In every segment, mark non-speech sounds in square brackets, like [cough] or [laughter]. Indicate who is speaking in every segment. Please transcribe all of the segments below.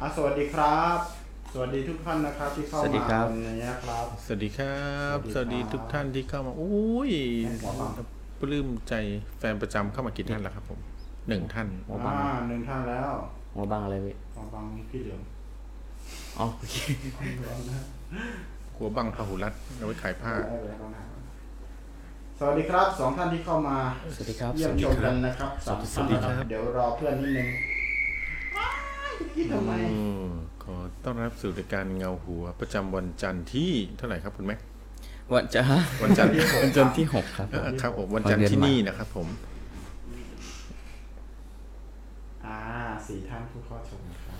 Speaker 1: อ่ะสวัสดีครับ สวัสดีทุกท่านนะครับที่เข้า
Speaker 2: สวัสดี
Speaker 1: มา
Speaker 2: ครับ
Speaker 1: วันนี้ครับ
Speaker 2: สวัสดีครับ
Speaker 1: ส
Speaker 2: ส
Speaker 1: วั
Speaker 2: วั
Speaker 1: ส
Speaker 2: ส
Speaker 1: ดี
Speaker 2: ดี
Speaker 1: ครับ
Speaker 2: ทุกท่านที่เข้ามา อุ้ย
Speaker 1: แม่นบ่ครับ
Speaker 2: ปลื้มใจแฟนประจำเข้ามากี่ท่านแล้วครับผมหนึ่งท่าน
Speaker 3: หัวบั
Speaker 1: อ่าง หนึ่งท่านแล้ว
Speaker 3: หัวบังอะไรพี่
Speaker 1: ขอบังพี่เหลือง
Speaker 3: อ๋อโอเค
Speaker 2: หัวบังพหุรัตน์เอาไว้ขายผ้า
Speaker 1: ได้เลยครับสวัสดีครับสองท่านที่เข้ามา
Speaker 3: สวัสดีครับ
Speaker 1: เยี่ยมชมกันนะครับสาม
Speaker 2: ส
Speaker 1: ท่า
Speaker 2: วันสดี
Speaker 1: นะค
Speaker 2: ครั
Speaker 1: รับ บ เดี๋ยวรอเพื่อนนิดนึงว้ายคิดทำไม
Speaker 2: อืมขอต้อนรับสู่รายการเงาหัวประจำวันจันทร์ที่เท่าไหร่ครับคุณแม่
Speaker 3: วันจะฮะ
Speaker 2: วันจันทร์ที่
Speaker 3: วันจนทร์ที่หกครับ
Speaker 2: เอ่อครับผมวันจันทร์ที่นี่นะครับผม
Speaker 1: อ่าสี่ท่านผู้เข้าชมนะครับ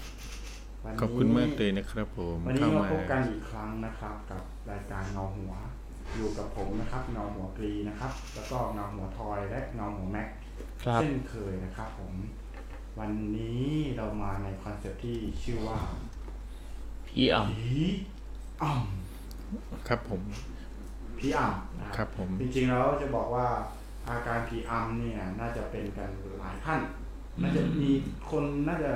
Speaker 1: วันนี้
Speaker 2: ขอบคุณมากเลยนะครับผม
Speaker 1: วัน
Speaker 2: เข้า
Speaker 1: นี้มา
Speaker 2: มา
Speaker 1: พบกันอีกครั้งนะครับ กับรายการเงาหัว อยู่กับผมนะครับเงาหัวกรีนะครับ แล้วก็เงาหัวทอยและเงาหัวแม็ก
Speaker 3: ครับ
Speaker 1: เช่นเคยนะครับผม วันนี้เรามาในคอนเซปต์ที่ชื่อว่า
Speaker 3: พี่อ่
Speaker 1: ผีอ่
Speaker 2: ครับผม
Speaker 1: ำผีอ่ำนะครับ
Speaker 2: ผม
Speaker 1: จริงๆแล้วจะบอกว่าอาการผีอ่ำเนี่ย น่าจะเป็นกันหลายท่านน่าจะมีคนน่าจะ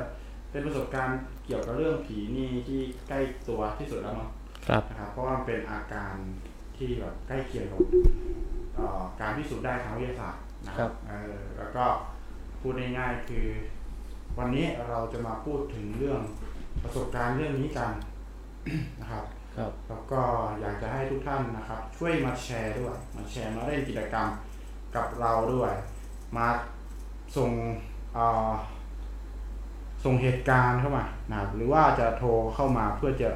Speaker 1: เป็นประสบการณ์เกี่ยวกับเรื่องผีนี่ที่ใกล้ตัวที่สุดแล้วเนาะ
Speaker 3: ำครับ
Speaker 1: นะครับเพราะว่ามันเป็นอาการที่แบบใกล้เคียงกับเอ่อการพิสูจน์ได้ทางวิทยาศาสตร์นะค
Speaker 3: ครั
Speaker 1: รับบ เออแล้วก็พูดง่ายๆคือ วันนี้เราจะมาพูดถึงเรื่องประสบการณ์เรื่องนี้กัน นะครับ
Speaker 3: ครับ
Speaker 1: แล้วก็อยากจะให้ทุกท่านนะครับ ช่วยมาแชร์ด้วย มาแชร์มาเล่นกิจกรรมกับเราด้วย มาส่งเอ่อส่งเหตุการณ์เข้ามานะครับหรือว่าจะโทรเข้ามาเพื่อจะ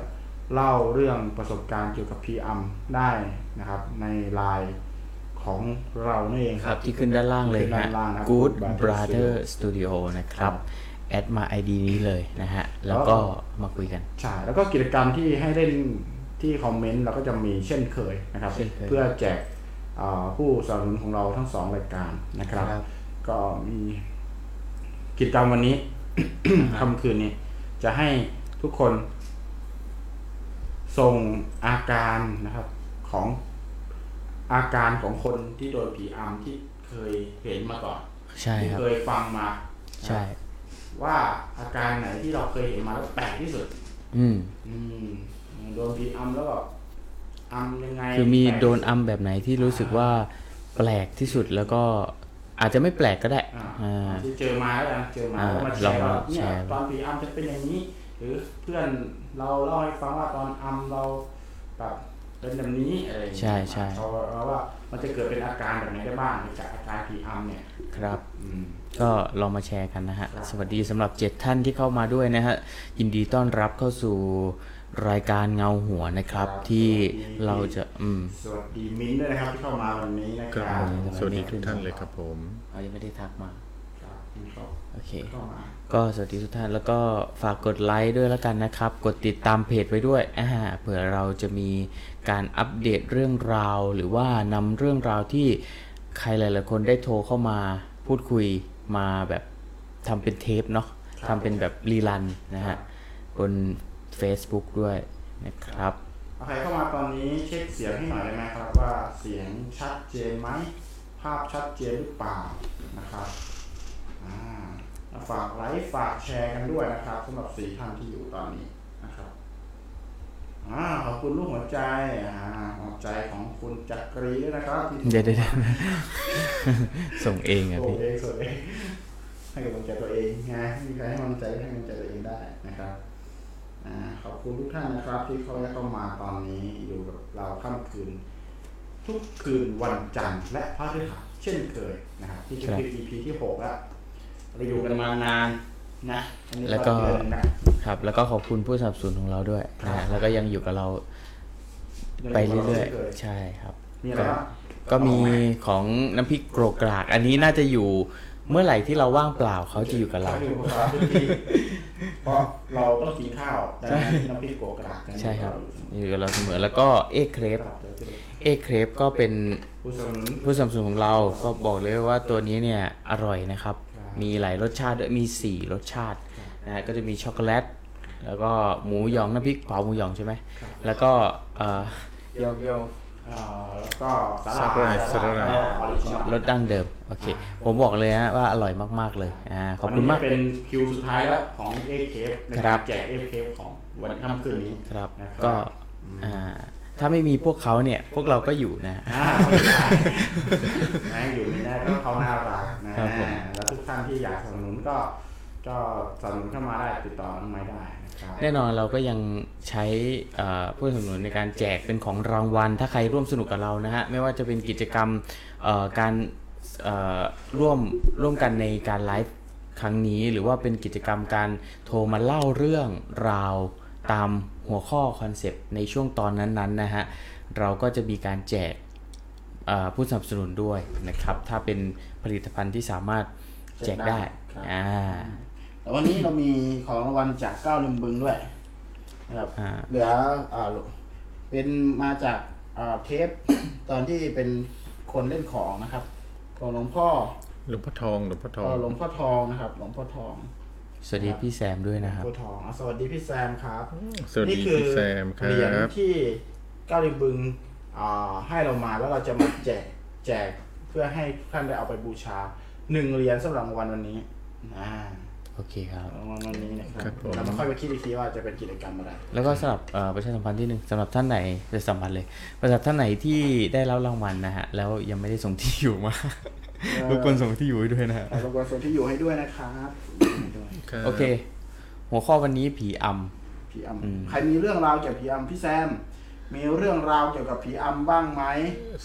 Speaker 1: เล่าเรื่องประสบการณ์เกี่ยวกับพีอัมได้นะครับ ในไลน์ของเรานี่เอง
Speaker 3: ครับที่ขึ้นด้านล่างเลย
Speaker 1: ขึ้นด้า
Speaker 3: ฮะ
Speaker 1: นล่างครับ
Speaker 3: Good
Speaker 1: Good Brother
Speaker 3: Brother Studio นะครับ แอดมา ID นี้เลยนะฮะ แล้ว
Speaker 1: อ๋
Speaker 3: ก็
Speaker 1: อ
Speaker 3: มาคุยกัน
Speaker 1: ใช่แล้วก็กิจกรรมที่ให้เล่นที่คอมเมนต์เราก็จะมีเช่นเคยนะครับ
Speaker 3: เช่นเคย
Speaker 1: อแจกเอ่อผู้สนับสนุนของเราทั้งสองรายการนะครับ
Speaker 3: ครับ
Speaker 1: ก็มีกิจกรรมวันนี้ [coughs] คำคืนนี้ จะให้ทุกคน ส่งอาการนะครับของอาการของคนที่โดนผีอำที่เคยเห็นมาก่อน
Speaker 3: ใช่
Speaker 1: ที่
Speaker 3: ครับ
Speaker 1: เคยฟังมา
Speaker 3: ใช่
Speaker 1: ว่าอาการไหนที่เราเคยเห็นมาแล้วแปลกที่สุด
Speaker 3: อืม
Speaker 1: อืมโดนผีอำแล้วก็อำยังไง
Speaker 3: คือมี
Speaker 1: แปลก
Speaker 3: โดนอัมแบบไหนที่รู้สึกว่าแปลกที่สุดแล้วก็อาจจะไม่แปลกก็ได้
Speaker 1: อ่า
Speaker 3: อ่า
Speaker 1: ที่เจอมาแล้วกันเจอมา
Speaker 3: อ่า
Speaker 1: แล้วมาแชร์
Speaker 3: ลองมา
Speaker 1: ว่าเนี่ย
Speaker 3: แชร์
Speaker 1: ตอนผีอำจะเป็นอย่างนี้ หรือเพื่อนเราเล่าให้ฟังว่าตอนอำเราแบบเป็นแบบนี้อะไรอย่างเงี้ย
Speaker 3: ใช่ใช่
Speaker 1: เขาเราว่ามันจะเกิดเป็นอาการแบบไหนได้บ้างจากอาการผีอำเนี่ย
Speaker 3: ครับ
Speaker 1: อืม
Speaker 3: ก็ลองมาแชร์กันนะฮะ
Speaker 1: ครับ
Speaker 3: สวัสดีสำหรับ 7 ท่านที่เข้ามาด้วยนะฮะ ยินดีต้อนรับเข้าสู่รายการเงาหัวนะครับ ที่เราจะอืม
Speaker 1: สวัสดีมิ้นท์ด้วยนะครับที่เข้ามาวันนี้นะค
Speaker 2: ครับ
Speaker 1: รับ
Speaker 2: ผมสวัสดีทุกท่านเลยครับผม
Speaker 3: เอายังไม่ได้ทักมา
Speaker 1: ครับที่เขา
Speaker 3: โอเค
Speaker 1: เข้ามา
Speaker 3: ก็สวัสดีทุกท่านแล้วก็ฝากกดไลค์ด้วยแล้วกันนะครับ กดติดตามเพจไว้ด้วยอ่าเผื่อเราจะมีการอัปเดตเรื่องราว หรือว่านำเรื่องราวที่ใครหลายๆคนได้โทรเข้ามาพูดคุยมาแบบทำเป็นเทปเนาะทำเป็นแบบรีลันนะฮะ บน Facebook ด้วยนะครับ
Speaker 1: เอาใครเข้ามาตอนนี้เช็คเสียงให้หน่อยได้ไหมครับ ว่าเสียงชัดเจนไหมภาพชัดเจนหรือเปล่านะครับอ่าฝากไลค์ฝากแชร์กันด้วยนะครับสำหรับสี่ท่านที่อยู่ตอนนี้นะครับอ่าขอบคุณลูกหัวใจอ่าหัวใจของคุณจักรีด้วยนะครับที่
Speaker 3: เดี๋ยวเดี๋ยวเดี๋ยว [laughs] ส่งเองอะ
Speaker 1: โอ้
Speaker 3: พี่
Speaker 1: เองสวยเองให้กำลังใจตัวเองนะมีใครให้กำลังใจก็ให้กำลังใจตัวเองได้นะครับอ่าขอบคุณทุกท่านนะครับ ที่เขาได้เข้ามาตอนนี้อยู่กับเราค่ำคืน ทุกคืนวันจันทร์และพฤหัสเช่นเคยนะครับที่จะ
Speaker 3: ครับ
Speaker 1: คือ EP ที่หกแล้วเราอยู่กันมานานนะอันนี้
Speaker 3: แล้วก็
Speaker 1: เดือนนะครับ
Speaker 3: แล้วก็ขอบคุณผู้สนับสนุนของเราด้วยนะฮะแล้วก็ยังอยู่กับเราไปเรื่อยๆ ใช่ครับ
Speaker 1: ๆมีอะไรบ้าง
Speaker 3: ก็มีของน้ำพริกโกรกกราก อันนี้น่าจะอยู่เมื่อไหร่ที่เราว่างเปล่าเขาจะอยู่กับเรา
Speaker 1: อยู่กับเราทุกที [laughs] เพราะเราต้องกินข้าวแต่น้ำพริกโกกระดาษ
Speaker 3: ใช่ครับ อยู่กับเราเสมอ แล้วก็เอเคร
Speaker 1: เอ
Speaker 3: ป
Speaker 1: ฟ
Speaker 3: เอเครปก็เป็น
Speaker 1: ผู้สนับสนุน
Speaker 3: ผู้สนับสนุนของเรา ก็บอกเลยว่าตัวนี้เนี่ยอร่อยนะครับ
Speaker 1: ครับ
Speaker 3: มีหลายรสชาติด้วยมี 4 รสชาตินะฮะก็จะมีช็อกโกแลต แล้วก็หมูหยองน้ำพริกเผาหมูหยองใช่ไหม แล้วก็เอ่อ
Speaker 1: เดียวเดียว เอ่อแล้วก็สาห
Speaker 2: สาหร่า
Speaker 1: ร่าย
Speaker 2: สาหร่าย
Speaker 1: แล้วก็ออริจินอล
Speaker 3: รสดั้งเดิม โอเค
Speaker 1: อ่า
Speaker 3: ผมบอกเลยฮะว่าอร่อยมาก ๆ เลยอ่าขอบคุณมาก
Speaker 1: วันนี้เป็นคิวสุดท้ายแล้วของ a k ใน
Speaker 3: ครั
Speaker 1: การ
Speaker 3: บ
Speaker 1: แจก a k ของวันค่ำคืนนี้
Speaker 3: ครับ
Speaker 1: นะครับ
Speaker 3: ก็อ่าถ้าไม่มีพวกเขาเนี่ย พวกเราก็อยู่นะ
Speaker 1: อ่าไม่ได้นะอยู่ไม่ได้ก็เขาน่ารักนะครับ
Speaker 3: ผม
Speaker 1: แล้วทุกท่านที่อยากสนับสนุนก็ก็สนับสนุนเข้ามาได้ติดต่อน้องไม้ได้นะครับ
Speaker 3: แน่นอนเราก็ยังใช้เอ่อผู้สนับสนุนในการแจกเป็นของรางวัล ถ้าใครร่วมสนุกกับเรานะฮะ ไม่ว่าจะเป็นกิจกรรมเอ่อการเอ่อร่วมร่วมกันในการไลฟ์ครั้งนี้ หรือว่าเป็นกิจกรรมการโทรมาเล่าเรื่องราวตามหัวข้อคอนเซปต์ในช่วงตอนนั้นๆนะฮะ เราก็จะมีการแจก เอ่อผู้สนับสนุนด้วยนะครับ ถ้าเป็นผลิตภัณฑ์ที่สามารถแจกได้
Speaker 1: ครับ
Speaker 3: อ่า
Speaker 1: แต่วันนี้เรามีของรางวัลจากเก้าลืมบึงด้วยนะครับ
Speaker 3: อ่า
Speaker 1: เหลืออ่าเป็นมาจากอ่าเทป ตอนที่เป็นคนเล่นของนะครับ ของหลวงพ่อ
Speaker 2: หลวงพ่อทองหลวงพ่อทอ
Speaker 1: ก็
Speaker 2: ง
Speaker 1: หลวงพ่อทองนะครับ หลวงพ่อทอง
Speaker 3: สวัสดีพี่แซมด้วยนะครับ
Speaker 1: พ่อทองอ่ะสวัสดีพี่แซมครับ
Speaker 2: สวัสดี
Speaker 1: นี่คือ
Speaker 2: พี่แซมคร
Speaker 1: เหรียญั
Speaker 2: บ
Speaker 1: ที่เก้าริมบึงอ่าให้เรามาแล้วเราจะมาแจกแจกเพื่อให้ทุกท่านได้เอาไปบูชาหนึ่งเหรียญสำหรับรางวัลวันนี้อ่า
Speaker 3: โอเคครับ
Speaker 1: รางวัลวันนี้นะครั
Speaker 2: ครับ บผม
Speaker 1: เรามาค่อยไปคิดอีกทีว่าจะเป็นกิจกรรมอะไร
Speaker 3: แล้วก็สำหรับเอ่อประชาสัมพันธ์ที่หนึ่งสำหรับท่านไหนประชาสัมพันธ์เลยประชาสัมพันธ์ท่านไหนที่ได้รับรางวัลนะฮะ แล้วยังไม่ได้ส่งที่อยู่
Speaker 1: [laughs]
Speaker 3: มา รบกวนส่งที่อยู่ให้ด้วยนะฮะ
Speaker 1: รบกวนส่วนที่อยู่ให้ด้วยนะครับ
Speaker 2: ครับ
Speaker 3: โอเค หัวข้อวันนี้ผีอำ
Speaker 1: ผีอ
Speaker 3: อืม
Speaker 1: ำใครมีเรื่องราวเกี่ยวกับผีอำพี่แซม มีเรื่องราวเกี่ยวกับผีอำบ้างไหม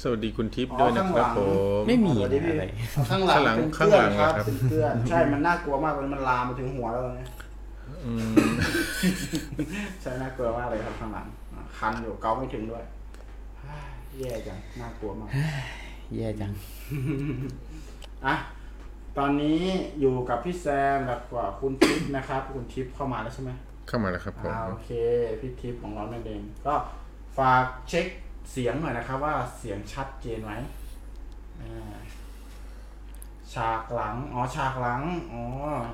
Speaker 2: สวัสดีคุณทิพย์
Speaker 1: อ๋อ
Speaker 2: ด้วยนะค
Speaker 1: ข้างหลั
Speaker 2: รับ
Speaker 1: ง
Speaker 2: ผม
Speaker 3: ไม่มี
Speaker 1: สวัสดี
Speaker 3: นะ
Speaker 1: พี่
Speaker 3: อะไร
Speaker 1: ข้างหลัง
Speaker 2: ข้างหลัง
Speaker 1: เป็นเพื่อนครับ
Speaker 2: ข้างหลังนะครับ
Speaker 1: เป็นเพื่อนใช่ มันน่ากลัวมากเลยมันลามมาถึงหัวแล้วเนี่ย
Speaker 2: อืม
Speaker 1: ใช่น่ากลัวมากเลยครับข้างหลังอ่ะคันอยู่เกาไม่ถึงด้วยฮ่าแย่จังน่ากลัวมาก
Speaker 3: แย่จัง
Speaker 1: อ่ะตอนนี้อยู่กับพี่แซมแล้วก็คุณทิพย์นะครับ คุณทิพย์เข้ามาแล้วใช่ไหม
Speaker 2: เข้ามาแล้วครับผม
Speaker 1: อ่าโอเคพี่ทิพย์ของเรานั่นเองก็ฝากเช็คเสียงหน่อยนะครับ ว่าเสียงชัดเจนไหมอ่าฉากหลังอ๋อฉากหลังอ๋อ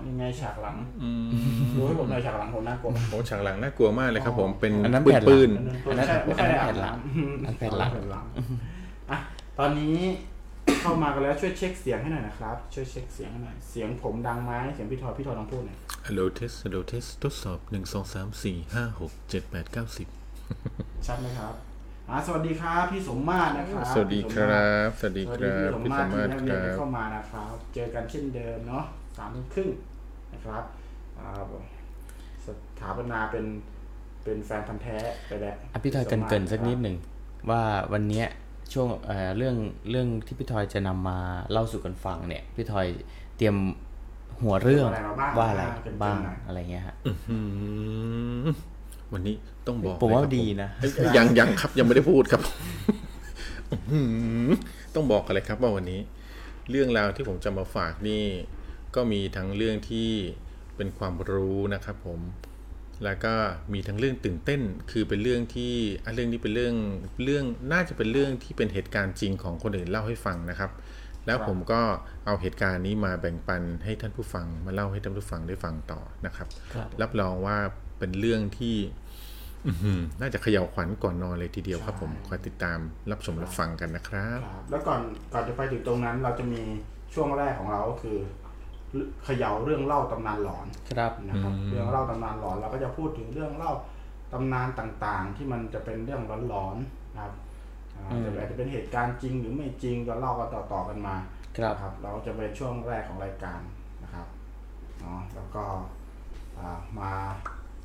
Speaker 1: ยังไงฉากหลัง
Speaker 2: อืม
Speaker 1: ดูให้ผมหน่อยฉากหลังผมน่ากลัวมาก
Speaker 2: โอ้ฉากหลังน่ากลัวมากเลยครับผม เป็น
Speaker 3: อันนั้น
Speaker 2: ปื
Speaker 3: แผ่
Speaker 2: น
Speaker 3: นหลัง
Speaker 2: ปืน
Speaker 1: อันนั้นไม่ค่อยได้อ่านหลัง
Speaker 3: อันนั้นแผ่นหลัง
Speaker 1: อ่ะตอนนี้เข้ามากันแล้วช่วยเช็คเสียงให้หน่อยนะครับ ช่วยเช็คเสียงให้หน่อย เสียงผมดังไหมเสียงพี่ทอยพี่ทอยลองพูดหน่อย
Speaker 2: Hello test Hello test ทดสอบหนึ่งสองสามสี่ห้าหกเจ็ดแปดเก้าสิบ
Speaker 1: ชัดไหมครับอ่ะสวัสดีครับพี่สมมาตรนะครับ
Speaker 2: สวัสดีครับ สวัสดี
Speaker 1: พี่สม
Speaker 2: ค
Speaker 1: มาตรสวัสดีพี่สมมาตร
Speaker 2: รับพี่สมมาตร
Speaker 1: ที่นัก
Speaker 2: ค
Speaker 1: เรียน
Speaker 2: รั
Speaker 1: ได้
Speaker 2: บ
Speaker 1: เข้ามานะครับ เจอกันเช่นเดิมเนาะสามทุ่มครึ่งนะครับอ่าสถาปนาเป็นเป็นแฟนพันธ์แท้ไปแล้ว
Speaker 3: อ่ะพี่ทอยเกรินๆสักนิดหนึ่งว่าวันเนี้ยช่วงเอ่อเรื่องเรื่องที่พี่ทอยจะนำมาเล่าสู่กันฟังเนี่ยพี่ทอยเตรียมหัวเรื่องว่าอะไรบ้างอะไรเงี้ยฮะ
Speaker 2: อืมวันนี้ต้องบอก
Speaker 3: ผมว่า
Speaker 2: เลยครับ
Speaker 3: ดีนะ
Speaker 2: เอ้ยยังยังครับยังไม่ได้พูดครับ อื้อหือต้องบอกกันเลยครับว่าวันนี้ เรื่องราวที่ผมจะมาฝากนี่ ก็มีทั้งเรื่องที่เป็นความรู้นะครับผม แล้วก็มีทั้งเรื่องตื่นเต้น คือเป็นเรื่องที่อ่ะเรื่องนี้เป็นเรื่องเรื่องน่าจะเป็นเรื่องที่เป็นเหตุการณ์จริงของคนอื่นเล่าให้ฟังนะครับ แล้วผมก็เอาเหตุการณ์นี้มาแบ่งปันให้ท่านผู้ฟังมาเล่าให้ท่านผู้ฟังได้ฟังต่อนะครับ
Speaker 3: ครับ
Speaker 2: รับรองว่าเป็นเรื่องที่ อื้อหือน่าจะเขย่าวขวัญก่อนนอนเลยทีเดียวครับผมคอยติดตามรับชมรับฟังกันนะครับ
Speaker 1: ครับแล้วก่อนก่อนจะไปถึงตรงนั้นเราจะมีช่วงแรกของเราก็คือเขย่าเรื่องเล่าตำนานหลอน
Speaker 3: ครับ
Speaker 1: นะครับ
Speaker 2: อืม
Speaker 1: เรื่องเล่าตำนานหลอนเราก็จะพูดถึงเรื่องเล่าตำนานต่างๆ ที่มันจะเป็นเรื่องหลอนๆนะครับอ่า
Speaker 3: อืม
Speaker 1: จะอาจจะเป็นเหตุการณ์จริงหรือไม่จริงก็เล่ากันต่อๆกันมา
Speaker 3: ครับ
Speaker 1: นะเราจะเป็นช่วงแรกของรายการนะครับเนาะแล้วก็อ่ามา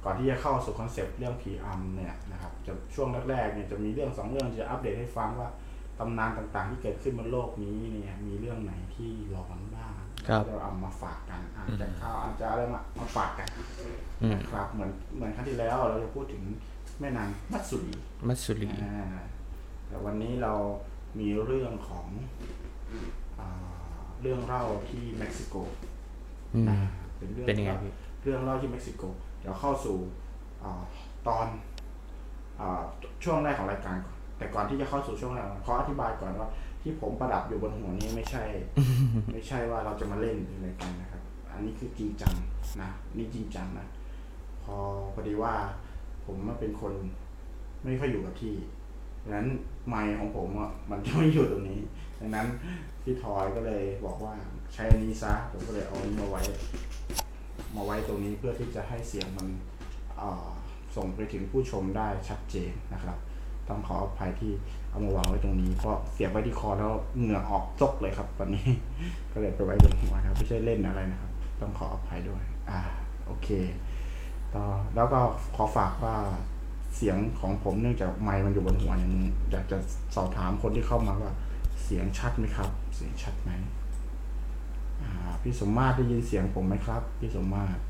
Speaker 1: ก่อนที่จะเข้าสู่คอนเซปต์เรื่องผีอำเนี่ยนะครับจะช่วงแรกๆเนี่ยจะมีเรื่องสองเรื่องจะอัปเดตให้ฟังว่า ตำนานต่างๆที่เกิดขึ้นบนโลกนี้เนี่ยมีเรื่องไหนที่หลอนบ้าง
Speaker 3: ครับ
Speaker 1: เราเอามาฝากกันอาจจะข้าวอาจจะอะไรมามาฝากกัน
Speaker 3: อืม
Speaker 1: นะครับเหมือนเหมือนครั้งที่แล้วเราจะพูดถึงแม่นางมัตสุรี
Speaker 3: มัตสุรี
Speaker 1: อ่าแต่วันนี้เรามีเรื่องของอ่าเรื่องเล่าที่เม็กซิโก
Speaker 3: อืม
Speaker 1: อ่าเป็นเรื่อง
Speaker 3: เป็นยังไง
Speaker 1: ล่า
Speaker 3: พี่
Speaker 1: เรื่องเล่าที่เม็กซิโก เดี๋ยวเข้าสู่อ่าตอน อ่าช่วงแรกของรายการก่อนแต่ก่อนที่จะเข้าสู่ช่วงแรกขออธิบายก่อนว่า ที่ผมประดับอยู่บนหัวนี้ไม่ใช่
Speaker 3: [laughs]
Speaker 1: ไม่ใช่ว่าเราจะมาเล่นอะไรกันนะครับ อันนี้คือจริงจังนะนี่จริงจังนะพอพอดีว่า ผมมาเป็นคน ไม่ค่อยอยู่กับที่ ดังนั้นไมค์ของผมอะมันจะไม่อยู่ตรงนี้ ดังนั้นพี่ทอยก็เลยบอกว่าใช้อันนี้ซะ ผมก็เลยเอาอันนี้มาไว้ มาไว้ตรงนี้เพื่อที่จะให้เสียงมันเอ่อส่งไปถึงผู้ชมได้ชัดเจนนะครับ ต้องขออภัยที่เอามาวางไว้ตรงนี้เพราะเสียบไว้ที่คอแล้วเหงื่อออกซกเลยครับวันนี้ [laughs] ก็เลยไปไว้บนหัวนะครับไม่ใช่เล่นอะไรนะครับ ต้องขออภัยด้วย อ่าโอเค ต่อแล้วก็ขอฝากว่าเสียงของผมเนื่องจากไมค์มันอยู่บนหัวอย่างนี้อยากจะสอบถามคนที่เข้ามาว่า เสียงชัดไหมครับ เสียงชัดไหมอ่าพี่สมมาตรได้ยินเสียงผมไหมครับ พี่สมมาตร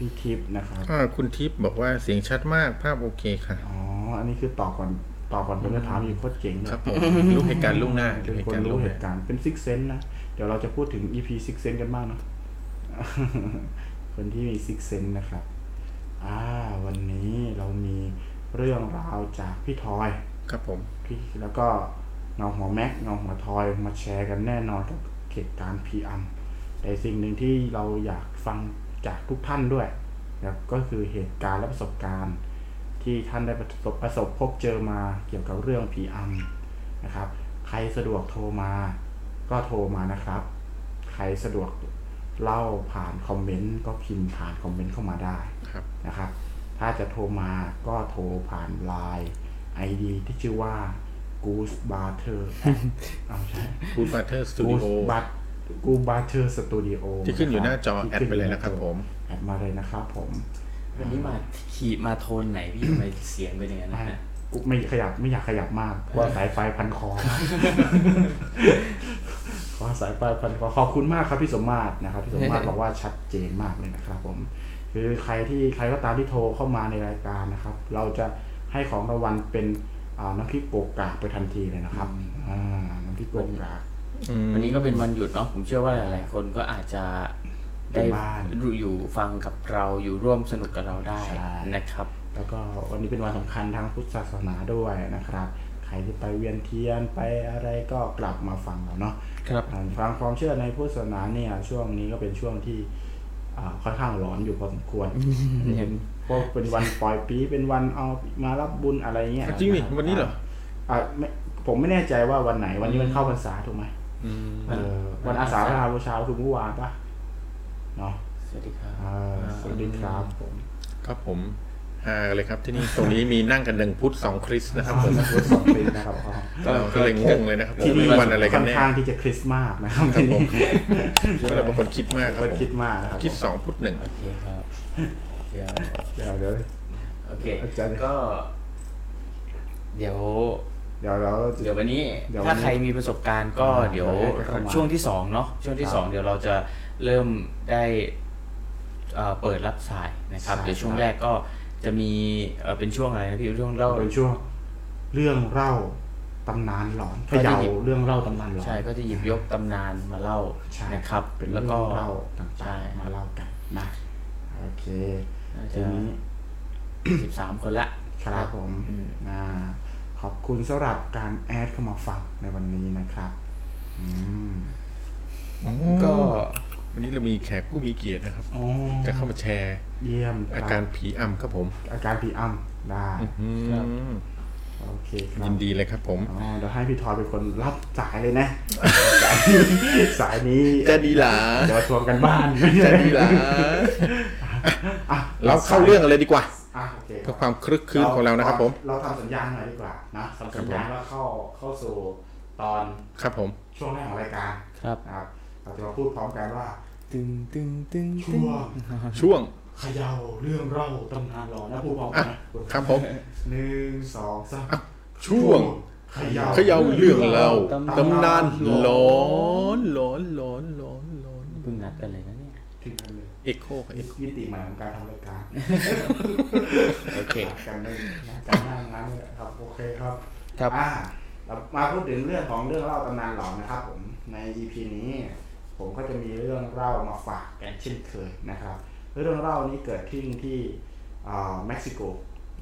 Speaker 1: พี่ทิพย์นะครับ
Speaker 2: อ่าคุณทิพย์บอกว่าเสียงชัดมากภาพโอเคค่ะ
Speaker 1: อ๋อ อันนี้คือต่อก่อนต่อก่อนผมจะถามอีกโคตรเจ๋งเล
Speaker 2: ค
Speaker 1: ย
Speaker 2: รับผมรู้เหตุการณ์ล่วงหน้า
Speaker 1: เป็น
Speaker 2: เหตุ
Speaker 1: คน
Speaker 2: การณ์ล่ว
Speaker 1: รู้
Speaker 2: งห
Speaker 1: เห
Speaker 2: น้า
Speaker 1: ตุการณ์เป็นซิกเซนนะ เดี๋ยวเราจะพูดถึง EP ซิกเซนกันบ้างเนอะ [laughs] คนที่มีซิกเซนนะครับ อ่า วันนี้เรามีเรื่องราวจากพี่ทอย
Speaker 2: ครับผม
Speaker 1: พี่แล้วก็เงาหัวแม็กเงาหัวทอยมาแชร์กันแน่นอนกับเหตุการณ์พีอัมแต่สิ่งหนึ่งที่เราอยากฟังจากทุกท่านด้วยนะครับก็คือเหตุการณ์และประสบการณ์ ที่ท่านได้ประสบประสบพบเจอมาเกี่ยวกับเรื่องพีอัมนะครับ ใครสะดวกโทรมา ก็โทรมานะครับ ใครสะดวกเล่าผ่านคอมเมนต์ก็พิมพ์ผ่านคอมเมนต์เข้ามาได้
Speaker 2: ครับ
Speaker 1: นะครับ ถ้าจะโทรมาก็โทรผ่าน Line ID ที่ชื่อว่า Goose Butter เอาใช่
Speaker 2: Good Butter Studio
Speaker 1: Goose But Goose Butter Studio
Speaker 2: ที่ขึ้นอยู่หน้าจอแอ
Speaker 1: ที่
Speaker 2: ดไปเลยนะครับผม
Speaker 1: แอดมาเลยนะครับผม
Speaker 3: วันนี้มาขี่มาโทนไหนพี่ ทำไมเสียงเป็นอย่างนั้นนะ
Speaker 1: อ่ะ
Speaker 3: ฮะ
Speaker 1: กูไม่ขยับไม่อยากขยับมากเพราะว่าสายไฟพันคอขอสายไฟพันคอขอบคุณมากครับพี่สมมาตรนะครับพี่สมมาตรบอกว่าชัดเจนมากเลยนะครับผม คือใครที่ใครก็ตามที่โทรเข้ามาในรายการนะครับ เราจะให้ของรางวัลเป็นอ่าน้ำพริกโปกกากไปทันทีเลยนะครับอ่าน้ำพริกโปกกาก
Speaker 2: อืม
Speaker 3: วันนี้ก็เป็นวันหยุดเนาะผมเชื่อว่าหลายๆคนก็อาจจะได้
Speaker 1: อยู่บ้าน
Speaker 3: รู้อยู่ฟังกับเราอยู่ร่วมสนุกกับเราได้
Speaker 1: ใช่
Speaker 3: นะครับ
Speaker 1: แล้วก็วันนี้เป็นวันสำคัญทางพุทธศาสนาด้วยนะครับ ใครที่ไปเวียนเทียนไปอะไรก็กลับมาฟังเราเนาะ
Speaker 3: ครับ
Speaker 1: อ่าฟังความเชื่อในพุทธศาสนาเนี่ย ช่วงนี้ก็เป็นช่วงที่อ่าค่อนข้างร้อนอยู่พอสมควร
Speaker 2: [laughs]
Speaker 3: เห็น
Speaker 1: เพราะเป็นวันปล่อยปีเป็นวันเอามารับบุญอะไรเงี้ย
Speaker 2: จริงนี่
Speaker 1: ะคบ
Speaker 2: วันนี้เหรอ
Speaker 1: อ่ะไม่ผมไม่แน่ใจว่าวันไหนวันนี้มันเข้าพรรษาถูกไหม
Speaker 2: อืม
Speaker 1: เออวันอาสาฬหบูชาคือเมื่อวานปะเนาะ
Speaker 3: สวัสดีครับ
Speaker 1: อ่าสวัสดีครับผม
Speaker 2: ครับผมฮาเลยครับที่นี่ตรงนี้มีนั่งกันหนึ่งพุทธสองคริสต์นะครับผม
Speaker 1: รถสองปีนะครับอ๋อ
Speaker 2: เราก็เลยงงเลยนะครับ
Speaker 1: ที่นี่
Speaker 2: ว่าวันอะไรกัน
Speaker 1: ค่อ
Speaker 2: แน่
Speaker 1: นข้างที่จะคริสต์มาสนะครับ
Speaker 2: ครับ
Speaker 1: ที่
Speaker 2: ผม
Speaker 1: นี่
Speaker 2: ก็เราบางคนคิดมากครับ
Speaker 1: คน
Speaker 2: ผม
Speaker 1: คิดมากนะครับ
Speaker 2: คิดสองพุทธหนึ่ง
Speaker 3: โอเคครับเดี๋ยว
Speaker 1: เดี๋ยวเดี๋ยว
Speaker 3: โอเค
Speaker 1: อาจารย์
Speaker 3: ก็ เดี๋ยว
Speaker 1: เดี๋ยวเราจะ
Speaker 3: เดี๋ยววันนี้
Speaker 1: เดี๋ยววันนี้
Speaker 3: ถ้าใครมีประสบการณ์ก็
Speaker 1: อ่า
Speaker 3: เดี๋ยว
Speaker 1: เดี๋ยวให้เข้ามา
Speaker 3: ช่วงที่สองเนาะช่วงที่
Speaker 1: ครับ
Speaker 3: สองเดี๋ยวเราจะเริ่มได้เอ่อเปิดรับสายนะครับ
Speaker 1: ใช่
Speaker 3: เดี๋ยวช่วงแรกก็จะมีเอ่อเป็นช่วงอะไรนะพี่ช่วงเล่า
Speaker 1: เป็นช่วงเรื่องเล่าตำนานหลอน
Speaker 3: ก็
Speaker 1: เข
Speaker 3: จะ
Speaker 1: ย่า
Speaker 3: หยิบ
Speaker 1: เรื่องเล่าตำนานหลอน
Speaker 3: ใช่ก็จะหยิบยกตำนานมาเล่า
Speaker 1: ใช่
Speaker 3: นะครับ
Speaker 1: เป็น
Speaker 3: แล้ว
Speaker 1: เรื่อง
Speaker 3: ก็
Speaker 1: เล่าต
Speaker 3: ใช่
Speaker 1: ่างๆมาเล่ากันนะโอเค
Speaker 3: น่า
Speaker 1: ที
Speaker 3: จะ
Speaker 1: นี้
Speaker 3: สิบสามคนละ
Speaker 1: ครับผม
Speaker 3: อืม
Speaker 1: อ่าขอบคุณสำหรับการแอดเข้ามาฟังในวันนี้นะครับ อืม
Speaker 3: ก็
Speaker 2: วันนี้เรามีแขกผู้มีเกียรตินะครับ
Speaker 1: โอ้
Speaker 2: จะเข้ามาแชร์
Speaker 1: เยี่ยมคบ
Speaker 2: อาการผีอำครับผม
Speaker 1: อาการผีอ้ำได้
Speaker 2: อืม
Speaker 1: โอเคครับ
Speaker 2: ยินดีเลยครับผม
Speaker 1: อ๋อเดี๋ยวให้พี่ทอยเป็นคนรับสายเลยนะ
Speaker 2: [laughs]
Speaker 1: สายสายนี้
Speaker 2: จะดีหลา
Speaker 1: เดี๋ยวทวงกันบ้าน
Speaker 2: จะดีหลา
Speaker 1: อ่ะ
Speaker 2: เราเข้าเรื่องเลยดีกว่า
Speaker 1: อ่ะโอเค
Speaker 2: เพื่อความคลึกคลืนของเรานะครับผม
Speaker 1: เราทำสัญญาณหน่อยดีกว่านะทำสัญญาณว่าเข้าเข้าสู่ตอน
Speaker 2: ครับผม
Speaker 1: ช่วงแรกของรายการ
Speaker 3: ครับ
Speaker 1: นะครับเราจะมาพูดพร้อมกันว่า
Speaker 3: ตึงตึงตึง
Speaker 1: ช่วง
Speaker 2: ช่วง
Speaker 1: เขย่าเรื่องเล่าตำนานหลอนนะผู้บอก
Speaker 2: อ่ะ
Speaker 1: นะครับ
Speaker 2: ผม
Speaker 1: หนึ่งสองสาม
Speaker 2: ช่วง
Speaker 1: เขย่า
Speaker 2: เขย่าเรื่องเราตำนานหลอนหลอนหลอนหลอนหลอน
Speaker 3: เพิ่งนัดกันเลยนะเนี่ย
Speaker 1: ถึงกันเลย
Speaker 2: เอ็กโคกับเอ็ก
Speaker 1: มิติใหม่ของการทำรายการ
Speaker 3: โอเค
Speaker 1: การได้งานการหน้างานเลยครับโอเคครับ
Speaker 3: ครับ
Speaker 1: อ่าเรามาพูดถึงเรื่องของเรื่องเล่าตำนานหลอนนะครับ ผมใน EP นี้ ผมก็จะมีเรื่องเล่ามาฝากกันเช่นเคยนะครับ เรื่องเล่านี้เกิดขึ้นที่อ่าเม็กซิโก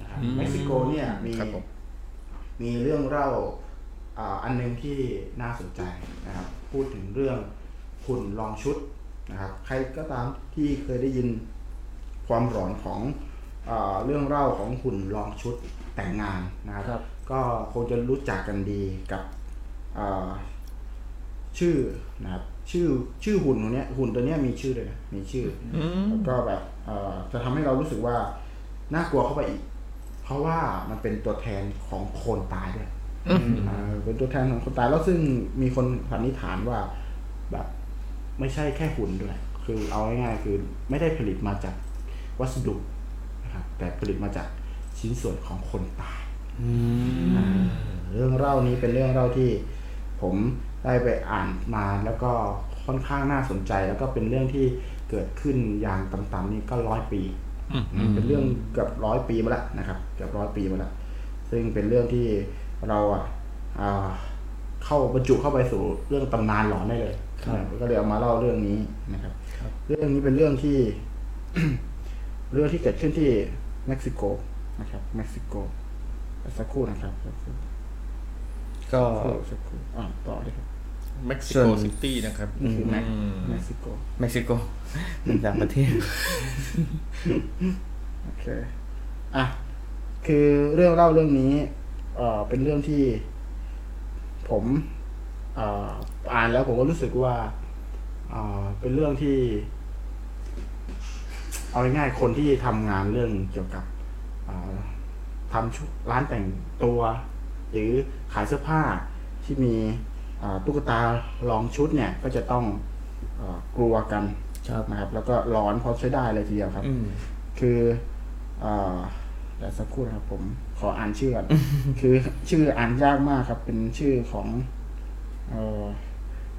Speaker 1: นะครับเม็กซิโกเนี่ยมี
Speaker 2: ครับผม
Speaker 1: มีเรื่องเล่าอ่าอันหนึงที่น่าสนใจนะครับ พูดถึงเรื่องหุ่นลองชุดนะครับ ใครก็ตามที่เคยได้ยินความหลอนของ เอ่อเรื่องเล่าของหุ่นรองชุดแต่งงานนะค
Speaker 3: ครั
Speaker 1: รับ
Speaker 3: บ
Speaker 1: ก็คงจะรู้จักกันดีกับเอ่อชื่อนะครับชื่อชื่อหุ่นตัวเนี้ยหุ่นตัวเนี้ยมีชื่อเลยนะมีชื่ออแล้วก็แบบเอ่อจะทำให้เรารู้สึกว่าน่ากลัวเข้าไปอีก เพราะว่ามันเป็นตัวแทนของคนตายด้วย เอ่อเป็นตัวแทนของคนตายแล้วซึ่งมีคนสันนิษฐานว่าแบบไม่ใช่แค่หุ่นด้วย คือเอาง่ายๆคือไม่ได้ผลิตมาจากวัสดุนะครับแต่ผลิตมาจากชิ้นส่วนของคนตายอ่าเรื่องเล่านี้เป็นเรื่องเล่าที่ผมได้ไปอ่านมาแล้วก็ค่อนข้างน่าสนใจ แล้วก็เป็นเรื่องที่เกิดขึ้นอย่างต่ำๆนี่ก็ร้อยปี เป็นเรื่องเกือบร้อยปีมาแล้วนะครับเกือบร้อยปีมาแล้วซึ่งเป็นเรื่องที่เราอ่ะอ่าเข้าบรรจุเข้าไปสู่เรื่องตำนานหลอนได้เลยนะครับก็เลยเอามาเล่าเรื่องนี้นะครับ เรื่องนี้เป็นเรื่องที่ [coughs] เรื่องที่เกิดขึ้นที่เม็กซิโกนะครับเม็กซิโกสักครู่นะครับ
Speaker 4: ก็
Speaker 1: สักครู่อ่าต่อเลยครับ
Speaker 2: เม็กซิ
Speaker 4: ส่
Speaker 2: โก
Speaker 4: วน
Speaker 2: ซิตี้นะครับ
Speaker 1: นี่คือเม็ก
Speaker 2: อืม
Speaker 1: เม็กซิโก
Speaker 4: เม็กซิ
Speaker 3: [laughs]
Speaker 4: โกเป็นต่างประเทศ
Speaker 1: โอเค อ่ะ คือเรื่องเล่าเรื่องนี้ เอ่อ เป็นเรื่องที่ ผมเอ่ออ่านแล้วผมก็รู้สึกว่า เอ่อ เป็นเรื่องที่ เอาง่ายๆ คนที่ทำงานเรื่องเกี่ยวกับเอ่อทำชุดร้านแต่งตัว หรือขายเสื้อผ้าที่มีเอ่อตุ๊กตารองชุดเนี่ย ก็จะต้องเอ่อกลัวกัน
Speaker 3: ครับ
Speaker 1: นะครับ แล้วก็ร้อนพอใช้ได้เลยทีเดียวครับ
Speaker 3: อืม
Speaker 1: คือเอ่อเดี๋ยวสักครู่นะครับผม ขออ่านชื่อก่อน
Speaker 3: [laughs]
Speaker 1: คือชื่ออ่านยากมากครับ เป็นชื่อของเอ่อ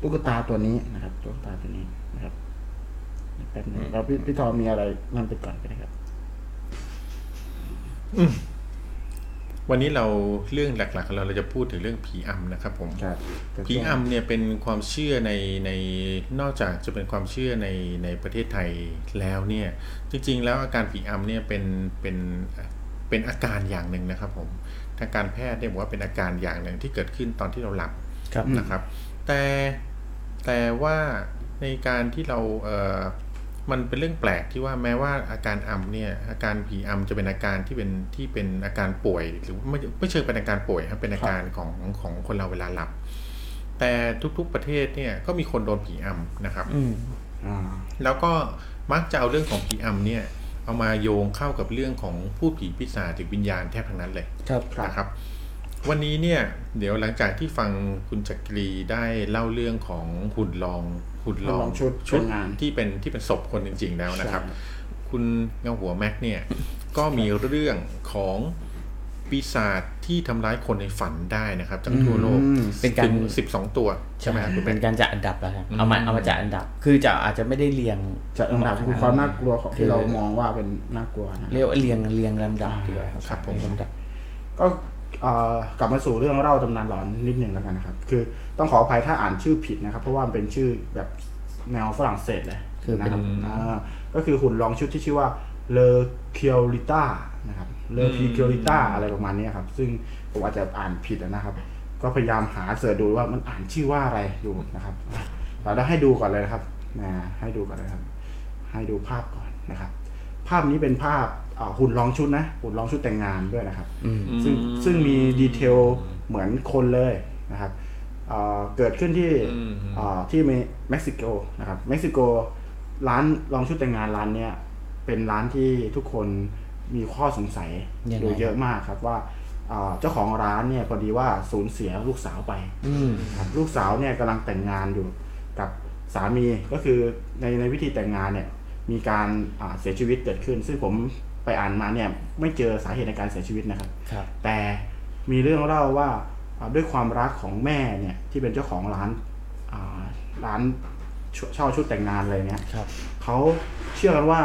Speaker 1: ตุ๊กตาตัวนี้นะครับ ตุ๊กตาตัวนี้นะครับแป๊บนึงเราพี่พี่ทอมีอะไรนั่นไปก่อนก็ได้ครับ
Speaker 2: วันนี้เราเรื่องหลักๆของเราเราจะพูดถึงเรื่องผีอำนะครับผม
Speaker 1: ครับ
Speaker 2: ผีอำเนี่ยเป็นความเชื่อในในนอกจากจะเป็นความเชื่อในในประเทศไทยแล้วเนี่ยจริงๆ แล้วอาการผีอำเนี่ยเป็นเป็นเป็นอาการอย่างหนึ่งนะครับผมทางการแพทย์เนี่ยบอกว่าเป็นอาการอย่างหนึ่งที่เกิดขึ้นตอนที่เราหลับ
Speaker 3: ครับ
Speaker 2: นะครับ แต่แต่ว่าในการที่เราเออมันเป็นเรื่องแปลกที่ว่าแม้ว่าอาการอำเนี่ยอาการผีอำจะเป็นอาการที่เป็นที่เป็นอาการป่วย หรือไม่ไม่เชิงเป็นอาการป่วยครับเป็นอาการของของคนเราเวลาหลับ แต่ทุกๆประเทศเนี่ยก็มีคนโดนผีอำนะครับ
Speaker 3: อืม
Speaker 1: อ่า
Speaker 2: แล้วก็มักจะเอาเรื่องของผีอำเนี่ยเอามาโยงเข้ากับเรื่องของผู้ผีปีศาจหรือวิญญาณแทบทั้งนั้นเลย
Speaker 3: ครับ
Speaker 1: ครับ
Speaker 2: นะครับ วันนี้เนี่ยเดี๋ยวหลังจากที่ฟังคุณจักรีได้เล่าเรื่องของหุ่นลองหุ่นลอ
Speaker 1: หุ่น
Speaker 2: ง
Speaker 1: รองชุด
Speaker 2: ชุด
Speaker 1: แต่งงาน
Speaker 2: ที่เป็นที่เป็นศพคนจริง ๆ แล้วนะครับ คุณเงาหัวแม็กเนี่ยก็มีเรื่องของปีศาจที่ทำร้ายคนในฝันได้นะครับจากทั่วโลก
Speaker 1: อืม
Speaker 3: เป็นการ
Speaker 2: ถึงสิบสองตัวใช่ไหมครับคุณแม็
Speaker 3: เป็
Speaker 2: ก
Speaker 3: นการจัดอันดับแล้วกันเอามาเอามาจัดอันดับ คือจะอาจจะไม่ได้เรียง
Speaker 1: จะอันดับคือความน่ากลัวของที่เรามองว่าเป็นน่ากลัวนะครับ
Speaker 3: เรียกว่าเรียงเรียงลำดับดีกว่า
Speaker 2: ครับผม
Speaker 3: เยงลำดับ
Speaker 1: ก็เอ่อกลับมาสู่เรื่องเล่าตำนานหลอนนิดหนึ่งแล้วกันนะครับ คือต้องขออภัยถ้าอ่านชื่อผิดนะครับ เพราะว่ามันเป็นชื่อแบบแนวฝรั่งเศสเลย
Speaker 3: คือเป็น
Speaker 1: นะครับอ่าก็คือหุ่นรองชุดที่ชื่อว่าเลเคียวริต้านะครับเลพีเคียวริต้าอะไรประมาณเนี้ยครับ ซึ่งผมอาจจะอ่านผิดนะครับ ก็พยายามหาเสิร์ชดูว่ามันอ่านชื่อว่าอะไรอยู่นะครับเราได้ให้ดูก่อนเลยนะครับนะให้ดูก่อนเลยครับ ให้ดูภาพก่อนนะครับ ภาพนี้เป็นภาพเอ่อหุ่นรองชุดนะหุ่นรองชุดแต่งงานด้วยนะครับ ซึ่งซึ่งมีดีเทลเหมือนคนเลยนะครับเอ่อเกิดขึ้นที่เอ่อที่เมเม็กซิโกนะครับเม็กซิโกร้านรองชุดแต่งงานร้านเนี้ยเป็นร้านที่ทุกคนมีข้อสงสัย
Speaker 3: ยังไง
Speaker 1: อยู่เยอะมากครับว่าเอ่อเจ้าของร้านเนี่ยพอดีว่าสูญเสียลูกสาวไป
Speaker 3: อืม
Speaker 1: ครับลูกสาวเนี่ยกำลังแต่งงานอยู่กับสามีก็คือในในวิธีแต่งงานเนี่ยมีการอ่าเสียชีวิตเกิดขึ้น ซึ่งผมไปอ่านมาเนี่ยไม่เจอสาเหตุในการเสียชีวิตนะครับ
Speaker 3: ครับ
Speaker 1: แต่มีเรื่องเล่าว่าอ่าด้วยความรักของแม่เนี่ยที่เป็นเจ้าของร้านอ่าร้านชุเช่าชุดแต่งงานอะไรเนี่ย
Speaker 3: ครับ
Speaker 1: เขาเชื่อกันว่า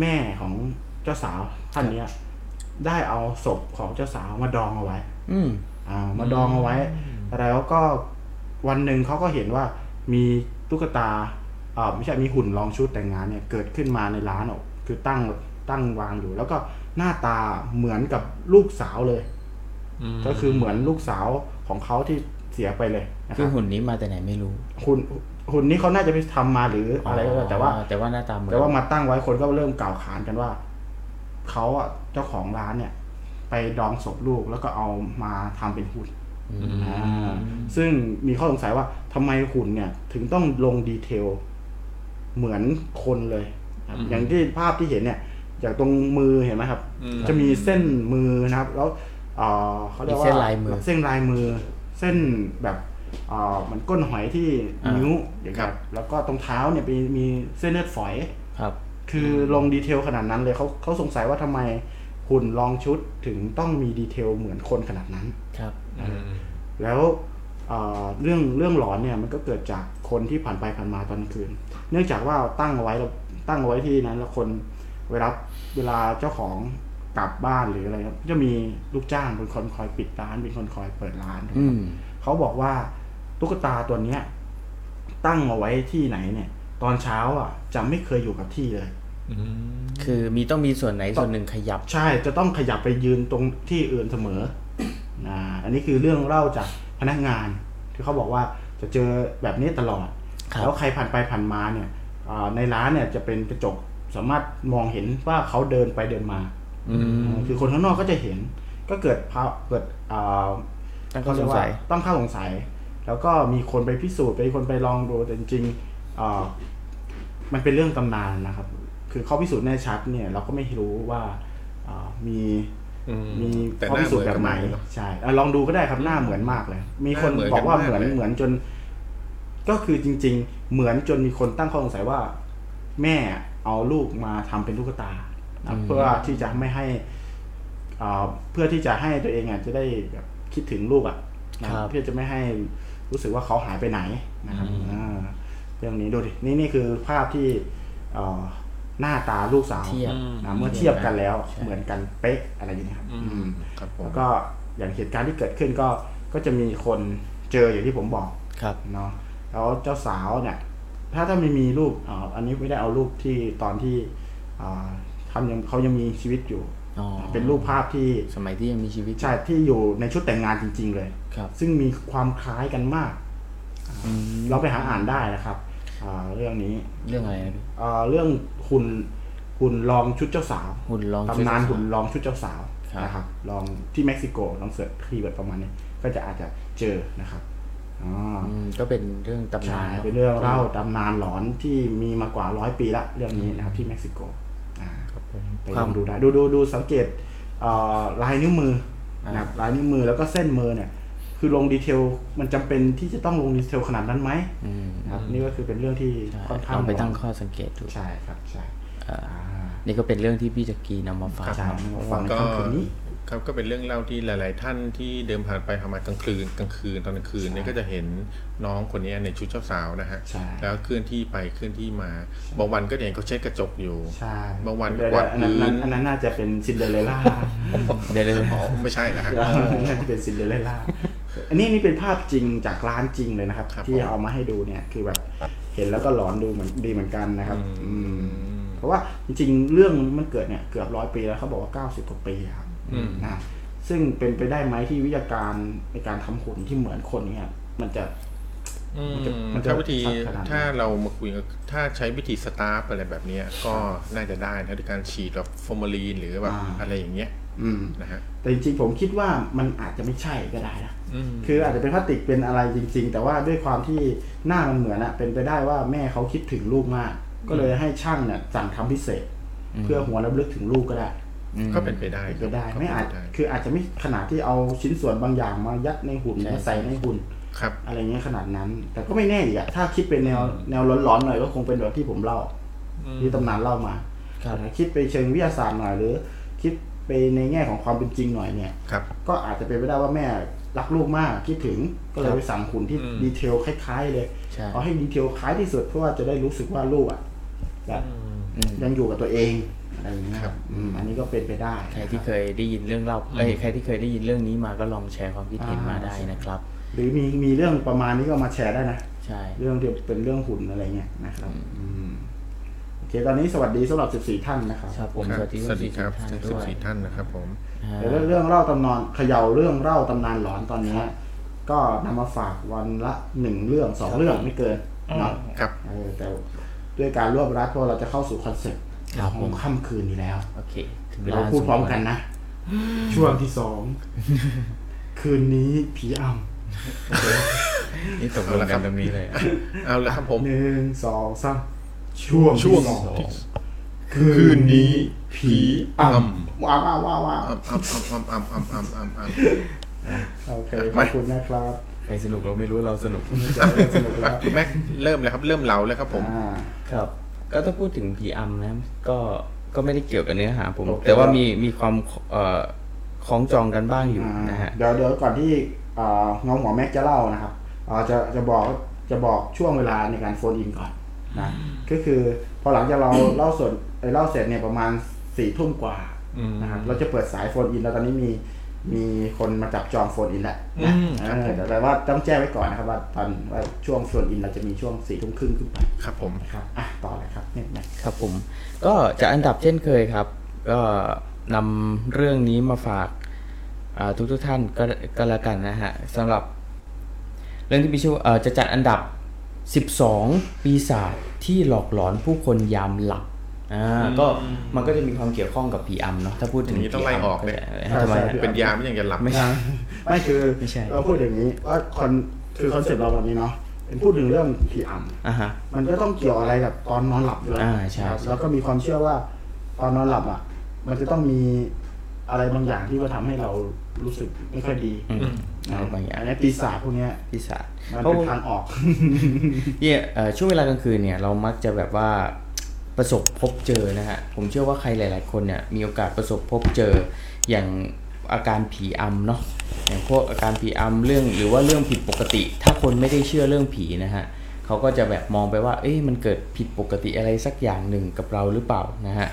Speaker 1: แม่ของเจ้าสาวท่านเนี้ยได้เอาศพของเจ้าสาวมาดองเอาไว้
Speaker 3: อืม
Speaker 1: อ่ามาดองเอาไว้ แล้วก็วันหนึ่งเขาก็เห็นว่ามีตุ๊กตาอ่าไม่ใช่มีหุ่นรองชุดแต่งงานเนี่ยเกิดขึ้นมาในร้านอ่ะคือตั้งตั้งวางอยู่ แล้วก็หน้าตาเหมือนกับลูกสาวเลย ก็คือเหมือนลูกสาวของเขาที่เสียไปเลยนะค
Speaker 3: คื
Speaker 1: รั
Speaker 3: อบ หุ่นนี้มาแต่ไหนไม่รู้
Speaker 1: หุ่นหุ่นนี้เขาน่าจะไปทำมาหรืออะไรก็ได้แต่ว่า
Speaker 3: แต่ว่าหน้าตาเหมือน
Speaker 1: แต่ว่ามาตั้งไว้คนก็เริ่มกล่าวขานกันว่า เขาอ่ะเจ้าของร้านเนี่ย ไปดองศพลูกแล้วก็เอามาทำเป็นหุ่นอ่าซึ่งมีข้อสงสัยว่าทำไมหุ่นเนี่ย ถึงต้องลงดีเทล เหมือนคนเลยครับอย่างที่ภาพที่เห็นเนี่ยจากตรงมือเห็นไหมครับ จะมีเส้นมือนะครับ แล้วเอ่อเขาเรียกว่า
Speaker 3: เส้นลายมือ
Speaker 1: เส้นลายมือ เส้นแบบเอ่อเหมือนก้นหอยที่
Speaker 3: อ่านิ้
Speaker 1: นิ้วอย่างเงี้ย
Speaker 2: ครั
Speaker 1: ค
Speaker 2: บ
Speaker 1: รับแล้วก็ตรงเท้าเนี่ยมีมีเส้นเลือดฝอย
Speaker 3: ครับ
Speaker 1: คือลงดีเทลขนาดนั้นเลยเขาเขาสงสัยว่าทำไมหุ่นรองชุดถึงต้องมีดีเทลเหมือนคนขนาดนั้น
Speaker 3: ครับ
Speaker 1: แล้วเอ่อเรื่องเรื่องหลอนเนี่ยมันก็เกิดจากคนที่ผ่านไปผ่านมาตอนกลางคืน เนื่องจากว่าตั้งเอาไว้เราตั้งเอาไว้ที่นั้น แล้วคนเวลาเวลาเจ้าของกลับบ้านหรืออะไรครับจะมีลูกจ้างเป็นคนคอยปิดร้านเป็นคนคอยเปิดร้านถูกไหม
Speaker 3: อื
Speaker 1: ครับ
Speaker 3: ม
Speaker 1: เขาบอกว่าตุ๊กตาตัวเนี้ย ตั้งเอาไว้ที่ไหนเนี่ย ตอนเช้าอ่ะจะไม่เคยอยู่กับที่เลย
Speaker 3: คือมีต้องมีส่วนไหนส่วนหนึ่งขยับ
Speaker 1: ใช่จะต้องขยับไปยืนตรงที่อื่นเสมอ [coughs] นะอันนี้คือเรื่องเล่าจากพนักงานที่เขาบอกว่าจะเจอแบบนี้ตลอด
Speaker 3: ครับ
Speaker 1: แล้วใครผ่านไปผ่านมาเนี่ยอ่าในร้านเนี่ยจะเป็นกระจกสามารถมองเห็นว่าเขาเดินไปเดินมาคือคนข้างนอกก็จะเห็น ก็เกิดภาพเกิดอ่า
Speaker 3: ตั้งข้อสงสัย
Speaker 1: ตั้งข้อสงสัย แล้วก็มีคนไปพิสูจน์ไปคนไปลองดูแต่จริงๆเอ่อมันเป็นเรื่องตำนานนะครับ คือเขาพิสูจน์แน่ชัดเนี่ย เราก็ไม่รู้ว่าเอ่อมีมี
Speaker 2: แต่
Speaker 1: ข้อ
Speaker 2: หน้า
Speaker 1: พิ
Speaker 2: เห
Speaker 1: สูจ
Speaker 2: มือ
Speaker 1: น์แบ
Speaker 2: นกับ
Speaker 1: ไหน
Speaker 2: ไหนเนอะ
Speaker 1: ใช่เอาลองดูก็ได้ครับหน้าเหมือนมากเลย มีคน
Speaker 2: หน้าเหมือ
Speaker 1: บอนกว่าเหมือน
Speaker 2: นกัมากเลย
Speaker 1: เหมือนจน ก็คือจริง ๆ เหมือนจนมีคนตั้งข้อสงสัยว่า แม่เอาลูกมาทำเป็นตุ๊กตานะครับเพื่อที่จะไม่ให้ อ่าเพื่อที่จะให้ตัวเองอ่ะจะได้แบบคิดถึงลูกอ่ะนะครับ เพื่อจะไม่ให้รู้สึกว่าเขาหายไปไหนนะครับอ่าเรื่องนี้ดูดินี่นี่คือภาพที่เอ่อหน้าตาลูกสาว
Speaker 3: เทียบ
Speaker 1: นะเมื่อเทียบกันแล้วเหมือนกันเป๊ะอะไรอย่างนี้ยครับอืม
Speaker 2: ครับผม
Speaker 1: แล้วก็อย่างเหตุการณ์ที่เกิดขึ้นก็ก็จะมีคนเจออย่างที่ผมบอก
Speaker 3: ครับ
Speaker 1: เนาะแล้วเจ้าสาวเนี่ย ถ้าถ้าไม่มีรูปอ่าอันนี้ไม่ได้เอารูปที่ตอนที่อ่าทำยังเขายังมีชีวิตอยู่
Speaker 3: อ๋อ
Speaker 1: เป็นรูปภาพที่
Speaker 3: สมัยที่ยังมีชีวิตอยู่
Speaker 1: ใช่ที่อยู่ในชุดแต่งงานจริง ๆ เลย
Speaker 3: ครับ
Speaker 1: ซึ่งมีความคล้ายกันมาก เราไปหาอ่านได้นะครับอ่าเรื่องนี้
Speaker 3: เรื่องอะไรนะพี่
Speaker 1: อ่าเรื่องหุ่นหุ่นรองชุดเจ้าสาว
Speaker 3: หุ่นลอง
Speaker 1: ตำนาน
Speaker 3: ชุด
Speaker 1: หุ่นรองชุดเจ้าสาว
Speaker 3: ครับ
Speaker 1: นะครับลองที่เม็กซิโกลองเสิร์ชคีย์เวิร์ดประมาณนี้ก็จะอาจจะเจอนะครับอ๋อ
Speaker 3: อืมก็เป็นเรื่องตำ
Speaker 1: ใช่
Speaker 3: นาน
Speaker 1: เป็นเรื่องเล่าตำนานหลอนที่มีมากว่าร้อยปีละเรื่องนี้นะครับที่เม็กซิโกอ่าไปลองดูได้ดูดูดูสังเกตเอ่อลายนิ้วมือนะครับลายนิ้วมือแล้วก็เส้นมือเนี่ย คือลงดีเทลมันจำเป็นที่จะต้องลงดีเทลขนาดนั้นไหม
Speaker 3: อืม
Speaker 1: นะครับนี่ก็คือเป็นเรื่องที่
Speaker 3: ใช่
Speaker 1: ค่อนข้าง
Speaker 3: ลองไปตั้ง
Speaker 1: หล
Speaker 3: ข้อสังเกตดู
Speaker 1: นใช่ครับใช่
Speaker 3: อ่า
Speaker 1: อ่า
Speaker 3: นี่ก็เป็นเรื่องที่พี่จักรีนำมาฝาก
Speaker 1: ใช่
Speaker 3: เนาะ
Speaker 1: ฟังใน
Speaker 2: ก็
Speaker 1: ค่ำคืนนี้
Speaker 2: ครับก็เป็นเรื่องเล่าที่หลาย ๆ ท่านที่เดินผ่านไปผ่านมากลางคืนกลางคืนตอนกลางคืนเนี่ยก็จะเห็นน้องคนเนี้ยในชุดเจ้าสาวนะฮะ
Speaker 1: ใช่
Speaker 2: แล้วเคลื่อนที่ไปเคลื่อนที่มาบางวันก็เห็นเขาเช็ดกระจกอยู่
Speaker 1: ใช่
Speaker 2: บางวัน
Speaker 1: เดี๋ย
Speaker 2: กวาด
Speaker 1: อันนั้น
Speaker 2: พื้น
Speaker 1: อันนั้นน่าจะเป็นซินเดอเรลล่า
Speaker 3: เดี๋ยวเลย
Speaker 2: อ๋อไม่ใช่นะฮะ
Speaker 1: นั่นเป็นซินเดอเรลล่า อันนี้นี่เป็นภาพจริงจากร้านจริงเลยนะครับ
Speaker 2: ครับ
Speaker 1: ที่เอามาให้ดูเนี่ยคือแบบเห็นแล้วก็หลอนดูเหมือนดีเหมือนกันนะครับ
Speaker 2: อื
Speaker 1: อื
Speaker 2: ม
Speaker 1: มเพราะว่าจริงๆ เรื่องมันเกิดเนี่ยเกือบร้อยปีแล้วเขาบอกว่า 90กว่าปีครับนะซึ่งเป็นไปได้ไหมที่วิทยาการในการทำหุ่นที่เหมือนคนเนี่ยมันจะ
Speaker 2: อืม
Speaker 1: มันจะ
Speaker 2: ถ้าวิธี
Speaker 1: ชัดขนาดนั้น
Speaker 2: ถ้าเรามาคุยกับถ้าใช้วิธีสตาร์ฟอะไรแบบเนี้ยก็น่าจะได้นะด้วยการฉีดแบบฟอร์มาลีนหรือแบบ
Speaker 1: อ่า
Speaker 2: อะไรอย่างเงี้ย
Speaker 1: อืม
Speaker 2: นะฮะ
Speaker 1: แต่จริงๆผมคิดว่ามันอาจจะไม่ใช่ก็ได้นะ
Speaker 2: อืม
Speaker 1: คืออาจจะเป็นพลาสติกเป็นอะไรจริง ๆ แต่ว่าด้วยความที่หน้ามันเหมือนอะเป็นไปได้ว่าแม่เขาคิดถึงลูกมาก ก็เลยให้ช่างเนี่ยสั่งทำพิเศษ เพื่อหัวระลึกถึงลูกก็ได้
Speaker 3: อืม
Speaker 2: ก็เป็นไปได้
Speaker 1: เป็นไปได้
Speaker 2: ครับ
Speaker 1: ไม่อาจ
Speaker 2: เป็นปด้
Speaker 1: คืออาจจะไม่ขนาดที่เอาชิ้นส่วนบางอย่างมายัดในหุ่นมาใส่ในหุ่น
Speaker 2: ครับ
Speaker 1: อะไรเงี้ยขนาดนั้น แต่ก็ไม่แน่อีกอะถ้าคิดเป็นแนวแนวร้อนๆหน่อยก็คงเป็นแบบที่ผมเล่าที่ตำนานเล่ามา
Speaker 3: ครับ
Speaker 1: แต่คิดไปเชิงวิทยาศาสตร์หน่อยหรือ คิดไปในแง่ของความเป็นจริงหน่อยเนี่ย
Speaker 2: ครับ
Speaker 1: ก็อาจจะเป็นไปได้ว่าแม่รักลูกมากคิดถึงก็เลยไปสั่งขุนที่
Speaker 2: อืม
Speaker 1: ดีเทลคล้ายๆ เลย
Speaker 3: ใช่
Speaker 1: เอาให้ดีเทลคล้ายที่สุดเพื่อว่าจะได้รู้สึกว่าลูกอ่ะแบบ
Speaker 3: อืม
Speaker 1: ยังอยู่กับตัวเองอะไรอย่างเงี้ยครับอืมอันนี้ก็เป็นไปได้
Speaker 3: ใครที่
Speaker 1: นะ
Speaker 3: เคยได้ยินเรื่องเล่าเอ้ยใครที่เคยได้ยินเรื่องนี้มาก็ลองแชร์ความคิดเห็นมาได้นะครับ
Speaker 1: หรือมีมีเรื่องประมาณนี้ก็มาแชร์ได้นะ
Speaker 3: ใช่
Speaker 1: เรื่องที่เป็นเรื่องหุ่นอะไรเงี้ยนะครับอืมโอเคตอนนี้สวัสดีสำหรับ 14 ท่านนะครับ
Speaker 3: ครับผม
Speaker 2: ครับ
Speaker 3: สวัสดี
Speaker 2: สวัสดีครับ
Speaker 3: ท่าน
Speaker 2: ทั้ง
Speaker 3: ด้วย
Speaker 2: 14ท่านนะครับผม
Speaker 3: อ่า
Speaker 1: แต่เรื่องเล่าตำนานเขย่าเรื่องเล่าตำนานหลอนตอนนี้ก็นำมาฝากวันละหนึ่งเรื่องสองเรื่องไม่เกินเนาะ
Speaker 2: ครับ
Speaker 1: เออแต่ด้วยการรวบรัดเพราะเราจะเข้าสู่คอนเซ็ปต์
Speaker 3: ครับ
Speaker 1: ข
Speaker 3: ผ
Speaker 1: อง
Speaker 3: ม
Speaker 1: ค่ำคืนอยู่แล้ว
Speaker 3: โอเคถึงวล
Speaker 1: เราพูดพร้อมกันนะ ช่วงที่สอง [laughs] คืนนี้ผีอ
Speaker 2: นี่ตกลงกันแบบนี้เลยอ่ะเอาละครับผม
Speaker 1: ำหนึ่งสองสามช่วง
Speaker 2: ช่วง
Speaker 1: ที่สอง
Speaker 2: ที่
Speaker 1: คื
Speaker 2: คื
Speaker 1: น
Speaker 2: น
Speaker 1: นี้
Speaker 2: นี้ผี
Speaker 1: ผี
Speaker 2: อ่
Speaker 1: อำว้าวว้าวว้าวว้าว
Speaker 2: ำอ่ำอ่ำอ่ำอ่ำอ่ำอ่ำอ่ำอ่ำ
Speaker 1: โอเคขอบคุณนะครับ
Speaker 4: ใครสนุกเราไม่รู้เราสนุก
Speaker 1: เดี๋ยวเราสนุกแล้ว
Speaker 2: แม็กเริ่มแล้วครับ เริ่มเล่าแล้วครับผม
Speaker 1: อ่า
Speaker 3: ครับ ก็ถ้าพูดถึงผีอำนะ ก็ก็ไม่ได้เกี่ยวกับเนื้อหาผม
Speaker 1: โอเค
Speaker 3: แต่ว่ามีมีความเอ่อคล้องจองกันบ้างอยู่
Speaker 1: อ่า
Speaker 3: นะฮะ
Speaker 1: เดี๋ยวเดี๋ยวก่อนที่เอ่อน้องหมอแม็กจะเล่านะครับเอ่อจะจะบอกจะบอกช่วงเวลาในการโฟนอินก่อนนะก็คือพอหลังจากเรา [coughs] เล่าส่วนเอ่อเล่าเสร็จเนี่ยประมาณสี่ทุ่มกว่า
Speaker 2: อืม
Speaker 1: นะครับเราจะเปิดสายโฟนอินแล้วตอนนี้มีมีคนมาจับจองโฟนอินแล้วนะ
Speaker 2: อืมครับ
Speaker 1: เอ
Speaker 2: ผม
Speaker 1: อแต่แต่ว่าต้องแจ้งไว้ก่อนนะครับว่าตอนว่าช่วงโฟนอินเราจะมีช่วงสี่ทุ่มครึ่งขึ้นไป
Speaker 2: ครับผม
Speaker 1: นะครับอ่ะต่อเลยครับเนี่ยแม็ก
Speaker 3: ครับผมก็จะอันดับเช่นเคยครับ ก็นำเรื่องนี้มาฝากอ่าทุกทุกๆท่านก็ก็แล้วกันนะฮะสำหรับ เรื่องที่มีชื่อว่าเอ่อจะจัดอันดับ 12 ปีศาจที่หลอกหลอนผู้คนยามหลับอ่าก็มันก็จะมีความเกี่ยวข้องกับผีอำเนาะถ้าพูดถึง
Speaker 2: อย่างนี้ต้องไล่ออกเลย
Speaker 3: ผีอำทำไมฮะ
Speaker 1: ใช่
Speaker 2: เป็นยาไม่ยังจะหลับ
Speaker 3: ไม่
Speaker 1: ไม่คือ
Speaker 3: ไม่ใช่
Speaker 1: เราพูดอย่างนี้ว่าคอนคือคอนเซ็ปต์เราวันนี้เนาะเป็นพูดถึงเรื่องผีอำ
Speaker 3: อ่าฮะ
Speaker 1: มันก็ต้องเกี่ยวอะไรกับตอนนอนหลับอยู่แล้ว
Speaker 3: อ่าใช่
Speaker 1: ครับแล้วก็มีความเชื่อว่าตอนนอนหลับอ่ะ มันจะต้องมีอะไรบางอย่างที่มาทำให้เรารู้สึกไม่ค่อยดี
Speaker 3: อืมอะไรบางอย่าง
Speaker 1: นนี้ปีศาจพวกเนี้ย
Speaker 3: ปีศาจ
Speaker 1: มัน
Speaker 3: เพราะ
Speaker 1: เป็น
Speaker 3: ว่า
Speaker 1: ทางออก
Speaker 3: เนี่ยเอ่อช่วงเวลากลางคืนเนี่ยเรามักจะแบบว่าประสบพบเจอนะฮะผมเชื่อว่าใครหลาย ๆ คนเนี่ยมีโอกาสประสบพบเจออย่างอาการผีอำเนาะอย่างพวกอาการผีอำเรื่องหรือว่าเรื่องผิดปกติ ถ้าคนไม่ได้เชื่อเรื่องผีนะฮะเขาก็จะแบบมองไปว่า เอ้ยมันเกิดผิดปกติอะไรสักอย่างหนึ่งกับเราหรือเปล่านะฮะ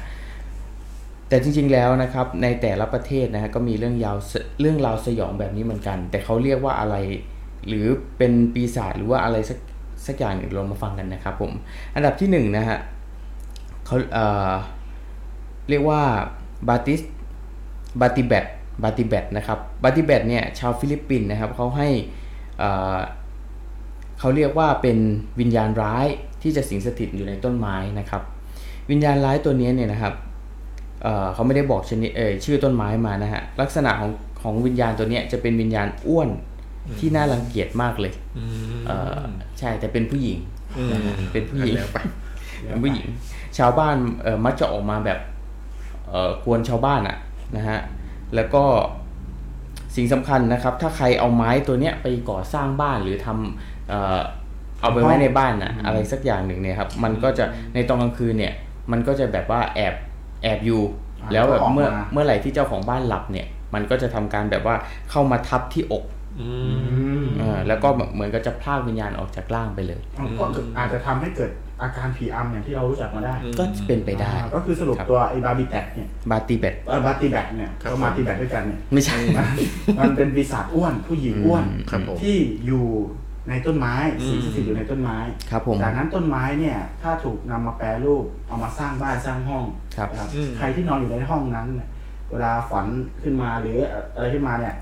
Speaker 3: แต่จริงๆ แล้วนะครับในแต่ละประเทศนะฮะก็มีเรื่องยาวสเรื่องราวสยองแบบนี้เหมือนกัน แต่เขาเรียกว่าอะไร หรือเป็นปีศาจหรือว่าอะไรสักสักอย่างหนึ่งลองมาฟังกันนะครับผม อันดับที่หนึ่งนะฮะเขาเอ่อเรียกว่าบาติสบาติแบตบาติแบตนะครับบาติแบตเนี่ยชาวฟิลิปปินส์นะครับเขาให้เอ่อ เขาเรียกว่าเป็นวิญญาณร้ายที่จะสิงสถิตอยู่ในต้นไม้นะครับ วิญญาณร้ายตัวนี้เนี่ยนะครับเอ่อเขาไม่ได้บอกชนิดเอ่ยชื่อต้นไม้มานะฮะลักษณะของของวิญญาณตัวเนี้ยจะเป็นวิญญาณอ้วนที่น่ารังเกียจมากเลยเอ่อใช่แต่เป็นผู้หญิง
Speaker 2: อืม
Speaker 3: นะฮะเป็นผู้หญิง
Speaker 2: แล้วไป
Speaker 3: เป็นผู้หญิงชาวบ้านเอ่อมักจะออกมาแบบเอ่อกวนชาวบ้านอะนะฮะแล้วก็สิ่งสำคัญนะครับ ถ้าใครเอาไม้ตัวเนี้ยไปก่อสร้างบ้านหรือทำเอ่อเอาไปไว้ในบ้านอะอะไรสักอย่างหนึ่งเนี่ยครับมันก็จะในตอนกลางคืนเนี่ยมันก็จะแบบว่าแอบแอบอยู่
Speaker 1: อ่า
Speaker 3: แล้วแบบ
Speaker 1: ก็ออกมา
Speaker 3: เมื่อเมื่อไหร่ที่เจ้าของบ้านหลับเนี่ยมันก็จะทำการแบบว่าเข้ามาทับที่อกเออแล้วก็เหมือนก็จะพรากวิญญาณออกจากร่างไปเลย
Speaker 1: มันก็คืออาจจะทำให้เกิดอาการผีอำอย่างที่เรารู้จักมาได้
Speaker 3: ก็เป็นไปได้
Speaker 1: อ่าก็คือสรุปตัวไอ้บาบิแตกเนี่ย
Speaker 3: บาติเบต
Speaker 1: เอ่อบาติแบตเนี่ย
Speaker 2: ครับ
Speaker 1: ก็มาติแบตด้วยกันเนี่ย
Speaker 3: ไม่ใช่
Speaker 1: มันเป็นปีศาจอ้วนผู้หญิงอ้วน
Speaker 2: ครับผม
Speaker 1: ที่อยู่ในต้นไม้สิงสถิตอยู่ในต้นไม้
Speaker 3: ครับผม
Speaker 1: จากนั้นต้นไม้เนี่ยถ้าถูกนำมาแปรรูปเอามาสร้างบ้านสร้างห้อง
Speaker 3: ครับ
Speaker 1: นะ
Speaker 2: อืม
Speaker 1: ใครที่นอนอยู่ในห้องนั้นเนี่ยเวลาฝันขึ้นมาหรืออะไรขึ้นมาเนี่ย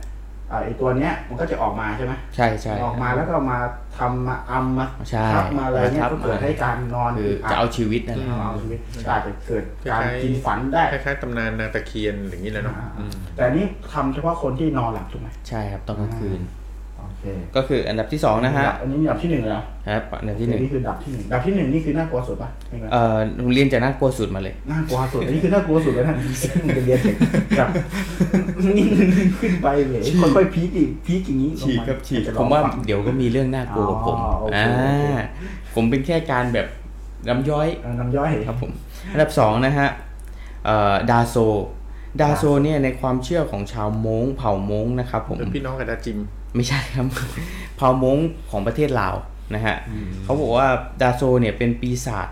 Speaker 1: เอ่อไอตัวเนี้ยมันก็จะออกมาใช่ไหม
Speaker 3: ใช่ใช่
Speaker 1: ออกมาแล้วก็มาทำมาอำมา
Speaker 3: ใช่
Speaker 1: ทับมาอะไรเนี่ย
Speaker 3: มาทับ
Speaker 1: ก็เกิด
Speaker 3: มา
Speaker 1: ให้การนอน
Speaker 3: คือจะเอาชีวิตนั่นแหละ
Speaker 1: เอาเอาชีวิตอาจจะเกิดการกินฝันได้
Speaker 2: คล้ายๆตำนานนาตะเคียนอย่างนี้แหละเนาะอืม
Speaker 1: แต่อันนี้ทำเฉพาะคนที่นอนหลับถูกไหม
Speaker 3: ใช่ครับตอนกลางคืน
Speaker 1: โอเค
Speaker 3: ก็คืออันดับที่สองนะฮะ
Speaker 1: อันนี้ดับที่หนึ่งแล้ว
Speaker 3: ครับอันดับที่หนึ่ง
Speaker 1: นี่คือดับที่หนึ่งดับที่หนึ่งนี่คือน่ากลัวสุดปะเป็นไง
Speaker 3: เอ่อโรงเรียนจะน่ากลัวสุดมาเลย
Speaker 1: น่ากลัวสุด [laughs] อันนี้คือน่ากลัวสุดแล้ว
Speaker 3: [laughs]
Speaker 1: นะมันจะเรียนแบบนี่ขึ้นไปเลยคนไปพีกอีกพีกอย่างนี้ลงมาจะล
Speaker 3: ผ
Speaker 1: อง
Speaker 3: มว่า
Speaker 1: ฟัง
Speaker 3: เดี๋ยวก็มีเรื่องน่ากลัวกับผม
Speaker 1: อ๋อโอเค
Speaker 3: อ่าผมเป็นแค่การแบบน้ำย้อย
Speaker 1: เอาน้ำย่อย
Speaker 3: ครับผม อันดับสองนะฮะเอ่อดาโซ ดาโซเนี่ยในความเชื่อของชาวม้งเผ่าม้งนะครับผม
Speaker 2: เป็นพี่น้องกับดาจิม
Speaker 3: ไม่ใช่ครับ [laughs] เผ่ามงของประเทศลาวนะฮะเขาบอกว่าดาโซเนี่ยเป็นปีศาจ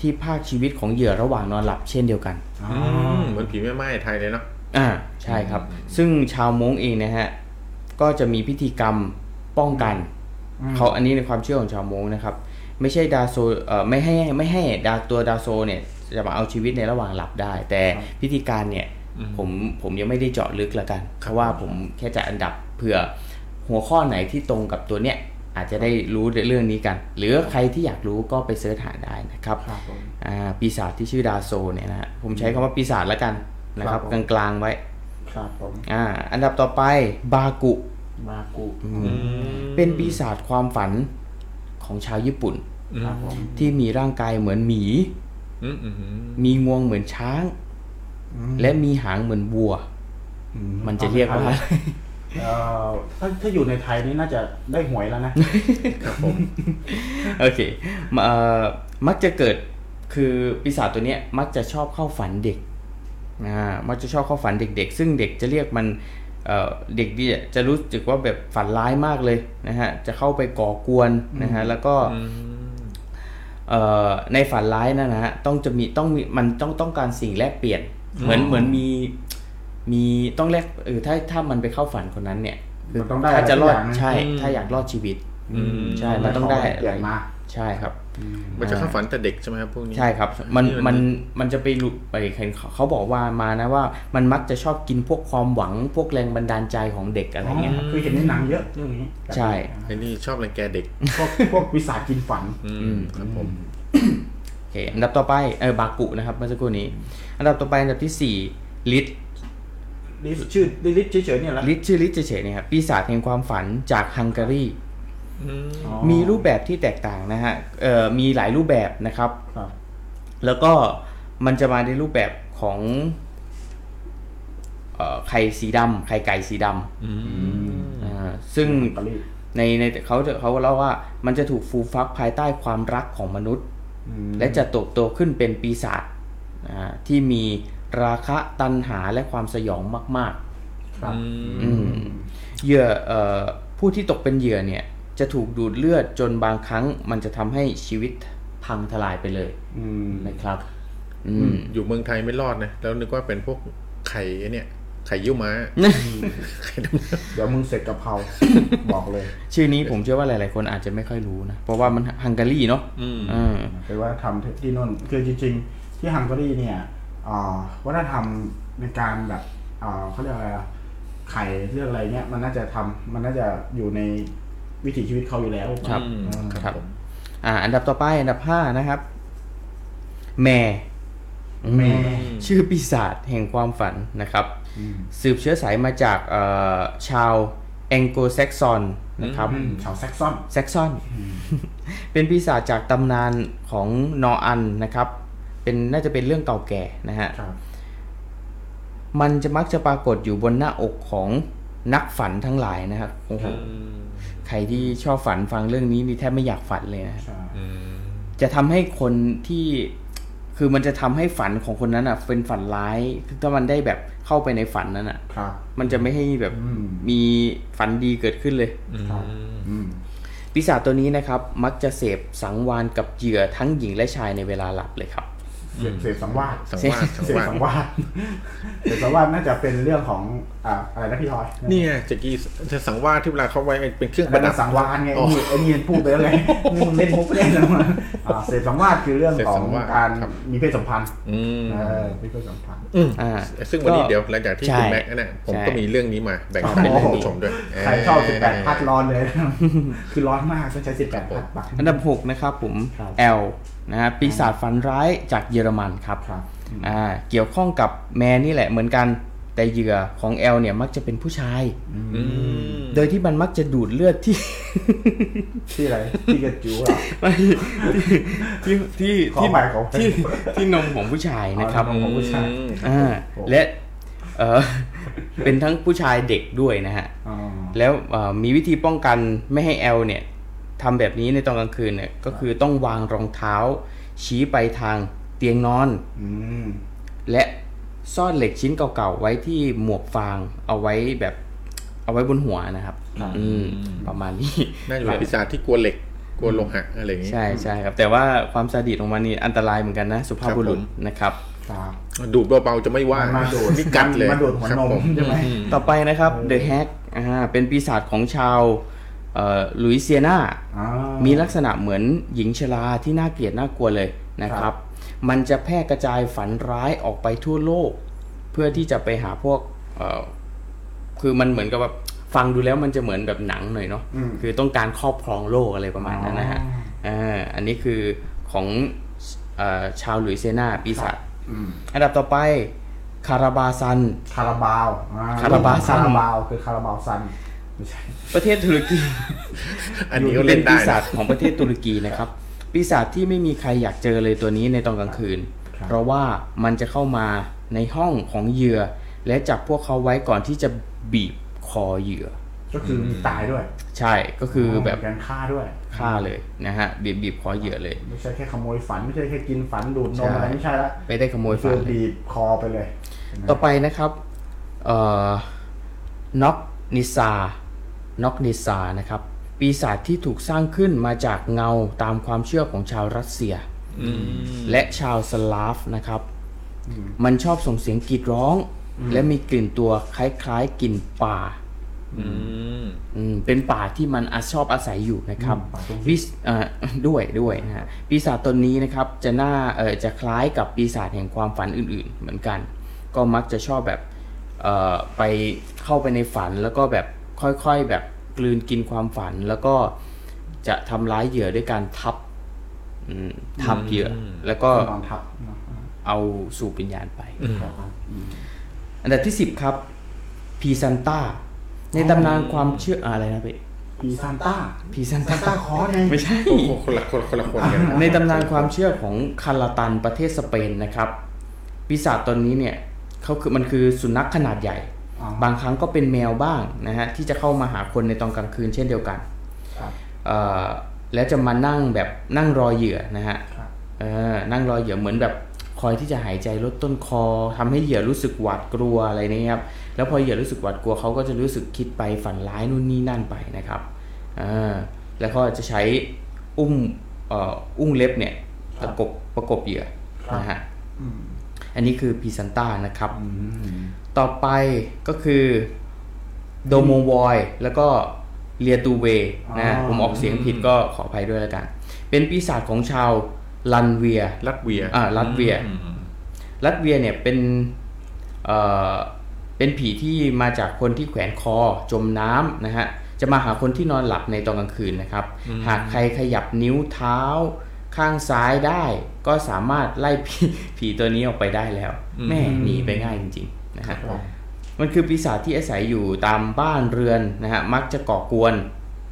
Speaker 3: ที่ภาคชีวิตของเหยื่อระหว่างนอนหลับเช่นเดียวกัน
Speaker 1: อ๋อ
Speaker 2: อืมเหมือนผีแม่ไม้ไทยเลยเนาะ
Speaker 3: อ่าใช่ครับ ซึ่งชาวม้งเองนะฮะก็จะมีพิธีกรรมป้องกันเขาอันนี้ในความเชื่อของชาวม้งนะครับ ไม่ใช่ดาโซเอ่อไม่ให้ไม่ให้ดาตัวดาโซเนี่ยจะมาเอาชีวิตในระหว่างหลับได้ แต่พิธีการเนี่ยผมผมยังไม่ได้เจาะลึกละกันเพราะว่าผมแค่จะอันดับเผื่อหัวข้อไหนที่ตรงกับตัวเนี้ย อาจจะได้รู้เรื่องนี้กัน หรือใครที่อยากรู้ก็ไปเสิร์ชหาได้นะครับ
Speaker 1: ครับผม
Speaker 3: อ่าปีศาจที่ชื่อดาโซเนี่ยนะฮะผมใช้คำว่าปีศาจแล้วกันนะครับ
Speaker 1: ครับ
Speaker 3: ก
Speaker 1: ผ
Speaker 3: ลาม งๆไว้
Speaker 1: ครับผม
Speaker 3: อ่าอันดับต่อไปบากุ
Speaker 1: มากุ
Speaker 3: เป็นปีศาจความฝันของชาวญี่ปุ่น
Speaker 1: ครับผม
Speaker 3: ที่มีร่างกายเหมือนหมี
Speaker 2: อืมอืมอืม
Speaker 3: มีงวงเหมือนช้าง และมีหางเหมือนวัว
Speaker 1: อื
Speaker 3: มันจะเรียกว่า
Speaker 1: เอ่อถ้าถ้าอยู่ในไทยนี่น่าจะได้หวยแล้วนะ
Speaker 2: ครับผม
Speaker 3: [laughs] โอเคมาเอ่อมักจะเกิดคือปีศาจตัวเนี้ยมักจะชอบเข้าฝันเด็กอ่ามักจะชอบเข้าฝันเด็กๆ ซึ่งเด็กจะเรียกมันเอ่อเด็กเนี่ยจะรู้สึกว่าแบบฝันร้ายมากเลยนะฮะจะเข้าไปก่อกวนนะฮะแล้วก็
Speaker 2: อืม
Speaker 3: เอ่อในฝันร้ายนั่นนะฮะต้องจะมีต้องมีมันต้องต้องการสิ่งแลกเปลี่ยน เหมือนเหมือนมีมีต้องแลกเออถ้าถ้ามันไปเข้าฝันคนนั้นเนี่ยคื
Speaker 1: มันต้องได้
Speaker 3: ถ้าจะรอด
Speaker 1: อะไรสักอย่างนะ
Speaker 3: ใช่ ถ้าอยากรอดชีวิต
Speaker 2: อืม
Speaker 3: ใช่ มันต้องได้
Speaker 1: ขใหญ่มา
Speaker 3: ใช่ครับ
Speaker 2: มันจะเข้าฝันแต่เด็กใช่ไหมครับพวกนี้
Speaker 3: ใช่ครับ มัน
Speaker 2: มั
Speaker 3: มัน นมันจะไปหลุดไปเห็นเขาเขาบอกว่ามานะว่ามันมักจะชอบกินพวกความหวังพวกแรงบันดาลใจของเด็กอะไรเงี้ยครับ
Speaker 1: คือเห็นในหนังเยอะเรื่องนี้
Speaker 3: ใช่
Speaker 2: ไอ้นี่ชอบรังแกเด็ก
Speaker 1: พวก [laughs] พวกวิสาหกินฝัน
Speaker 2: อืมครับผม
Speaker 3: โอเคอันดับต่อไปเออบากุนะครับเมื่อสักครู่นี้ อันดับต่อไปอันดับที่สี่ลิท
Speaker 1: ลิสต์ชื่อลิสต์เฉยๆเนี่ยแหละ
Speaker 3: ลิทชื่อลิทเฉยๆเนี่ยครับปีศาจแห่งความฝันจากฮังการี
Speaker 1: อ๋อ
Speaker 3: มีรูปแบบที่แตกต่างนะฮะเอ่อมีหลายรูปแบบนะครับ
Speaker 1: ครับ
Speaker 3: แล้วก็มันจะมาในรูปแบบของเอ่อไข่สีดำไข่ไก่สีดำอ่าซึ่ง
Speaker 1: กะลี
Speaker 3: ในในเขาจะเขาเล่าว่ามันจะถูกฟูมฟักภายใต้ความรักของมนุษย์
Speaker 1: อืม
Speaker 3: และจะโตบโตขึ้นเป็นปีศาจอ่าที่มีราคะตัณหาและความสยองมาก
Speaker 1: ครับ
Speaker 3: ๆอืมเหยื่อเอ่อผู้ที่ตกเป็นเหยื่อเนี่ย จะถูกดูดเลือดจนบางครั้ง มันจะทำให้ชีวิตพังทลายไปเลย
Speaker 1: อืม
Speaker 3: นะครับ อืม
Speaker 2: อยู่เมืองไทยไม่รอดนะ แล้วนึกว่าเป็นพวกไข่ไอ้เนี่ย ไข่ยิ้วม้า ไข่ดำ
Speaker 1: เดี๋ยวมึงเสร็จกะเพรา [laughs] บอกเลย
Speaker 3: ชื่อนี้ผมเชื่อว่าหลายๆคนอาจจะไม่ค่อยรู้นะ เพราะว่ามันฮังการีเนาะ
Speaker 2: อืม
Speaker 3: อ่า
Speaker 1: ไปว่าทำที่นู่นคือจริงๆ ที่ฮังการีเนี่ยอ่าวัฒนธรรมในการแบบอ่าเขาเรียกอะไรอะไข่เรื่องอะไรเนี่ยมันน่าจะทำมันน่าจะอยู่ในวิถีชีวิตเขาอยู่แล้ว
Speaker 3: ครับ
Speaker 2: อืมครับผม
Speaker 3: อ่าอันดับต่อไปอันดับห้านะครับ แม่
Speaker 1: แม่
Speaker 3: ชื่อปีศาจแห่งความฝันนะครับ สืบเชื้อสายมาจากเอ่อชาวแองโกแซกซอนนะครับ
Speaker 1: อืมชาวแซกซอน
Speaker 3: แซกซอน [laughs] เป็นปีศาจจากตำนานของนออันนะครับ เป็นน่าจะเป็นเรื่องเก่าแก่นะฮะ
Speaker 1: ครับ
Speaker 3: มันจะมักจะปรากฏอยู่บนหน้าอกของนักฝันทั้งหลายนะครับโอ้โหใครที่ชอบฝันฟังเรื่องนี้นี่แทบไม่อยากฝันเลยนะ
Speaker 1: ใช่
Speaker 2: อืม
Speaker 3: จะทำให้คนที่คือมันจะทำให้ฝันของคนนั้นอ่ะเป็นฝันร้ายคือถ้ามันได้แบบเข้าไปในฝันนั้นอ่ะ
Speaker 1: ครับ
Speaker 3: มันจะไม่ให้แบบ
Speaker 1: อืม
Speaker 3: มีฝันดีเกิดขึ้นเลย
Speaker 1: ครับ อืม
Speaker 3: ปีศาจตัวนี้นะครับ มักจะเสพสังวานกับเหยื่อทั้งหญิงและชายในเวลาหลับเลยครับ
Speaker 1: เสพเสพสังวาส
Speaker 2: สังวาสสัง
Speaker 1: เสียง
Speaker 2: วาส
Speaker 1: สังวาสเสียงสังวาสน่าจะเป็นเรื่องของอ่าอะไรนะพี่ทอย
Speaker 2: นี่ไงจะกี้จะสังวาสที่เวลาเขาไว้เป็นเครื่องป
Speaker 1: มั
Speaker 2: ระดับ
Speaker 1: นสังวาสไง
Speaker 2: อ๋อ
Speaker 1: ไอ้นี่ไอ้นี่พูดไปแล้วไงนี่มึงเล่นมุกเล่นแล้วมาอ่าเสพสังวาสคือเรื่อง
Speaker 2: เสพ
Speaker 1: ขอ
Speaker 2: สั
Speaker 1: ง
Speaker 2: งวาส
Speaker 1: การ
Speaker 2: ครับ
Speaker 1: มีเพศสัมพันธ์
Speaker 2: อืม
Speaker 1: เออมีเพศสัมพันธ์
Speaker 2: อืม
Speaker 3: อ่า
Speaker 2: ซึ่งวันนี้
Speaker 3: ก็
Speaker 2: เดี๋ยวหลังจากที่
Speaker 3: ใช่
Speaker 2: คุณแม็กซ์เนี่ยผม
Speaker 3: ใช่
Speaker 2: ก็มีเรื่องนี้มาแบ่งปันให้
Speaker 1: โอ้โห
Speaker 2: คุณผู้ชมด้วย
Speaker 1: ใครเข้า
Speaker 2: เอ่อ
Speaker 1: 18 พัดร้อนเลย [laughs] คือร้อนมากต้องใช้ 18 พัดปัก
Speaker 3: อันดับ 6 นะครับผม
Speaker 1: ครับ
Speaker 3: แอลนะฮะปีศาจฝันร้ายจากเยอรมันครับ
Speaker 1: ครับ
Speaker 3: อ่าเกี่ยวข้องกับแมนนี่แหละเหมือนกันแต่เหยื่อของแอลเนี่ยมักจะเป็นผู้ชาย โดยที่มันมักจะดูดเลือดที่ [laughs]
Speaker 1: ที่ออะไรที่กระจูอ่ะ
Speaker 3: ไม่ที่ที่
Speaker 1: ขอ
Speaker 3: ที่
Speaker 1: ใหม่ขอใหม่
Speaker 3: ที่ที่นมของผู้ชายนะครับ
Speaker 1: อ๋อ ของผู้ชาย
Speaker 2: อืม
Speaker 3: อ่าและเออ [laughs] เป็นทั้งผู้ชายเด็กด้วยนะฮะ
Speaker 1: อ๋อ
Speaker 3: แล้วเอ่อมีวิธีป้องกันไม่ให้แอลเนี่ยทำแบบนี้ในตอนกลางคืนเนี่ยก็คือต้องวางรองเท้า ชี้ไปทางเตียงนอน
Speaker 1: อืม
Speaker 3: และซ่อนเหล็กชิ้นเก่าๆ ไว้ที่หมวกฟางเอาไว้แบบเอาไว้บนหัวนะครับ อืมประมาณนี้
Speaker 2: น่าจะเป็นปีศาจที่กลัวเหล็กกลัวโลหะอะไรอย่างงี้
Speaker 3: ใช่ใช่ครับ แต่ว่าความซาดิสของมันนี่อันตรายเหมือนกันนะ สุภาพบุรุษ
Speaker 2: ครับผม
Speaker 3: นะครับ
Speaker 1: ครับ
Speaker 2: ดูดเบาๆจะไม่ว่า
Speaker 1: มันมาดูด
Speaker 2: นี่กัดเลย
Speaker 1: มันมาดูดหัว
Speaker 2: ครับ
Speaker 1: นม
Speaker 2: ผม
Speaker 1: ใช่ไหม
Speaker 3: ต่อไปนะครับเดอะแฮกอ่าเป็นปีศาจของชาวเอ่อลุยเซียนา
Speaker 1: อ๋อ
Speaker 3: มีลักษณะเหมือนหญิงชราที่น่าเกลียดน่ากลัวเลยนะค
Speaker 1: ครั
Speaker 3: รับ
Speaker 1: บ
Speaker 3: มันจะแพร่กระจายฝันร้ายออกไปทั่วโลก เพื่อที่จะไปหาพวกเอ่อคือมันเหมือนกับแบบ ฟังดูแล้วมันจะเหมือนแบบหนังหน่อยเนาะ
Speaker 1: อืม
Speaker 3: คือต้องการครอบครองโลกอะไรประมาณนั้นนะฮะอ่าอันนี้คือของเอ่อชาวหลุยเซียนาปีศาจ
Speaker 1: อืม
Speaker 3: อันดับต่อไปคาราบาซัน
Speaker 1: คาราบาวอ่
Speaker 3: คาราบาวซัน
Speaker 1: คาราบาวคือคาราบาวซันไม่ใช่
Speaker 3: ประเทศตุรกี
Speaker 2: อันนี้ก็เล่นได้
Speaker 3: ป็ปีศา
Speaker 2: นะ
Speaker 3: จของประเทศตุรกีนะครับ ปีศาจที่ไม่มีใครอยากเจอเลยตัวนี้ในตอนกลางคืน
Speaker 1: ครับ
Speaker 3: เพราะว่ามันจะเข้ามาในห้องของเหยื่อ และจับพวกเขาไว้ก่อนที่จะบีบคอเหยื่อ
Speaker 1: ก็คือมีตายด้วย
Speaker 3: ใช่ก็คือแบบ
Speaker 1: มีการฆ่าด้วย
Speaker 3: ฆ่าเลยนะฮะบีบบีบคอเหยื่อเลย
Speaker 1: ไม่ใช่แค่ขโมยฝันไม่ใช่แค่กินฝันดูดน
Speaker 3: ใช่
Speaker 1: มอะไรไม่ใช่ละ
Speaker 3: ไม่ได้ขโมย
Speaker 1: คื
Speaker 3: ฟั
Speaker 1: อน
Speaker 3: เลย
Speaker 1: บีบคอไปเลย
Speaker 3: ต่อไปนะครับเอ่อน็อกนิซาน็อกนิซานะครับ ปีศาจที่ถูกสร้างขึ้นมาจากเงาตามความเชื่อของชาวรัสเซีย
Speaker 2: อืม
Speaker 3: และชาวสลาฟนะครับ มันชอบส่งเสียงกรีดร้อง และมีกลิ่นตัวคล้ายๆกลิ่นป่า
Speaker 2: อืม
Speaker 3: อืมเป็นป่าที่มันอาชอบอาศัยอยู่นะครับวิสเอ่อ [laughs] ด้วยด้วยนะฮะปีศาจตนนี้นะครับจะหน้าเอ่อจะคล้ายกับปีศาจแห่งความฝันอื่นๆ เหมือนกัน ก็มักจะชอบแบบเอ่อไปเข้าไปในฝันแล้วก็แบบค่อยๆแบบกลืนกินความฝันแล้วก็จะทำร้ายเหยื่อด้วยการทับอืมทับเหยื่ออ
Speaker 2: ม
Speaker 3: แล้วก็
Speaker 1: นอนทับเนอะ
Speaker 3: เอาสู่วิญญาณไป
Speaker 1: ครับผม
Speaker 3: อันดับที่ 10 ครับพีซันต้า ในตำนานความเชื่ออะไรนะพี่
Speaker 1: ปีซานต้า
Speaker 3: พีซัน
Speaker 1: ซา
Speaker 3: ต้าน
Speaker 1: ต้าคอร์สไง
Speaker 3: ไม่ใช่
Speaker 2: โอ้โหคนละคนละคนละคนกัน
Speaker 3: [coughs] ในตำนานความเชื่อของคาราตันประเทศสเปนนะครับ ปีศาจตนนี้เนี่ยเขาคือมันคือสุนัขขนาดใหญ่
Speaker 1: อ๋อ
Speaker 3: บางครั้งก็เป็นแมวบ้างนะฮะที่จะเข้ามาหาคนในตอนกลางคืนเช่นเดียวกัน
Speaker 1: ครับ
Speaker 3: เอ่อแล้วจะมานั่งแบบนั่งรอเหยื่อนะฮะ
Speaker 1: ครับ
Speaker 3: เออนั่งรอเหยื่อเหมือนแบบคอยที่จะหายใจลดต้นคอทำให้เหยื่อรู้สึกหวาดกลัวอะไรเนี้ยครับแล้วพอเหยื่อรู้สึกหวาดกลัวเขาก็จะรู้สึกคิดไปฝันร้ายนู่นนี่นั่นไปนะครับเออแล้วก็จะใช้อุ้มเอ่ออุ้งเล็บเนี่ย
Speaker 1: ค
Speaker 3: ป
Speaker 1: รับ
Speaker 3: ระกบประกบเหยื่อ
Speaker 1: ครับ
Speaker 3: นะฮะ
Speaker 1: อืม
Speaker 3: อันนี้คือพีซันต้านะครับ
Speaker 1: อืม
Speaker 3: ต่อไปก็คือโดโมวอยแล้วก็เลียตูเวนะผมออกเสียงผิดก็ขออภัยด้วยแล้วกัน เป็นปีศาจของชาวลันเวีย
Speaker 2: ลัตเวีย
Speaker 3: อ่าลัตเวีย
Speaker 2: อืมอืม
Speaker 3: รัสเวียเนี่ยเป็นเอ่อเป็นผีที่มาจากคนที่แขวนคอจมน้ำนะฮะจะมาหาคนที่นอนหลับในตอนกลางคืนนะครับ หากใครขยับนิ้วเท้าข้างซ้ายได้ ก็สามารถไล่ [laughs] ผีผีตัวนี้ออกไปได้แล้วแม่หนีไปง่ายจริงๆนะฮะมันคือปีศาจที่อาศัยอยู่ตามบ้านเรือนนะฮะมักจะก่อกวน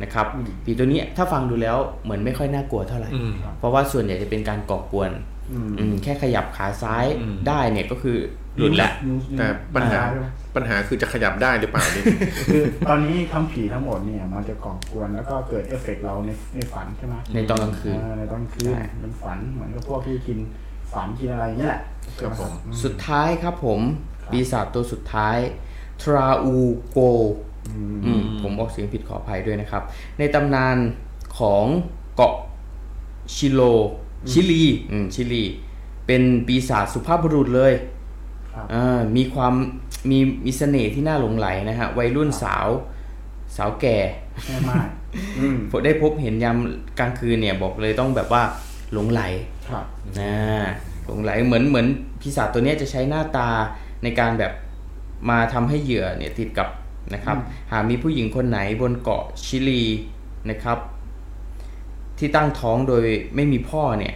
Speaker 3: นะครับผีตัวนี้ถ้าฟังดูแล้วเหมือนไม่ค่อยน่ากลัวเท่าไหร่
Speaker 2: อืม
Speaker 3: เพราะว่าส่วนใหญ่จะเป็นการก่อกวน
Speaker 1: อืม
Speaker 3: อืมแค่ขยับขาซ้าย
Speaker 2: อืม
Speaker 3: ได้เนี่ยก็คือหลุดละ
Speaker 1: นิ้ว
Speaker 2: แต่ปัญหา
Speaker 1: นิ้วซ้ยด้วย
Speaker 2: ปัญหาคือจะขยับได้หรือเปล่านี่
Speaker 1: คือตอนนี้ทั้งผีทั้งหมดเนี่ย มันจะก่อกวนแล้วก็เกิดเอฟเฟกต์เราในในฝันใช่ไหม
Speaker 3: ในตอนกลางคืน
Speaker 1: เออในตอนคืน
Speaker 3: ใช่
Speaker 1: เป็นฝันเหมือนกับพวกที่กินฝันกินอะไรอย่างเงี้ยแหละ
Speaker 2: ครับผม
Speaker 3: สุดท้ายครับผม ปีศาจตัวสุดท้ายทราอูโก
Speaker 1: อืม
Speaker 3: อืมผมออกเสียงผิดขออภัยด้วยนะครับ ในตำนานของเกาะชิโล ชิลีอืมชิลี เป็นปีศาจสุภาพบุรุษเลย
Speaker 1: ครับ
Speaker 3: เออมีความมีมีเสน่ห์ที่น่าหลงไหลนะฮะวัยรุ่นสาวสาวแก่
Speaker 1: แม่ไมากอืม
Speaker 3: ผมได้พบเห็นยามกลางคืนเนี่ยบอกเลยต้องแบบว่าหลงไหล
Speaker 1: ครับ
Speaker 3: นะหลงไหลเหมือนเหมือนปีศาจตัวเนี้ยจะใช้หน้าตาในการแบบมาทำให้เหยื่อเนี่ยติดกับนะครับ หากมีผู้หญิงคนไหนบนเกาะชิลีนะครับ ที่ตั้งท้องโดยไม่มีพ่อเนี่ย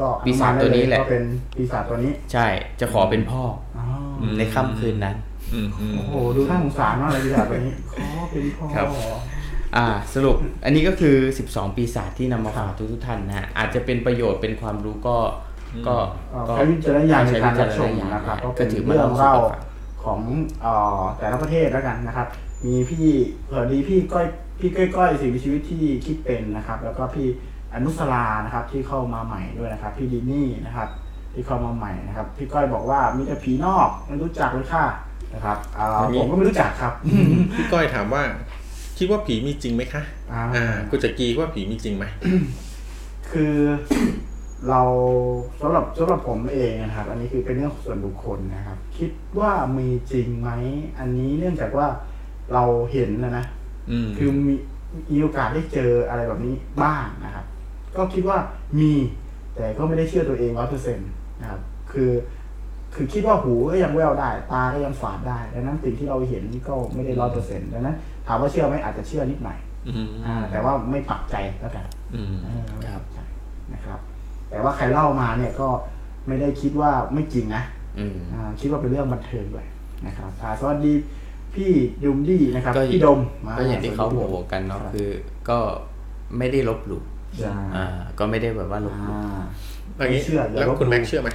Speaker 1: ก็
Speaker 3: ปีศาจตัวนี้แหละ
Speaker 1: ก็เป็นปีศาจตัวนี้
Speaker 3: ใช่จะขอเป็นพ่อ
Speaker 1: อ๋อ
Speaker 3: อในค่ำคืนนั้น
Speaker 2: อืมอืม
Speaker 1: โอ้โหดูน่าสงสารมากเลยปีศาจตัวนี้ขอเป็นพ่อ
Speaker 3: ครับ อ่าสรุปอันนี้ก็คือ 12 ปีศาจที่นำมาฝากทุกๆท่านนะฮะอาจจะเป็นประโยชน์เป็นความรู้ก็ก็
Speaker 1: เอ่อใช้วิจารณญาณในการรับชม
Speaker 3: ใช้วิจาณญาณ
Speaker 1: นะครับก็
Speaker 3: ก็
Speaker 1: เป็น
Speaker 3: ถือมา
Speaker 1: เรื่อ
Speaker 3: เล่าง สู่
Speaker 1: เล่า
Speaker 3: กันฟัง
Speaker 1: ของเอ่อแต่ละประเทศแล้วกันนะครับ มีพี่เผื่อดีพี่ก้อยพี่ก้อยก้อยสิ่งมีชีวิตที่คิดเป็นนะครับ แล้วก็พี่อนุสรานะครับที่เข้ามาใหม่ด้วยนะครับ พี่ดินนี่นะครับ ที่เข้ามาใหม่นะครับ พี่ก้อยบอกว่ามีแต่ผีนอกไม่รู้จักเลยค่ะนะครับเอ่อผมก็ไม่รู้จักครับ [laughs]
Speaker 2: พี่ก้อยถามว่า คิดว่าผีมีจริงไหมคะ
Speaker 1: อ่า
Speaker 2: คุณจักรีว่าผีมีจริงไหม
Speaker 1: คือ [coughs] เราสำหรับสำหรับผมเองนะครับ อันนี้คือเป็นเรื่องส่วนบุคคลนะครับ คิดว่ามีจริงไหมอันนี้เนื่องจากว่าเราเห็นนะนะ
Speaker 2: อืม
Speaker 1: คือมีมีโอกาสได้เจออะไรแบบนี้บ้างนะครับ ก็คิดว่ามี แต่ก็ไม่ได้เชื่อตัวเองร้อยเปอร์เซ็นต์นะครับ คือ คือคิดว่าหูก็ยังแววได้ ตาก็ยังฝาดได้ดังนั้นสิ่งที่เราเห็นก็ไม่ได้ร้อยเปอร์เซ็นต์ดังนั้นถามว่าเชื่อไหมอาจจะเชื่อนิดหน่อย
Speaker 2: อืม
Speaker 1: อ่า แต่ว่าไม่ปักใจแล้วกัน
Speaker 2: อืม
Speaker 3: ครับ
Speaker 1: นะครับ แต่ว่าใครเล่ามาเนี่ยก็ไม่ได้คิดว่าไม่จริงนะ
Speaker 3: อืม
Speaker 1: อ่าคิดว่าเป็นเรื่องบันเทิงด้วยนะครับอ่าสวัสดีพี่ดุมดี้นะครับ
Speaker 3: ก็อย่าง
Speaker 1: พี่ดม
Speaker 3: ก็อย่างที่เขาโหวกันเนาะคือก็ไม่ได้ลบหลู่
Speaker 1: ใช่
Speaker 3: อ่า ก็ไม่ได้แบบว่าลบหลู่
Speaker 1: อ่า
Speaker 2: อันนี้
Speaker 1: ไม่เชื่ออย่า
Speaker 2: แล้ว
Speaker 1: ลบ
Speaker 2: คุณแม็
Speaker 1: ห
Speaker 2: ก
Speaker 1: ลู่
Speaker 2: เชื่อไหม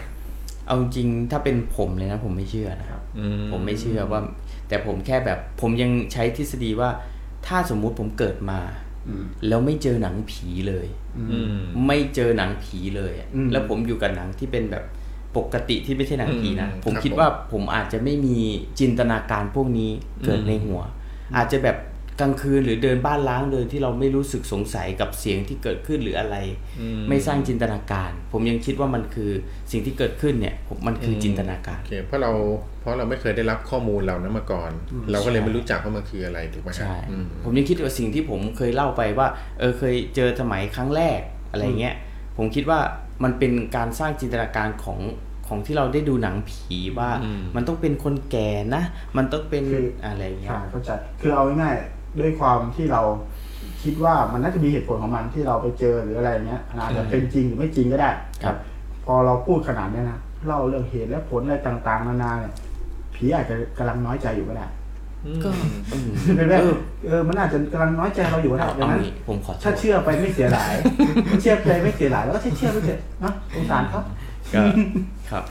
Speaker 3: เอาจริงๆถ้าเป็นผมเลยนะผมไม่เชื่อนะครับ
Speaker 2: อื
Speaker 3: ผมไม่เชื่อว่า แต่ผมแค่แบบผมยังใช้ทฤษฎีว่า ถ้าสมมุติผมเกิดมา
Speaker 1: อืม
Speaker 3: แล้วไม่เจอหนังผีเลย
Speaker 2: อืม
Speaker 3: ไม่เจอหนังผีเลยอะ
Speaker 1: อืม
Speaker 3: แล้วผมอยู่กับหนังที่เป็นแบบปกติที่ไม่ใช่หนังผีนะ
Speaker 2: อืม
Speaker 3: ผม
Speaker 2: ครับ
Speaker 3: คิด
Speaker 2: ผม
Speaker 3: ว่าผมอาจจะไม่มีจินตนาการพวกนี้เกิด
Speaker 2: อืม
Speaker 3: ในหัว อาจจะแบบกลางคืนหรือเดินบ้านล้างโดยที่เราไม่รู้สึกสงสัยกับเสียงที่เกิดขึ้นหรืออะไร
Speaker 2: อื
Speaker 3: ไม่สร้างจินตนาการ ผมยังคิดว่ามันคือสิ่งที่เกิดขึ้นเนี่ยผมมันคือจินตนาการ
Speaker 2: โอเคเพราะเราเพราะเราไม่เคยได้รับข้อมูลเหล่านั้นมาก่อน เราก็เลยไม่รู้จักว่ามันคืออะไรถูกไหมฮะ
Speaker 3: ใช่
Speaker 2: อืม
Speaker 3: ผมยังคิดว่าสิ่งที่ผมเคยเล่าไปว่า เออเคยเจอสมัยครั้งแรกอะไรเงี้ย ผมคิดว่ามันเป็นการสร้างจินตนาการของของที่เราได้ดูหนังผีว่า
Speaker 2: อืม
Speaker 3: มันต้องเป็นคนแก่นะ มันต้องเป็น
Speaker 1: คือ
Speaker 3: อะไรเงี้ย
Speaker 1: ค่ะเข้าใจคือเอาง่ายๆด้วยความที่เราคิดว่ามันน่าจะมีเหตุผลของมันที่เราไปเจอหรืออะไรเงี้ยมันอาจจะเป็นจริงหรือไม่จริงก็ได้
Speaker 3: ครับ
Speaker 1: พอเราพูดขนาดเนี้ยนะเล่าเรื่องเหตุและผลอะไรต่างๆนานาเนี่ยผีอาจจะกำลังน้อยใจอยู่ก็ได้
Speaker 3: ก็อืม
Speaker 1: เป็นไปได้เออ มันอาจจะกำลังน้อยใจเราอยู่นะดั
Speaker 3: เอา
Speaker 1: งนั้น
Speaker 3: งี้ผมขอโท
Speaker 1: ถ้า
Speaker 3: ษ
Speaker 1: เชื่อไปไม่เสียหลาย เชื่อไปไม่เสียหลายแล้วก็เชื่อไปเถอะนะสงสารครับ
Speaker 3: ก็ครับ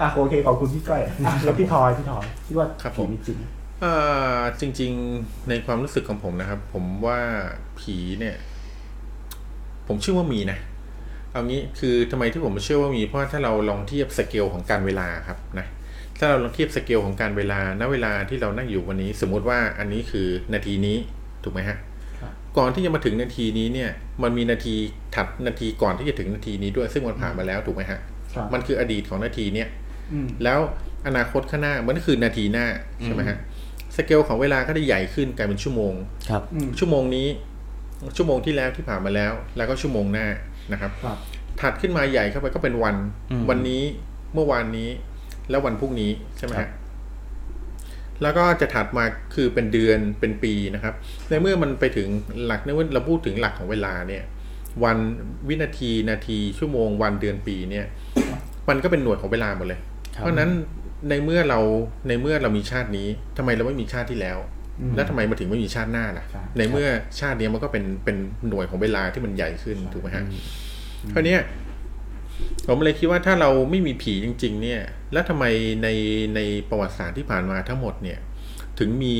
Speaker 1: อ่ะโอเคขอบคุณพี่ก้อยอ่ะแล้วพี่ทอยพี่ทอยคิดว่า
Speaker 2: ครับผ
Speaker 1: ผี
Speaker 2: ม
Speaker 1: มีจริง
Speaker 2: เอ่อจริงๆในความรู้สึกของผมนะครับ ผมว่าผีเนี่ย ผมเชื่อว่ามีนะ เอางี้คือทำไมที่ผมเชื่อว่ามีเพราะว่าถ้าเราลองเทียบสเกลของการเวลาครับนะถ้าเราลองเทียบสเกลของการเวลาณเวลาที่เรานั่งอยู่วันนี้ สมมุติว่าอันนี้คือนาทีนี้ถูกไหมฮะ
Speaker 1: ครับ
Speaker 2: ก่อนที่จะมาถึงนาทีนี้เนี่ย มันมีนาทีถัดนาทีก่อนที่จะถึงนาทีนี้ด้วย ซึ่งมันผ่านมาแล้วถูกไหมฮะ
Speaker 1: ครับ
Speaker 2: มันคืออดีตของนาทีเนี่ย
Speaker 1: อืม
Speaker 2: แล้วอนาคตข้างหน้ามันก็คือนาทีหน้าใช่ไหมฮะสเกลของเวลาก็ได้ใหญ่ขึ้นกลายเป็นชั่วโมง
Speaker 3: ครับ
Speaker 1: อืม
Speaker 2: ชั่วโมงนี้ ชั่วโมงที่แล้วที่ผ่านมาแล้ว แล้วก็ชั่วโมงหน้านะครับ
Speaker 1: ครับ
Speaker 2: ถัดขึ้นมาใหญ่เข้าไปก็เป็นวัน
Speaker 3: อืม
Speaker 2: วันนี้เมื่อวานนี้ แล้ววันพรุ่งนี้ใช่ไหมฮะแล้วก็จะถัดมาคือเป็นเดือนเป็นปีนะครับในเมื่อมันไปถึงหลักในเมื่อเราพูดถึงหลักของเวลาเนี่ย วันวินาทีนาที ชั่วโมง วันเดือนปีเนี่ย มันก็เป็นหน่วยของเวลาหมดเลย
Speaker 3: ครับ
Speaker 2: เพราะฉะนั้นในเมื่อเราในเมื่อเรามีชาตินี้ทำไมเราไม่มีชาติที่แล้ว
Speaker 1: อืม
Speaker 2: แล้วทำไมมาถึงไม่มีชาติหน้าล่ะ
Speaker 1: ใช่
Speaker 2: ในเมื่อชาติเนี้ยมันก็เป็นเป็นหน่วยของเวลาที่มันใหญ่ขึ้นถูกไหมฮะคราวเนี้ยผมเลยคิดว่าถ้าเราไม่มีผีจริง ๆ เนี่ย แล้วทำไมในในประวัติศาสตร์ที่ผ่านมาทั้งหมดเนี่ย ถึงมี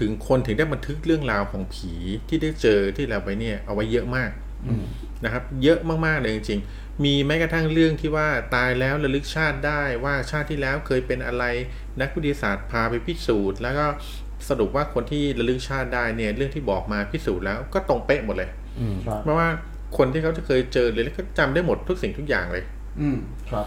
Speaker 2: ถึงคนถึงได้บันทึกเรื่องราวของผีที่ได้เจอที่เราไปเนี่ย เอาไว้เยอะมาก
Speaker 3: อืม
Speaker 2: นะครับเยอะมากๆเลยจริงๆ มีแม้กระทั่งเรื่องที่ว่าตายแล้วระลึกชาติได้ว่าชาติที่แล้วเคยเป็นอะไรนักวิทยาศาสตร์พาไปพิสูจน์ แล้วก็สรุปว่าคนที่ระลึกชาติได้เนี่ยเรื่องที่บอกมาพิสูจน์แล้วก็ตรงเป๊ะหมดเลย
Speaker 3: อืม
Speaker 1: ครับ
Speaker 2: เพราะว่าคนที่เขาจะเคยเจอเลยแล้วก็จำได้หมดทุกสิ่งทุกอย่างเลย
Speaker 1: อืมครับ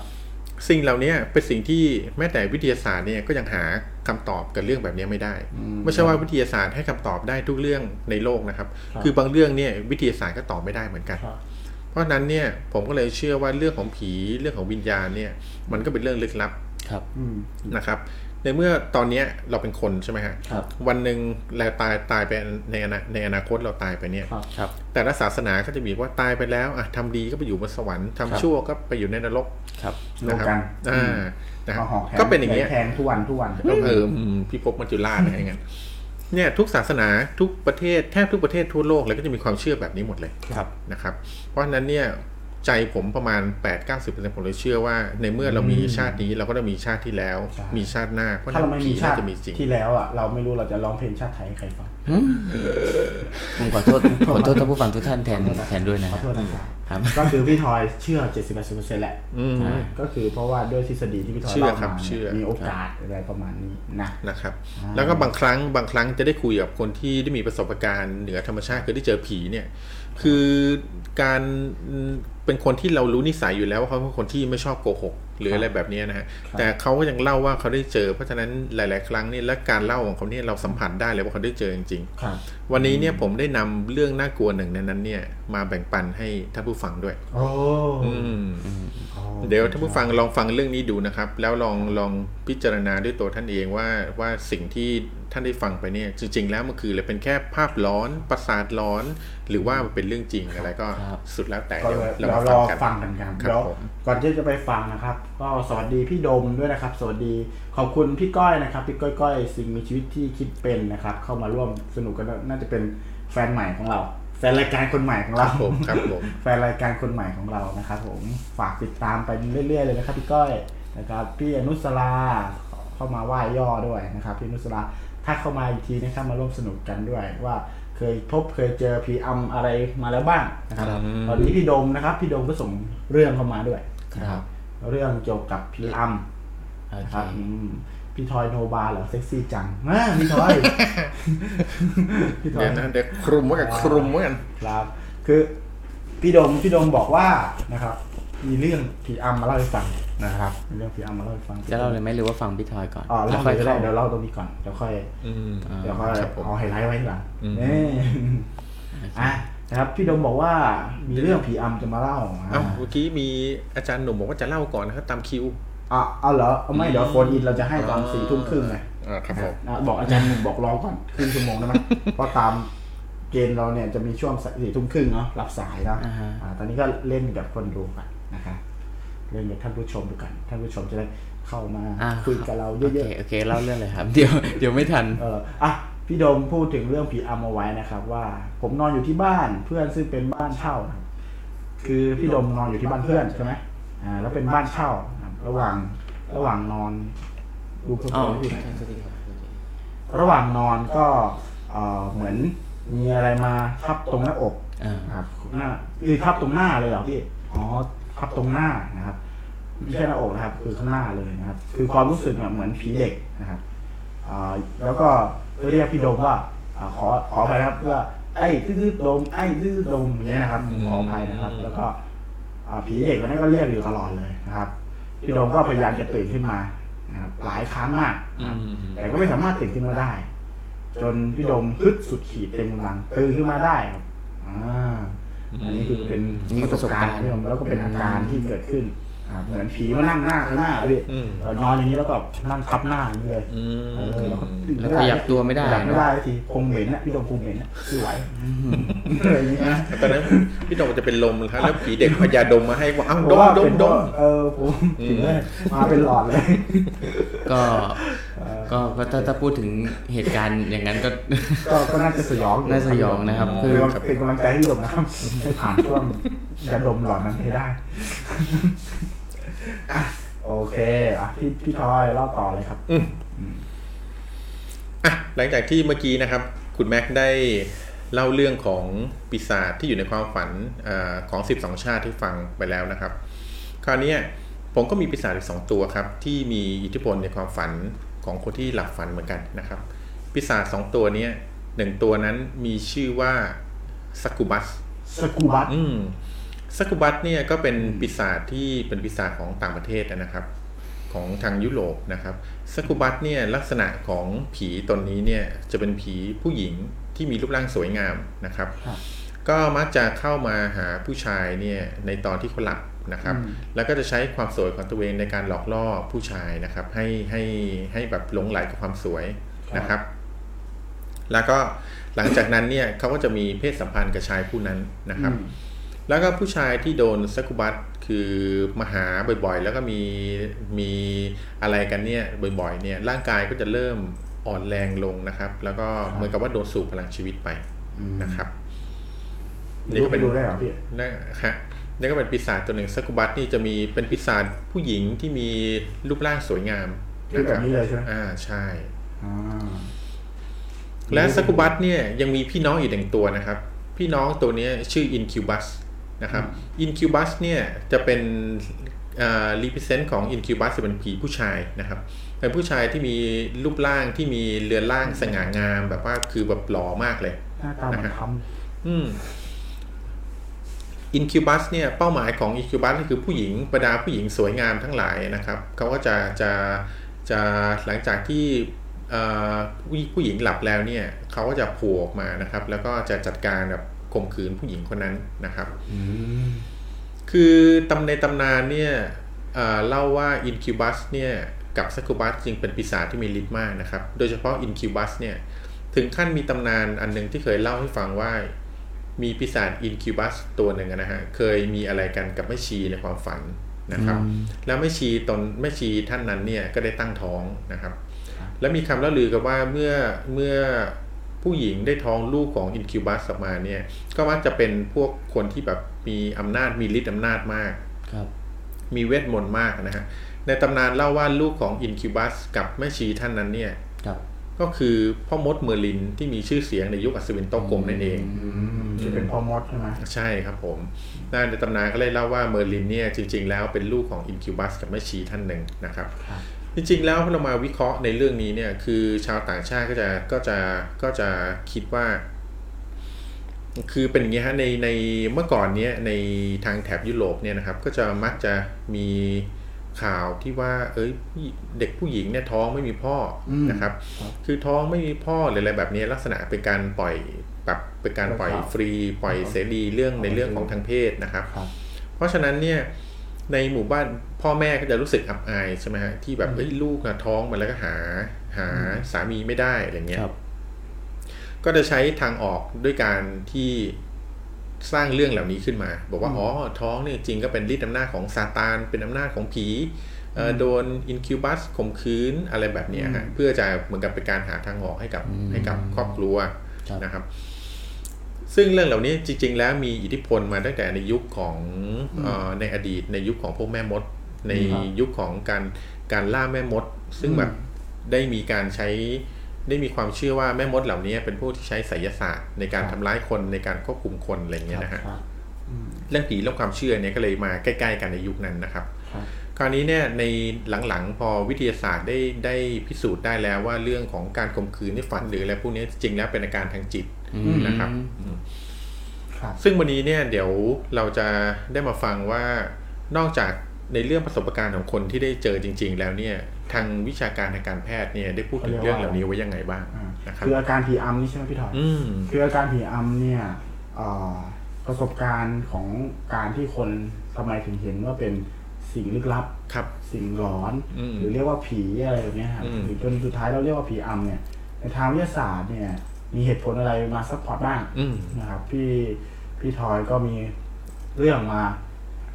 Speaker 2: สิ่งเหล่านี้เป็นสิ่งที่แม้แต่วิทยาศาสตร์เนี่ยก็ยังหาคำตอบกับเรื่องแบบนี้ไม่ได้
Speaker 1: อืม
Speaker 2: ไม่ใช่ว่าวิทยาศาสตร์ให้คำตอบได้ทุกเรื่องในโลกนะครับ
Speaker 1: ครับ
Speaker 2: คือบางเรื่องเนี่ยวิทยาศาสตร์ก็ตอบไม่ได้เหมือนกัน
Speaker 1: ครับ
Speaker 2: เพราะฉะนั้นเนี่ยผมก็เลยเชื่อว่าเรื่องของผีเรื่องของวิญญาณเนี่ยมันก็เป็นเรื่องลึกลับ
Speaker 3: ครับ
Speaker 1: อืม
Speaker 2: นะครับ ในเมื่อตอนเนี้ยเราเป็นคนใช่ไหมฮะ
Speaker 1: ครับ
Speaker 2: วันหนึ่งเราตายตายไปในอนาในอนาคตเราตายไปเนี่ย
Speaker 1: ครับ
Speaker 3: ครับ
Speaker 2: แต่ละศาสนาก็จะมีว่าตายไปแล้วอ่ะทำดีก็ไปอยู่บนสวรรค์ทำ
Speaker 3: ครับ
Speaker 2: ชั่วก็ไปอยู่ในนรก
Speaker 3: ครับ
Speaker 1: โล
Speaker 2: นะครั
Speaker 1: กัน
Speaker 2: อ่านะครับ
Speaker 1: เอาหอกแทง
Speaker 2: ก็เป็นอย่างเงี้ย
Speaker 1: แทงทุกวันทุกวัน
Speaker 2: เอออืมพิภพมัจจุราชอะไรอย่างเงี้ยเนี่ยทุกศาสนาทุกประเทศแทบทุกประเทศทั่วโลกเลยก็จะมีความเชื่อแบบนี้หมดเลย
Speaker 3: ครับ
Speaker 2: นะครับ เพราะฉะนั้นเนี่ยใจผมประมาณ 8 9 0ผมเลยเชื่อว่า ในเมื่อเรามีชาตินี้เราก็ต้องมีชาติที่แล้ว
Speaker 1: ใช่
Speaker 2: มีชาติหน้าเพราะฉะ
Speaker 1: ถ้า
Speaker 2: นั้
Speaker 1: เรา
Speaker 2: น
Speaker 1: ไม่
Speaker 2: ผี
Speaker 1: มีชา
Speaker 2: น่า
Speaker 1: ติ
Speaker 2: จะมีจริง
Speaker 1: ที่แล้วอ่ะเราไม่รู้เราจะร้องเพลงชาติไทยให้ใครฟัง
Speaker 3: อืมผมขอโทษ
Speaker 1: [laughs]
Speaker 3: ขอโทษท่านผู้ฟังทุกท่านแทนแทนด้วยนะ
Speaker 1: ข
Speaker 3: ค
Speaker 1: อ
Speaker 3: รับ
Speaker 1: โทษนะครับ
Speaker 3: ครับ
Speaker 1: ก็คือพี่ทอยเชื่อ 70%แหละ
Speaker 2: อืม
Speaker 1: อ่าก็คือเพราะว่าด้วยทฤษฎีที่พี่ทอย
Speaker 2: เชื่อ
Speaker 1: เล่า
Speaker 2: ครั
Speaker 1: มา
Speaker 2: บเชื่อ
Speaker 1: มีโอกาสอะไรประมาณนี้นะ
Speaker 2: นะครับ แล้วก็บางครั้งบางครั้งจะได้คุยกับคนที่ได้มีประสบการณ์เหนือธรรมชาติคือได้เจอผีเนี่ย คือการเป็นคนที่เรารู้นิสัยอยู่แล้วว่าเขาเป็นคนที่ไม่ชอบโกหก หรืออะไรแบบเนี้ยนะฮะแต่เขาก็ยังเล่าว่าเขาได้เจอ เพราะฉะนั้นหลาย ๆ ครั้งเนี่ยและการเล่าของเขาเนี่ยเราสัมผัสได้เลยว่าเขาได้เจอจริงๆ
Speaker 1: ครับ
Speaker 2: วันนี้เนี่ยผมได้นำเรื่องน่ากลัวหนึ่งในนั้นเนี่ยมาแบ่งปันให้ท่านผู้ฟังด้วย
Speaker 1: โอ้
Speaker 2: อืม
Speaker 1: โอ้
Speaker 2: เดี๋ยวท่านผู้ฟังลองฟังเรื่องนี้ดูนะครับ แล้วลองลองพิจารณาด้วยตัวท่านเองว่าว่าสิ่งที่ท่านได้ฟังไปเนี่ยจริง ๆ แล้วมันคือเลยเป็นแค่ภาพหลอนประสาทหลอน หรือว่ามันเป็นเรื่องจริงอะไรก็
Speaker 3: ครับ
Speaker 2: สุดแล้วแต่
Speaker 1: ก็
Speaker 2: เดี๋ยว
Speaker 1: เลย
Speaker 2: เรา
Speaker 1: เรา
Speaker 2: มาร ฟั
Speaker 1: องฟัง
Speaker 2: กัน
Speaker 1: กันกัน
Speaker 2: ครับ
Speaker 1: เดี๋ยว
Speaker 2: ผม
Speaker 1: ก่อนที่จะไปฟังนะครับ ก็สวัสดีพี่ดมด้วยนะครับ สวัสดีขอบคุณพี่ก้อยนะครับพี่ก้อยก้อยสิ่งมีชีวิตที่คิดเป็นนะครับ เข้ามาร่วมสนุกกันด้วยน่าจะเป็นแฟนใหม่ของเรา แฟนรายการคนใหม่ของเรา
Speaker 2: ผมครับผม
Speaker 1: แฟนรายการคนใหม่ของเรานะครับผมฝากติดตามไปเรื่อยๆเลยนะครับพี่ก้อยนะครับพี่อนุสราเข้ามาไหว้ย่อด้วยนะครับพี่อนุสราถ้าเข้ามาอีกทีนะครับมาร่วมสนุกกันด้วยว่าเคยพบเคยเจอผีอำอะไรมาแล้วบ้างนะครับตอนนี้พี่โดมนะครับพี่โดมก็ส่งเรื่องเข้ามาด้วยนะครับ เรื่องเกี่ยวกับผีอำ
Speaker 3: โอ
Speaker 1: นะ
Speaker 3: เค
Speaker 1: ครับอืมพี่ทอยโนบาเหรอเซ็กซี่จังอ่าพี่ท [laughs] อย พี่ทอ
Speaker 2: เดี๋
Speaker 1: ย
Speaker 2: ยวนะเดี๋ยวคลุมไว้กันคลุมไว้กัน
Speaker 1: ครับคือพี่ดมพี่ดมบอกว่านะครับ มีเรื่องผีอำมาเล่าให้ฟังนะครับมีเรื่องผีอำมาเล่าให้ฟัง
Speaker 3: จะเล่าเลยไหมหรือว่าฟังพี่ทอยก่อน
Speaker 1: อ๋อ
Speaker 3: แล้ว
Speaker 1: เล่า
Speaker 3: ค่อย
Speaker 1: เลยก็
Speaker 3: เข้า
Speaker 1: ได้เดี๋ยวเล่าตรงนี้ก่อนเดี๋ยวค่อย
Speaker 2: อืม
Speaker 1: เดี๋ยวค่อย
Speaker 2: ครับผม
Speaker 1: เอาไฮไลท์ไว้ทีหลัง
Speaker 2: อืม
Speaker 1: เอ้ยอ่ะนะครับพี่ดมบอกว่ามีเรื่องผีอำจะมาเล่า
Speaker 2: เอ้าเมื่อกี้มีอาจารย์หนุ่มบอกว่าจะเล่าก่อนนะครับตามคิว
Speaker 1: อ่ะเอาเหรอเอาไม่เดี๋ยวโฟนอินเราจะให้ตอนสี่ทุ่มครึ่งไง
Speaker 2: อ่าครับผม
Speaker 1: อ่ะบอกอาจารย์หนึ่งบอกรอก่อนครึ่งชั่วโมง
Speaker 3: [laughs]
Speaker 1: ได้ไหม เพราะตามเกณฑ์เราเนี่ยจะมีช่วงสี่ทุ่มครึ่งเนาะรับสายเนาะ
Speaker 3: อ่าฮะ
Speaker 1: อ่าตอนนี้ก็เล่นกับคนดูกันนะคะเล่นกับท่านผู้ชมดูกัน ท่านผู้ชมจะได้เข้ามา
Speaker 3: อ่ะ
Speaker 1: คุยกับเรา
Speaker 3: โอ
Speaker 1: เย
Speaker 3: เค
Speaker 1: อะ
Speaker 3: โอเคเล่าเรื่องเลยครับ เดี๋ยวเดี๋ยวไม่ทัน
Speaker 1: ๆเอออ่ะพี่โดมพูดถึงเรื่องผีอำเอาไว้นะครับว่า ผมนอนอยู่ที่บ้านเพื่อนซึ่งเป็นบ้านเช่านะครับคือพี่โดมนอนอยู่ที่บ้านเพื่อนใช่ไหมอ่าแล้วเป็นบ้านเช่านะครับระหว่างระหว่างนอนดูเพลิน
Speaker 3: อ๋อ
Speaker 1: ๆอยู่ ระหว่างนอนก็เอ่อเหมือนมีอะไรมาทับตรงหน้าอก
Speaker 3: อ่า
Speaker 1: นะครับหน้าคือทับตรงหน้าเลยเหรอพี่อ๋อทับตรงหน้านะครับไม่ใช่หน้าอกนะครับ คือข้างหน้าเลยนะครับ คือความรู้สึกแบบเหมือนผีเด็กนะครับอ่าแล้วก็เรียกพี่โดมว่าอ่าขอขออภัยนะครับว่าไอ้ดื้อๆโดมไอ้ดื้อโดมอย่างเงี้ยนะครับขออภัยนะครับ แล้วก็ อ่าผีเด็กคนนั้นก็เรียกอยู่ตลอดเลยนะครับ พี่โดมก็พยายามจะตื่นขึ้นมานะครับหลายครั้งมากนะครับ
Speaker 2: อืม
Speaker 1: แต่ก็ไม่สามารถตื่นขึ้นมาได้ จนพี่โดมฮึดสุดขีดเต็มกำลังตื่นขึ้นมาได้ครับอ่าอันนี้คือเป็นประสบการณ์ของพี่โดมแล้วก็เป็นอาการที่เกิดขึ้นอ่าเหมือนผีมานั่งหน้าข้างหน้าเลย
Speaker 2: อืม
Speaker 1: เออนอนอย่างนี้แล้วก็นั่งทับหน้าอย่างนี้เลย
Speaker 2: อืม
Speaker 1: เออแล้วก็ตื่นไม่
Speaker 3: แล้วข
Speaker 1: ได้
Speaker 3: ยับตัวไม่ได้
Speaker 1: ขยับไม่
Speaker 3: เน
Speaker 1: ได้
Speaker 3: อะ
Speaker 1: ทีคงเหม็นนะพี่โดมคงเหม็นนะคือไหวอะไรอย่างนี้นะ
Speaker 2: ตอนนั้นพี่ดมจะเป็นลมแล้วฮะแล้วผีเด็กพยาดมมาให้ว่าอ้าวดมดมดม
Speaker 1: เออผมถึงได้มาเป็นหลอดเลย
Speaker 3: ก็ก็ก็ถ้าถ้าพูดถึงเหตุการณ์อย่างนั้นก็
Speaker 1: ก็ก็น่าจะสยองอยู่
Speaker 3: น่าสยองนะครับ
Speaker 2: อ๋อ
Speaker 1: คือเป็นกำลังใจให้พี่ดมนะครับให้ผ่านช่วงอย่าดมหลอดนั้นให้ [laughs] ได้อ่ะโอเคอ่ะพี่พี่ทอยเล่าต่อเลยครับ
Speaker 2: อ่ะหลังจากที่เมื่อกี้นะครับ คุณแม็กซ์ได้เล่าเรื่องของปีศาจที่อยู่ในความฝันอาของ 12 ชาติที่ฟังไปแล้วนะครับ คราวเนี้ยผมก็มีปีศาจอีกสองตัวครับ ที่มีอิทธิพลในความฝันของคนที่หลับฝันเหมือนกันนะครับ ปีศาจสองตัวเนี้ยหนึ่งตัวนั้นมีชื่อว่าสักกุบัส
Speaker 1: สกูบัต
Speaker 2: อืมซักกุบัตเนี่ยก็เป็นปีศาจที่เป็นปีศาจของต่างประเทศนะครับ ของทางยุโรปนะครับซักกุบัตเนี่ยลักษณะของผีตนนี้เนี่ยจะเป็นผีผู้หญิงที่มีรูปร่างสวยงามนะครับ ก็มักจะเข้ามาหาผู้ชายเนี่ยในตอนที่เขาหลับนะครับ แล้วก็จะใช้ความสวยของตัวเองในการหลอกล่อผู้ชายนะครับ ให้ให้ให้แบบหลงไหลกับความสวยนะครับ แล้วก็หลังจากนั้นเนี่ยเขาก็จะมีเพศสัมพันธ์กับชายผู้นั้นนะครับ แล้วก็ผู้ชายที่โดนซักคุบัตคือมาหาบ่อยๆ แล้วก็มีมีอะไรกันเนี่ยบ่อยๆเนี่ยร่างกายก็จะเริ่มอ่อนแรงลงนะครับ แล้วก็เหมือนกับว่าโดนสูบพลังชีวิตไปนะครับ นี่
Speaker 1: ดู
Speaker 2: ก็
Speaker 1: ไป
Speaker 2: เป็น
Speaker 1: ดูได้เหรอพี่
Speaker 2: นะฮะนี่ก็เป็นปีศาจตัวหนึ่งซักคุบัตนี่จะมีเป็นปีศาจผู้หญิงที่มีรูปร่างสวยงาม
Speaker 1: คือ
Speaker 2: นะค
Speaker 1: แบ
Speaker 2: รั
Speaker 1: บบ นี้เลยใช่ไหม
Speaker 2: อ่าใช่
Speaker 1: อ่า
Speaker 2: และซักคุบัตเนี่ยยังมีพี่น้องอีกหนึ่งตัวนะครับ พี่น้องตัวเนี้ยชื่ออินคิวบัสนะครับอินคิวบัสเนี่ยจะเป็นรีพิเซนต์ของอินคิวบัสจะเป็นผีผู้ชายนะครับเป็นผู้ชายที่มีรูปร่างที่มีเรือนร่างสง่างามแบบว่าคือแบบหล่อมากเลย
Speaker 1: หน้าตาเหมือนท
Speaker 2: อืม Incubus เนี่ยเป้าหมายของ Incubus ก็คือผู้หญิงบรรดาผู้หญิงสวยงามทั้งหลายนะครับเขาก็จะจะจะหลังจากที่เอ่อผู้ผู้หญิงหลับแล้วเนี่ยเขาก็จะโผล่ออกมานะครับแล้วก็จะจัดการแบบข่มขืนผู้หญิงคนนั้นนะครับ คือตำในตำนานเนี่ยเอ่อเล่าว่าอินคิวบัสเนี่ยกับซักคูบัสจึงเป็นปีศาจที่มีฤทธิ์มากนะครับ โดยเฉพาะอินคิวบัสเนี่ยถึงขั้นมีตำนานอันหนึ่งที่เคยเล่าให้ฟังว่า มีปีศาจอินคิวบัสตัวหนึ่งอะนะฮะเคยมีอะไรกันกับแม่ชีในความฝันนะครับ แล้วแม่ชีตนแม่ชีท่านนั้นเนี่ยก็ได้ตั้งท้องนะครับ และมีคำเล่าลือกันว่าเมื่อเมื่อผู้หญิงได้ท้องลูกของอินคิวบัสออกมาเนี่ยก็มักจะเป็นพวกคนที่แบบมีอำนาจมีฤทธิ์อำนาจมาก
Speaker 3: ครับ
Speaker 2: มีเวทมนต์มากนะฮะ ในตำนานเล่าว่าลูกของอินคิวบัสกับแม่ชีท่านนั้นเนี่ย
Speaker 3: ครับ
Speaker 2: ก็คือพ่อมดเมอร์ลินที่มีชื่อเสียงในยุคอัศวินโตกลมนั่นเอง
Speaker 5: จะเป็นพอมดใช่ไหม
Speaker 2: ใช่ครับผมนะในตำนานก็เลยเล่าว่าเมอร์ลินเนี่ยจริง ๆ แล้วเป็นลูกของอินคิวบัสกับแม่ชีท่านหนึ่งนะครับ จริงๆ แล้วพอเรามาวิเคราะห์ในเรื่องนี้เนี่ยคือชาวต่างชาติก็จะก็จะก็จะคิดว่า คือเป็นอย่างนี้ฮะในในเมื่อก่อนเนี้ยในทางแถบยุโรปเนี่ยนะครับ ก็จะมักจะมีข่าวที่ว่า เอ้ยผู้หญิงเด็กผู้หญิงเนี่ยท้องไม่มีพ่ออนะครับ คือท้องไม่มีพ่อหรืออะไรแบบนี้ลักษณะเป็นการปล่อยแบบเป็นการปล่อยฟรี ปล่อยเสรีเรื่องในเรื่องของทางเพศนะครับ
Speaker 3: ครับ
Speaker 2: เพราะฉะนั้นเนี่ยในหมู่บ้านพ่อแม่ก็จะรู้สึกอับอายใช่ไหมฮะที่แบบเอ้ยลูกอะท้องมาแล้วก็หาหาสามีไม่ได้อะไรเงี้ย
Speaker 3: ครับ
Speaker 2: ก็จะใช้ทางออกด้วยการที่สร้างเรื่องเหล่านี้ขึ้นมา บอกว่าอ๋อท้องเนี่ยจริงก็เป็นฤทธิ์อำนาจของซาตานเป็นอำนาจของผีเอ่ออโดนอินคิวบัสข่มขืนอะไรแบบเนี้ยฮะเพื่อจะเหมือนกับเป็นการหาทางออกให้กับให้กับครอบครัว
Speaker 3: ครับ
Speaker 2: นะครับ ซึ่งเรื่องเหล่านี้จริง ๆ แล้วมีอิทธิพลมาตั้งแต่ในยุคของเออในอดีตในยุคของพวกแม่มด ในยุคของการการล่าแม่มด ซึ่งแบบได้มีการใช้ได้มีความเชื่อว่าแม่มดเหล่านี้เป็นผู้ที่ใช้ไสยศาสตร์ ในการทำร้ายคนในการควบคุมคนอะไรอย่างเงี้ยนะฮะ
Speaker 5: ครับ
Speaker 2: เรื่องผีเรื่องความเชื่อเนี่ยก็เลยมาใกล้ๆกันในยุคนั้นนะครับ
Speaker 5: ครับ
Speaker 2: คราวนี้เนี่ยในหลังๆ พอวิทยาศาสตร์ได้ได้พิสูจน์ได้แล้วว่าเรื่องของการข่มขืนในฝันหรืออะไรพวกนี้จริงแล้วเป็นอาการทางจิตนะครับ
Speaker 5: ครับ
Speaker 2: ซึ่งวันนี้เนี่ยเดี๋ยวเราจะได้มาฟังว่านอกจากในเรื่องประสบการณ์ของคนที่ได้เจอจริง ๆ แล้วเนี่ยทางวิชาการทางการแพทย์เนี่ยได้พูดถึงเรื่องเหล่านี้ไว้ยังไงบ้าง
Speaker 5: อ่า
Speaker 2: นะครับ
Speaker 5: คืออาการผีอำนี่ใช่ไหมพี่ถอย
Speaker 2: อืม
Speaker 5: คืออาการผีอำเนี่ยเอ่อประสบการณ์ของการที่คนทำไมถึงเห็นว่าเป็นสิ่งลึกลับ
Speaker 2: ครับ
Speaker 5: สิ่งหลอน
Speaker 2: อืม
Speaker 5: หรือเรียกว่าผีอะไรแบบเนี้ยครับ
Speaker 2: อืม
Speaker 5: หรือจนสุดท้ายเราเรียกว่าผีอำเนี่ยในทางวิทยาศาสตร์เนี่ย มีเหตุผลอะไรมาซัพพอร์ตบ้าง
Speaker 2: อืม
Speaker 5: นะครับพี่พี่ทอยก็มีเรื่องมา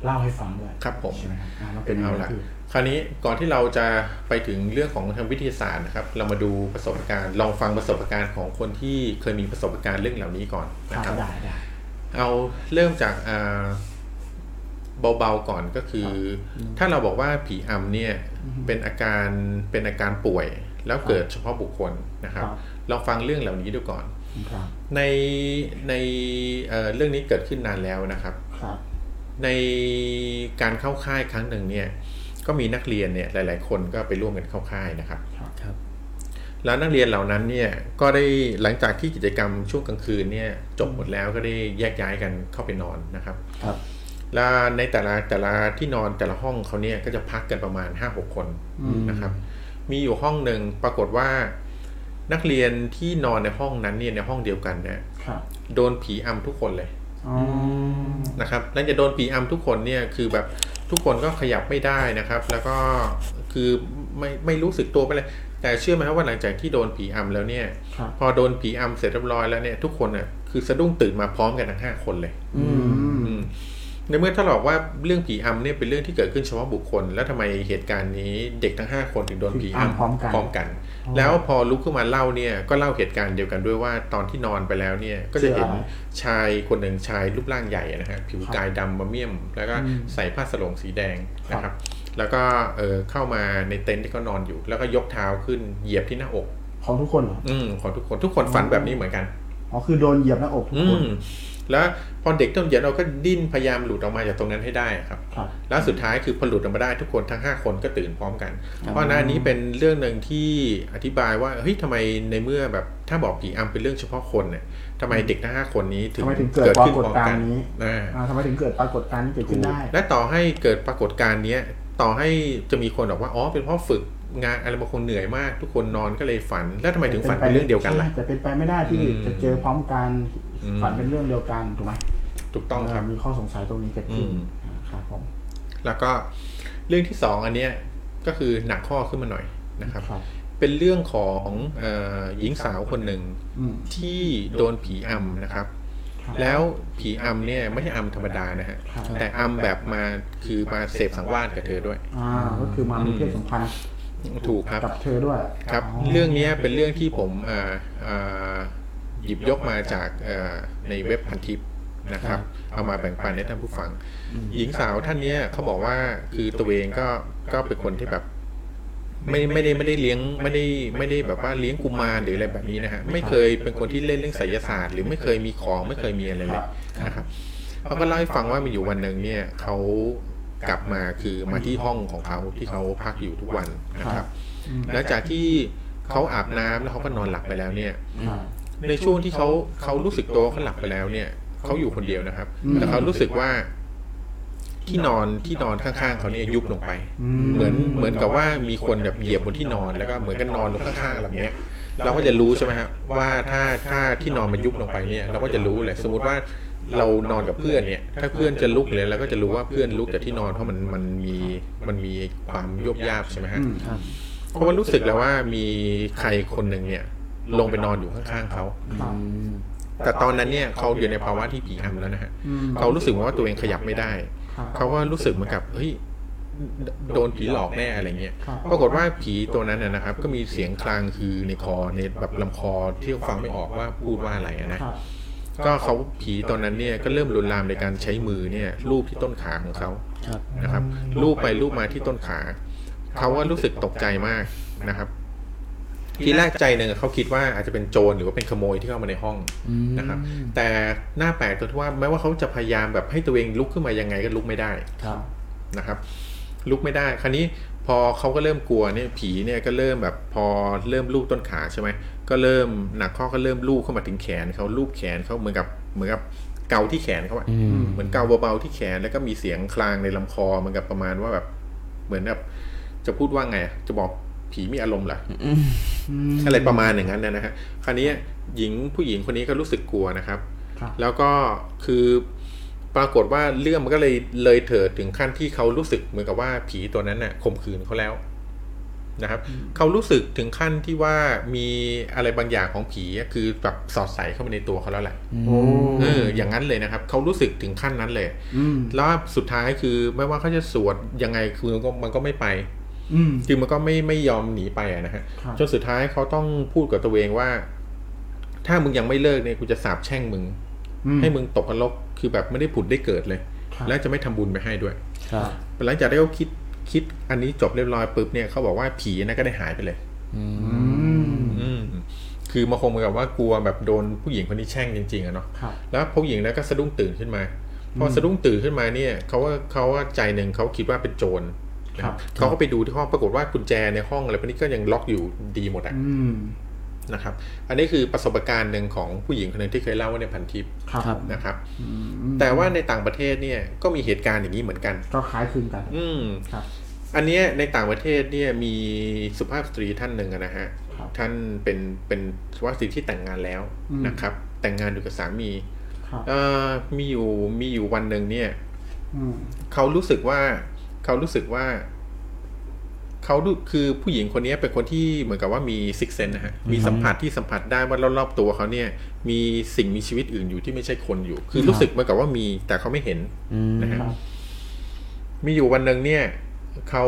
Speaker 5: เล่าให้ฟังด้วย
Speaker 2: ครับผม
Speaker 5: ใช่ไหมครับอ่ะมันเป็นยัง
Speaker 2: เอา
Speaker 5: ไง
Speaker 2: ละ
Speaker 5: พี่
Speaker 2: คราวนี้ก่อนที่เราจะไปถึงเรื่องของทางวิทยาศาสตร์นะครับ เรามาดูประสบการณ์ ลองฟังประสบการณ์ของคนที่เคยมีประสบการณ์เรื่องเหล่านี้ก่อนนะครับ
Speaker 5: ได้ได้
Speaker 2: เอาเริ่มจากอ่าเบาๆก่อนก็คือ ถ้าเราบอกว่าผีอำเนี่ยเป็นอาการเป็นอาการป่วย แล้วเกิดเฉพาะบุคคลนะครับ
Speaker 5: ครับ
Speaker 2: ลองฟังเรื่องเหล่านี้ดูก่อน
Speaker 5: ครับ
Speaker 2: ในในเอ่อเรื่องนี้เกิดขึ้นนานแล้วนะครับ
Speaker 5: ครับ
Speaker 2: ในการเข้าค่ายครั้งหนึ่งเนี่ย ก็มีนักเรียนเนี่ยหลาย ๆ คนก็ไปร่วมกันเข้าค่ายนะครับ
Speaker 3: ครับ
Speaker 2: แล้วนักเรียนเหล่านั้นเนี่ยก็ได้หลังจากที่กิจกรรมช่วงกลางคืนเนี่ยจบหมดแล้วก็ได้แยกย้ายกันเข้าไปนอนนะครับ
Speaker 3: ครับ
Speaker 2: แล้วในแต่ละแต่ละที่นอนแต่ละห้องเขาเนี่ยก็จะพักกันประมาณ5้าหกคนนะครับ มีอยู่ห้องหนึ่งปรากฏว่านักเรียนที่นอนในห้องนั้นเนี่ยในห้องเดียวกันเนี่ย
Speaker 5: ครับ
Speaker 2: โดนผีอำทุกคนเลย
Speaker 5: อ๋อ
Speaker 2: นะครับหลังจากโดนผีอำทุกคนเนี่ยคือแบบทุกคนก็ขยับไม่ได้นะครับ แล้วก็คือไม่ไม่รู้สึกตัวไปเลย แต่เชื่อไหมครับว่าหลังจากที่โดนผีอำแล้วเนี่ย
Speaker 5: ครับ
Speaker 2: พอโดนผีอำเสร็จเรียบร้อยแล้วเนี่ยทุกคนน่ะคือสะดุ้งตื่นมาพร้อมกันทั้งห้าคนเลย
Speaker 5: อืม
Speaker 2: อืมในเมื่อถ้าเราบอกว่าเรื่องผีอำเนี่ยเป็นเรื่องที่เกิดขึ้นเฉพาะบุคคล แล้วทำไมเหตุการณ์นี้เด็กทั้งห้าคนถึงโดนผี
Speaker 5: ผีอำ
Speaker 2: อำ
Speaker 5: พร้อมกัน
Speaker 2: พร้อมกัน แล้วพอลุกขึ้นมาเล่าเนี่ยก็เล่าเหตุการณ์เดียวกันด้วยว่าตอนที่นอนไปแล้วเนี่ยก็จะเห็นชายคนหนึ่งชายรูปร่างใหญ่นะฮะผิวกายดำมาเมี่ยม แล้วก็ใส่ผ้าสลงสีแดงนะครับ แล้วก็เออเข้ามาในเต็นท์ที่เขานอนอยู่ แล้วก็ยกเท้าขึ้นเหยียบที่หน้าอก
Speaker 5: ของทุกคนเหรอ
Speaker 2: อืมของทุกคนทุกคนฝันแบบนี้เหมือนกัน
Speaker 5: อ๋อคือโดนเหยียบหน้าอกทุก
Speaker 2: อื
Speaker 5: คน
Speaker 2: มแล้วพอเด็กโดนเหยียดเราก็ดิ้นพยายามหลุดออกมาจากตรงนั้นให้ได้ครับ
Speaker 5: ครับ
Speaker 2: แล้วสุดท้ายคือพอหลุดออกมาได้ทุกคนทั้ง 5 คนก็ตื่นพร้อมกัน เพราะหน้านี้เป็นเรื่องหนึ่งที่อธิบายว่าเฮ้ยทำไมในเมื่อแบบถ้าบอกผีอำเป็นเรื่องเฉพาะคนเนี่ยทำไมเด็กทั้งห้าคนนี้ถึง
Speaker 5: ทำไมถึงเกิด
Speaker 2: ขึ้นพร้อม
Speaker 5: ปรากฏกา
Speaker 2: กั
Speaker 5: ร
Speaker 2: น
Speaker 5: ณ์นี้
Speaker 2: อ่า
Speaker 5: อ่าทำไมถึงเกิดปรากฏการณ์นี้เกิดขึ้นได้
Speaker 2: และต่อให้เกิดปรากฏการณ์เนี้ยต่อให้จะมีคนบอกว่าอ๋อเป็นเพราะฝึกงานอะไรบางคนเหนื่อยมาก ทุกคนนอนก็เลยฝัน แล้วทำไมถึงฝันเป็นเรื่องเดียวกันล่ะ
Speaker 5: ใช่แต่เป็นไปไม่ได้ที่
Speaker 2: อืม
Speaker 5: จะเจอพร้อมกัน
Speaker 2: อืม
Speaker 5: ฝันเป็นเรื่องเดียวกันถูกไหม
Speaker 2: ถูกต้องครับ
Speaker 5: เมีข้อสงสัยตรงนี้เกิดขึ้น
Speaker 2: อืม
Speaker 5: ครับผม
Speaker 2: แล้วก็เรื่องที่สองอันเนี้ยก็คือหนักข้อขึ้นมาหน่อยนะครับ
Speaker 5: ครับ
Speaker 2: เป็นเรื่องของเอ่อหญิงสาวคนหนึ่ง
Speaker 5: อืม
Speaker 2: ที่โดนผีอำนะครับ
Speaker 5: ครับ
Speaker 2: แล้วผีอำเนี่ยไม่ใช่อำธรรมดานะฮะ
Speaker 5: ครับ
Speaker 2: แต่อำแบบมาคือมาเสพสังวาสกับเธอด้วย
Speaker 5: อ่าก็คือมามีเพศสัมพันธ์
Speaker 2: ถูกครับ
Speaker 5: กับเธอด้วย
Speaker 2: ครับ
Speaker 5: อ๋อ
Speaker 2: เรื่องเนี้ยเป็นเรื่องที่ผมเอ่อเอ่อหยิบยกมาจากเอ่อในเว็บพันทิปนะครับ เอามาแบ่งปันให้ท่านผู้ฟัง หญิงสาวท่านเนี้ยเขาบอกว่าคือตัวเองก็ก็เป็นคนที่แบบ ไม่ไม่ได้ไม่ได้เลี้ยงไม่ได้ไม่ได้แบบว่าเลี้ยงกุมารหรืออะไรแบบนี้นะฮะไม่เคยเป็นคนที่เล่นเรื่องไสยศาสตร์ หรือไม่เคยมีของไม่เคยมีอะไรเลยนะครับเขาก็เล่าให้ฟังว่ามีอยู่วันหนึ่งเนี่ยเขากลับมาคือมาที่ห้องของเขาที่เขาพักอยู่ทุกวันนะครับ หลังจากที่เขาอาบน้ำแล้วเขาก็นอนหลับไปแล้วเนี่ย
Speaker 5: อ่า
Speaker 2: ในช่วงที่เขาเขารู้สึกตัวเขาหลับไปแล้วเนี่ยเขาอยู่คนเดียวนะครับ
Speaker 5: อืม
Speaker 2: แต่เขารู้สึกว่า ที่นอนที่นอนข้างๆเขาเนี่ยยุบลงไป
Speaker 5: ม
Speaker 2: เหมือนเหมือนกับว่ามีคนแบบเหยียบบนที่นอนแล้วก็เหมือนกันนอนลงข้างๆแบบเนี้ย เราก็จะรู้ใช่ไหมครับว่าถ้าถ้าที่นอนมันยุบลงไปเนี่ย เราก็จะรู้เลยสมมติว่าเรานอนกับเพื่อนเนี่ย ถ้าเพื่อนจะลุกเลยเราก็จะรู้ว่าเพื่อนลุกจากที่นอนเพราะมันมันมีมันมีความยุบยาบใช่ไหมฮะ
Speaker 5: อืม
Speaker 2: เพราะว่ารู้สึกแล้วว่ามีใครคนหนึ่งเนี่ย ลงไปนอนอยู่ข้างๆเขา
Speaker 5: ครับ
Speaker 2: แต่ตอนนั้นเนี่ยเขาอยู่ในภาวะที่ผีอำแล้วนะฮะ
Speaker 5: อืม
Speaker 2: เขารู้สึกว่าตัวเองขยับไม่ได้
Speaker 5: ครับ
Speaker 2: เขาก็รู้สึกเหมือนกับเฮ้ยโดนผีหลอกแน่อะไรเงี้ย
Speaker 5: ครับ
Speaker 2: ปรากฏว่าผีตัวนั้นนะนะครับ ก็มีเสียงคลางคือในคอในแบบลำคอที่ฟังไม่ออกว่าพูดว่าอะไรอะนะครับ ก็เขาผีตอนนั้นเนี่ยก็เริ่มลวนลามในการใช้มือเนี่ยลูบที่ต้นขาของเขา
Speaker 3: ครับ
Speaker 2: นะครับลูบไปลูบมาที่ต้นขาเขาว่ารู้สึกตกใจมากนะครับ ทีแรกใจหนึ่งเขาคิดว่าอาจจะเป็นโจรหรือว่าเป็นขโมยที่เข้ามาในห้อง
Speaker 3: อืม
Speaker 2: นะครับ แต่หน้าแปลกตรงที่ว่าแม้ว่าเขาจะพยายามแบบให้ตัวเองลุกขึ้นมายังไงก็ลุกไม่ได้
Speaker 3: ครับ
Speaker 2: นะครับ ลุกไม่ได้ คราวนี้พอเขาก็เริ่มกลัวเนี่ยผีเนี่ยก็เริ่มแบบพอเริ่มลูบต้นขาใช่ไหมก็เริ่มหนักข้อก็เริ่มลูบเข้ามาถึงแขนเขาลูบแขนเขาเหมือนกับเหมือนกับเกาที่แขนเขาอะ
Speaker 3: อืม
Speaker 2: เหมือนเกาเบาๆที่แขนแล้วก็มีเสียงคลางในลำคอเหมันกับประมาณว่าแบบ เหมือนแบบจะพูดว่าไงอะจะบอกผีมีอารมณ์เหรออะไรประมาณอย่างนั้นนะฮะคราวนี้หญิงผู้หญิงคนนี้ก็รู้สึกกลัวนะครับ
Speaker 5: ครับ
Speaker 2: แล้วก็คือปรากฏว่าเรื่องมันก็เลยเลยเถิดถึงขั้นที่เขารู้สึกเหมือนกับว่าผีตัวนั้นน่ะข่มขืนเขาแล้วนะครับ เขารู้สึกถึงขั้นที่ว่ามีอะไรบางอย่างของผีอะคือแบบสอดใส่เข้าไปในตัวเขาแล้วแหละ
Speaker 5: โอ้
Speaker 2: เอออย่างนั้นเลยนะครับ เขารู้สึกถึงขั้นนั้นเลย
Speaker 5: อืม
Speaker 2: แล้วสุดท้ายคือไม่ว่าเขาจะสวดยังไงคือมันก็มันก็ไม่ไป
Speaker 5: อืม
Speaker 2: คือมันก็ไม่ไม่ยอมหนีไปอะนะฮะ
Speaker 5: ครับ
Speaker 2: จนสุดท้ายเขาต้องพูดกับตัวเองว่า ถ้ามึงยังไม่เลิกเนี่ยกูจะสาปแช่งมึง
Speaker 5: อืม
Speaker 2: ให้มึงตกนรกคือแบบไม่ได้ผุดได้เกิดเลย
Speaker 5: ครับ
Speaker 2: และจะไม่ทำบุญไปให้ด้วย
Speaker 3: ครับ
Speaker 2: หลังจากที่เขาคิดคิดอันนี้จบเรียบร้อยปุ๊บเนี่ยเขาบอกว่าผีนะก็ได้หายไปเลย
Speaker 3: อืม
Speaker 5: อืม
Speaker 2: อืมคือมาคงเหมือนกับว่ากลัวแบบโดนผู้หญิงคนนี้แช่งจริงๆอะเนาะ
Speaker 5: ครับ
Speaker 2: แล้วผู้หญิงนั้นก็สะดุ้งตื่นขึ้นมา พอสะดุ้งตื่นขึ้นมาเนี่ยเขาว่าเขาว่าใจหนึ่งเขาคิดว่าเป็นโจรนะ
Speaker 5: ค
Speaker 2: ค
Speaker 5: รั
Speaker 2: รับบ เขาก็ไปดูที่ห้องปรากฏว่ากุญแจในห้องอะไรพวกนี้ก็ยังล็อกอยู่ดีหมดอะ
Speaker 5: อืม
Speaker 2: นะครับ อันนี้คือประสบการณ์หนึ่งของผู้หญิงคนหนึ่งที่เคยเล่าไว้ในพันทิป
Speaker 5: ครับ
Speaker 3: ครับ
Speaker 2: นะครับ
Speaker 5: อืม
Speaker 2: แต่ว่าในต่างประเทศเนี่ยก็มีเหตุการณ์อย่างนี้เหมือนกัน
Speaker 5: ก็คล้ายคลึงกัน
Speaker 2: อืม
Speaker 5: ครับ
Speaker 2: อันเนี้ยในต่างประเทศเนี่ยมีสุภาพสตรีท่านหนึ่งอะนะฮะ
Speaker 5: ครับ
Speaker 2: ท่านเป็นเป็นสุภาพสตรีที่แต่งงานแล้วนะครับ แต่งงานอยู่กับสามี
Speaker 5: ครับ
Speaker 2: เอ่อมีอยู่มีอยู่วันหนึ่งเนี่ย
Speaker 5: อืม
Speaker 2: เขารู้สึกว่าเขารู้สึกว่าเขาดูคือผู้หญิงคนนี้เป็นคนที่เหมือนกับว่ามีซิกเซนนะฮะมีสัมผัสที่สัมผัสได้ว่ารอบๆตัวเขาเนี่ย มีสิ่งมีชีวิตอื่นอยู่ที่ไม่ใช่คนอยู่ คือรู้สึกเหมือนกับว่ามีแต่เขาไม่เห็น
Speaker 3: อืม
Speaker 2: นะฮะ
Speaker 5: ครับ
Speaker 2: มีอยู่วันหนึ่งเนี่ยเขา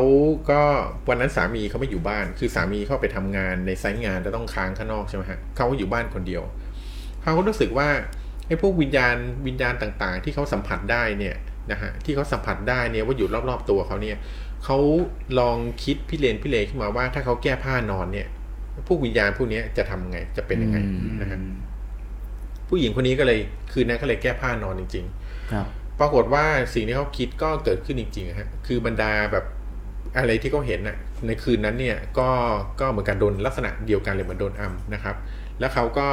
Speaker 2: ก็วันนั้นสามีเขาไม่อยู่บ้าน คือสามีเข้าไปทำงานในไซต์งานแล้วต้องค้างข้างนอกใช่ไหมฮะเขาก็อยู่บ้านคนเดียวเขาก็รู้สึกว่าไอ้พวกวิญญาณวิญญาณต่างๆ ที่เขาสัมผัสได้เนี่ยนะฮะที่เขาสัมผัสได้เนี่ยว่าอยู่รอบๆตัวเขาเนี่ยเขาลองคิดพิเรนพิเรขึ้นมาว่าถ้าเขาแก้ผ้านอนเนี่ยพวกวิญญาณพวกเนี้ยจะทำไงจะเป็นยังไงนะฮะ ผู้หญิงคนนี้ก็เลยคืนนั้นก็เลยแก้ผ้านอนจริง ๆ
Speaker 3: ครับ
Speaker 2: ปรากฏว่าสิ่งที่เขาคิดก็เกิดขึ้นจริงๆอะฮะคือบรรดาแบบอะไรที่เขาเห็นน่ะในคืนนั้นเนี่ยก็ก็เหมือนกันโดนลักษณะเดียวกันเลยเหมือนโดนอัมนะครับ แล้วเขาก็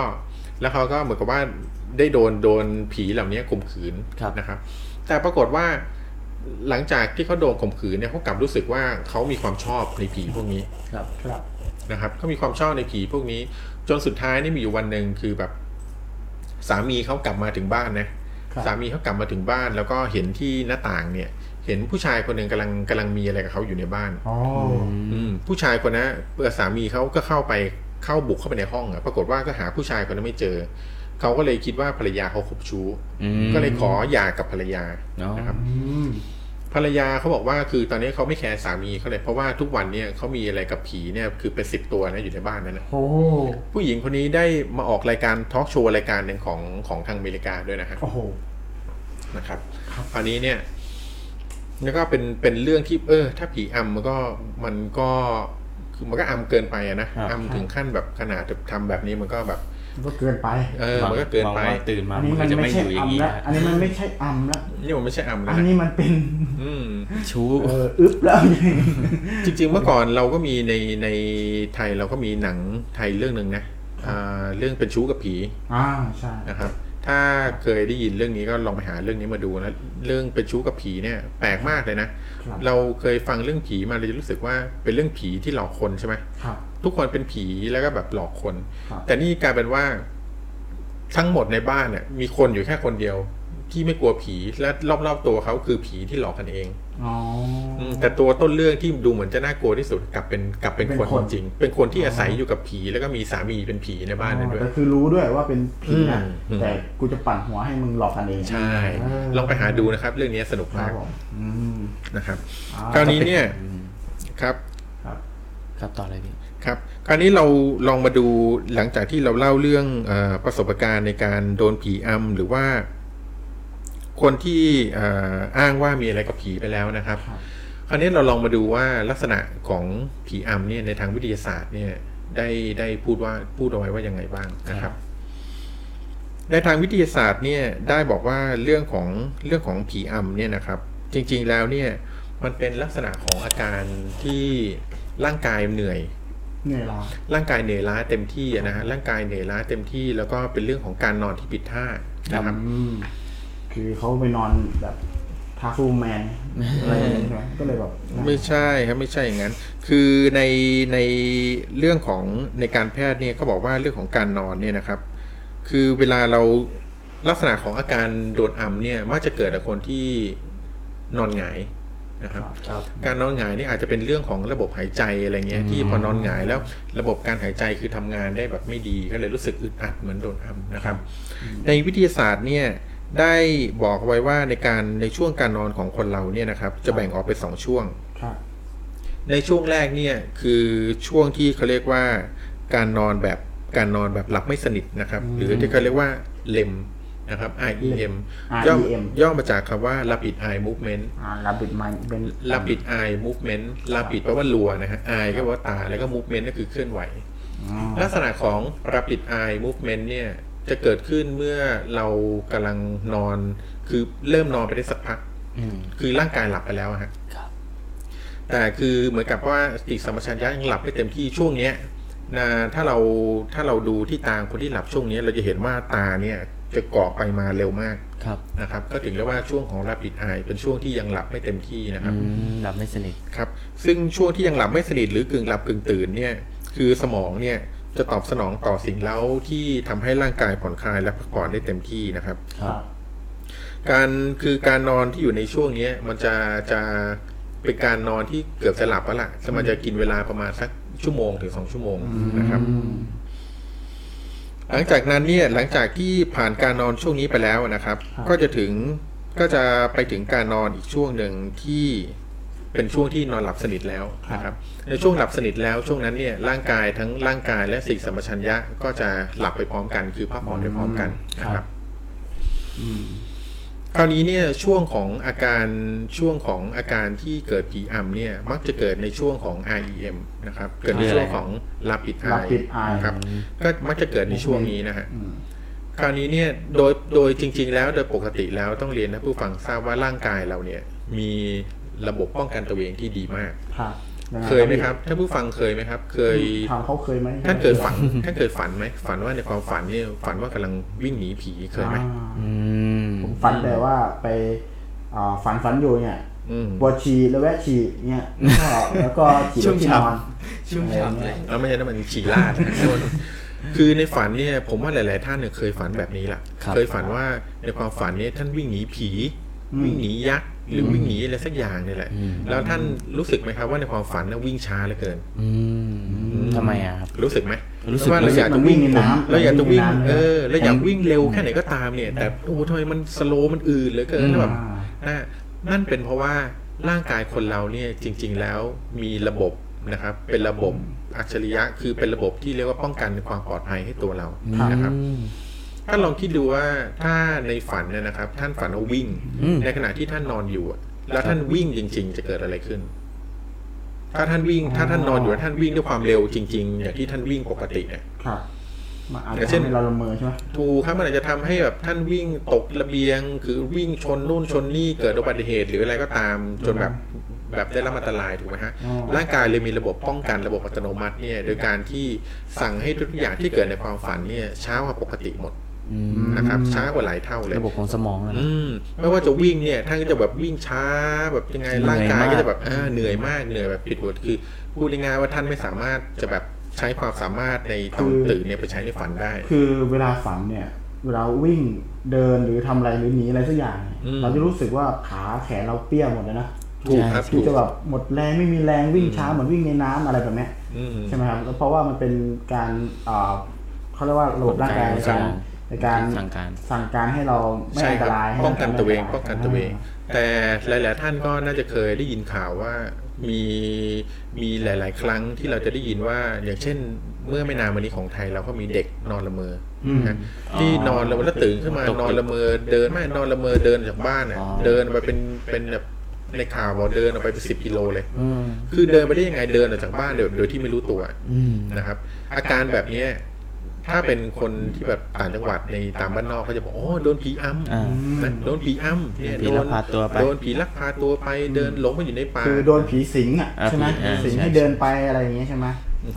Speaker 2: แล้วเขาก็เหมือนกับว่าได้โดนโดนผีเหล่านี้ข่มขืนนะครับ แต่ปรากฏว่าหลังจากที่เขาโดนข่มขืนเนี่ยเขากลับรู้สึกว่าเขามีความชอบในผีพวกนี้
Speaker 3: ครับ
Speaker 5: ครับ
Speaker 2: นะครับเขามีความชอบในผีพวกนี้ จนสุดท้ายนี่มีอยู่วันหนึ่งคือแบบ สามีเขากลับมาถึงบ้านนะครับ สามีเขากลับมาถึงบ้าน แล้วก็เห็นที่หน้าต่างเนี่ย เห็นผู้ชายคนหนึ่งกำลังกำลังมีอะไรกับเขาอยู่ในบ้าน
Speaker 5: อ๋อ
Speaker 2: อืมผู้ชายคนนั้นเอ่อสามีเขาก็เข้าไปเข้าบุกเข้าไปในห้องอะปรากฏว่าก็หาผู้ชายคนนั้นไม่เจอเขาก็เลยคิดว่าภรรยาเขาคบชู้
Speaker 3: อืม
Speaker 2: ก็เลยขอหย่ากับภรรยา
Speaker 3: อ๋อ
Speaker 2: นะครับ
Speaker 5: อืม
Speaker 2: ภรรยาเขาบอกว่าคือตอนนี้เขาไม่แคร์สามีเขาเลยเพราะว่าทุกวันเนี่ยเขามีอะไรกับผีเนี่ยคือเป็นสิบตัวนะอยู่ในบ้านนั่นนะ
Speaker 5: โอ้
Speaker 2: ผู้หญิงคนนี้ได้มาออกรายการทอล์กโชว์รายการหนึ่งของของทางอเมริกาด้วยนะฮะ
Speaker 5: โอ้โห
Speaker 2: นะครับอันนี้เนี่ยแล้วก็เป็นเป็นเรื่องที่เออ ถ้าผีอำมันก็มันก็คือมันก็อำเกินไปอะนะครับ อำถึงขั้นแบบขนาดแบบทำแบบนี้มันก็แบบ
Speaker 5: มันก็เกินไป
Speaker 2: เออมันก็เกินไป
Speaker 3: หวังว่าตื่นมา
Speaker 5: อัน
Speaker 3: มั
Speaker 5: นี้
Speaker 3: น
Speaker 5: มัน
Speaker 3: ก็จะไม่
Speaker 5: ไม่
Speaker 3: อ
Speaker 5: ใช่
Speaker 3: ยู่อย่าง
Speaker 5: อำ
Speaker 3: นี้
Speaker 5: ละ
Speaker 3: นะ
Speaker 5: อันนี้มันไม่ใช่อำละ
Speaker 2: นี่มันไม่ใช่อำ
Speaker 5: อั
Speaker 2: แล้ว
Speaker 5: น
Speaker 2: นะ
Speaker 5: นี้มันเป็น
Speaker 2: อืม
Speaker 3: ชู้
Speaker 5: เอออึ๊บแล้ว
Speaker 2: จริงๆเมื่อก่อนเราก็มีในในไทยเราก็มีหนังไทยเรื่องหนึ่งนะอ่าเรื่องเป็นชู้กับผี
Speaker 5: อ่าใช่
Speaker 2: นะครับถ้าเคยได้ยินเรื่องนี้ก็ลองไปหาเรื่องนี้มาดูนะเรื่องเป็นชู้กับผีเนี่ยแปลกมากเลยนะ
Speaker 5: ครับ
Speaker 2: เราเคยฟังเรื่องผีมาเราจะรู้สึกว่าเป็นเรื่องผีที่หลอกคนใช่ไหม
Speaker 5: ครับ
Speaker 2: ทุกคนเป็นผีแล้วก็แบบหลอกคน
Speaker 5: ครับ
Speaker 2: แต่นี่กลายเป็นว่าทั้งหมดในบ้านเนี่ยมีคนอยู่แค่คนเดียว ที่ไม่กลัวผีและรอบๆตัวเขาคือผีที่หลอกกันเอง
Speaker 5: อ๋ออ
Speaker 2: มแต่ตัวต้นเรื่องที่ดูเหมือนจะน่ากลัวที่สุดกลับเป็นกลับเป็น
Speaker 5: เป็น
Speaker 2: คน
Speaker 5: คน
Speaker 2: จริงๆเป็นคนที่อาศัยอยู่กับผีแล้วก็มีสามีเป็นผีในบ้านนั้นด้วย
Speaker 5: แต่คือรู้ด้วยว่าเป็นผีนะ
Speaker 2: อืมอืม
Speaker 5: แต่กูจะปั่นหัวให้มึงหลอกกันเอง
Speaker 2: ใช่
Speaker 5: เ
Speaker 2: ลองไปหาดูนะครับ เรื่องนี้สนุก
Speaker 5: ครั
Speaker 2: มา
Speaker 5: บ
Speaker 2: ก
Speaker 5: ผมอืม
Speaker 2: นะครับ
Speaker 5: อ่
Speaker 2: คราวนี้เนี่ยครับ
Speaker 5: ครับ
Speaker 3: ครับต่อเลยพี่
Speaker 2: ครับ คราวนี้เราลองมาดูหลังจากที่เราเล่าเรื่องเออประสบการณ์ในการโดนผีอำหรือว่า คนที่เอ่ออ้างว่ามีอะไรกับผีไปแล้วนะครับ
Speaker 5: ครับ
Speaker 2: คราวนี้เราลองมาดูว่าลักษณะของผีอำเนี่ยในทางวิทยาศาสตร์เนี่ย ได้ได้พูดว่าพูดเอาไว้ว่ายังไงบ้างนะครับ ในทางวิทยาศาสตร์เนี่ยได้บอกว่าเรื่องของเรื่องของผีอำเนี่ยนะครับ จริงๆแล้วเนี่ยมันเป็นลักษณะของอาการที่ร่างกายเหนื่อย
Speaker 5: เหนื่อยล้า
Speaker 2: ร่างกายเหนื่อยล้าเต็มที่อะนะฮะร่างกายเหนื่อยล้าเต็มที่ แล้วก็เป็นเรื่องของการนอนที่ผิดท่านะครับ
Speaker 5: อืมคือเขาไปนอนแบบทาฟูแมนอะไรอย่างเงี้ยใช่ไหมก็เลยแบบ
Speaker 2: ไม่ใช่ครับไม่ใช่อย่างนั้น คือในในเรื่องของในการแพทย์เนี่ยเขาบอกว่าเรื่องของการนอนเนี่ยนะครับ คือเวลาเราลักษณะของอาการโดดอัมเนี่ยมักจะเกิดจากคนที่นอนหงายนะครับ
Speaker 5: ครับ
Speaker 2: การนอนหงายนี่อาจจะเป็นเรื่องของระบบหายใจอะไรเงี้ยที่พอนอนหงายแล้วระบบการหายใจคือทำงานได้แบบไม่ดีก็เลยรู้สึกอึดอัดเหมือนโดนอัมนะครับ ในวิทยาศาสตร์เนี่ยได้บอกไว้ว่าในการในช่วงการนอนของคนเราเนี่ยนะครับ จะแบ่งออกเป็นสองช่วง
Speaker 5: ครับ
Speaker 2: ในช่วงแรกเนี่ยคือช่วงที่เขาเรียกว่าการนอนแบบการนอนแบบหลับไม่สนิทนะครับ หรือที่เขาเรียกว่าเลมนะครับ REM ย่อ
Speaker 5: REM
Speaker 2: ย่อมาจากคำว่า rapid eye movement
Speaker 5: อ่าลาบิดมันเป็น
Speaker 2: rapid eye movement rapid แปลว่ารัวนะฮะ eye ก็แปลว่าตา แล้วก็ movement ก็คือเคลื่อนไหว
Speaker 5: อ๋อ
Speaker 2: ลักษณะของ rapid eye movement เนี่ยจะเกิดขึ้นเมื่อเรากำลังนอน คือเริ่มนอนไปได้สักพัก
Speaker 3: อืม
Speaker 2: คือร่างกายหลับไปแล้วอะฮะ
Speaker 3: ครับ
Speaker 2: แต่คือเหมือนกับว่าสติสัมปชัญญะยังหลับไม่เต็มที่ช่วงเนี้ยนะถ้าเราถ้าเราดูที่ตาคนที่หลับช่วงเนี้ยเราจะเห็นว่าตาเนี่ยจะเกาะไปมาเร็วมาก
Speaker 3: ครับ
Speaker 2: นะครับ ก็ถึงเรียกว่าช่วงของ rapid eye เป็นช่วงที่ยังหลับไม่เต็มที่นะครับ
Speaker 3: อืมหลับไม่สนิท
Speaker 2: ครับซึ่งช่วงที่ยังหลับไม่สนิทหรือกึ่งหลับกึ่งตื่นเนี่ยคือสมองเนี่ยจะตอบสนองต่อสิ่งเล้าที่ทำให้ร่างกายผ่อนคลายและพักผ่อนได้เต็มที่นะครับ
Speaker 5: ครับ
Speaker 2: การคือการนอนที่อยู่ในช่วงเนี้ยมันจะจะเป็นการนอนที่เกือบจะหลับแล้วล่ะแต่มันจะกินเวลาประมาณสักชั่วโมงถึงสองชั่วโมงนะครับ
Speaker 5: อืม
Speaker 2: หลังจากนั้นเนี่ยหลังจากที่ผ่านการนอนช่วงนี้ไปแล้วนะครับ
Speaker 5: ครับ
Speaker 2: ก็จะถึงก็จะไปถึงการนอนอีกช่วงหนึ่งที่เป็นช่วงที่นอนหลับสนิทแล้วนะครับ ในช่วงหลับสนิทแล้วช่วงนั้นเนี่ยร่างกายทั้งร่างกายและสิ่งสัมปชัญญะก็จะหลับไปพร้อมกัน คือพักผ่อนไปพร้อมกันนะครับ
Speaker 5: อืม
Speaker 2: คราวนี้เนี่ยช่วงของอาการช่วงของอาการที่เกิดผีอำเนี่ยมักจะเกิดในช่วงของ REM นะครับ เกิดในช่วงของ rapid eye
Speaker 5: Rapid eye
Speaker 2: ครับก็มักจะเกิดในช่วงนี้นะฮะ
Speaker 5: อืม
Speaker 2: คราวนี้เนี่ยโดยโดยจริง ๆ แล้วโดยปกติแล้วต้องเรียนให้ผู้ฟังทราบว่าร่างกายเราเนี่ยมีระบบป้องกันตัวเองที่ดีมาก
Speaker 6: ครับ
Speaker 2: เคยไหมครับท่านผู้ฟังเคยไหมครับ เคย
Speaker 1: ถามเขาเคยไหม
Speaker 2: ท่านเกิดฝัน ท่านเกิดฝันไหมฝันว่าในความฝันเนี่ยฝันว่ากำลังวิ่งหนีผีเคยไหม
Speaker 6: อ่า
Speaker 3: อืม
Speaker 1: ผมฝันแต่ว่าไปอ่าฝันฝันอยู่เนี่ย
Speaker 2: อืม
Speaker 1: ปวดฉี่แล้วแวะฉี่เนี่ยแล้วก็แล้วก็ฉี่
Speaker 7: ชุ่ม
Speaker 1: ที่
Speaker 7: ฉ่ำ
Speaker 1: นอน
Speaker 7: ชุ่มฉ่ำเลย
Speaker 2: แล้วไม่ใช่น้ำมันฉี่ลาดนะ [laughs] โดนคือในฝันเนี่ยผมว่าหลาย ๆ ท่านเนี่ยเคยฝันแบบนี้แหละ
Speaker 3: ครับ
Speaker 2: เคยฝันว่าในความฝันเนี่ยท่านวิ่งหนีผี วิ่งหนียักษ์หรือวิ่งหนีอะไรสักอย่างเนี่ยแหละ แล้วท่านรู้สึกไหมครับว่าในความฝันน่ะวิ่งช้าเหลือเกิน
Speaker 3: อืมทำไมอะครับ
Speaker 2: รู้สึกไหม
Speaker 3: รู้สึก
Speaker 2: ว่าเราอยาก
Speaker 1: มั
Speaker 2: จะ
Speaker 1: นวิ่
Speaker 2: วิ่ง
Speaker 1: งในน้ำ
Speaker 2: เราอยากจะวิ่ง
Speaker 1: มันวิ่งในน้ำ
Speaker 2: เออเราอยากวิ่งเร็วแค่ไหนก็ตามเนี่ย แต่โอ้โหทำไมมันสโลว์มันอืดเหลือเกินแล้วแบบ
Speaker 1: อ่า
Speaker 2: นะนั่นเป็นเพราะว่าร่างกายคนเราเนี่ยจริง ๆ แล้วมีระบบนะครับเป็นระบบอัจฉริยะคือเป็นระบบที่เรียกว่าป้องกันความปลอดภัยให้ตัวเรานะครับ
Speaker 3: อืม
Speaker 2: ท่านลองคิดดูว่าถ้าในฝันเนี่ยนะครับ ท่านฝันว่าวิ่ง
Speaker 3: อืม
Speaker 2: ในขณะที่ท่านนอนอยู่อะแล้วท่านวิ่งจริง ๆ จะเกิดอะไรขึ้น ถ้าท่านวิ่ง ถ้าท่านนอนอยู่แล้วท่านวิ่งด้วยความเร็วจริง ๆ อย่างที่ท่านวิ่งปกติเนี่ย
Speaker 1: ครับมาอาจ
Speaker 2: อ
Speaker 1: จะ
Speaker 2: ย่างเช่น
Speaker 1: ให้เราละเมอใช่ไหม
Speaker 2: ถูกครับมันอาจจะทำให้แบบท่านวิ่งตกระเบียง คือวิ่งชนนู่นชนนี่เกิดอุบัติเหตุหรืออะไรก็ตาม จนแบบแบบได้รับอันตรายถูกไหมฮะร่างกายเลยมีระบบป้องกันระบบอัตโนมัติเนี่ยโดยการที่สั่งให้ทุกอย่างที่เกิดในความฝันเนี่ยช้ากว่าปกติหมด
Speaker 3: อืม
Speaker 2: นะครับช้ากว่าหลายเท่าเลย
Speaker 3: ระบบของสมองนะ
Speaker 2: อืมไม่ว่าจะวิ่งเนี่ยท่านก็จะแบบวิ่งช้าแบบยังไง
Speaker 3: เหนื่อย
Speaker 2: ร่างกาย
Speaker 3: มาก
Speaker 2: ก็จะแบบอ่าเหนื่อยมากเหนื่อยแบบผิดปกติคือพูดง่ายๆว่าท่านไม่สามารถจะแบบใช้ความสามารถในตอนตื่นเนี่ยไปใช้ในฝันได้
Speaker 1: คือเวลาฝันเนี่ย เวลาวิ่งเดินหรือทำอะไรหรือหนีอะไรสักอย่างเนี่ย
Speaker 2: อืม
Speaker 1: เราจะรู้สึกว่าขาแขนเราเปี้ยหมดเลยนะ
Speaker 2: ถูกครับ
Speaker 1: คือ
Speaker 2: ถูก
Speaker 1: จะแบบหมดแรงไม่มีแรงวิ่งช้าเหมือนวิ่งในน้ำอะไรแบบเนี้ย
Speaker 2: อืม
Speaker 1: ใช่ไหมครับแล้วเพราะว่ามันเป็นการอ่าเขาเรียกว่าระบบร่างกายใน
Speaker 3: สั่
Speaker 1: กาง รในการ
Speaker 3: สั่งการ
Speaker 1: สั่งการให้เราไม่
Speaker 2: ใช่
Speaker 1: อันต
Speaker 2: ครับ
Speaker 1: รายให้
Speaker 2: ป้องกัน
Speaker 1: เรา
Speaker 2: ตัวเอง
Speaker 1: ไม่
Speaker 2: ป้องกันตัวเอง แต่หลาย ๆ ท่านก็น่าจะเคยได้ยินข่าวว่ามีมีหลาย ๆ ครั้งที่เราจะได้ยินว่า อย่างเช่น เมื่อไม่นานมานี้ของไทยเราก็มีเด็กนอนละเมออนะที่นอนละเมอแล้วตื่นขึ้นมา
Speaker 3: ตกตึก
Speaker 2: นอนละเมอเดินไม่นอนละเมอเดินจากบ้านเนี่ย
Speaker 3: อ๋อ
Speaker 2: เดินไปเป็นเป็นแบบในข่าวบอกเดินออกไปเป็นสิบกิโลเลย คือเดินไปได้ยังไงเดินออกจากบ้านโดยโดยที่ไม่รู้ตัว
Speaker 3: อืม
Speaker 2: นะครับอาการแบบเนี้ยถ้าเป็นคนที่แบบต่างจังหวัดในตามบ้านนอกเขาจะบอกโอ้โดนผีอ
Speaker 3: อ่า
Speaker 2: ำนะโดนผีอำเนี่ย
Speaker 3: ผีลักพาตัวไป
Speaker 2: โดนผีลักพาตัวไปเดินหลงไปอยู่ในป่า
Speaker 1: คือโดนผีสิงอ่ะ
Speaker 3: อ่า
Speaker 1: ใช่ไหม
Speaker 3: ผีอ่า
Speaker 1: สิง
Speaker 3: ใช่
Speaker 1: ให้เดินไปอะไรอย่างเงี้ยใช่ไหม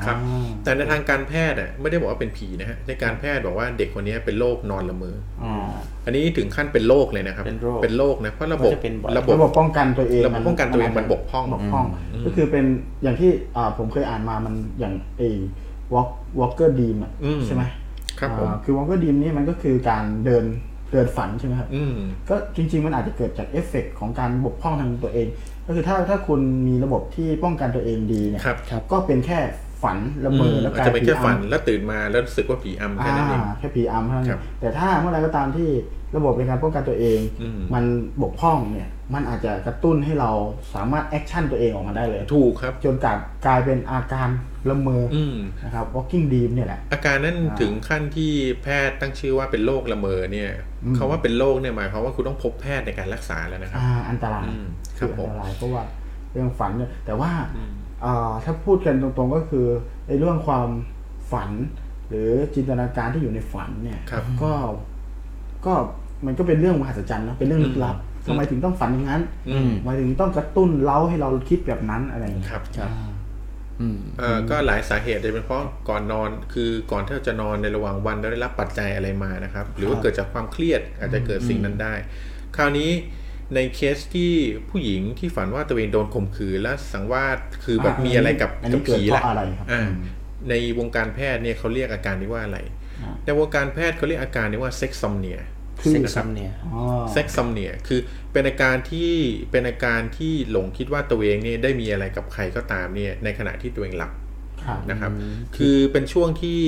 Speaker 2: ครับ
Speaker 1: อ่า
Speaker 2: แต่ในทางการแพทย์อ่ะไม่ได้บอกว่าเป็นผีนะฮะในการแพทย์บอกว่าเด็กคนเนี้ยเป็นโรคนอนละเมอ
Speaker 1: อ่า
Speaker 2: อันนี้ถึงขั้นเป็นโรคเลยนะครับ
Speaker 3: เป็นโรค
Speaker 2: เป็นโรคนะเพราะระบบ
Speaker 3: เขาจะเป็นบ่อย
Speaker 2: ระบ
Speaker 1: ระบบ บป้องกันตัวเอง
Speaker 2: ระบบป้องกันตัวเองมันบกพร่อง
Speaker 1: บกพร่อง ก็คือเป็นอย่างที่อ่าผมเคยอ่านมามันอย่างไอ้วอล์กวอล์กเกอร์ดีมอ่ะ
Speaker 2: อืม
Speaker 1: ใช่ไหม
Speaker 2: ครับผม
Speaker 1: อ่าคือวอล์กเกอร์ดีมนี่มันก็คือการเดินเดินฝันใช่ไหมครับ
Speaker 2: อืม
Speaker 1: ก็จริง ๆ มันอาจจะเกิดจากเอฟเฟกต์ของการบกพร่องทางตัวเอง ก็คือถ้าถ้าคุณมีระบบที่ป้องกันตัวเองดีเนี่ย
Speaker 2: ครับ
Speaker 1: ก็เป็นแค่ฝันละเมอแล้ว
Speaker 2: อาจ
Speaker 1: กลาย
Speaker 2: จะเป็น
Speaker 1: ผี
Speaker 2: แค่ฝัน
Speaker 1: อำ
Speaker 2: แล้วตื่นมาแล้วรู้สึกว่าผีอำแค่
Speaker 1: อ่า
Speaker 2: นั้นเอง
Speaker 1: แค่ผีอำเท่านั้น
Speaker 2: ครับ
Speaker 1: แต่ถ้าเมื่อไรก็ตามที่ระบบในการป้องกันตัวเอง
Speaker 2: อืม
Speaker 1: มันบกพร่องเนี่ยมันอาจจะกระตุ้นให้เราสามารถแอคชั่นตัวเองออกมาได้เลย
Speaker 2: ถูกครับ
Speaker 1: จนกลายกลายเป็นอาการละเมอ
Speaker 2: อืม
Speaker 1: นะครับ walking dream เนี่ยแหละ
Speaker 2: อาการนั้น
Speaker 1: อ่า
Speaker 2: ถึงขั้นที่แพทย์ตั้งชื่อว่าเป็นโรคละเมอเนี่ย
Speaker 1: อืม
Speaker 2: คำว่าเป็นโรคเนี่ยหมายความว่าคุณต้องพบแพทย์ในการรักษาแล้วนะครับ
Speaker 1: อ่าอันตราย
Speaker 2: อืมครั
Speaker 1: คื
Speaker 2: บ
Speaker 1: อ
Speaker 2: ผ
Speaker 1: อั
Speaker 2: ม
Speaker 1: นตรายเพราะว่าเรื่องฝันเนี่ยแต่ว่า
Speaker 2: อืม
Speaker 1: อ่าถ้าพูดกันตรงๆก็คือในเรื่องความฝัน หรือจินตนาการที่อยู่ในฝันเนี่ย
Speaker 2: ครับ
Speaker 1: ก็ก็มันก็เป็นเรื่องมหัศจรรย์นะเป็นเรื่องลึกลับ
Speaker 2: อืม
Speaker 1: ทำไมถึงต้องฝันอย่างนั้น
Speaker 2: อืม
Speaker 1: ทำไมถึงต้องกระตุ้นเล้าให้เราคิดแบบนั้นอะไรอย่างเงี้ย
Speaker 2: ครับ
Speaker 3: ครับ
Speaker 1: อ่า
Speaker 3: อืม
Speaker 2: เอ่อก็หลายสาเหตุโดยเฉพาะก่อนนอนคือก่อนที่เราจะนอนในระหว่างวันแล้วได้รับปัจจัยอะไรมานะครับ หรือว่าเกิดจากความเครียดอาจจะเกิดสิ่งนั้นได้ คราวนี้ในเคสที่ผู้หญิงที่ฝันว่าตัวเองโดนข่มขืนและสังวาสคือแบบ
Speaker 1: อ่ะ
Speaker 2: มีอะไรกับ
Speaker 1: อันนี้
Speaker 2: กับผี
Speaker 1: เกิดเพ
Speaker 2: ละ
Speaker 1: ราะอะไรครับ
Speaker 2: อ่า
Speaker 1: อืม
Speaker 2: ในวงการแพทย์เนี่ยเขาเรียกอาการนี้ว่าอะไร
Speaker 1: อ่า
Speaker 2: ในวงการแพทย์เขาเรียกอาการนี้ว่าเซ็กซ์ซอมเนีย
Speaker 1: คือ
Speaker 3: เซ็กซ์ซัมเนี่ย
Speaker 1: อ๋อ
Speaker 2: เซ็กซ์ซัมเนียคือเป็นอาการที่เป็นอาการที่หลงคิดว่าตัวเองเนี่ยได้มีอะไรกับใครก็ตามเนี่ยในขณะที่ตัวเองหลับ
Speaker 1: ครับ
Speaker 2: นะครับ คือเป็นช่วงที่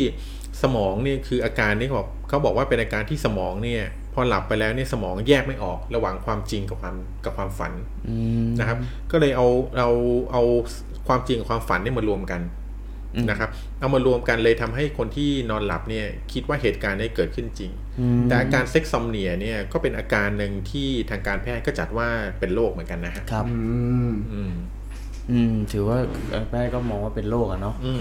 Speaker 2: สมองเนี่ยคืออาการนี่เขาบอกเขาบอกว่าเป็นอาการที่สมองเนี่ยพอหลับไปแล้วเนี่ยสมองแยกไม่ออกระหว่างความจริงกับความกับความฝัน
Speaker 3: อืม
Speaker 2: นะครับ ก็เลยเอาเราเอาความจริงกับความฝันเนี่ยมารวมกัน
Speaker 3: อืม
Speaker 2: นะครับ เอามารวมกันเลยทำให้คนที่นอนหลับเนี่ยคิดว่าเหตุการณ์ได้เกิดขึ้นจริง
Speaker 3: อืม
Speaker 2: แต่อาการเซ็กซ์ซอมเนียเนี่ยก็เป็นอาการหนึ่งที่ทางการแพทย์ก็จัดว่าเป็นโรคเหมือนกันนะฮะ
Speaker 3: ครับ
Speaker 1: อืม
Speaker 2: อืม
Speaker 3: อืม ถือว่าแม่ก็มองว่าเป็นโรคอะเนาะ
Speaker 2: อืม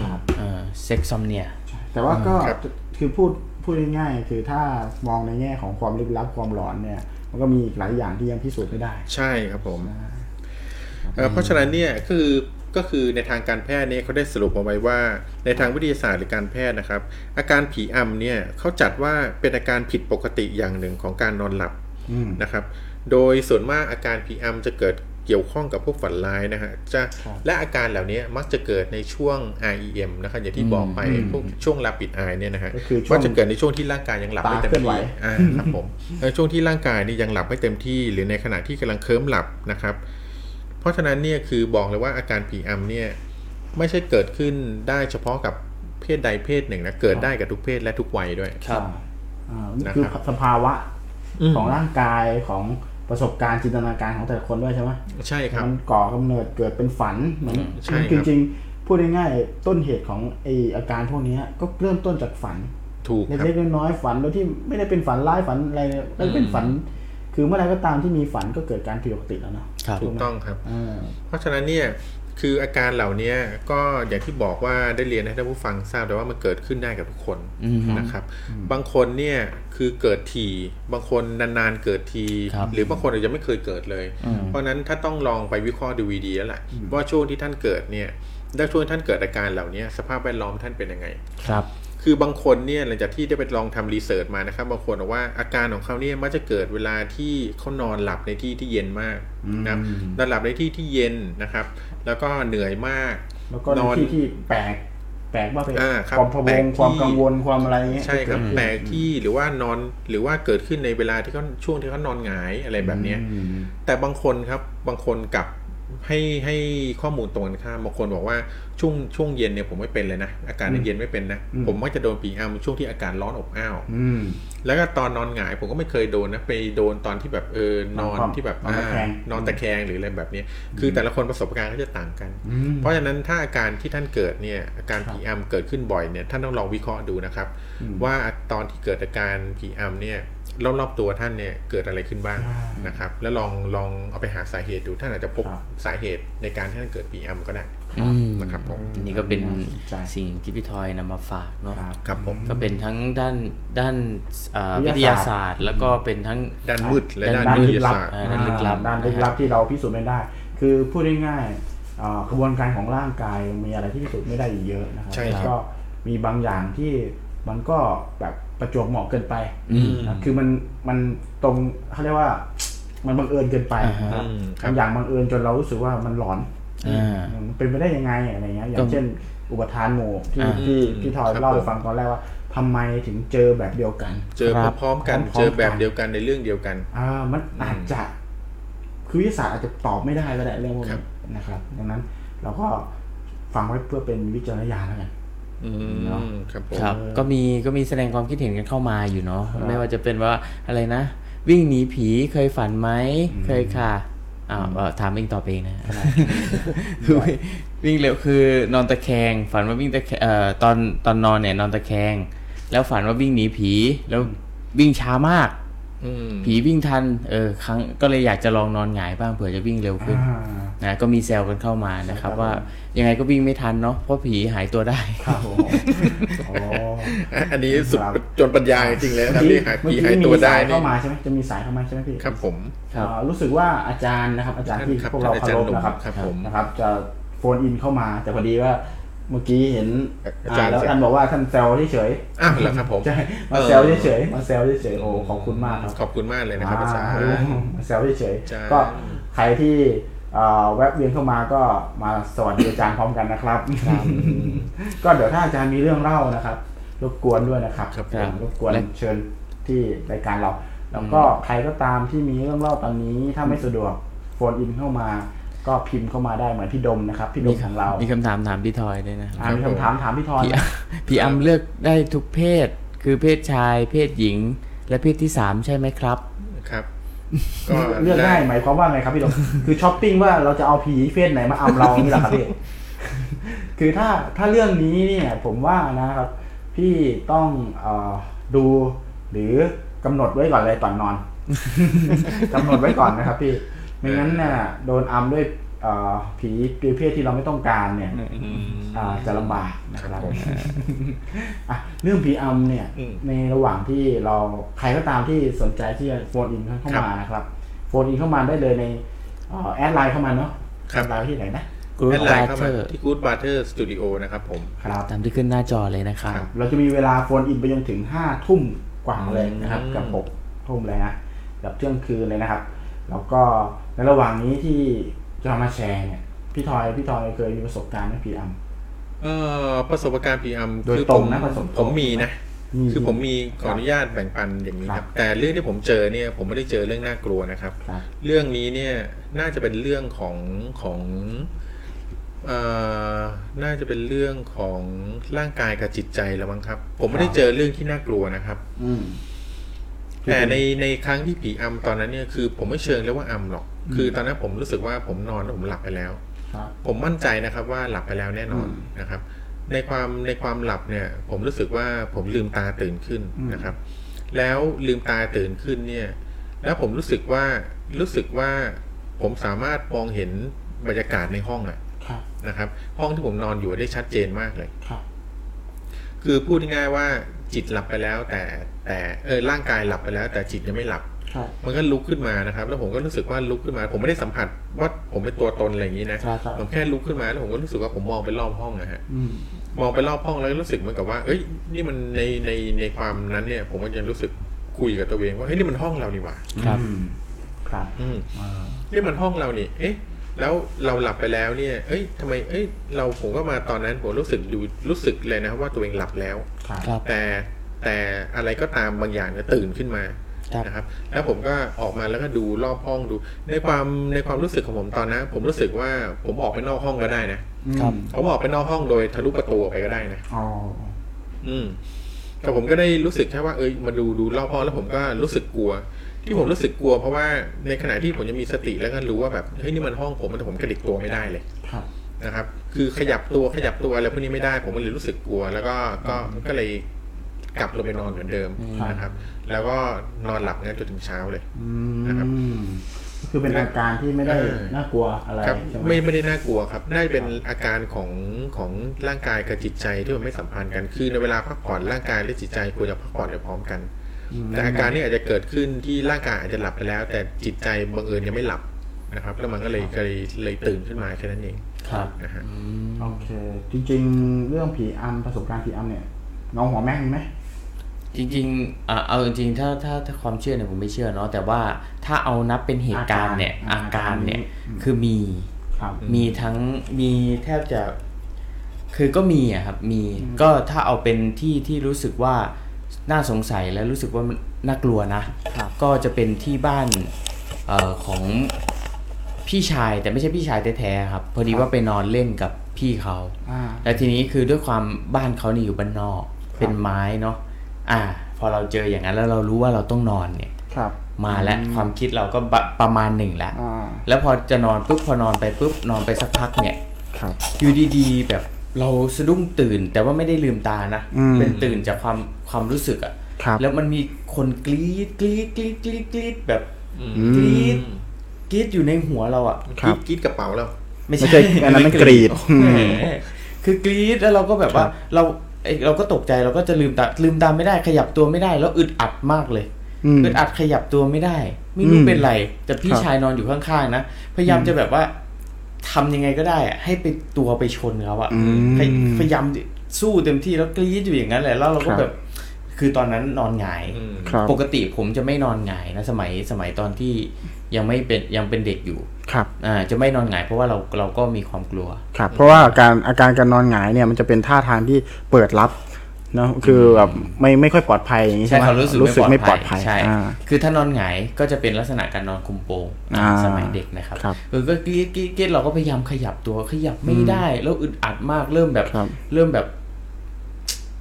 Speaker 3: เซ็กซ์ซัมเนี่ย
Speaker 1: แต่ว่าก็
Speaker 2: ครับ
Speaker 1: คือพูดพูด พูดง่ายๆคือถ้ามองในแง่ของความลึกลับความหลอนเนี่ย มันก็มีอีกหลายอย่างที่ยังพิสูจน์ไม่ได้
Speaker 2: ใช่ครับผมเอ่อเพราะฉะนั้นเนี่ยคือก็คือในทางการแพทย์เนี่ยเขาได้สรุปเอาไว้ว่า ในทางวิทยาศาสตร์หรือการแพทย์นะครับ อาการผีอำเนี่ยเขาจัดว่าเป็นอาการผิดปกติอย่างหนึ่งของการนอนหลับ
Speaker 8: อืม
Speaker 2: นะครับ โดยส่วนมากอาการผีอำจะเกิดเกี่ยวข้องกับพวกฝันร้ายนะฮะ จะและอาการเหล่านี้มักจะเกิดในช่วง REM นะครับอย่างที่บอกไป
Speaker 8: อืม
Speaker 2: พวกช่วงหลับปิดอายเนี่ยนะฮะ
Speaker 1: ก็คือช่วง
Speaker 2: ก็จะเกิดในช่วงที่ร่างกายยังหลับไม่เต็
Speaker 1: ตา
Speaker 2: ม
Speaker 1: เคลื่อนไหว
Speaker 2: ที่อ่าครับผมในช่วงที่ร่างกายนี่ยังหลับไม่เต็มที่ หรือในขณะที่กำลังเคลิ้มหลับนะครับ เพราะฉะนั้นเนี่ยคือบอกเลยว่าอาการผีอำเนี่ยไม่ใช่เกิดขึ้นได้เฉพาะกับเพศใดเพศหนึ่งนะเกิดได้กับทุกเพศและทุกวัยด้วย
Speaker 3: ครับ
Speaker 1: อ่านี่คือ
Speaker 2: นะครับ
Speaker 1: สภาวะ
Speaker 2: อืม
Speaker 1: ของร่างกายของประสบการณ์จินตนาการของแต่ละคนด้วยใช่ไหม
Speaker 2: ใช่ครับ
Speaker 1: มันก่อกำเนิดเกิดเป็นฝันเหมือน
Speaker 2: ใช่ครับ
Speaker 1: จริงๆพูดง่ายๆต้นเหตุของไออาการพวกเนี้ยก็เริ่มต้นจากฝัน
Speaker 2: ถูกครับ
Speaker 1: เล็กๆน้อยๆฝันโดยที่ไม่ได้เป็นฝันร้ายฝันอะไรเลยมันเป็นฝัน คือเมื่อไหรก็ตามที่มีฝันก็เกิดการผิดปกติแล้วเนาะ
Speaker 3: ครับ
Speaker 2: ถูกต้องครับ
Speaker 1: เออ
Speaker 2: เพราะฉะนั้นเนี่ยคืออาการเหล่านี้ก็อย่างที่บอกว่าได้เรียนให้ท่านผู้ฟังทราบแต่ว่ามันเกิดขึ้นได้กับทุกคน
Speaker 3: อืม
Speaker 2: นะครับ บางคนเนี่ยคือเกิดทีบางคนนานๆเกิดที
Speaker 3: ครับ
Speaker 2: หรือบางคนอาจจะไม่เคยเกิดเลย
Speaker 3: อืม
Speaker 2: เพราะฉะนั้นถ้าต้องลองไปวิเคราะห์ดูดีๆแล้วล่ะว่าช่วงที่ท่านเกิดเนี่ยแล้วช่วงที่ท่านเกิดอาการเหล่านี้สภาพแวดล้อมท่านเป็นยังไง
Speaker 3: ครับ
Speaker 2: คือบางคนเนี่ยหลังจากที่ได้ไปลองทำรีเสิร์ชมานะครับบางคนบอกว่าอาการของเขาเนี่ยมักจะเกิดเวลาที่เขานอนหลับในที่ที่เย็นมากนะครับนอนหลับในที่ที่เย็นนะครับ แล้วก็เหนื่อยมาก
Speaker 1: แล้วก็ใน
Speaker 2: นอน
Speaker 1: ที่ที่แปลกแปลกว่าเป็น
Speaker 2: อ่าครับ
Speaker 1: ความพะว
Speaker 2: แปลก
Speaker 1: ง
Speaker 2: ที่
Speaker 1: ความกังวลความอะไรเงี้ย
Speaker 2: ใช่ครับ
Speaker 1: เกิดขึ้น
Speaker 2: แปลกที่หรือว่านอนหรือว่าเกิดขึ้นในเวลาที่เขาช่วงที่เขานอนหงายอะไรแบบเนี้ย
Speaker 8: อืม
Speaker 2: แต่บางคนครับบางคนกลับให้ให้ข้อมูลตรงกันข้ามบางคนบอกว่าช่วงช่วงเย็นเนี่ยผมไม่เป็นเลยนะอาการในเย็นไม่เป็นนะผมมักจะโดนปีอำช่วงที่อากาศร้อนอบอ้าว
Speaker 8: อืม
Speaker 2: แล้วก็ตอนนอนหงายผมก็ไม่เคยโดนนะไปโดนตอนที่แบบเออนอนที่แบบอ่านอนตะแคงหรืออะไรแบบเนี้ยคือแต่ละคนประสบการณ์ก็จะต่างกัน เพราะฉะนั้นถ้าอาการที่ท่านเกิดเนี่ยอาการผีอำเกิดขึ้นบ่อยเนี่ยท่านต้องลองวิเคราะห์ดูนะครับ ว่าตอนที่เกิดอาการผีอำเนี่ยรอบๆตัวท่านเนี่ยเกิดอะไรขึ้นบ้างนะครับแล้วลองลองเอาไปหาสาเหตุดูท่านอาจจะพบสาเหตุในการที่ท่านเกิดผีอำก็ได้
Speaker 3: อืม
Speaker 2: นะครับผม
Speaker 3: อันนี้ก็เป็น
Speaker 1: น่าสนใจ
Speaker 3: สิ่งที่พี่ทอยนำมาฝากเนาะ
Speaker 1: ครับ
Speaker 2: ครับผม
Speaker 3: ก็เป็นทั้งด้านด้านเอ่อ
Speaker 1: วิ
Speaker 3: วิ
Speaker 1: ทยาย
Speaker 3: ทา
Speaker 1: ศา
Speaker 3: ศา
Speaker 1: ส
Speaker 3: ส
Speaker 1: ต
Speaker 3: ต
Speaker 1: ร์
Speaker 3: ร์แล้วก็เป็นทั้ง
Speaker 2: ด้านมืดและด้าน
Speaker 1: ด้าน
Speaker 2: วิ
Speaker 1: ลึ
Speaker 2: ท
Speaker 1: กลับ
Speaker 2: ยาศาสตร์
Speaker 3: อ่าด้านลึกลับ
Speaker 1: ด้านลึกลับที่เราพิสูจน์ไม่ได้ คือพูดง่ายๆเอ่อกระบวนการของร่างกายมีอะไรที่พิสูจน์ไม่ได้อยู่เยอะนะครั
Speaker 2: ใช่ครับ
Speaker 1: แล้วก็มีบางอย่างที่มันก็แบบประจวบเหมาะเกินไปนะคือมันมันตรงเขาเรียกว่า มันบังเอิญเกินไปนะครับ
Speaker 2: อืมครับ
Speaker 1: บางอย่างบังเอิญจนเรารู้สึกว่ามันหลอน
Speaker 3: อ่า
Speaker 1: มันเป็นไปได้ยังไงอะไรเงี้ยอย่า
Speaker 3: ก็
Speaker 1: งเช่น อุปทานหมู่ที่
Speaker 3: อ่า
Speaker 1: ที่ที่ทอย
Speaker 2: ครับ
Speaker 1: เล่า
Speaker 2: ผ
Speaker 1: ให้
Speaker 2: ม
Speaker 1: ฟังตอนแรกว่าทำไมถึงเจอแบบเดียวกัน
Speaker 2: เจอพร้อมๆกันเจอแบบเดียวกันในเรื่องเดียวกัน
Speaker 1: อ่ามันอาจจะคือวิทยาศาสตร์อาจจะตอบไม่ได้ก็ได้เรื่องพวก
Speaker 2: ครั
Speaker 1: นี้
Speaker 2: บ
Speaker 1: นะครับ ดังนั้นเราก็ฟังไว้เพื่อเป็นวิจารณญาณแล้วกัน
Speaker 2: อืมครับผม
Speaker 3: ครับก็มีก็มีแสดงความคิดเห็นกันเข้ามาอยู่เนาะไม่ว่าจะเป็นว่าอะไรนะ วิ่งหนีผีเคยฝันไหมเคยค่ะอ้าวเอ่อถามเองตอบเองนะ
Speaker 1: [laughs]
Speaker 3: คือวิ่งเร็วคือนอนตะแคง ฝันว่าวิ่งตะแคงเอ่อตอนตอนนอนเนี่ยนอนตะแคง แล้วฝันว่าวิ่งหนีผีแล้ววิ่งช้ามาก
Speaker 2: อืม
Speaker 3: ผีวิ่งทันเออครั้งก็เลยอยากจะลองนอนหงายบ้างเผื่อจะวิ่งเร็วขึ้น
Speaker 1: อ่า
Speaker 3: นะก็มีแซวกันเข้ามานะครับ
Speaker 1: ใช่ครับ
Speaker 3: ว่ายังไงก็วิ่งไม่ทันเนาะเพราะผีหายตัวได้
Speaker 1: ครับผมโอ้
Speaker 2: อ่ะอันนี้สุดจนปัญญาจริงๆเลยนะครับ
Speaker 1: เมื่
Speaker 2: ที่
Speaker 1: อกี้
Speaker 2: หายผีหายตัวได้
Speaker 1: เมื่อกี้มีสาย
Speaker 2: นี่
Speaker 1: เข้ามาใช่ไหมจะมีสายเข้ามาใช่ไหมพี่
Speaker 2: ครับผม
Speaker 3: ครับ
Speaker 1: อ่ารู้สึกว่าอาจารย์นะครับ อาจารย์ที่
Speaker 2: ครับ
Speaker 1: พวกเรา
Speaker 2: อา
Speaker 1: เคา
Speaker 2: จารย์
Speaker 1: รพ
Speaker 2: หนุ่ม
Speaker 1: นะครับ
Speaker 2: ครับผม
Speaker 1: นะครับ จะโฟนอินเข้ามา แต่พอดีว่าเมื่อกี้เห็น
Speaker 2: อาจาร
Speaker 1: อ่า
Speaker 2: ย์
Speaker 1: แล้วท่านบอกว่าท่านแซวเฉย
Speaker 2: อ้าวเหรอครับผม
Speaker 1: ๆใช่มาแซวเฉยๆมาแซวเฉยๆโอ้ขอบคุณมากครับ
Speaker 2: ขอบคุณมากเลยนะครับภาษา
Speaker 1: แซวเฉย
Speaker 2: ใช่
Speaker 1: ๆก็ใครที่เอ่อแวะเวียนเข้ามาก็มาสวัสดีอาจารย์พร้อมกันนะครับ ก็เดี๋ยวถ้าอาจารย์มีเรื่องเล่านะครับ รบกวนด้วยนะครับ
Speaker 2: ครับ
Speaker 1: ผม
Speaker 3: ครับ
Speaker 1: รบกวน
Speaker 3: และ
Speaker 1: เชิญที่รายการเรา แล้วก็ใครก็ตามที่มีเรื่องเล่าตอนนี้ถ้าไม่สะดวกโฟนอินเข้ามา ก็พิมพ์เข้ามาได้เหมือนพี่ดมนะครับพี่ดมของเรา
Speaker 3: คำถามถามพี่ทอยด้วยนะ
Speaker 1: อ่ะมีคำถามถามพี่ทอน
Speaker 3: พี่
Speaker 1: นะ
Speaker 3: [laughs] พี่อำเลือกได้ทุกเพศ คือเพศชาย เพศหญิง และเพศที่สามใช่ไหมครับ
Speaker 2: ครับ ก็
Speaker 1: เลือกได้หมายความว่าไงครับพี่ดม คือช้อปปิ้งว่าเราจะเอาผีเฟสไหนมาอำเรานี่แหละครับพี่ คือถ้าถ้าเรื่องนี้เนี่ยผมว่านะครับ พี่ต้องเออดูหรือกำหนดไว้ก่อน [laughs] เลยก่อนนอน กำหนดไว้ก่อนนะครับพี่ไม่งั้นน่ะโดนอัมด้วย เอ่อผีเพศที่เราไม่ต้องการเนี่ยอ่าจะลำบากนะ
Speaker 2: ค
Speaker 1: ค
Speaker 2: รั
Speaker 1: รั
Speaker 2: บบ ผม
Speaker 1: อ่ะเรื่องผีอำเนี่ย
Speaker 2: อืม
Speaker 1: ในระหว่างที่เราใครก็ตามที่สนใจที่จะโฟนอินเข้า
Speaker 2: ครับ
Speaker 1: มานะครับโฟนอินเข้ามาได้เลยในเอ่อแอดไลน์เข้ามาเนาะ
Speaker 2: ครับ
Speaker 1: แอดไลน์ที่ไหนนะ
Speaker 3: กรุ๊ป
Speaker 2: แอดไล
Speaker 3: บา
Speaker 2: น์เข้า
Speaker 3: เท
Speaker 2: มา
Speaker 3: อร์
Speaker 2: ที่ Good Butter Studio นะครับผม
Speaker 1: ครับ
Speaker 3: ตามที่ขึ้นหน้าจอเลยนะครับ
Speaker 1: เราจะมีเวลาโฟนอินไปจนถึงห้าทุ่มกว่าเลยนะครับ
Speaker 2: อืม
Speaker 1: กับหกทุ่มเลยนะกับเที่ยงคืนเลยนะครับ แล้วก็ในระหว่างนี้ที่จะเอามาแชร์เนี่ยพี่ทอยพี่ทอยเคยมีประสบการณ์เรื่องผีอำ
Speaker 2: เอ่อประสบการณ์พีอัม
Speaker 1: โดย
Speaker 2: คือ
Speaker 1: ตร
Speaker 2: ผ
Speaker 1: ง
Speaker 2: ม
Speaker 1: นะประสบตรง
Speaker 2: ผมมีนะ
Speaker 1: อืม
Speaker 2: คือผมมีขออนุญาตแบ่งปันอย่างนี้ค
Speaker 1: ครั
Speaker 2: รับ
Speaker 1: บ
Speaker 2: แต่เรื่องที่ผมเจอเนี่ยผมไม่ได้เจอเรื่องน่ากลัวนะครับ
Speaker 1: ครับ
Speaker 2: เรื่องนี้เนี่ยน่าจะเป็นเรื่องของของเอ่อน่าจะเป็นเรื่องของร่างกายกับจิตใจแล้วมั้งครับ ผมไม่ได้เจอเรื่องที่น่ากลัวนะครับ
Speaker 1: อืม
Speaker 2: แต่ในในครั้งที่ผีอำตอนนั้นเนี่ยคือผมไม่เชิงเรียกว่าอำหรอก คือตอนนั้นผมรู้สึกว่าผมนอนแล้วผมหลับไปแล้ว
Speaker 1: ครับ
Speaker 2: ผมมั่นใจนะครับว่าหลับไปแล้วแน่นอนนะครับ ในความในความหลับเนี่ย ผมรู้สึกว่าผมลืมตาตื่นขึ้นนะครับ แล้วลืมตาตื่นขึ้นเนี่ย แล้วผมรู้สึกว่ารู้สึกว่าผมสามารถมองเห็นบรรยากาศในห้องอะ
Speaker 1: ครับ
Speaker 2: นะครับ ห้องที่ผมนอนอยู่ได้ชัดเจนมากเลย
Speaker 1: ครับ
Speaker 2: คือพูดง่ายๆว่าจิตหลับไปแล้ว แต่แต่เออร่างกายหลับไปแล้ว แต่จิตยังไม่หลับ
Speaker 1: ครับ
Speaker 2: มันก็ลุกขึ้นมานะครับ แล้วผมก็รู้สึกว่าลุกขึ้นมา ผมไม่ได้สัมผัสว่าผมเป็นตัวตนอะไรอย่างนี้นะครับ
Speaker 1: ครับ
Speaker 2: ผมแค่ลุกขึ้นมาแล้วผมก็รู้สึกว่าผมมองไปรอบห้องนะฮะ
Speaker 1: อืม
Speaker 2: มองไปรอบห้องแล้วก็รู้สึกเหมือนกับว่า เอ้ยนี่มันในในในความนั้นเนี่ย ผมก็ยังรู้สึกคุยกับตัวเองว่าเฮ้ยนี่มันห้องเรานี่หว่า
Speaker 3: ครับ
Speaker 1: อืมครับ
Speaker 2: อืมนี่มันห้องเรานี่ เอ๊ะ แล้วเราหลับไปแล้วเนี่ย เอ้ยทำไม เอ้ย เราผมก็มาตอนนั้นผมรู้สึกดูรู้สึกเลยนะว่าตัวเองหลับแล้ว
Speaker 1: ครับ
Speaker 3: ครับ
Speaker 2: แต่แต่อะไรก็ตามบางอย่างเนี่ยตื่นขึ้นมา
Speaker 3: ครับ
Speaker 2: นะครับ แล้วผมก็ออกมาแล้วก็ดูรอบห้องดู ในความในความรู้สึกของผมตอนนั้นผมรู้สึกว่าผมออกไปนอกห้องก็ได้นะครับ
Speaker 1: อืม
Speaker 2: ผมออกไปนอกห้องโดยทะลุประตูออกไปก็ได้นะ
Speaker 1: อ๋อ
Speaker 2: อืมแต่ผมก็ได้รู้สึกแค่ว่าเอ้ยมาดูดูรอบห้องแล้วผมก็รู้สึกกลัว ที่ผมรู้สึกกลัว เพราะว่าในขณะที่ผมยังมีสติแล้วก็รู้ว่าแบบเฮ้ยนี่มันห้องผมแต่ผมกระดิกตัวไม่ได้เลย
Speaker 1: ครับ
Speaker 2: นะครับ คือขยับตัวขยับตัวอะไรพวกนี้ไม่ได้ ผมก็เลยรู้สึกกลัว แล้วก็ก็ก็เลยกลับลงไปนอนเหมือนเดิมนะครับ แล้วก็นอนหลับงั้นจนถึงเช้าเลย
Speaker 1: อื
Speaker 2: นะครับ
Speaker 1: มก็คือเป็นอาการที่ไม่ได้
Speaker 2: เออ
Speaker 1: น่ากลัวอะไร
Speaker 2: ครับ
Speaker 1: ใช่ไหม
Speaker 2: ไม่ไม่ได้น่ากลัวครับน่าจะเป็นอาการของของร่างกายกับจิตใจที่มันไม่สัมพันธ์กันคือในเวลาพักผ่อนร่างกายและจิตใจควรจะพักผ่อนไปพร้อมกัน
Speaker 1: ม
Speaker 2: แต่อาการนี้อาจจะเกิดขึ้นที่ร่างกายอาจจะหลับไปแล้ว แต่จิตใจบังเอิญยังไม่หลับนะครับ แล้วมันก็เลยเลยเลยตื่นขึ้นมาแค่นั้นเอง
Speaker 3: ครับ
Speaker 2: นะฮะ
Speaker 1: โอเค จริง ๆ เรื่องผีอำประสบการณ์ผีอำเนี่ยเงาหัวแม่งมีไหม
Speaker 3: จริงๆอ่ะเอาจริงๆ ถ้าถ้าถ้าความเชื่อเนี่ยผมไม่เชื่อเนาะ แต่ว่าถ้าเอานับเป็นเหตุการณ์เนี่ย อา
Speaker 1: อาการ
Speaker 3: การเนี่ย
Speaker 1: อืม
Speaker 3: คือมี
Speaker 1: ครับ
Speaker 3: มีทั้งมีแทบจะ คือก็มีอะครับ มี ก็ถ้าเอาเป็นที่ที่รู้สึกว่าน่าสงสัยและรู้สึกว่ามันน่ากลัวนะ
Speaker 1: ครับ
Speaker 3: ก็จะเป็นที่บ้านเออของพี่ชายแต่ไม่ใช่พี่ชายแท้ๆครับ พอดีว่าไปนอนเล่นกับพี่เขา
Speaker 1: อ่า
Speaker 3: แล้วทีนี้คือด้วยความบ้านเขาเนี่ยอยู่บ้านนอก เป็นไม้เนาะ อ่า พอเราเจออย่างนั้นแล้วเรารู้ว่าเราต้องนอนเนี่ย
Speaker 1: ครับ
Speaker 3: มาแล้วความคิดเราก็บะประมาณหนึ่งแล้ว
Speaker 1: อ่า
Speaker 3: แล้วพอจะนอนปุ๊บพอนอนไปปุ๊บนอนไปสักพักเนี่ย
Speaker 1: ครับ
Speaker 3: อยู่ดีๆ แบบเราสะดุ้งตื่น แต่ว่าไม่ได้ลืมตานะ
Speaker 1: อืม
Speaker 3: เป็นตื่นจากความความรู้สึกอะ
Speaker 1: ครับ
Speaker 3: แล้วมันมีคนกรี๊ดกรี๊ดกรี๊ดกรี๊ดกรี๊ดแบบ
Speaker 1: อื
Speaker 3: กรี๊
Speaker 1: ม
Speaker 3: ดกรี๊ดอยู่ในหัวเราอะ
Speaker 1: ครับ
Speaker 2: กรีดกระเป๋าแล้ว
Speaker 3: ไม่
Speaker 1: ไม่ใช่
Speaker 3: ใช่
Speaker 1: อันนั้นมันกรีดอืม
Speaker 3: แหมคือกรี๊ดแล้วเราก็แบบว่าเราเอ้ยเราก็ตกใจเราก็จะลืมตาลืมตาไม่ได้ขยับตัวไม่ได้แล้วอึดอัดมากเลย
Speaker 1: อืม
Speaker 3: อึดอัดขยับตัวไม่ได้ ไม่รู้
Speaker 1: อืม
Speaker 3: เป็นไรแต่พี่
Speaker 1: ครับ
Speaker 3: ชายนอนอยู่ข้างๆนะพยายามจะแบบว่าทำยังไงก็ได้อะให้ไปตัวไปชนเขาอะ
Speaker 1: อืม
Speaker 3: พยพยายามสู้เต็มที่แล้วกรี๊ดอยู่อย่างนั้นแหละแล้วเราก็
Speaker 1: ครับ
Speaker 3: แบบ คือตอนนั้นนอนหงาย
Speaker 2: อืม
Speaker 1: ครับ
Speaker 3: ปกติผมจะไม่นอนหงายนะสมัยสมัยตอนที่ยังไม่เป็นยังเป็นเด็กอยู่
Speaker 1: ครับ
Speaker 3: อ่าจะไม่นอนหงายเพราะว่าเราเราก็มีความกลัว
Speaker 1: ครับ เพราะว่าอาการอาการการนอนหงายเนี่ยมันจะเป็นท่าทางที่เปิดรับเนอะคือแบบไม่ไม่ค่อยปลอดภัยอย่างนี้ใช่ไหม
Speaker 3: ใช่เขารู้สึกไม่ปลอดภัย
Speaker 1: ใช่
Speaker 3: ใช่ คือถ้านอนหงายก็จะเป็นลักษณะการนอนคุมโปง
Speaker 1: อ่า
Speaker 3: สมัยเด็กนะครับ
Speaker 1: ครับ
Speaker 3: เออก็กรีดกรีดกรีดเราก็พยายามขยับตัวขยับไม่ได้ แล้วอึดอัดมากเริ่มแบบ
Speaker 1: ครับ
Speaker 3: เริ่มแบบ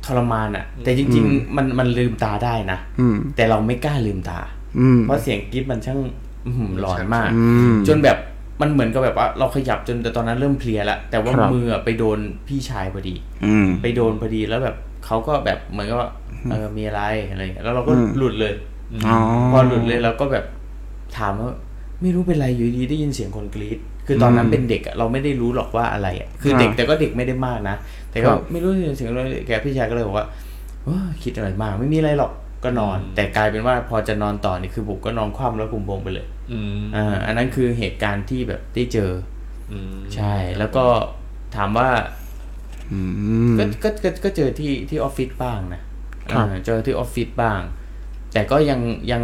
Speaker 3: ทรมานอะ่ะ แต่จริง ๆ มันมันลืมตาได้นะ
Speaker 1: อืม
Speaker 3: แต่เราไม่กล้าลืมตา
Speaker 1: อืม
Speaker 3: เพราะเสียงกรีดมันช่างอื้อหือหลอนมาก
Speaker 1: อืม
Speaker 3: จนแบบมันเหมือนกับแบบว่า เราขยับจนแต่ตอนนั้นเริ่มเพลียละแต่ว่า
Speaker 1: ครับ
Speaker 3: มืออะไปโดนพี่ชายพอดี
Speaker 1: อืม
Speaker 3: ไปโดนพอดีแล้วแบบเขาก็แบบเหมือนกับว่าเออมีอะไรอะไรอย่างเงี้ยแล้วเราก็
Speaker 1: อืม
Speaker 3: หลุดเลย
Speaker 1: อ๋อ
Speaker 3: พอหลุดเลยเราก็แบบถามว่า ไม่รู้เป็นไรอยู่ดีได้ยินเสียงคนกรีดคือตอนนั้น
Speaker 1: อืม
Speaker 3: เป็นเด็กอะเราไม่ได้รู้หรอกว่าอะไรอะคือเด็ก
Speaker 1: อ่า
Speaker 3: แต่ก็เด็กไม่ได้มากนะ แต่
Speaker 1: ค
Speaker 3: ก็
Speaker 1: รับ
Speaker 3: ไม่รู้เสียงอะไรแกพี่ชายก็เลยบอกว่าเอ้อคิดอะไรมาก ไม่มีอะไรหรอกก็นอน แต่กลายเป็นว่าพอจะนอนต่อนี่คือบุกก็นอนคว่ำแล้วคุมโปงไปเลย
Speaker 2: อืม
Speaker 3: อ่าอันนั้นคือเหตุการณ์ที่แบบได้เจอ
Speaker 2: อืม
Speaker 3: ใช่แล้วก็ถามว่า
Speaker 1: อืม
Speaker 3: ก็ก็ก็ก็เจอที่ที่ออฟฟิศบ้างนะครับ เออเจอที่ออฟฟิศบ้าง แต่ก็ยังยัง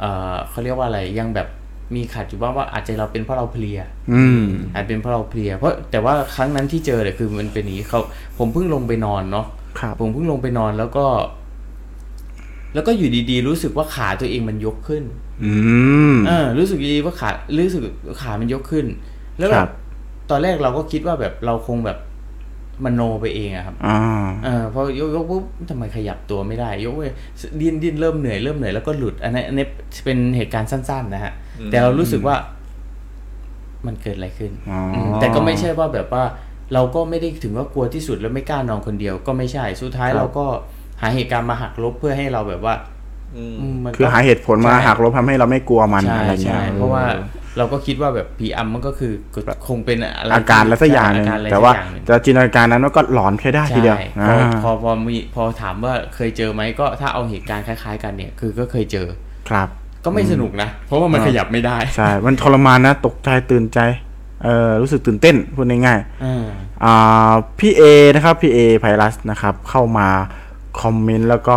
Speaker 3: เอ่อเขาเรียกว่าอะไรยังแบบมีขัดอยู่บ้างว่าอาจจะเราเป็นเพราะเราเพลีย
Speaker 1: อืม
Speaker 3: อาจเป็นเพราะเราเพลีย เพราะแต่ว่าครั้งนั้นที่เจอเนี่ยคือมันเป็นอย่างนี้เขาผมเพิ่งลงไปนอนเนาะ
Speaker 1: ครับ
Speaker 3: ผมเพิ่งลงไปนอนแล้วก็ แล้วก็อยู่ดีๆ รู้สึกว่าขาตัวเองมันยกขึ้น
Speaker 1: อืม
Speaker 3: เออรู้สึกดีว่าขารู้สึกขามันยกขึ้น แล้ว
Speaker 1: ค
Speaker 3: แบ
Speaker 1: รั
Speaker 3: บบ ตอนแรกเราก็คิดว่าแบบเราคงแบบมโนไปเองอะครับ
Speaker 1: อ่า
Speaker 3: เออพอยกยกปุ๊บทำไมขยับตัวไม่ได้ ยกเว้ยดิ้นดิ้นเริ่มเหนื่อยเริ่มเหนื่อยแล้วก็หลุดอันนี้นอันนี้เป็นเหตุการณ์สั้น ๆ นะฮะ แต่เรารู้สึกว่ามันเกิดอะไรขึ้น
Speaker 1: อ๋ออื
Speaker 3: มแต่ก็ไม่ใช่ว่าแบบว่า เราก็ไม่ได้ถึงว่ากลัวที่สุดแล้วไม่กล้านอนคนเดียวก็ไม่ใช่สุดท้ายเราก็หาเหตุการณ์มาหักลบเพื่อให้เราแบบว่า
Speaker 2: อืม
Speaker 3: อืมมันก็
Speaker 1: คือหาเหตุผลมาหักลบทำให้เราไม่กลัวมัน
Speaker 3: ใช่
Speaker 1: อะไรเงี้
Speaker 3: ใช่
Speaker 1: ย
Speaker 3: เพราะว่าเราก็คิดว่าแบบผีอำมันก็คือคงเป็นอะไร
Speaker 1: อาการและสักอย่างหนึ่ง
Speaker 3: ใช่อร
Speaker 1: แต่ว่า
Speaker 3: สักอย่งหนึ่ง
Speaker 1: แต่จินตนาการนั้นก็หลอนใช้ได้ทีเดียว
Speaker 3: ใช่
Speaker 1: อ่า
Speaker 3: พอพอพอมีพอถามว่าเคยเจอไหมก็ถ้าเอาเหตุการณ์คล้าย ๆ กันเนี่ยคือก็เคยเจอ
Speaker 1: ครับ
Speaker 3: ก็ไม่สนุกนะ เพราะว่ามันขยับไม่ได้
Speaker 1: ใช่ มันทรมานนะ ตกใจตื่นใจ เออรู้สึกตื่นเต้น พูดง่าย
Speaker 3: อ่า
Speaker 1: ๆอ่าพี่เอนะครับ พี่เอไพรัสนะครับ เข้ามาคอมเมนต์แล้วก็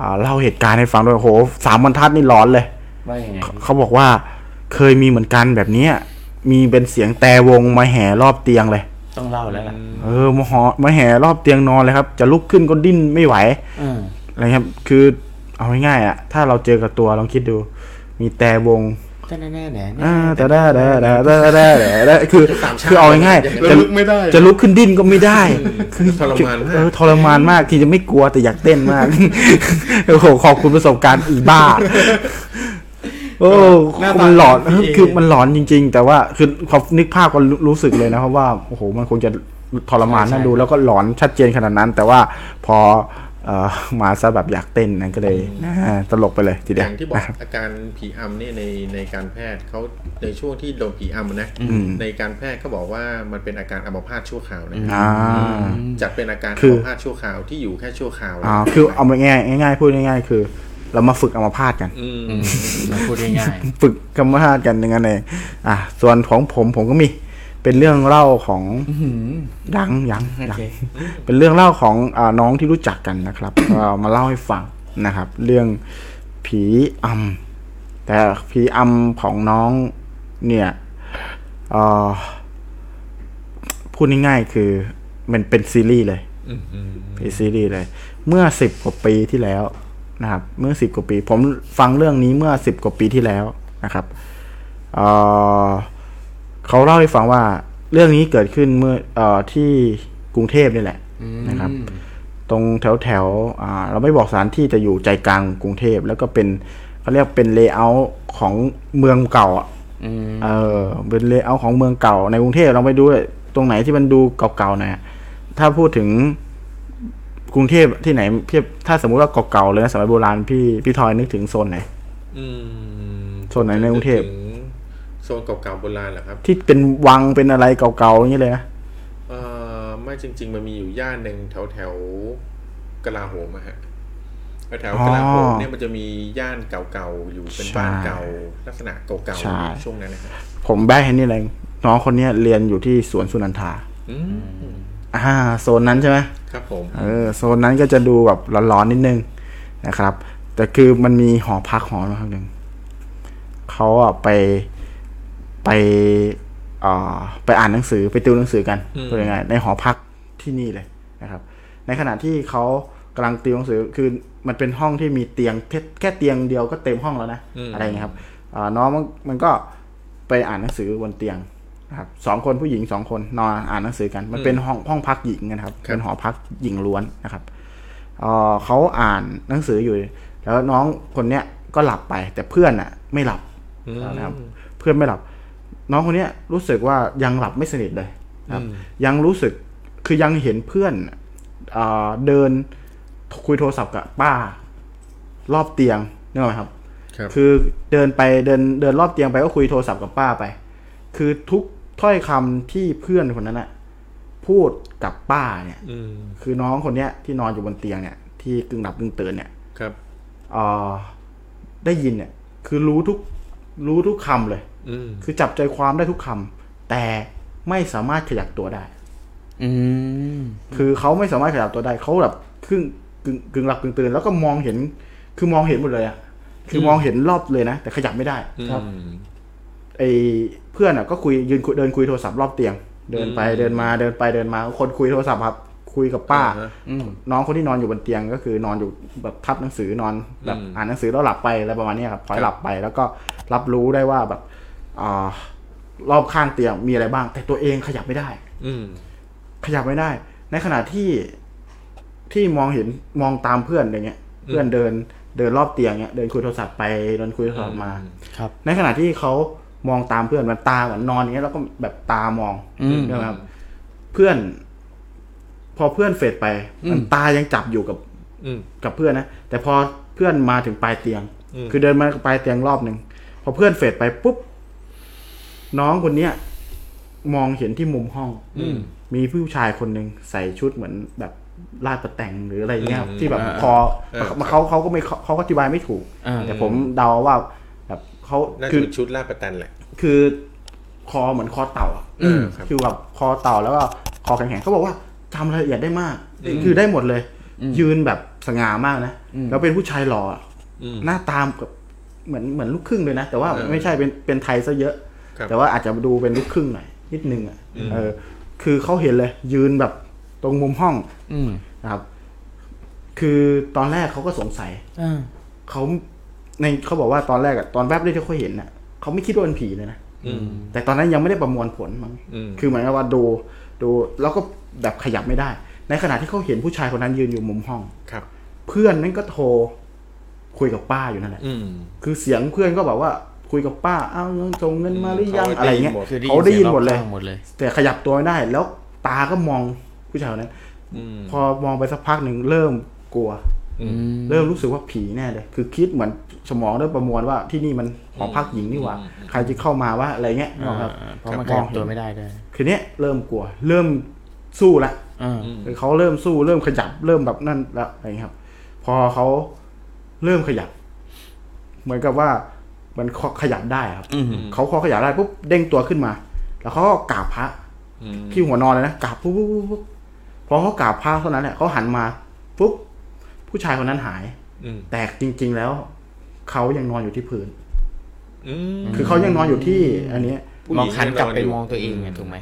Speaker 1: อ่าเล่าเหตุการณ์ให้ฟังด้วยโอ้โหสามบรรทัดนี่หลอนเลย
Speaker 3: ว่าอย่างไง
Speaker 1: เขาบอกว่าเคยมีเหมือนกันแบบเนี้ยมีเป็นเสียงแต่วงมาแห่รอบเตียงเลย
Speaker 3: ต้องเล่าแล้วล่ะ
Speaker 1: เออมาหอมาแห่รอบเตียงนอนเลยครับ จะลุกขึ้นก็ดิ้นไม่ไหว
Speaker 3: อ่า
Speaker 1: อะไรครับ คือเอาง่ายๆอ่ะ ถ้าเราเจอกับตัวลองคิดดู มีแต่วง
Speaker 3: แต่แน่ๆแน่
Speaker 1: อ่าแต่ได้แต่ได้แต่ได้แต่ได้แต่ได้คือ
Speaker 2: สามชาติ
Speaker 1: คือเอาง่าย
Speaker 2: อ
Speaker 1: ๆ
Speaker 2: ย่างนั้น
Speaker 1: จะ
Speaker 2: ลุกไม่ได้
Speaker 1: จะลุกขึ้นดิ้นก็ไม่ได้ คือ
Speaker 2: ทรมานมาก
Speaker 1: เออทรมานมาก ที่จะไม่กลัวแต่อยากเต้นมาก [laughs] โอ้โห ขอบคุณประสบการณ์อีบ้า โอ้
Speaker 5: หน้าตา
Speaker 1: มันหลอน
Speaker 5: ของพี่เอ
Speaker 1: คือมันหลอนจริง ๆ แต่ว่าคือพอนึกภาพก็รู้รู้สึกเลยนะเพราะว่าโอ้โหมันคงจะทรมานน่าดู แล้วก็หลอนชัดเจนขนาดนั้น แต่ว่าพอเอ่อมาซะแบบอยากเต้นนั้นก็เลยอ่าตลกไปเลยที
Speaker 2: อ
Speaker 1: เดียว
Speaker 2: ย่างที่บอกอาการผีอำเนี่ยในในการแพทย์เขาในช่วงที่โดนผีอำนะในการแพทย์เขาบอกว่ามันเป็นอาการอัมพาตชั่วคราวนะ
Speaker 1: อ่า
Speaker 2: จัดเป็นอาการ
Speaker 1: คื
Speaker 2: อั
Speaker 1: อ
Speaker 2: ม
Speaker 1: อั
Speaker 2: พาตชั่วคราวที่อยู่แค่ชั่วคราว
Speaker 1: อ่าคือเอาง่ายๆง่ายๆพูดง่ายๆ คือ เรามาฝึกอัมพาตกัน
Speaker 2: อืม
Speaker 3: มันพูดง่าย
Speaker 1: ฝึกกรรมฐานกันอย่างนั้นเองอ่ะส่วนของผมผมก็มี เป็นเรื่องเล่าของยังยังยังเป็นเรื่องเล่าของอาน้องที่รู้จักกันนะครับ [coughs] ก็เอามาเล่าให้ฟังนะครับ เรื่องผีอำแต่ผีอำของน้องเนี่ยเอ่อพูดง่ายๆคือ มันเป็นซีรีส์เลย เป็นซีรีส์เลย เมื่อสิบกว่าปีที่แล้วนะครับ เมื่อสิบกว่าปี ผมฟังเรื่องนี้เมื่อสิบกว่าปีที่แล้วนะครับเอ่อเขาเล่าให้ฟังว่าเรื่องนี้เกิดขึ้นเมื่อเออที่กรุงเทพนี่แหละนะครับ ตรงแถวแถวๆอ่าเราไม่บอกสถานที่จะอยู่ใจกลางกรุงเทพแล้วก็เป็นเขาเรียกเป็นเลเยอร์ของเมืองเก่าอะ
Speaker 3: ๆอืม
Speaker 1: เออเป็นเลเยอร์ของเมืองเก่า ในกรุงเทพเราไปดูตรงไหนที่มันดูเก่าๆหน่อยอะถ้าพูดถึง กรุงเทพที่ไหนเพียบถ้าสมมุติว่าเก่าๆเลยนะสมัยโบราณพี่พี่ทอยนึกถึงโซนไหน
Speaker 2: อืม
Speaker 1: โซนไหนในกรุงเทพ
Speaker 2: ถึโซนเก่าๆโบราณเหรอครับ
Speaker 1: ที่เป็นวังเป็นอะไรเก่าๆอย่างนี้เลยนะ
Speaker 2: เอ่อไม่จริง ๆ มันมีอยู่ย่านหนึ่งแถวแถวๆกลาโหมอะฮะแถวๆกลาโหมเนี่ยมันจะมีย่านเก่าๆอยู่เป็นบ้านเก่าลักษณะเก่าๆช่วงนั้นนะครับ
Speaker 1: ผมแบ้ให้นี่เลยน้องคนเนี้ยเรียนอยู่ที่สวนสุนันทา
Speaker 2: อืม
Speaker 1: อ่าโซนนั้นใช่ไหม
Speaker 2: ครับผม
Speaker 1: เออโซนนั้นก็จะดูแบบร้อนๆนิดนึงนะครับ แต่คือมันมีหอพักหอนะครับหนึ่งเขาอะไปไปเอ่อไปอ่านหนังสือไปติวหนังสือกันเป็นยังไงในหอพักที่นี่เลยนะครับ ในขณะที่เขากำลังติวหนังสือคือมันเป็นห้องที่มีเตียงแค่แค่เตียงเดียวก็เต็มห้องแล้วนะอะไรอย่างเงี้ยครับอ่าน้องมันมันก็ไปอ่านหนังสือบนเตียงนะครับสองคนผู้หญิงสองคนนอนอ่านหนังสือกัน มันเป็นห้องห้องพักหญิงนะครับ เป็นหอพักหญิงล้วนนะครับเอ่อเขาอ่านหนังสืออยู่ แล้วน้องคนเนี้ยก็หลับไป แต่เพื่อนอ่ะ ไม่หลับนะครับ เพื่อนไม่หลับ น้องคนเนี้ยรู้สึกว่ายังหลับไม่สนิทเลยนะครับ ยังรู้สึกคือยังเห็นเพื่อนอ่าเดินคุยโทรศัพท์กับป้ารอบเตียงนึกออกไหมครับ
Speaker 2: ครับ
Speaker 1: คือเดินไปเดินเดินรอบเตียงไปก็คุยโทรศัพท์กับป้าไป คือทุกถ้อยคำที่เพื่อนคนนั้นอะพูดกับป้าเนี่ย
Speaker 2: อืม
Speaker 1: คือน้องคนเนี้ยที่นอนอยู่บนเตียงเนี่ย ที่กึ่งหลับกึ่งตื่นเนี่ย
Speaker 2: ครับ
Speaker 1: เอ่อได้ยินเนี่ย คือรู้ทุกรู้ทุกคำเลย
Speaker 2: อืม
Speaker 1: คือจับใจความได้ทุกคำแต่ไม่สามารถขยับตัวได้
Speaker 3: อืม
Speaker 1: คือเขาไม่สามารถขยับตัวได้เขาแบบครึ่งกึ่งกึ่งหลับกึ่งตื่นแล้วก็มองเห็น คือมองเห็นหมดเลยอะคือมองเห็นรอบเลยนะ แต่ขยับไม่ได้
Speaker 2: ครับ
Speaker 1: ไอ้เพื่อนอะก็คุยยืนคุยเดินคุยโทรศัพท์รอบเตียง เดินไป
Speaker 2: อืม
Speaker 1: เดินมาเดินไปเดินมาคนคุยโทรศัพท์ครับคุยกับป้า
Speaker 3: อืม
Speaker 1: น้องคนที่นอนอยู่บนเตียงก็คือนอนอยู่แบบทับหนังสือนอนแบบ
Speaker 2: อืม
Speaker 1: อ่านหนังสือแล้วหลับไปอะไรประมาณเนี้ยครับพลอยหลับไปแล้วก็รับรู้ได้ว่าแบบอ่ารอบข้างเตียงมีอะไรบ้าง แต่ตัวเองขยับไม่ได้
Speaker 2: อืม
Speaker 1: ขยับไม่ได้ ในขณะที่ที่มองเห็นมองตามเพื่อนอย่างเงี้ย เพื่อนเดินเดินรอบเตียงเงี้ยเดินคุยโทรศัพท์ไปเดินคุยโทรศัพท์มา
Speaker 3: ครับ
Speaker 1: ในขณะที่เขามองตามเพื่อนมันตาเหมือนนอนอย่างเงี้ยแล้วก็แบบตามอง
Speaker 3: อืม
Speaker 1: ใช่ไหมครับเพื่อน พอเพื่อนเฟดไป มันตายังจับอยู่กับ
Speaker 2: อืม
Speaker 1: กับเพื่อนนะแต่พอเพื่อนมาถึงปลายเตียง
Speaker 2: อืม
Speaker 1: คือเดินมาปลายเตียงรอบหนึ่งพอเพื่อนเฟดไปปุ๊บน้องคนเนี้ยมองเห็นที่มุมห้องมีผู้ชายคนหนึ่งใส่ชุดเหมือนแบบลาดประแต่งหรืออะไรเงี้ยครับที่แบบ
Speaker 3: อ่า
Speaker 1: พอ
Speaker 2: เออ
Speaker 1: เขาเขาก็ไม่เขาก็อธิบายไม่ถูก
Speaker 3: อ่า
Speaker 1: แต่ผมเดาว่าแบบเขา
Speaker 2: น่าจะ
Speaker 1: คือ
Speaker 2: เป็นชุดลาดประตันแหละ
Speaker 1: คือคอเหมือนคอเต่าอะ
Speaker 2: เออครับ
Speaker 1: คือแบบคอเต่าแล้วก็คอแข็งๆเขาบอกว่าจำรายละเอียดได้มาก คือได้หมดเลย ยืนแบบสง่ามากนะ แล้วเป็นผู้ชายหล่ออะ
Speaker 2: อืม
Speaker 1: หน้าตามกับเหมือนเหมือนลูกครึ่งเลยนะ แต่ว่า
Speaker 2: เออ
Speaker 1: ไม่ใช่เป็นเป็นไทยซะเยอะ
Speaker 2: ครับ
Speaker 1: แต่ว่าอาจจะดูเป็นลูกครึ่งหน่อยนิดนึงอ่ะเออ คือเขาเห็นเลย ยืนแบบตรงมุมห้อง
Speaker 3: อืม
Speaker 1: นะครับ คือตอนแรกเขาก็สงสัย
Speaker 3: อ่า
Speaker 1: เขาในเขาบอกว่าตอนแรกอะตอนแวบแรกที่เขาเห็นน่ะเขาไม่คิดว่าเป็นผีเลยนะแต่ตอนนั้นยังไม่ได้ประมวลผลมั้ง
Speaker 2: อืม
Speaker 1: คือเหมือนกับว่าดูดูแล้วก็แบบขยับไม่ได้ ในขณะที่เขาเห็นผู้ชายคนนั้นยืนอยู่มุมห้อง
Speaker 2: ครับ
Speaker 1: เพื่อนนั่นก็โทรคุยกับป้าอยู่นั่นแหละ
Speaker 2: อืม
Speaker 1: คือเสียงเพื่อนก็แบบว่าคุยกับป้าอ้าวเงินส่งเงินมาหรือยัง
Speaker 2: เขาได้
Speaker 1: อะไรเงี้ย
Speaker 2: ยินหมด
Speaker 3: คือ
Speaker 1: เขาได้ยินหมดเลย
Speaker 3: สีงรอบข้างหมดเลย
Speaker 1: แต่ขยับตัวไม่ได้ แล้วตาก็มองผู้ชายคนนั้น
Speaker 2: อืม
Speaker 1: พอมองไปสักพักหนึ่งเริ่มกลัว
Speaker 2: อื
Speaker 1: เริ่มรู้สึกว่าผีแน่เลย คือคิดเหมือนสมองเริ่มประมวลว่าที่นี่มันหอพักหญิงนี่หว่า ใครจะเข้ามาว่าอะไรเงี้ย
Speaker 3: อ่า
Speaker 1: นะครับ
Speaker 3: เพราะมัน
Speaker 1: ค
Speaker 3: ข
Speaker 1: รับ
Speaker 3: ยับตัวไม่ได้ด้วย
Speaker 1: ทีเนี้ยเริ่มกลัว เริ่มสู้ละ
Speaker 3: อ่า
Speaker 1: คือเขาเริ่มสู้ เริ่มขยับ เริ่มแบบนั่นแล้วอะไรเงี้ยครับ พอเขาเริ่มขยับ เหมือนกับว่ามันเขาขยับได้ครับ
Speaker 3: อืม
Speaker 1: เขาพอขยับได้ปุ๊บเด้งตัวขึ้นมา แล้วเขาก็กราบพระ
Speaker 2: อืม
Speaker 1: ที่หัวนอนเลยนะกราบปุ๊บปุ๊บปุ๊บปุ๊บพอเขากราบพระเท่านั้นแหละเขาหันมาปุ๊บผู้ชายคนนั้นหาย
Speaker 2: อืม
Speaker 1: แต่จริง ๆ แล้วเขายังนอนอยู่ที่พื้น
Speaker 2: อืม
Speaker 1: คือเขายังนอนอยู่ที่ อันนี้
Speaker 3: มองหันกลับไปมองตัวเองไงถูกไหม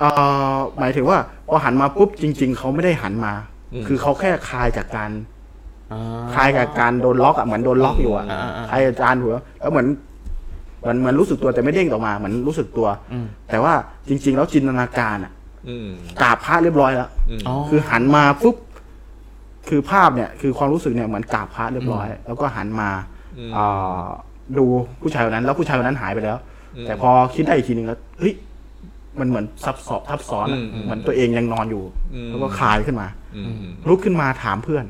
Speaker 1: เอ่อหมายถึงว่าพอหันมาปุ๊บจริง ๆเขาไม่ได้หันมา
Speaker 2: อืม
Speaker 1: คือเขาแค่คลายจากการ
Speaker 3: อ่า
Speaker 1: คลายกับการโดนล็อกอ่ะเหมือนโดนล็อกอยู่อ่ะ
Speaker 3: อ่าอ่า
Speaker 1: คลายอาจารย์หัวแล้วเหมือนเหมือนเหมือนรู้สึกตัวแต่ไม่เด้งออกมาเหมือนรู้สึกตัว
Speaker 3: อืม
Speaker 1: แต่ว่าจริง ๆ แล้วจินตนาการอ่ะ
Speaker 2: อืม
Speaker 1: กราบพระเรียบร้อยแล้ว
Speaker 2: อืม
Speaker 3: อ๋อ
Speaker 1: คือหันมาปุ๊บคือภาพเนี่ยคือความรู้สึกเนี่ยเหมือนกราบพระเรียบร้อย แล้วก็หันมา
Speaker 2: อืม
Speaker 1: เอ่อดูผู้ชายคนนั้น แล้วผู้ชายคนนั้นหายไปแล้ว
Speaker 2: อืม
Speaker 1: แต่พอคิดได้อีกทีหนึ่งแล้วเฮ้ยมันเหมือนซับซ้อนทับซ้อนอะ
Speaker 2: อืมอืม
Speaker 1: เหมือนตัวเองยังนอนอยู่
Speaker 2: อืม
Speaker 1: แล้วก็คลายขึ้นมา
Speaker 2: อืม
Speaker 1: ลุกขึ้นมาถามเพื่อน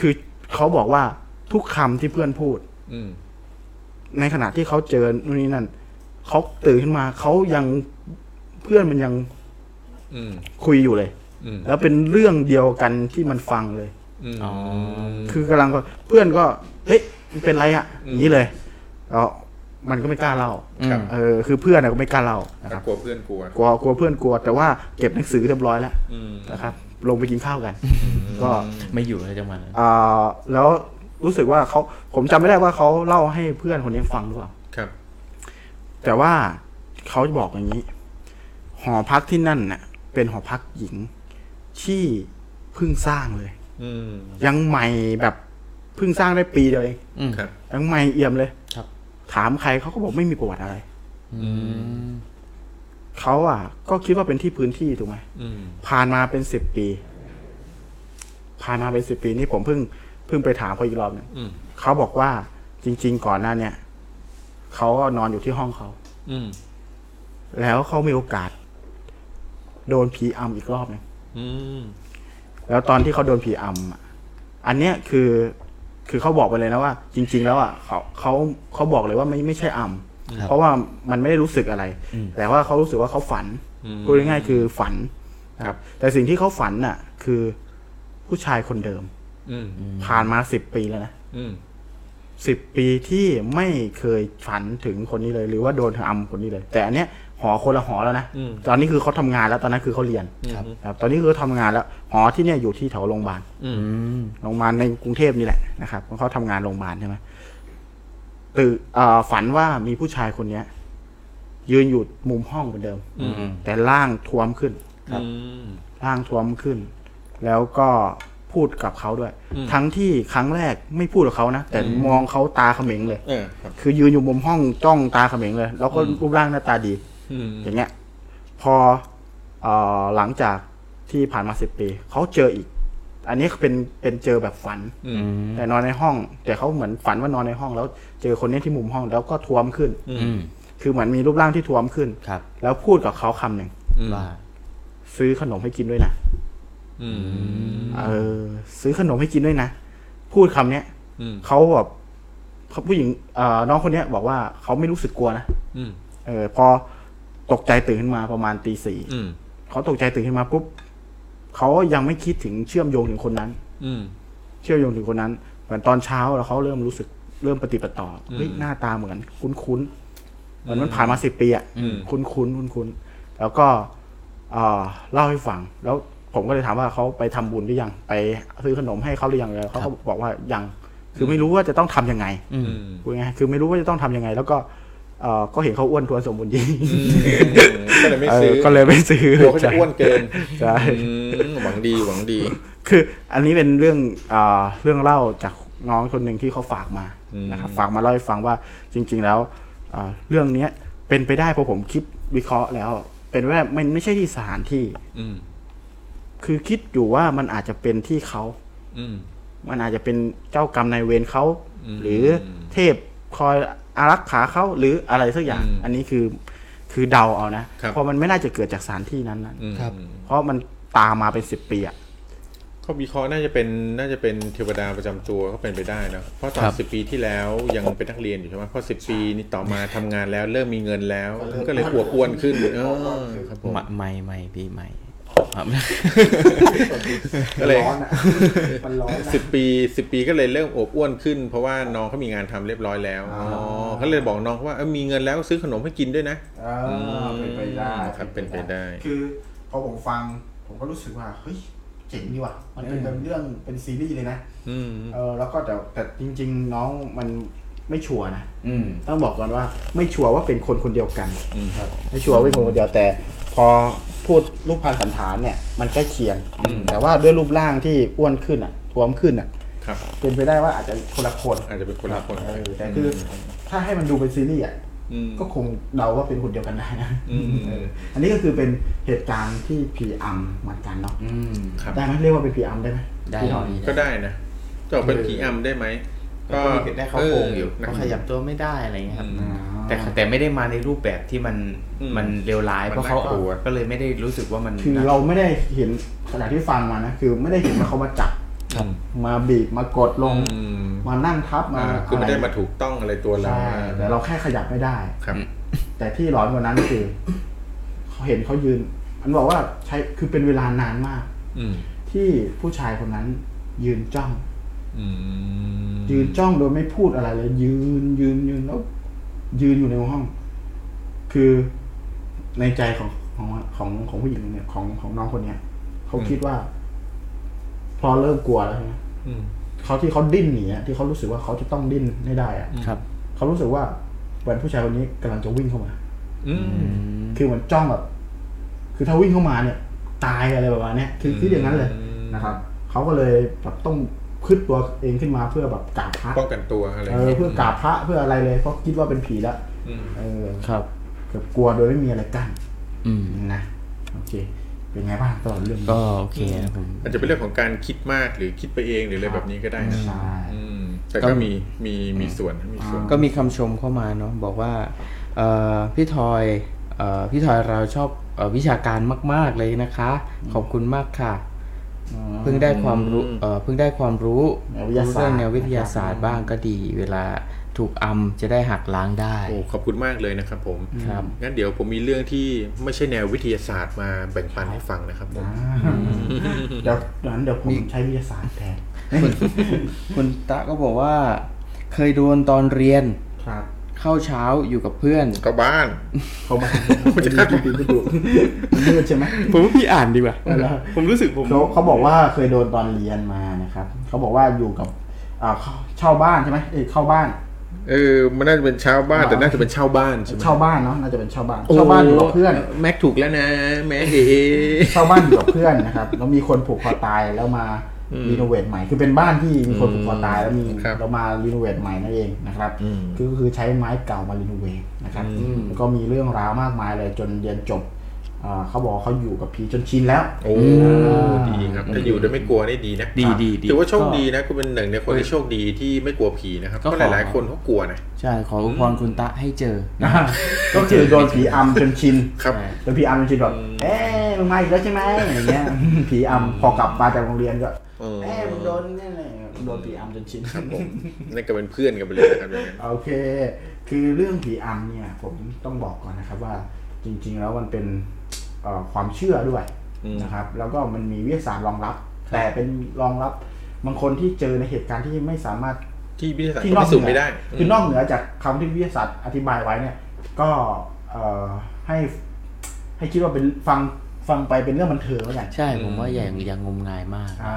Speaker 1: คือเขาบอกว่าทุกคำที่เพื่อนพูด
Speaker 2: อืม
Speaker 1: ในขณะที่เขาเจอนู่นนี่นั่นเขาตื่นขึ้นมาเขายังเพื่อนมันยัง
Speaker 2: อืม
Speaker 1: คุยอยู่เลย
Speaker 2: อืม
Speaker 1: แล้วเป็นเรื่องเดียวกันที่มันฟังเลย
Speaker 2: อืม
Speaker 3: อ๋อ
Speaker 1: คือกำลังก็เพื่อนก็ เฮ้ยมันเป็นไรอะอย่างนี้เลยแล้วมันก็ไม่กล้าเล่า
Speaker 2: ครับ
Speaker 1: เออคือเพื่อนอะก็ไม่กล้าเล่านะครับ
Speaker 2: กลัวเพื่อนกลัว
Speaker 1: กลัวกลัวเพื่อนกลัว แต่ว่าเก็บหนังสือเรียบร้อยแล้ว
Speaker 2: อืม
Speaker 1: นะครับ ลงไปกินข้าวกัน ก็
Speaker 3: ไม่อยู่เลยจังหวะนั้น
Speaker 1: อ่าแล้วรู้สึกว่าเขาผมจำไม่ได้ว่าเขาเล่าให้เพื่อนคนนี้ฟังหรือเปล่า
Speaker 2: ครับ
Speaker 1: แต่ว่าเขาจะบอกอย่างนี้ หอพักที่นั่นน่ะ เป็นหอพักหญิงที่เพิ่งสร้างเลย
Speaker 2: อืม
Speaker 1: ยังใหม่แบบเพิ่งสร้างได้ปีเดียวเอง
Speaker 3: อืม
Speaker 2: ครับ
Speaker 1: ยังใหม่เอี่ยมเลย
Speaker 3: ครับ
Speaker 1: ถามใครเขาก็บอกไม่มีประวัติอะไร
Speaker 3: อืม
Speaker 1: เขาอ่ะ ก็คิดว่าเป็นที่พื้นที่ถูกไหม
Speaker 2: อืม
Speaker 1: ผ่านมาเป็นสิบปี ผ่านมาเป็นสิบปีนี่ผมเพิ่งเพิ่งไปถามเขาอีกรอบหนึ่ง
Speaker 2: อืม
Speaker 1: เขาบอกว่าจริง ๆ ก่อนหน้าเนี่ยเขาก็นอนอยู่ที่ห้องเขา
Speaker 2: อืม
Speaker 1: แล้วเขามีโอกาส โดนผีอำอีกรอบหนึง
Speaker 2: อืม
Speaker 1: แล้วตอนที่เขาโดนผีอำอะอันเนี้ยคือ คือเขาบอกไปเลยนะว่า จริง ๆ แล้วอ่ะเขาเขาเขาบอกเลยว่าไม่ไม่ใช่
Speaker 3: ครั
Speaker 1: อ่ำ
Speaker 3: บ
Speaker 1: เพราะว่ามันไม่ได้รู้สึกอะไร แต่ว่าเขารู้สึกว่าเขาฝันพูดง่ายๆคือฝันนะครับ แต่สิ่งที่เขาฝันน่ะ คือผู้ชายคนเดิม
Speaker 2: อืม
Speaker 1: ผ่านมาสิบปีแล้วนะ
Speaker 2: อืม
Speaker 1: สิบปีที่ไม่เคยฝันถึงคนนี้เลย หรือว่าโดนอำคนนี้เลย แต่อันเนี้ยหอคนละหอแล้วนะ
Speaker 2: อืม
Speaker 1: ตอนนี้คือเขาทำงานแล้วตอนนั้นคือเขาเรียน
Speaker 2: ครับ
Speaker 1: นะครับตอนนี้คือเขาทำงานแล้วหอที่เนี่ยอยู่ที่แถวโรงพยาบาล
Speaker 2: อืม
Speaker 3: อืม
Speaker 1: โรงพยาบาลในกรุงเทพนี่แหละนะครับเพราะเขาทำงานโรงพยาบาลใช่ไหมตื่นเอ่อฝันว่ามีผู้ชายคนเนี้ย ยืนอยู่มุมห้องเหมือนเดิม
Speaker 2: อืม
Speaker 1: แต่ร่างท้วมขึ้น
Speaker 2: อืม
Speaker 1: ร่างท้วมขึ้น แล้วก็พูดกับเขาด้วย
Speaker 2: อืม
Speaker 1: ทั้งที่ครั้งแรกไม่พูดกับเขานะ แต่มองเขาตาเขม็งเลย
Speaker 2: เออครับ
Speaker 1: คือยืนอยู่มุมห้องจ้องตาเขม็งเลย แล้วก็รูปร่างหน้าตาดี
Speaker 2: อืม
Speaker 1: อย่างเงี้ย พอเออหลังจากที่ผ่านมาสิบปีเขาเจออีก อันนี้เป็นเป็นเจอแบบฝัน
Speaker 2: อืม
Speaker 1: แต่นอนในห้อง แต่เขาเหมือนฝันว่านอนในห้อง แล้วเจอคนนี้ที่มุมห้องแล้วก็ท้วมขึ้น
Speaker 2: อื
Speaker 3: อืม
Speaker 2: ม
Speaker 1: คือเหมือนมีรูปร่างที่ท้วมขึ้น
Speaker 3: ครับ
Speaker 1: แล้วพูดกับเขาคำหนึ่ง
Speaker 2: อืม
Speaker 3: ว่า
Speaker 1: ซื้อขนมให้กินด้วยนะ
Speaker 2: อืม
Speaker 1: เออ ซื้อขนมให้กินด้วยนะพูดคำเนี้ย
Speaker 2: อืม
Speaker 1: เขาแบบเขาผู้หญิงเอ่อน้องคนเนี้ย บอกว่าเขาไม่รู้สึกกลัวนะ
Speaker 2: อืม
Speaker 1: เออ พอตกใจตื่นขึ้นมาประมาณตีสี่
Speaker 2: อืม
Speaker 1: เขาตกใจตื่นขึ้นมาปุ๊บเขายังไม่คิดถึงเชื่อมโยงถึงคนนั้น
Speaker 2: อืม
Speaker 1: เชื่อมโยงถึงคนนั้น เหมือนตอนเช้าแล้วเขาเริ่มรู้สึกเริ่มปฏิปต่ออ
Speaker 2: ม
Speaker 1: เฮ้ยหน้าตาเหมือน คุ้นๆเหมือนมันผ่านมาสิบปีอ่ะ
Speaker 2: อืม
Speaker 1: คุ้นๆคุ้นๆแล้วก็เอ่อเล่าให้ฟัง แล้วผมก็เลยถามว่าเขาไปทำบุญหรือยังไปซื้อขนมให้เขาหรือยังเลยเขาก็บอกว่ายังคือไม่รู้ว่าจะต้องทำยังไง
Speaker 2: อืม
Speaker 1: พูดง่ายๆคือไม่รู้ว่าจะต้องทำยังไง แล้วก็เอ่อก็เห็นเขาอ้วนทวนสมบูรณ์ดี
Speaker 2: ก็เลยไม่ซื้อ
Speaker 1: เออก็เลยไม่ซื้อก
Speaker 2: ลัวเขาจะอ้วนเกิน
Speaker 1: ใช่
Speaker 2: อืมหวังดีหวังดี
Speaker 1: คืออันนี้เป็นเรื่องอาเรื่องเล่าจากน้องคนหนึ่งที่เขาฝากมา
Speaker 2: อืม
Speaker 1: นะครับฝากมาเล่าให้ฟังว่าจริง ๆ แล้วอ่าเรื่องเนี้ยเป็นไปได้เพราะผมคิดวิเคราะห์แล้ว เป็นว่ามันไม่ใช่ที่สถานที่
Speaker 2: อืม
Speaker 1: คือคิดอยู่ว่ามันอาจจะเป็นที่เขา
Speaker 2: อืม
Speaker 1: มันอาจจะเป็นเจ้ากรรมนายเวรเขา
Speaker 2: อืม
Speaker 1: หรือเทพคอยอารักขาเขาหรืออะไรสักอย่าง
Speaker 2: อืม
Speaker 1: อันนี้คือคือเดาเอานะครับ เพราะมันไม่น่าจะเกิดจากสถานที่นั้นนะครับ เพราะมันตามมาเป็นสิบปีอะ
Speaker 2: เขาวิเคราะห์น่าจะเป็นน่าจะเป็นเทวดาประจำตัวก็เป็นไปได้นะเพราะตอ
Speaker 3: คน รับ
Speaker 2: สิบปีที่แล้วยังเป็นนักเรียนอยู่ใช่ไหมเพราะสิบปีนี้ต่อมาทำงานแล้วเริ่มมีเงินแล้วก็เลยอวบอ้วนขึ้นเออครับผม
Speaker 3: ไม่ไม่ไม่พี่ไม่ครับ
Speaker 2: ก็เลย
Speaker 9: ร้อนอะมันร้อนนะ
Speaker 2: สิบปีสิบปีก็เลยเริ่มอวบอ้วนขึ้น เพราะว่าน้องเขามีงานทำเรียบร้อยแล้ว
Speaker 9: อ๋
Speaker 2: อ๋
Speaker 9: อ
Speaker 2: อ
Speaker 9: อ๋
Speaker 2: เขาเลยบอกน้องเขาว่าเออมีเงินแล้วก็ซื้อขนมให้กินด้วยนะ
Speaker 9: เออเป็นไปได้
Speaker 2: ครับเป็นไปได้
Speaker 9: คือพอผมฟัง ผมก็รู้สึกว่า เฮ้ย เจ๋งดีว่ะ มันเป็นเรื่องเป็นซีรีส์เลยนะ
Speaker 2: อืม
Speaker 9: เออ แล้วก็แต่แต่จริง ๆ น้องมันไม่ชัวร์นะ
Speaker 1: อืม
Speaker 9: ต้องบอกก่อนว่าไม่ชัวร์ว่าเป็นคนคนเดียวกัน
Speaker 2: อืมครับ
Speaker 1: ไม่ชัวร์ว่าเป็นคนคนเดียวแต่พอพูดรูปพรรณสันฐานเนี่ย มันใกล้เคียง
Speaker 2: อืม
Speaker 1: แต่ว่าด้วยรูปร่างที่อ้วนขึ้นอ่ะท้วมขึ้นอ่ะ
Speaker 2: ครับ
Speaker 1: เป็นไปได้ว่าอาจจะคนละคน
Speaker 2: อาจจะเป็นคนละคน
Speaker 1: เออแต่คืออถ้าให้มันดูเป็นซีรีส์อ่ะ
Speaker 2: ม
Speaker 1: ก็คงเดาว่าเป็นคนเดียวกันได้นะ
Speaker 2: อืม
Speaker 1: เอออันนี้ก็คือเป็นเหตุการณ์ที่ผีอำเหมือนกันเนาะ
Speaker 3: อืม
Speaker 2: ครับ
Speaker 1: ได้ไหมเรียกว่าเป็นผีอำได้ไหม
Speaker 3: ได้
Speaker 1: พี่หน่อย
Speaker 3: พี่
Speaker 2: ก็ได้นะจะบอกเป็นผีอำได้ไหมก็
Speaker 3: เห็นได้เขาโครงอยู่
Speaker 2: นะ
Speaker 3: เขาขยับตัวไม่ได้อะไรอย่างเงี้ยครับ
Speaker 2: อืม
Speaker 3: แต่แต่ไม่ได้มาในรูปแบบที่มัน
Speaker 2: อืม
Speaker 3: มันเลวร้าย
Speaker 2: มัน
Speaker 3: เพราะเขา
Speaker 2: น่ากลัว
Speaker 3: ก็เลยไม่ได้รู้สึกว่ามัน
Speaker 1: คือเราไม่ได้เห็นขณะที่ฟังมานะคือไม่ได้เห็นว่าเขามาจับ
Speaker 2: ครับ
Speaker 1: มาบีบมากดลง
Speaker 2: อืม
Speaker 1: มานั่งทับมา
Speaker 2: อ่าคือไม่ได้มา
Speaker 1: ะร
Speaker 2: ถูกต้องอะไรตัวเรา
Speaker 1: ใช่แต่เราแค่ขยับไม่ได้
Speaker 2: ครับ
Speaker 1: แต่ที่ร้อนกว่านั้นคือ เขาเห็นเขายืน มันบอกว่าใช้คือเป็นเวลานานมาก
Speaker 2: อืม
Speaker 1: ที่ผู้ชายคนนั้น ยืนจ้อง
Speaker 2: อืม
Speaker 1: ยืนจ้องโดยไม่พูดอะไรเลย ยืนยืนยืนแล้ว ยืนอยู่ในห้อง คือในใจของของของของผู้หญิงเนี่ยของของน้องคนเนี้ยเขาคิดว่า พอเริ่มกลัวแล้วใช่ไหม
Speaker 2: อืม
Speaker 1: เขาที่เขาดิ้นหนีอะที่เขารู้สึกว่าเขาจะต้องดิ้นให้ได้อะ
Speaker 3: ครับ
Speaker 1: เขารู้สึกว่าเหมือนผู้ชายคนนี้กำลังจะวิ่งเข้ามา
Speaker 2: อืม
Speaker 1: คือเหมือนจ้องแบบ คือถ้าวิ่งเข้ามาเนี่ย ตายอะไรประมาณเนี้ยคือ
Speaker 2: อืม
Speaker 1: คิดอย่างนั้นเลยนะครับเขาก็เลยแบบต้องขึ้นตัวเองขึ้นมาเพื่อแบบกราบพระ
Speaker 2: ป้องกันตัวอะไร
Speaker 1: เออเพื่อกราบพระเพื่ออะไรเลยเพราะคิดว่าเป็นผีแล้ว
Speaker 2: อืม
Speaker 1: เออ
Speaker 3: ครับ
Speaker 1: เกือบกลัวโดยไม่มีอะไรกั้น
Speaker 3: อืม
Speaker 1: นะโอเค เป็นไงบ้างตลอดเรื่องนี้
Speaker 3: ก็โอเคนะผม
Speaker 2: อาจจะเป็นเรื่องของการคิดมากหรือคิดไปเองหรืออะไรแบบนี้ก็ได้นะ
Speaker 1: ใช่
Speaker 2: อืม แต่ก็มีมีมีส่วนมีส่วน
Speaker 3: ก็มีคำชมเข้ามาเนาะบอกว่าเอ่อพี่ทอยเอ่อพี่ทอยเราชอบเออวิชาการมาก ๆเลยนะคะ ขอบคุณมากค่ะ เพิ่งได้ความรู้เอ่อเพิ่งได้ความรู้
Speaker 1: แนววิทยาศาสตร์
Speaker 3: เรื่องแนววิทยาศาสตร์บ้างก็ดี เวลาถูกอำจะได้หักล้างได้
Speaker 2: โอ้ขอบคุณมากเลยนะครับผม
Speaker 3: ครับ
Speaker 2: งั้นเดี๋ยวผมมีเรื่องที่ไม่ใช่แนววิทยาศาสตร์มาแบ่งปันให้ฟังนะครับผม
Speaker 1: เดี๋ยวนั้นเดี๋ยวผมใช้วิทยาศาสตร์แทน
Speaker 3: คุณตะก็บอกว่า เคยโดนตอนเรียน
Speaker 1: ครับ
Speaker 3: เข้าเช้าอยู่กับเพื่อน
Speaker 2: ก็บ้าน
Speaker 1: เขามาจะคาดปีนดูมืดใช่ไหม
Speaker 3: ผมว่าพี่อ่านดีกว่า
Speaker 1: เอาล่ะ
Speaker 3: ผมรู้สึกผม
Speaker 1: เขาเขาบอกว่าเคยโดนตอนเรียนมานะครับเขาบอกว่าอยู่กับอ่าเช่าบ้านใช่ไหมเออเข้าบ้าน
Speaker 2: เออ มันน่าจะเป็นชาวบ้าน แต่น่าจะเป็นชาวบ้านใช่ไหม
Speaker 1: เช่าบ้านเนาะน่าจะเป็นเช่าบ้านเช่าบ้านอยู่กับเพื่อน
Speaker 2: แม็กถูกแล้วนะ แม็กเอ
Speaker 1: เช่าบ้านอยู่กับเพื่อนนะครับ แล้วมีคนผูกคอตายแล้วมารีโนเวทใหม่ คือเป็นบ้านที่มีคนผูกคอตายแล้วมี
Speaker 2: ครับ
Speaker 1: เรามารีโนเวทใหม่นั่นเองนะครับ
Speaker 2: อืม
Speaker 1: คือก็คือใช้ไม้เก่ามารีโนเวทนะครับแล้วก็มีเรื่องราวมากมายเลยจนเรียนจบอ่าเขาบอกว่าเขาอยู่กับผีจนชินแล้ว
Speaker 2: โอ้ดีครับถ้าอยู่โดยไม่กลัวนี่ดีนะ
Speaker 3: ดีดีดี
Speaker 2: ถือว่าโชคดีนะคุณเป็นหนึ่งในคนที่โชคดีที่ไม่กลัวผีนะครับ
Speaker 3: ก็
Speaker 2: เพราะ
Speaker 3: ขอ
Speaker 2: หลายๆคนเขากลัวนะ
Speaker 3: ใช่ ขออวยพรคุณตะให้เจอ
Speaker 1: ก็คือโดนผีอำจนชิน
Speaker 2: ครับ
Speaker 1: โดนผีอำจนชินแบบเอ๊ะมึงมาอีกแล้วใช่ไหมอย่างเงี้ย ผีอำพอกลับมาจากโรงเรียนก็
Speaker 2: เออ
Speaker 1: เอ๊ะมึงโดนเนี่ยเลยโดนผีอำจนชิน
Speaker 2: ครับผมนั่นก็เป็นเพื่อนกันไปเลยนะครับอย่างนั้น
Speaker 1: โอเค คือเรื่องผีอำเนี่ย ผมต้องบอกก่อนนะครับว่าจริง ๆ แล้วมันเป็นเอ่อความเชื่อด้วย
Speaker 2: อืม
Speaker 1: นะครับ แล้วก็มันมีวิทยาศาสตร์รองรับ แต่เป็นรองรับบางคนที่เจอในเหตุการณ์ที่ไม่สามารถ
Speaker 2: ที่พิสูจน์
Speaker 1: ที่
Speaker 2: พิสูจน์ไม่ได้
Speaker 1: คือนอกเหนือจากคำที่วิทยาศาสตร์อธิบายไว้เนี่ย ก็เอ่อให้ให้คิดว่าเป็นฟังฟังไปเป็นเรื่องบันเทิงแล้วกัน
Speaker 3: ใช่ ผมว่าอย่างอย่างงมงายมาก
Speaker 1: อ่า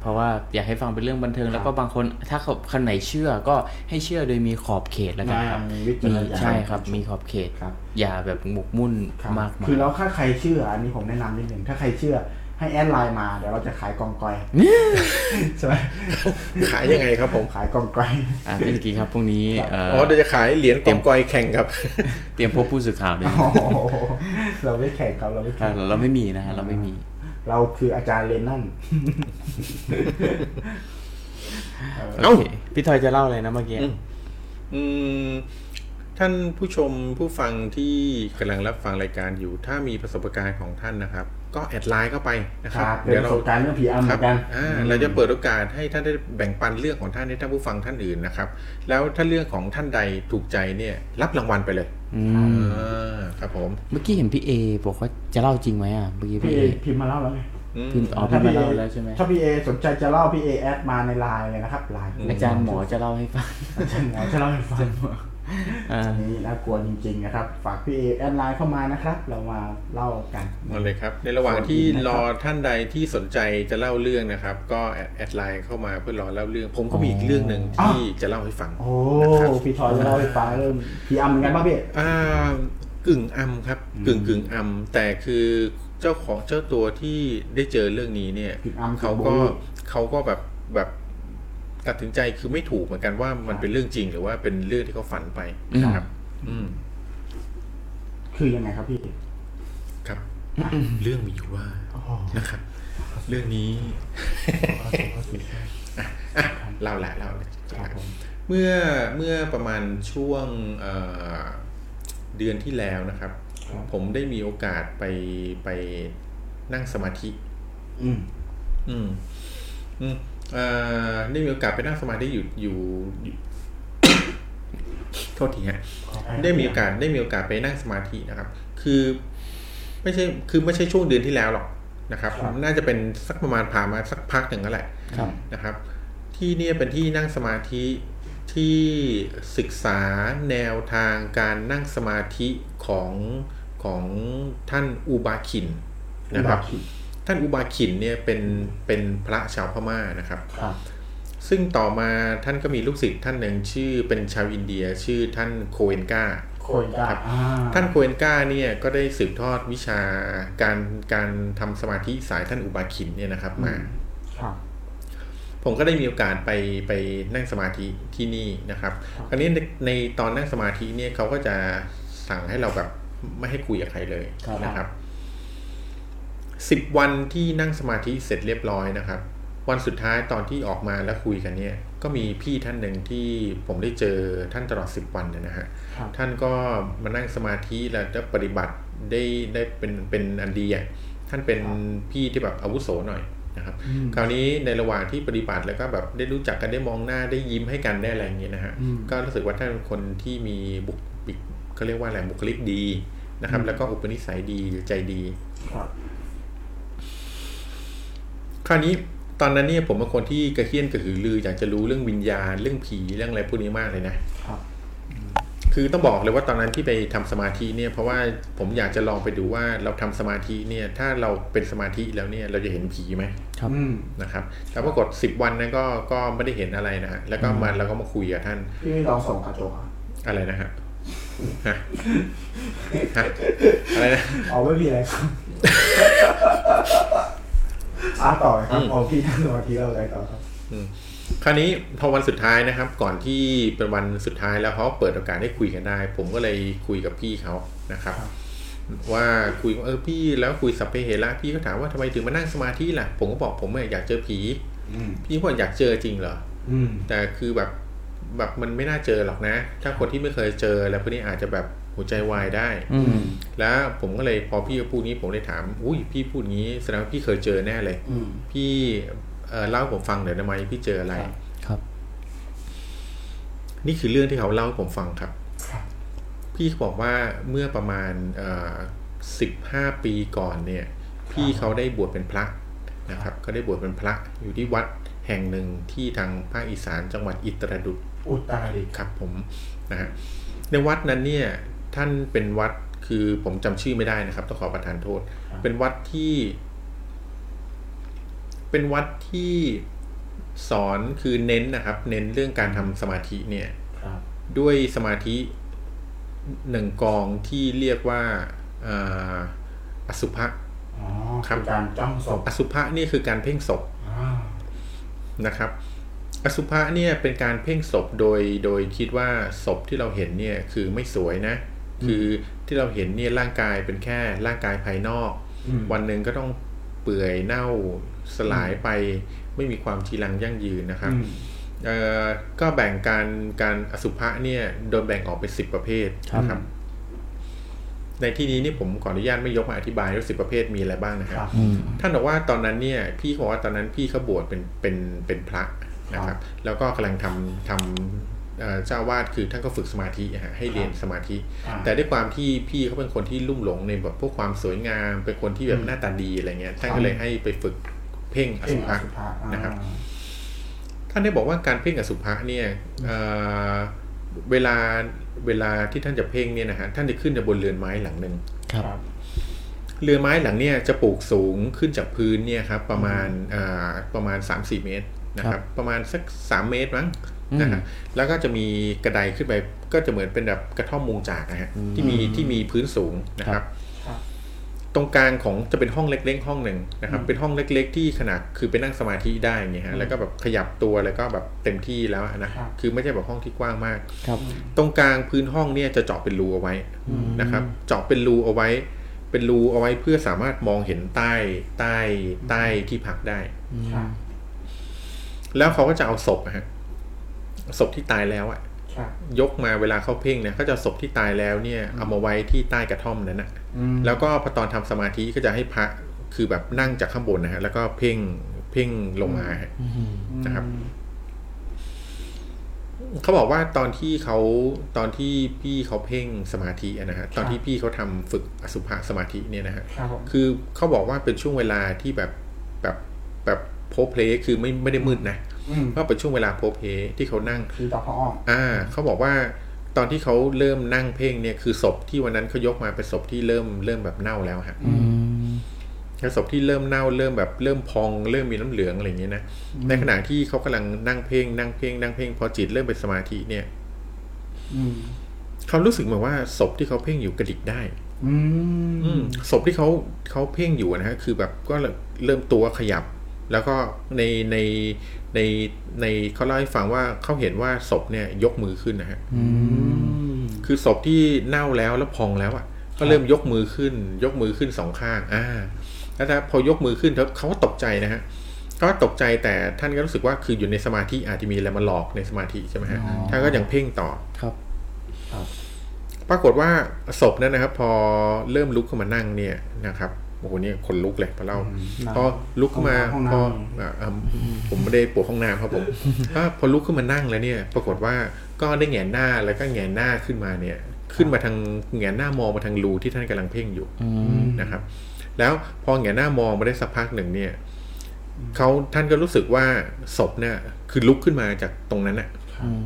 Speaker 3: เพราะว่าอยากให้ฟังเป็นเรื่องบันเทิง แล้วก็บางคนถ้าเขาคนไหนเชื่อก็ให้เชื่อโดยมีขอบเขตแล้วกันครับ
Speaker 1: อ่ามีวิจารณญาณ
Speaker 3: ใช่ครับ มีขอบเขต
Speaker 1: ครับ
Speaker 3: อย่าแบบหมกมุ่น
Speaker 1: ครับ
Speaker 3: มากมาย
Speaker 1: คือแล้วถ้าใครเชื่ออันนี้ผมแนะนำนิดหนึ่งถ้าใครเชื่อให้แอดไลน์มาเดี๋ยวเราจะขายกองกอยใช่ไหม
Speaker 2: ขายยังไงครับผม
Speaker 1: ขายกองกอย
Speaker 3: อ่ะเป็นกีครับพรุ่งนี้เอ่อ
Speaker 2: อ๋อเดี๋ยวจะขายเหรียญกองกอยแข่งครับ
Speaker 3: เตรียมพบผู้สื่อข่าวด้วยนะ
Speaker 1: โอ้โหเราไม่แข่งครับเราไม่
Speaker 3: อ่ะ
Speaker 1: แข่ง
Speaker 3: เราไม่มีนะฮะเราไม่มี
Speaker 1: เราคืออาจารย์เลนนั่น
Speaker 2: เอ้า
Speaker 3: โอเคพี่ทอยจะเล่าอะไรนะเมื่อกี้
Speaker 2: อืมท่านผู้ชมผู้ฟังที่กำลังรับฟังรายการอยู่ ถ้ามีประสบการณ์ของท่านนะครับ ก็แอดไลน์เข้าไปนะครับ
Speaker 1: ครับเป็นประสบการณ์เรื่องผีอำเหมือนกัน
Speaker 2: อ่าเราจะเปิดโอกาสให้ท่านได้แบ่งปันเรื่องของท่านให้ท่านผู้ฟังท่านอื่นนะครับ แล้วถ้าเรื่องของท่านใดถูกใจเนี่ยรับรางวัลไปเลยอ่าครับผม
Speaker 3: เมื่อกี้เห็นพี่เอบอกว่าจะเล่าจริงไหมอ่ะเมื่อกี้
Speaker 1: พี่
Speaker 3: พี่
Speaker 1: เอ
Speaker 3: เอ
Speaker 1: พิมพ์มาเล่าแล้วไง
Speaker 2: อืม
Speaker 3: พิมพ์อ๋อพิ
Speaker 1: ถ้าม
Speaker 3: พ์มา
Speaker 1: พี่เอ
Speaker 3: เล่าแล้วใช่ไหม
Speaker 1: ถ้าพี่เอสนใจจะเล่าพี่เอแอดมาในไลน์เลยนะครับไลน์
Speaker 3: อาจารย์หมอจะเล่าให้ฟัง
Speaker 1: อาจารย์หมอจะเล่าให้ฟัง
Speaker 3: อ่า
Speaker 1: อันนี้น่ากลัวจริงๆนะครับ ฝากพี่เอแอดไลน์เข้ามานะครับ เรามาเล่ากัน
Speaker 2: มาเลยครับ ในระหว่างที่รอท่านใดที่สนใจจะเล่าเรื่องนะครับ ก็แอดแอดไลน์เข้ามาเพื่อรอเล่าเรื่อง ผมก็มีอีกเรื่องหนึ่งที่จะเล่าให้ฟัง
Speaker 1: โอ้พี่ทอยเล่าให้ฟังเริ่มพี่อำเหมือนกันป่ะพี่
Speaker 2: อ่ากึ่งอำครับกึ่งกึ่งอำ แต่คือเจ้าของเจ้าตัวที่ได้เจอเรื่องนี้เนี่ย
Speaker 1: กึ่งอำ
Speaker 2: เขา
Speaker 1: กึ่
Speaker 2: ก็
Speaker 1: งบูลลี่
Speaker 2: เขาก็แบบแบบตัดสินใจคือไม่ถูกเหมือนกันว่ามันเป็นเรื่องจริงหรือว่าเป็นเรื่องที่เขาฝันไปนะครับ อืม
Speaker 1: คือยังไงครับพี่
Speaker 2: ครับ เรื่องมีอยู่ว่านะครับ เรื่องนี้ อ่ะเล่าแหละเล่าเลยเมื่อเมื่อประมาณช่วงเอ่อเดือนที่แล้วนะครับ ผมได้มีโอกาสไปไปนั่งสมาธิ
Speaker 1: อืม
Speaker 2: อืมอืมเอ่อได้มีโอกาสไปนั่งสมาธิอยู่อยู่อยู่ [coughs] โทษทีฮะ ได้มีโอกาสได้มีโอกาสไปนั่งสมาธินะครับ คือไม่ใช่คือไม่ใช่ช่วงเดือนที่แล้วหรอกนะครับ
Speaker 1: ครับ
Speaker 2: น่าจะเป็นสักประมาณผ่านมาสักพักหนึ่งแล้วแหละ
Speaker 1: ครับ
Speaker 2: นะครับ ที่เนี่ยเป็นที่นั่งสมาธิที่ศึกษาแนวทางการนั่งสมาธิของของท่านอุบาคินนะครับ ท่านอุบาคินเนี่ยเป็นเป็นพระชาวพม่านะครับ
Speaker 1: ครับ
Speaker 2: ซึ่งต่อมาท่านก็มีลูกศิษย์ท่านหนึ่งชื่อเป็นชาวอินเดียชื่อท่านโคเอนกา
Speaker 1: โคนกาอ่า
Speaker 2: ท่านโคเอนกาเนี่ยก็ได้สืบทอดวิชาการการทำสมาธิสายท่านอุบาคินเนี่ยนะครับมา
Speaker 1: ครับ
Speaker 2: ผมก็ได้มีโอกาสไปไปนั่งสมาธิที่นี่นะครับ คราวนี้ในในตอนนั่งสมาธิเนี่ยเขาก็จะสั่งให้เราแบบไม่ให้คุยกับใครเลย
Speaker 1: ครับ
Speaker 2: นะครับ สิบวันที่นั่งสมาธิเสร็จเรียบร้อยนะครับ วันสุดท้ายตอนที่ออกมาแล้วคุยกันเนี่ย ก็มีพี่ท่านหนึ่งที่ผมได้เจอท่านตลอดสิบวันเนี่ยนะฮะ
Speaker 1: ครับ
Speaker 2: ท่านก็มานั่งสมาธิแล้วก็ปฏิบัติได้ได้เป็นเป็นอันดีอ่ะท่านเป็นพี่ที่แบบอาวุโสหน่อย นะครับคราวนี้ในระหว่างที่ปฏิบัติแล้วก็แบบได้รู้จักกันได้มองหน้าได้ยิ้มให้กันได้อะไรอย่างเงี้ยนะฮะก็รู้สึกว่าถ้าเป็นคนที่มีบุคลิกเขาเรียกว่าอะไรบุคลิกดีนะครับ แล้วก็อุปนิสัยดีใจดี
Speaker 1: ครับ
Speaker 2: คราวนี้ตอนนั้นเนี่ยผมเป็นคนที่กระเคียนกระหือรืออยากจะรู้เรื่องวิญญาณเรื่องผีเรื่องอะไรพวกนี้มากเลยนะครับ อืมคือต้องบอกเลยว่าตอนนั้นที่ไปทำสมาธิเนี่ย เพราะว่าผมอยากจะลองไปดูว่าเราทำสมาธิเนี่ย ถ้าเราเป็นสมาธิแล้วเนี่ยเราจะเห็นผีไหม
Speaker 3: ครับ
Speaker 1: อืม
Speaker 2: นะครับแต่ปรากฏสิบวันนั้นก็ก็ไม่ได้เห็นอะไรนะฮะแล้วก็มาเราก็มาคุยกับท่าน
Speaker 1: พี่ไม่ลองส่องกระจกอะ
Speaker 2: อะไรนะฮะฮะฮะอะไรนะ
Speaker 1: เอาไม่มีอะไรค
Speaker 2: [laughs]
Speaker 1: รับ อ่ะต่อเลยครับเอาพี่นั่งสมาธิแล้วอะไรต่อครับ
Speaker 2: คราวนี้พอวันสุดท้ายนะครับ ก่อนที่เป็นวันสุดท้ายแล้วเขาเปิดโอกาสให้คุยกันได้ ผมก็เลยคุยกับพี่เขานะครับ ว่าคุยว่าเออพี่แล้วคุยสัพเพเหระพี่ก็ถามว่าทำไมถึงมานั่งสมาธิล่ะ ผมก็บอกผมเนี่ยอยากเจอผี
Speaker 1: อืม
Speaker 2: พี่ว่าอยากเจอจริงเหรอ
Speaker 1: อืม
Speaker 2: แต่คือแบบแบบมันไม่น่าเจอหรอกนะ ถ้าคนที่ไม่เคยเจอแล้วพวกนี้อาจจะแบบหัวใจวายได้
Speaker 3: อืม
Speaker 2: แล้วผมก็เลยพอพี่พูดนี้ผมเลยถาม อุ้ยพี่พูดงี้แสดงว่าพี่เคยเจอแน่เลย
Speaker 1: อืม
Speaker 2: พี่เอ่อเล่าให้ผมฟังหน่อยได้ไหมพี่เจออะไร
Speaker 3: ครับ
Speaker 2: นี่คือเรื่องที่เขาเล่าให้ผมฟังครับ พี่เขาบอกว่าเมื่อประมาณสิบห้าปีก่อนเนี่ย พี่เขาได้บวชเป็นพระนะครับ ก็ได้บวชเป็นพระอยู่ที่วัดแห่งหนึ่งที่ทางภาคอีสานจังหวัดอิตรดุต
Speaker 1: อุตรดิตถ์
Speaker 2: ครับผมนะฮะในวัดนั้นเนี่ยท่านเป็นวัดคือผมจำชื่อไม่ได้นะครับ ต้องขอประทานโทษ เป็นวัดที่ เป็นวัดที่สอนคือเน้นนะครับ เน้นเรื่องการทำสมาธิเนี่ย
Speaker 1: ครับ
Speaker 2: ด้วยสมาธิหนึ่งกองที่เรียกว่าอ่าอสุภะ
Speaker 1: อ๋อ
Speaker 2: ครับ
Speaker 1: อการจ้องศพ
Speaker 2: อสุภะนี่คือการเพ่งศพ
Speaker 1: อ่า
Speaker 2: นะครับอสุภะเนี่ยเป็นการเพ่งศพโดยโดยคิดว่าศพที่เราเห็นเนี่ยคือไม่สวยนะ คือที่เราเห็นเนี่ยร่างกายเป็นแค่ร่างกายภายนอก
Speaker 1: อืม
Speaker 2: วันหนึ่งก็ต้องเปื่อยเน่าสลายไปไม่มีความจีรังยั่งยืนนะครับ
Speaker 1: อืม
Speaker 2: เอ่อก็แบ่งการการอสุภะเนี่ยโดยแบ่งออกเป็นสิบประเภทนะในที่นี้นี่ผมขออนุญาตไม่ยกมาอธิบายว่าสิบประเภทมีอะไรบ้างนะครับ
Speaker 1: ครับ
Speaker 3: อืม
Speaker 2: ท่านบอกว่าตอนนั้นเนี่ยพี่เขาบอกว่าตอนนั้นพี่เขาบวชเป็นเป็นเป็นพระนะครับ แล้วก็กำลังทำทำเอ่อเจ้าวาดคือท่านก็ฝึกสมาธิฮะให้เรียนสมาธิ
Speaker 1: อ่า
Speaker 2: แต่ด้วยความที่พี่เขาเป็นคนที่ลุ่มหลงในแบบพวกความสวยงาม เป็นคนที่แบบหน้าตาดีอะไรเงี้ยท่านก็เลยให้ไปฝึกเพ่งอ
Speaker 1: เพ่
Speaker 2: สุ
Speaker 1: งอ
Speaker 2: ภะ
Speaker 1: สุภะอ่า
Speaker 2: นะครับ ท่านได้บอกว่าการเพ่งอสุภะเนี่ยเอ่อเวลาเวลาที่ท่านจะเพ่งเนี่ยนะฮะท่านจะขึ้นบนเรือนไม้หลังหนึ่ง
Speaker 3: ครับ
Speaker 2: เรือไม้หลังเนี่ยจะปลูกสูงขึ้นจากพื้นเนี่ยครับประมาณอ่าประมาณ 3-4 เมตรนะค
Speaker 3: ครั
Speaker 2: รับบ ประมาณสัก 3 เมตรมั้ง
Speaker 3: อืม
Speaker 2: นะครับแล้วก็จะมีกระไดขึ้นไปก็จะเหมือนเป็นแบบกระท่อมมุงจากนะฮะที่มีที่มีพื้นสูงนะครับ
Speaker 1: ครับ
Speaker 2: ตรงกลางของจะเป็นห้องเล็กๆ ห้องหนึ่งนะครับ เป็นห้องเล็ก ๆ ที่ขนาดคือไปนั่งสมาธิได้อย่างเงี้ยฮะแล้วก็แบบขยับตัวแล้วก็แบบเต็มที่แล้วนะคือไม่ใช่แบบห้องที่กว้างมาก
Speaker 3: ครับ
Speaker 2: ตรงกลางพื้นห้องเนี่ยจะเจาะเป็นรูเอาไว้นะครับ เจาะเป็นรูเอาไว้ เป็นรูเอาไว้เพื่อสามารถมองเห็นใต้ใต้ใต้ที่พักได้
Speaker 1: ครับ
Speaker 2: แล้วเขาก็จะเอาศพอะฮะศพที่ตายแล้วอะ
Speaker 1: ครับ
Speaker 2: ยกมาเวลาเข้าเพ่งเนี่ยก็จะเอาศพที่ตายแล้วเนี่ยเอามาไว้ที่ใต้กระท่อมนั้นนะ
Speaker 1: อืม
Speaker 2: แล้วก็พอตอนทำสมาธิก็จะให้พระคือแบบนั่งจากข้างบนนะฮะแล้วก็เพ่งเพ่งลงมาฮะ
Speaker 3: อืม
Speaker 2: นะครับ เขาบอกว่าตอนที่เขาตอนที่พี่เขาเพ่งสมาธิอะนะฮะตอนที่พี่เขาทำฝึกอสุภะสมาธิเนี่ยนะฮะ
Speaker 1: ครับผม
Speaker 2: คือเขาบอกว่าเป็นช่วงเวลาที่แบบแบบแบบโพเพลคือไม่ไม่ได้มืดนะ
Speaker 1: อืม
Speaker 2: ก็เป็นช่วงเวลาโพเพลที่เขานั่ง
Speaker 1: คือตาพออ้อม
Speaker 2: อ่าเขาบอกว่าตอนที่เขาเริ่มนั่งเพ่งเนี่ยคือศพที่วันนั้นเขายกมาเป็นศพที่เริ่มเริ่มแบบเน่าแล้วฮะ
Speaker 3: อืม
Speaker 2: แล้วศพที่เริ่มเน่าเริ่มแบบเริ่มพอง เริ่มมีน้ำเหลืองอะไรอย่างเงี้ยนะในขณะที่เขากำลังนั่งเพ่งนั่งเพ่งนั่งเพ่งพอจิตเริ่มเป็นสมาธิเนี่ย
Speaker 1: อืม
Speaker 2: เขารู้สึกเหมือนว่าศพที่เขาเพ่งอยู่กระดิกได้
Speaker 1: อื
Speaker 2: อื
Speaker 1: ม
Speaker 2: มศพที่เขาเขาเพ่งอยู่นะฮะคือแบบก็เริ่มตัวขยับ แล้วก็ในในในในเขาเล่าให้ฟังว่าเขาเห็นว่าศพเนี่ยยกมือขึ้นนะฮะคือศพที่เน่าแล้วแล้วพองแล้วอ่ะ ก็เริ่มยกมือขึ้น ยกมือขึ้นสองข้าง อ่าแล้วถ้าพอยกมือขึ้นเขาเขาก็ตกใจนะฮะก็ตกใจแต่ท่านก็รู้สึกว่าคืออยู่ในสมาธิอาจจะมีอะไรมาหลอกในสมาธิใช่ไหมฮะ
Speaker 3: อ๋อ
Speaker 2: ท่านก็ยังเพ่งต่อ
Speaker 3: ครับ
Speaker 2: ปรากฏว่าศพนั้นนะครับ พอเริ่มลุกขึ้นมานั่งเนี่ยนะครับ โอ้โหเนี่ยขนลุกเลยพอเล่า
Speaker 1: นะ
Speaker 2: พอลุกขึ้นมา
Speaker 1: ห้องน้ำ
Speaker 2: พออ่ะอ่ะผมไม่ได้ปวดห้องน้ำครับผม
Speaker 1: [laughs]
Speaker 2: อ่ะพอลุกขึ้นมานั่งแล้วเนี่ย ปรากฏว่าก็ได้แหงนหน้าแล้วก็แหงนหน้าขึ้นมาเนี่ย ขึ้นมาทางแหงนหน้ามองมาทางรูที่ท่านกำลังเพ่งอยู่
Speaker 3: อืม
Speaker 2: นะครับแล้วพอแหงนหน้ามองไปได้สักพักหนึ่งเนี่ยเขาท่านก็รู้สึกว่าศพเนี่ยคือลุกขึ้นมาจากตรงนั้นน่ะ
Speaker 3: อืม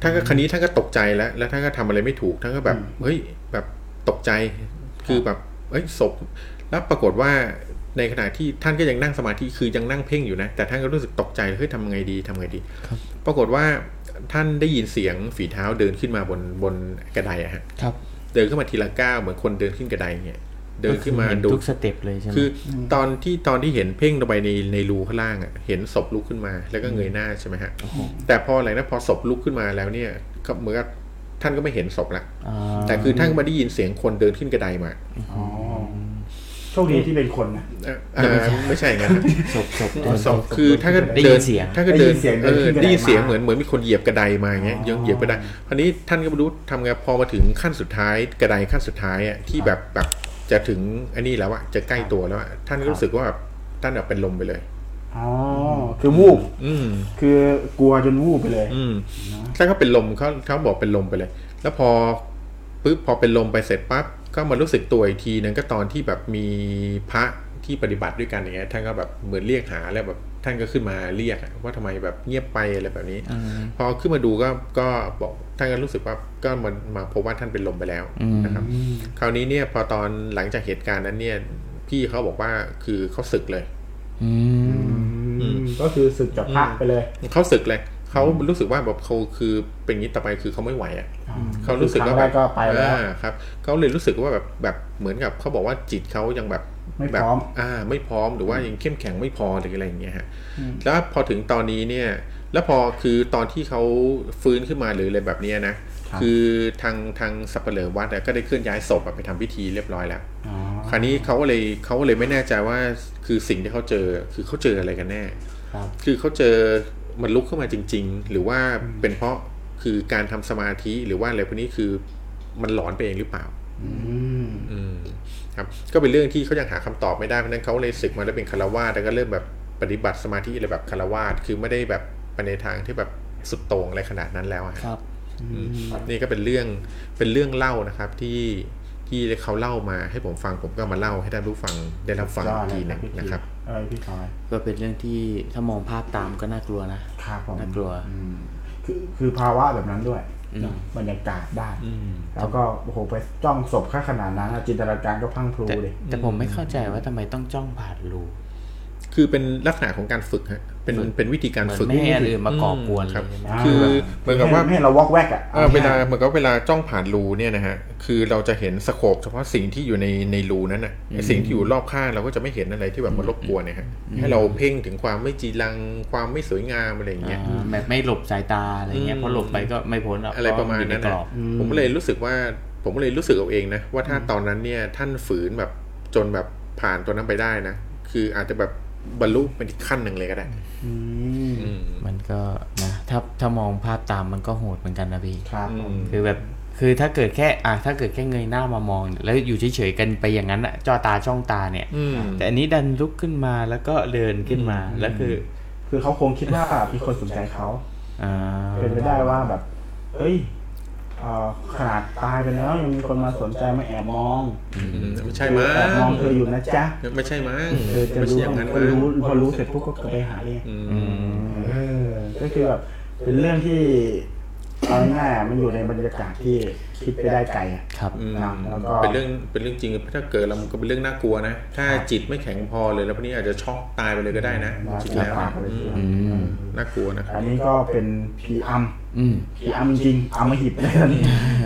Speaker 2: ท่านก็คันนี้ท่านก็ตกใจแล้วแล้วท่านก็ทำอะไรไม่ถูกท่านก็แบบเฮ้ยแบบตกใจคือแบบเอ้ยศพแล้วปรากฏว่าในขณะที่ท่านก็ยังนั่งสมาธิคือยังนั่งเพ่งอยู่นะ แต่ท่านก็รู้สึกตกใจเฮ้ยทำไงดีทำไงดีปรากฏว่าท่านได้ยินเสียงฝีเท้าเดินขึ้นมาบนบนกระไดอะฮะ
Speaker 3: ครับ
Speaker 2: เดินขึ้นมาทีละก้าวเหมือนคนเดินขึ้นกระไดเงี้ยเดินขึ้นมา
Speaker 3: เห็
Speaker 2: ดู
Speaker 3: ทุกสเต็ปเลยใช่ไหม
Speaker 2: คือตอนที่ตอนที่เห็นเพ่งลงไปในในรูข้างล่างอ่ะเห็นศพลุกขึ้นมาแล้วก็เงยหน้าใช่ไหมฮะแต่พออะไรนะพอศพลุกขึ้นมาแล้วเนี่ยก็เหมือนกับท่านก็ไม่เห็นศพละ
Speaker 3: า
Speaker 2: แต่คือท่านก็ไมาได้ยินเสียงคนเดินขึ้นกระไดมา
Speaker 1: อ๋อโชคดีที่เป็นคนนะ
Speaker 2: เอ่อเอ่อไม่ใช่อย่างนั้นนะ
Speaker 3: ศพศพ
Speaker 2: เออศพ
Speaker 3: ศพ
Speaker 2: คือท่านก็
Speaker 3: ได้ยินเสียง
Speaker 2: ท่านก็เดิน
Speaker 1: ได้ยินเสียงเดิ
Speaker 2: เอน อ
Speaker 1: ขึ้นกระไดมา
Speaker 2: ได้ยินเสียงเหมือนเหมือนมีคนเหยียบกระไดมาอย่างเงี้ยยังเหยียบกระไดคราวนี้ท่านก็ไม่รู้ทำไงพอมาถึงขั้นสุดท้ายกระไดขั้นสุดท้ายอ่ะที่แบบแบบจะถึงอันนี้แล้วอ่ะจะใกล้ตัวแล้วอ่ะท่านก็รู้สึกว่าแบบท่านแบบเป็นลมไปเลย
Speaker 1: อ๋อคือวูบ
Speaker 2: อืม
Speaker 1: คือกลัวจนวูบไปเลย
Speaker 2: อืมถ้าเขาเป็นลมเขาเขาบอกเป็นลมไปเลย แล้วพอปึ๊บพอเป็นลมไปเสร็จปั๊บก็มารู้สึกตัวอีกทีนึงก็ตอนที่แบบมีพระที่ปฏิบัติด้วยกันอย่างเงี้ยท่านก็แบบเหมือนเรียกหาแล้วแบบท่านก็ขึ้นมาเรียกอะว่าทำไมแบบเงียบไปอะไรแบบนี้ พอขึ้นมาดูก็ก็บอกท่านก็รู้สึกว่าก็มามาพบว่าท่านเป็นลมไปแล้วนะครับ คราวนี้เนี่ยพอตอนหลังจากเหตุการณ์นั้นเนี่ยพี่เขาบอกว่าคือเขาสึกเลย
Speaker 3: อืม
Speaker 1: ก็คือสึกจากพระไปเลย
Speaker 2: เขาสึกเลย เขารู้สึกว่าแบบเขาคือเป็นอย่างนี้ต่อไปคือเขาไม่ไหวอ่ะเขารู้สึกว่า
Speaker 1: ครั้งแรกก็ไปแล้ว
Speaker 2: อ่าครับเขาเลยรู้สึกว่าแบบแบบเหมือนกับเขาบอกว่าจิตเขายังแบบ
Speaker 1: ไม่
Speaker 2: แบ
Speaker 1: พ
Speaker 2: บ
Speaker 1: ร้อม
Speaker 2: อ่า ไม่พร้อมหรือว่ายังเข้มแข็งไม่พอหรืออะไรอย่างเงี้ยฮะแล้วพอถึงตอนนี้เนี่ย แล้วพอคือตอนที่เขาฟื้นขึ้นมาหรืออะไรแบบเนี้ยนะคือทางทางสัปเหร่อวัดอะก็ได้เคลื่อนย้ายศพอะไปทำพิธีเรียบร้อยแล้ว
Speaker 1: อ๋อ
Speaker 2: คราวนี้เขาก็เลยเขาก็เลยไม่แน่ใจว่าคือสิ่งที่เขาเจอคือเขาเจออะไรกันแน่
Speaker 1: ครับ
Speaker 2: คือเขาเจอมันลุกขึ้นมาจริง ๆ หรือว่าเป็นเพราะคือการทำสมาธิหรือว่าอะไรพวกนี้คือมันหลอนไปเองหรือเปล่า
Speaker 1: อืม
Speaker 2: อืมครับ ก็เป็นเรื่องที่เขายังหาคำตอบไม่ได้เพราะฉะนั้นเขาเลยศึกมาแล้วเป็นคารวาสแล้วก็เริ่มแบบปฏิบัติสมาธิอะไรแบบคารวาสคือไม่ได้แบบไปในทางที่แบบสุดโต่งอะไรขนาดนั้นแล้วอะ
Speaker 3: ครับ
Speaker 2: อืมนี่ก็เป็นเรื่องเป็นเรื่องเล่านะครับที่ที่เขาเล่ามาให้ผมฟังผมก็เอามาเล่าให้ท่านผู้ฟังได้รับฟังอีกทีหนึงนะครับ
Speaker 1: เออพี่ชอย
Speaker 3: ก็เป็นเรื่องที่ถ้ามองภาพตามก็น่ากลัวนะ
Speaker 1: ครับผม
Speaker 3: น่ากลัว
Speaker 1: อืมคือคือภาวะแบบนั้นด้วย
Speaker 3: อืม
Speaker 1: บรรยากาศได้
Speaker 2: อืม
Speaker 1: แล้วก็โอ้โหไปจ้องศพค่าขนาดนั้นอะจินตนาการก็พรังพรู
Speaker 3: แต่
Speaker 1: เลย
Speaker 3: แต่ผมไม่เข้าใจว่าทำไมต้องจ้องผ่านรู
Speaker 2: คือเป็นลักษณะของการฝึกฮะ เป็นเป็นวิธีการ
Speaker 3: เหมือน
Speaker 2: ฝึก
Speaker 3: ไม่ให้อันอื่นมาก่อกวน
Speaker 2: อืม
Speaker 3: เล
Speaker 2: ครับ
Speaker 3: ยใช่ไหม
Speaker 1: า
Speaker 2: คือเหมือนกับว่า
Speaker 1: ให้เราวอกแวกอ่ะ
Speaker 2: เอ่อเวลาเหมือนกับเวลาจ้องผ่านรูเนี่ยนะฮะ คือเราจะเห็นสโคปเฉพาะสิ่งที่อยู่ในในรูนั้นน่ะไอ้สิ่งที่อยู่รอบข้างเราก็จะไม่เห็นอะไรที่แบบมารบกวนเนี่ยฮะ ให้เราเพ่งถึงความไม่จีรัง ความไม่สวยงามอะไรอย่างเงี้ย
Speaker 3: อ่าแบบไม่หลบสายตาอะไรเงี้ย
Speaker 2: อืม
Speaker 3: เพราะหลบไปก็ไม่พ้น
Speaker 2: อะไรประมาณนั้น
Speaker 3: กร
Speaker 2: นะ
Speaker 3: อบ
Speaker 2: ผมก็เลยรู้สึกว่า ผมก็เลยรู้สึกเอาเองนะ ว่าถ้าตอนนั้นเนี่ยท่านฝืนแบบจนแบบผ่านตัวนั้นไปได้นะ คืออาจจะแบบบรรลุเป็นอีกขั้นหนึ่งเลยก็ได้
Speaker 1: อืม
Speaker 2: อืม
Speaker 3: มันก็นะถ้าถ้ามองภาพตามมันก็โหดเหมือนกันนะพี่
Speaker 1: ครับผม
Speaker 3: คือแบบคือถ้าเกิดแค่อ่ะถ้าเกิดแค่เงยหน้ามามอง แล้วอยู่เฉยๆกันไปอย่างนั้นอะจ้อตาช่องตาเนี่ย
Speaker 2: อืม
Speaker 3: แต่อันนี้ดันลุกขึ้นมาแล้วก็เดินขึ้นมาแล้วคือ
Speaker 1: คือเขาคงคิดว่ามีคนสนใจเขา
Speaker 3: อ่า
Speaker 1: เป็นไปได้ว่าแบบ เฮ้ยเอ่อขนาดตายไปแล้วยังมีคนมาสนใจมาแอบมอง
Speaker 2: อืมไม่ใช่มั้ง
Speaker 1: แอบมองเธออยู่นะจ๊ะ
Speaker 2: ไม่ใช่มั้ง
Speaker 1: เธอจะ
Speaker 2: ไม่
Speaker 1: รู้
Speaker 2: ใช่อย่างนั้น
Speaker 1: พอ
Speaker 2: มั้ง
Speaker 1: รู้พอรู้เสร็จปุ๊บก็กลับไปหาเอง
Speaker 2: อืม
Speaker 1: เออ ก็คือแบบเป็นเรื่องที่เอาง่ายๆอ่ะมันอยู่ในบรรยากาศที่คิดไปได้ไกลอ่ะ
Speaker 3: ครับ
Speaker 2: อืม
Speaker 1: ครับแล้วก็
Speaker 2: เป็นเรื่องเป็นเรื่องจริงถ้าเกิดแล้วมันก็เป็นเรื่องน่ากลัวนะ ถ้าจิตไม่แข็งพอเลยแล้วพวกนี้อาจจะช็อกตายไปเลยก็ได้นะจริงแล้ว
Speaker 1: ปาก
Speaker 2: นะ
Speaker 1: ไปเลย
Speaker 2: อืม
Speaker 3: อืม
Speaker 2: น่ากลัวนะครับ
Speaker 1: อันนี้ก็เป็นผีอัม
Speaker 3: อืม
Speaker 1: ผีอัมจริงๆอัมมหิบเลยตอนนี้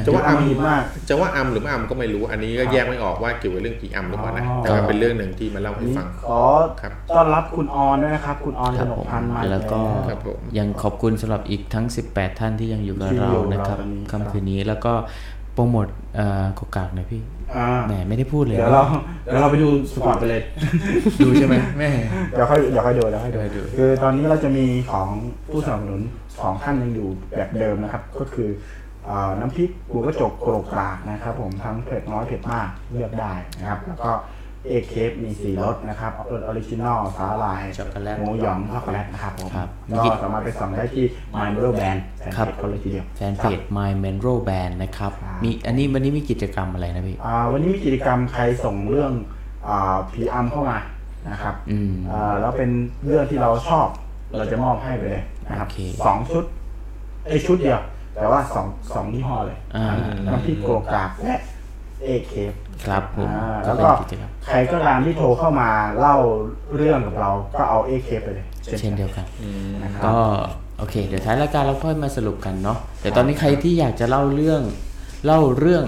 Speaker 2: จะว่าอำ
Speaker 1: มหิบมาก
Speaker 2: จะว่าอัมหรือไม่อัมก็ไม่รู้อันนี้ก็แยกไม่ออกว่าเกี่ยวกับเรื่องกี่อัมหรือเปล่านะ
Speaker 1: อ๋อ
Speaker 2: แต่ว่าเป็นเรื่องหนึ่งที่มาเล่า
Speaker 1: อัน
Speaker 2: ให้
Speaker 1: นี้
Speaker 2: ฟัง
Speaker 1: ขอ
Speaker 2: ครับ
Speaker 1: ต้อนรับคุณออนด้วยนะครับ คุณออน
Speaker 3: ค
Speaker 1: ข
Speaker 3: รับ
Speaker 1: นก
Speaker 3: ผม
Speaker 1: พันธ์มาอี
Speaker 3: แล้วก็
Speaker 2: ครับผม
Speaker 3: ยังขอบคุณสำหรับอีกทั้ง 18 ท่านที่ยังอยู่กับ
Speaker 1: ที่
Speaker 3: เรา
Speaker 1: อยู่
Speaker 3: นะครับ
Speaker 1: กับเราตอนนี้ครับ
Speaker 3: ค่ำคืนนี้แล้วก็โปรโมทเอ่อกกากหน่อยพี่
Speaker 1: อ่า
Speaker 3: แหมไม่ได้พูดเลย
Speaker 1: เดี๋ยวเราเดี๋ยวเราไปดูสปอร์ตไปเลย
Speaker 3: [laughs] ดูใช่ไหมแม่
Speaker 1: เดี๋ยวค่อยเดี๋ยวค่อยดูเดี๋ยวค่อย
Speaker 3: เดี๋ยวค่อยดู
Speaker 1: ดู คือตอนนี้เราจะมีของผู้สนับสนุนสองท่านยังอยู่แบบเดิมนะครับ ก็คือ เอ่อน้ำพริกบัวกระจกโกรกปากนะครับผมทั้งเผ็ดน้อยเผ็ดมากเลือกได้นะครับ แล้วก็เอกเคฟมีสีรสนะครับรสออริจินอลสาหร่าย
Speaker 3: ช็อกโกแลต
Speaker 1: หมูหยองช็อกโกแลตนะครับผม
Speaker 3: ครับ
Speaker 1: ก็สามารถไปสั่งได้ที่ My m e r o Band แฟนเพจเขาเลยทีเดียว
Speaker 3: แฟนเพจ My m e n r o Band นะครับ
Speaker 1: ครับ
Speaker 3: มีอันนี้วันนี้มีกิจกรรมอะไรนะพี่
Speaker 1: อ่าวันนี้มีกิจกรรมใครส่งเรื่องผีอัมเข้ามานะครับ
Speaker 3: อืม
Speaker 1: อ่าแล้วเป็นเรื่องที่เราชอบเราจะมอบให้ไปเลยนะครับ
Speaker 3: โอเค
Speaker 1: สองชุดไอยชุดเดียว แต่ว่าสองสองยี่ห้อเลย
Speaker 3: อ่า
Speaker 1: น้ำพริกโกกากและเอเคฟ
Speaker 3: ครับผม
Speaker 1: อ่า
Speaker 3: ก็
Speaker 1: แล้วก็
Speaker 3: เป็นกิจกรรม
Speaker 1: ใครก็ตามที่โทรเข้ามาเล่าเรื่องกับเราก็เอา AK ไปเลย
Speaker 3: เช่นเดียวกัน
Speaker 1: นะครับ
Speaker 3: ก็โอเค เดี๋ยวท้ายรายการเราค่อยมาสรุปกันเนาะแต่ตอนนี้ใครที่อยากจะเล่าเรื่องเล่าเรื่อง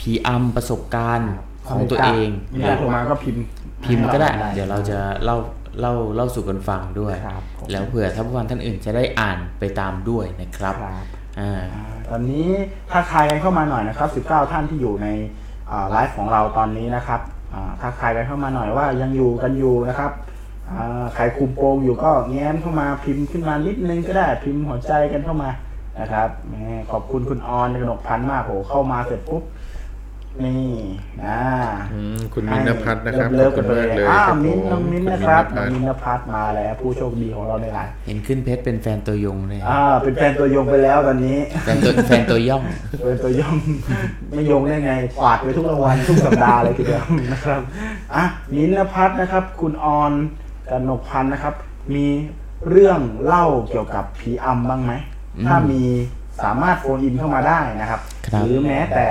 Speaker 3: ผีอำประสบการณ์ของตัวเอง
Speaker 1: ไม่ได้โทรมาก็พิมพ์
Speaker 3: พิมพ์ก็ได้
Speaker 1: ให้
Speaker 3: เดี๋ยวเราจะเล่าเล่าเล่าสู่กันฟังด้วย
Speaker 1: ครับผม
Speaker 3: แล้วเผื่อท่านผู้ฟังท่านอื่นจะได้อ่านไปตามด้วยนะครับ
Speaker 1: ครับ
Speaker 3: อ่า
Speaker 1: อ่าตอนนี้ทักทายกันเข้ามาหน่อยนะครับ 19 ท่านที่อยู่ในอ่าไลฟ์ของเราตอนนี้นะครับอ่าทักทายกันเข้ามาหน่อยว่ายังอยู่กันอยู่นะครับอ่าใครคุมโปงอยู่ก็แง้มเข้ามาพิมพ์ขึ้นมานิดนึงก็ได้พิมพ์หัวใจกันเข้ามานะครับแหมขอบคุณคุณออนกนกพันธ์มากโหเข้ามาเสร็จปุ๊บนี่นะ
Speaker 2: อืมคุณมินพัฒน์นะครับ
Speaker 1: เลิฟ
Speaker 2: ขอบ
Speaker 1: กัน
Speaker 2: ณ
Speaker 1: ไปเลย
Speaker 2: กเลย
Speaker 1: อ้า
Speaker 2: คว รับ
Speaker 1: มิ้นท์
Speaker 2: ผม
Speaker 1: น้องมิ้นท์
Speaker 2: คุณ
Speaker 1: นะครับน้อง
Speaker 2: พัฒ
Speaker 1: มิ้นท์นภัสมาแล้วผู้โชคดีของเราในไลน์
Speaker 3: เห็นขึ้นเพชรเป็นแฟนตัวยงเลย
Speaker 1: อ่า เป็นแฟนตัวยงไปแล้วตอนนี้
Speaker 3: แฟน
Speaker 1: [laughs]
Speaker 3: ตัวแฟนตัวย่อง
Speaker 1: เป็นตัวยง ไม่ยงได้ไงกวาดไปทุกรางวัลทุกสัปดาห์เลยทีเดียวนะครับอ่ะมิ้นท์นภัสนะครับ คุณออนกนกพันธ์นะครับ มีเรื่องเล่าเกี่ยวกับผีอำบ้างไหมถ้ามีสามารถโฟนอินเข้ามาได้นะครับ
Speaker 3: ครับ
Speaker 1: หรือแม้แต่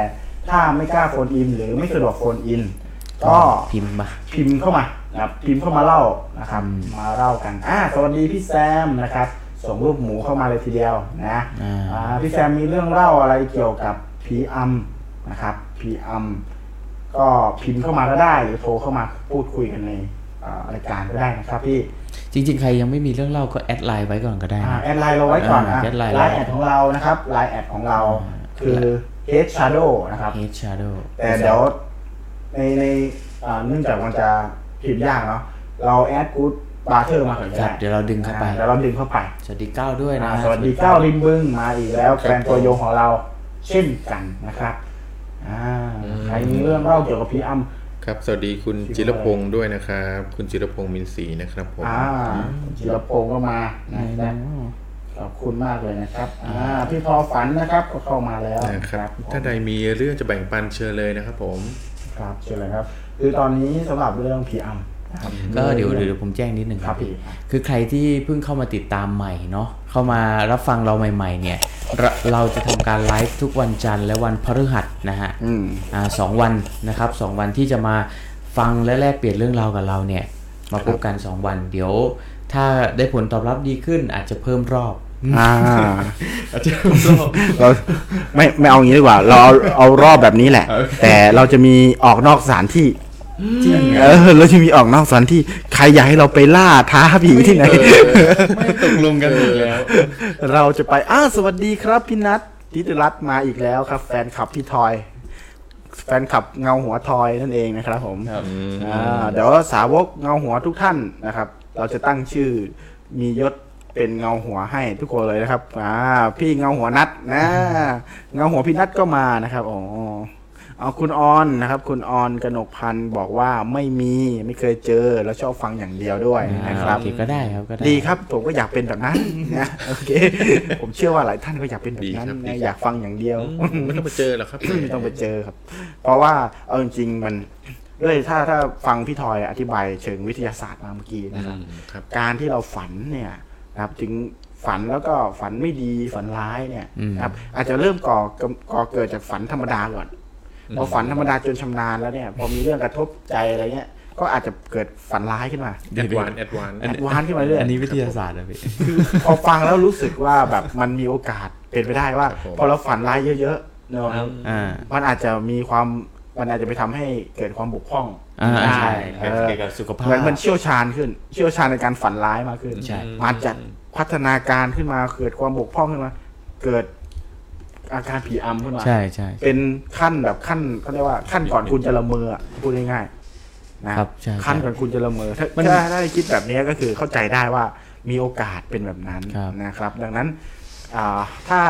Speaker 1: ถ้าไม่กล้าโฟนอิน หรือไม่สะดวกโฟนอิน ก็
Speaker 3: พิมพ์มา
Speaker 1: พิมพ์เข้ามานะครับพิมพ์เข้ามาเล่านะครับมาเล่ากันอ่ะสวัสดีพี่แซมนะครับ ส่งรูปหมูเข้ามาเลยทีเดียวนะ
Speaker 3: อ่า
Speaker 1: อ่าพี่แซมมีเรื่องเล่าอะไรเกี่ยวกับผีอำนะครับผีอำก็พิมพ์เข้ามาก็ได้ หรือโทรเข้ามาพูดคุยกันในเอ่อรายการก็ได้นะครับพี่
Speaker 3: จริง ๆ ใครยังไม่มีเรื่องเล่าก็แอดไลน์ไว้ก่อนก็ได้
Speaker 1: อ่า
Speaker 3: นะ
Speaker 1: แอดไลน์เราไว้ก่อน
Speaker 3: อ่า
Speaker 1: นะ
Speaker 3: แอดไลน์
Speaker 1: ไล
Speaker 3: เรา
Speaker 1: น์แอดของเรานะครับไลน์แอดของเราคือ Head Shadow นะครับ
Speaker 3: เฮดชาร์โด
Speaker 1: แต่เดี๋ยวในในอ่าเนื่องจากมันจะพิมพ์ยากเนาะเราแอดกู๊ดบาร์เทอร์มาก่อนก็
Speaker 3: ครั
Speaker 1: ได้
Speaker 3: บเดี๋ยวเราดึงเข้าไป
Speaker 1: อ่เดี๋ยวเราดึงเข้าไป
Speaker 3: สวัสดีเก้าด้วยนะ
Speaker 1: อ่าสวัสดีเก้าริมบึงมาอีกแล้วแฟนตัวยงของเราเช่นกันนะครับอ่าใครมีเรื่องเล่าเกี่ยวกับพีอัม
Speaker 2: ครับ สวัสดีคุณจิรพงศ์ด้วยนะครับ คุณจิรพงศ์มินศรีนะครับผม
Speaker 1: อ่าจิรพงศ์ก็มานะ
Speaker 3: ไหน
Speaker 1: ครับข
Speaker 3: ๆอ๋อ
Speaker 1: อบคุณมากเลยนะครับอ่าพี่พอฝันนะครับก็เข้ามาแล้ว
Speaker 2: นะครับ
Speaker 1: ผม
Speaker 2: ถ้าใดมีเรื่องจะแบ่งปันเชิญเลยนะครับผม
Speaker 1: ครับเชิญเลยครับ คือตอนนี้สำหรับเรื่องพีอัมนะครับ
Speaker 3: ก็เดี๋ยวเดี๋ยวผมแจ้งนิดหนึ่ง
Speaker 1: ครับพี่
Speaker 3: คือใครที่เพิ่งเข้ามาติดตามใหม่เนาะเข้ามารับฟังเราใหม่ๆเนี่ยเราเราจะทำการไลฟ์ทุกวันจันทร์และวันพฤหัสนะฮะ
Speaker 1: อืม
Speaker 3: อ่าสองวันนะครับสองวันที่จะมาฟังและแลกเปลี่ยนเรื่องราวกับเราเนี่ย มาพบกัน 2 วัน เดี๋ยวถ้าได้ผลตอบรับดีขึ้นอาจจะเพิ่มรอบ
Speaker 1: อ่า
Speaker 3: อาจจะเพิ่มรอบ
Speaker 1: เราไม่ไม่เอางี้ดีกว่า เราเอาเอารอบแบบนี้แหละ แต่เราจะมีออกนอกสถานที่เออเราจะมีออกนอกสถานที่ใครอยากให้เราไปล่าท้าผีที่ไหน
Speaker 2: ไม่ตกลงกันอีกแล้ว
Speaker 1: เราจะไปอ้าสวัสดีครับพี่นัทนิติรัตน์มาอีกแล้วครับ แฟนคลับพี่ทอย แฟนคลับเงาหัวทอยนั่นเองนะครับผมอ่าเดี๋ยวสาวกเงาหัวทุกท่านนะครับ เราจะตั้งชื่อมียศเป็นเงาหัวให้ทุกคนเลยนะครับอ่าพี่เงาหัวนัดนะเงาหัวพี่นัทก็มานะครับอ๋อเอาคุณออนนะครับ คุณออนกนกพันธ์บอกว่าไม่มีไม่เคยเจอแล้วชอบฟังอย่างเดียวด้วยนะครับ
Speaker 3: โอเคก็ได้ครับก็ได้
Speaker 1: ดีครับผมก็อยากเป็นแบบนั้น [laughs] นะโอเค ผมเชื่อว่าหลายท่านก็อยากเป็นแบบนั้น
Speaker 2: ดีครั
Speaker 1: นะค
Speaker 2: บดี
Speaker 1: รับ อยากฟังอย่างเดียว
Speaker 2: ไม่ต้องมาเจอหรอกครับ
Speaker 1: ไม่ต้องไปเจอครับ เพราะว่าเอาจริงๆมันด้วยถ้าถ้าฟังพี่ทอยอธิบายเชิงวิทยาศาสตร์มาเมื่อกี้นะครับ
Speaker 2: อืมครับ
Speaker 1: การที่เราฝันเนี่ยนะครับถึงฝันแล้วก็ฝันไม่ดีฝันร้ายเนี่ยนะครับ อาจจะเริ่มก่อกำก่อเกิดจากฝันธรรมดาก่อนพอฝันธรรมดาจนชำนาญแล้วเนี่ย พอมีเรื่องกระทบใจอะไรเงี้ย ก็อาจจะเกิดฝันร้ายขึ้นมา
Speaker 2: แอดวานแอดวาน
Speaker 1: แอดวานซ์ขึ้นมาเรื่อย
Speaker 3: อันนี้วิทยาศาสตร์นะพี่
Speaker 1: พอฟังแล้วรู้สึกว่าแบบมันมีโอกาสเป็นไปได้ว่า
Speaker 2: ครับผม
Speaker 1: พอเราฝันร้ายเยอะๆเนาะ
Speaker 3: อ่า
Speaker 1: มันอาจจะมีความมันอาจจะไปทำให้เกิดความบกพร่อง
Speaker 3: อ่า
Speaker 1: ได้
Speaker 3: ใช่
Speaker 1: เออ
Speaker 3: เกี่ยวกับสุขภาพ
Speaker 1: เหมือนมันเชี่ยวชาญขึ้น เชี่ยวชาญในการฝันร้ายมากขึ้น
Speaker 3: ใช่
Speaker 1: มันจะพัฒนาการขึ้นมาเกิดความบกพร่องขึ้นมา เกิดอาการผีอำขึ้นมา
Speaker 3: ใช่ใช่
Speaker 1: เป็นขั้นแบบขั้นเขาเรียกว่าขั้นก่อนคุณจะละเมออะพูดง่ายๆนะครับ
Speaker 3: ใช่
Speaker 1: ขั้น
Speaker 3: ใช่
Speaker 1: ก่อนคุณจะละเมอถ้า
Speaker 3: มัน
Speaker 1: ถ้าได้คิดแบบนี้ก็คือเข้าใจได้ว่ามีโอกาสเป็นแบบนั้น
Speaker 3: ครับ
Speaker 1: นะครับ ดังนั้น อ่าถ้า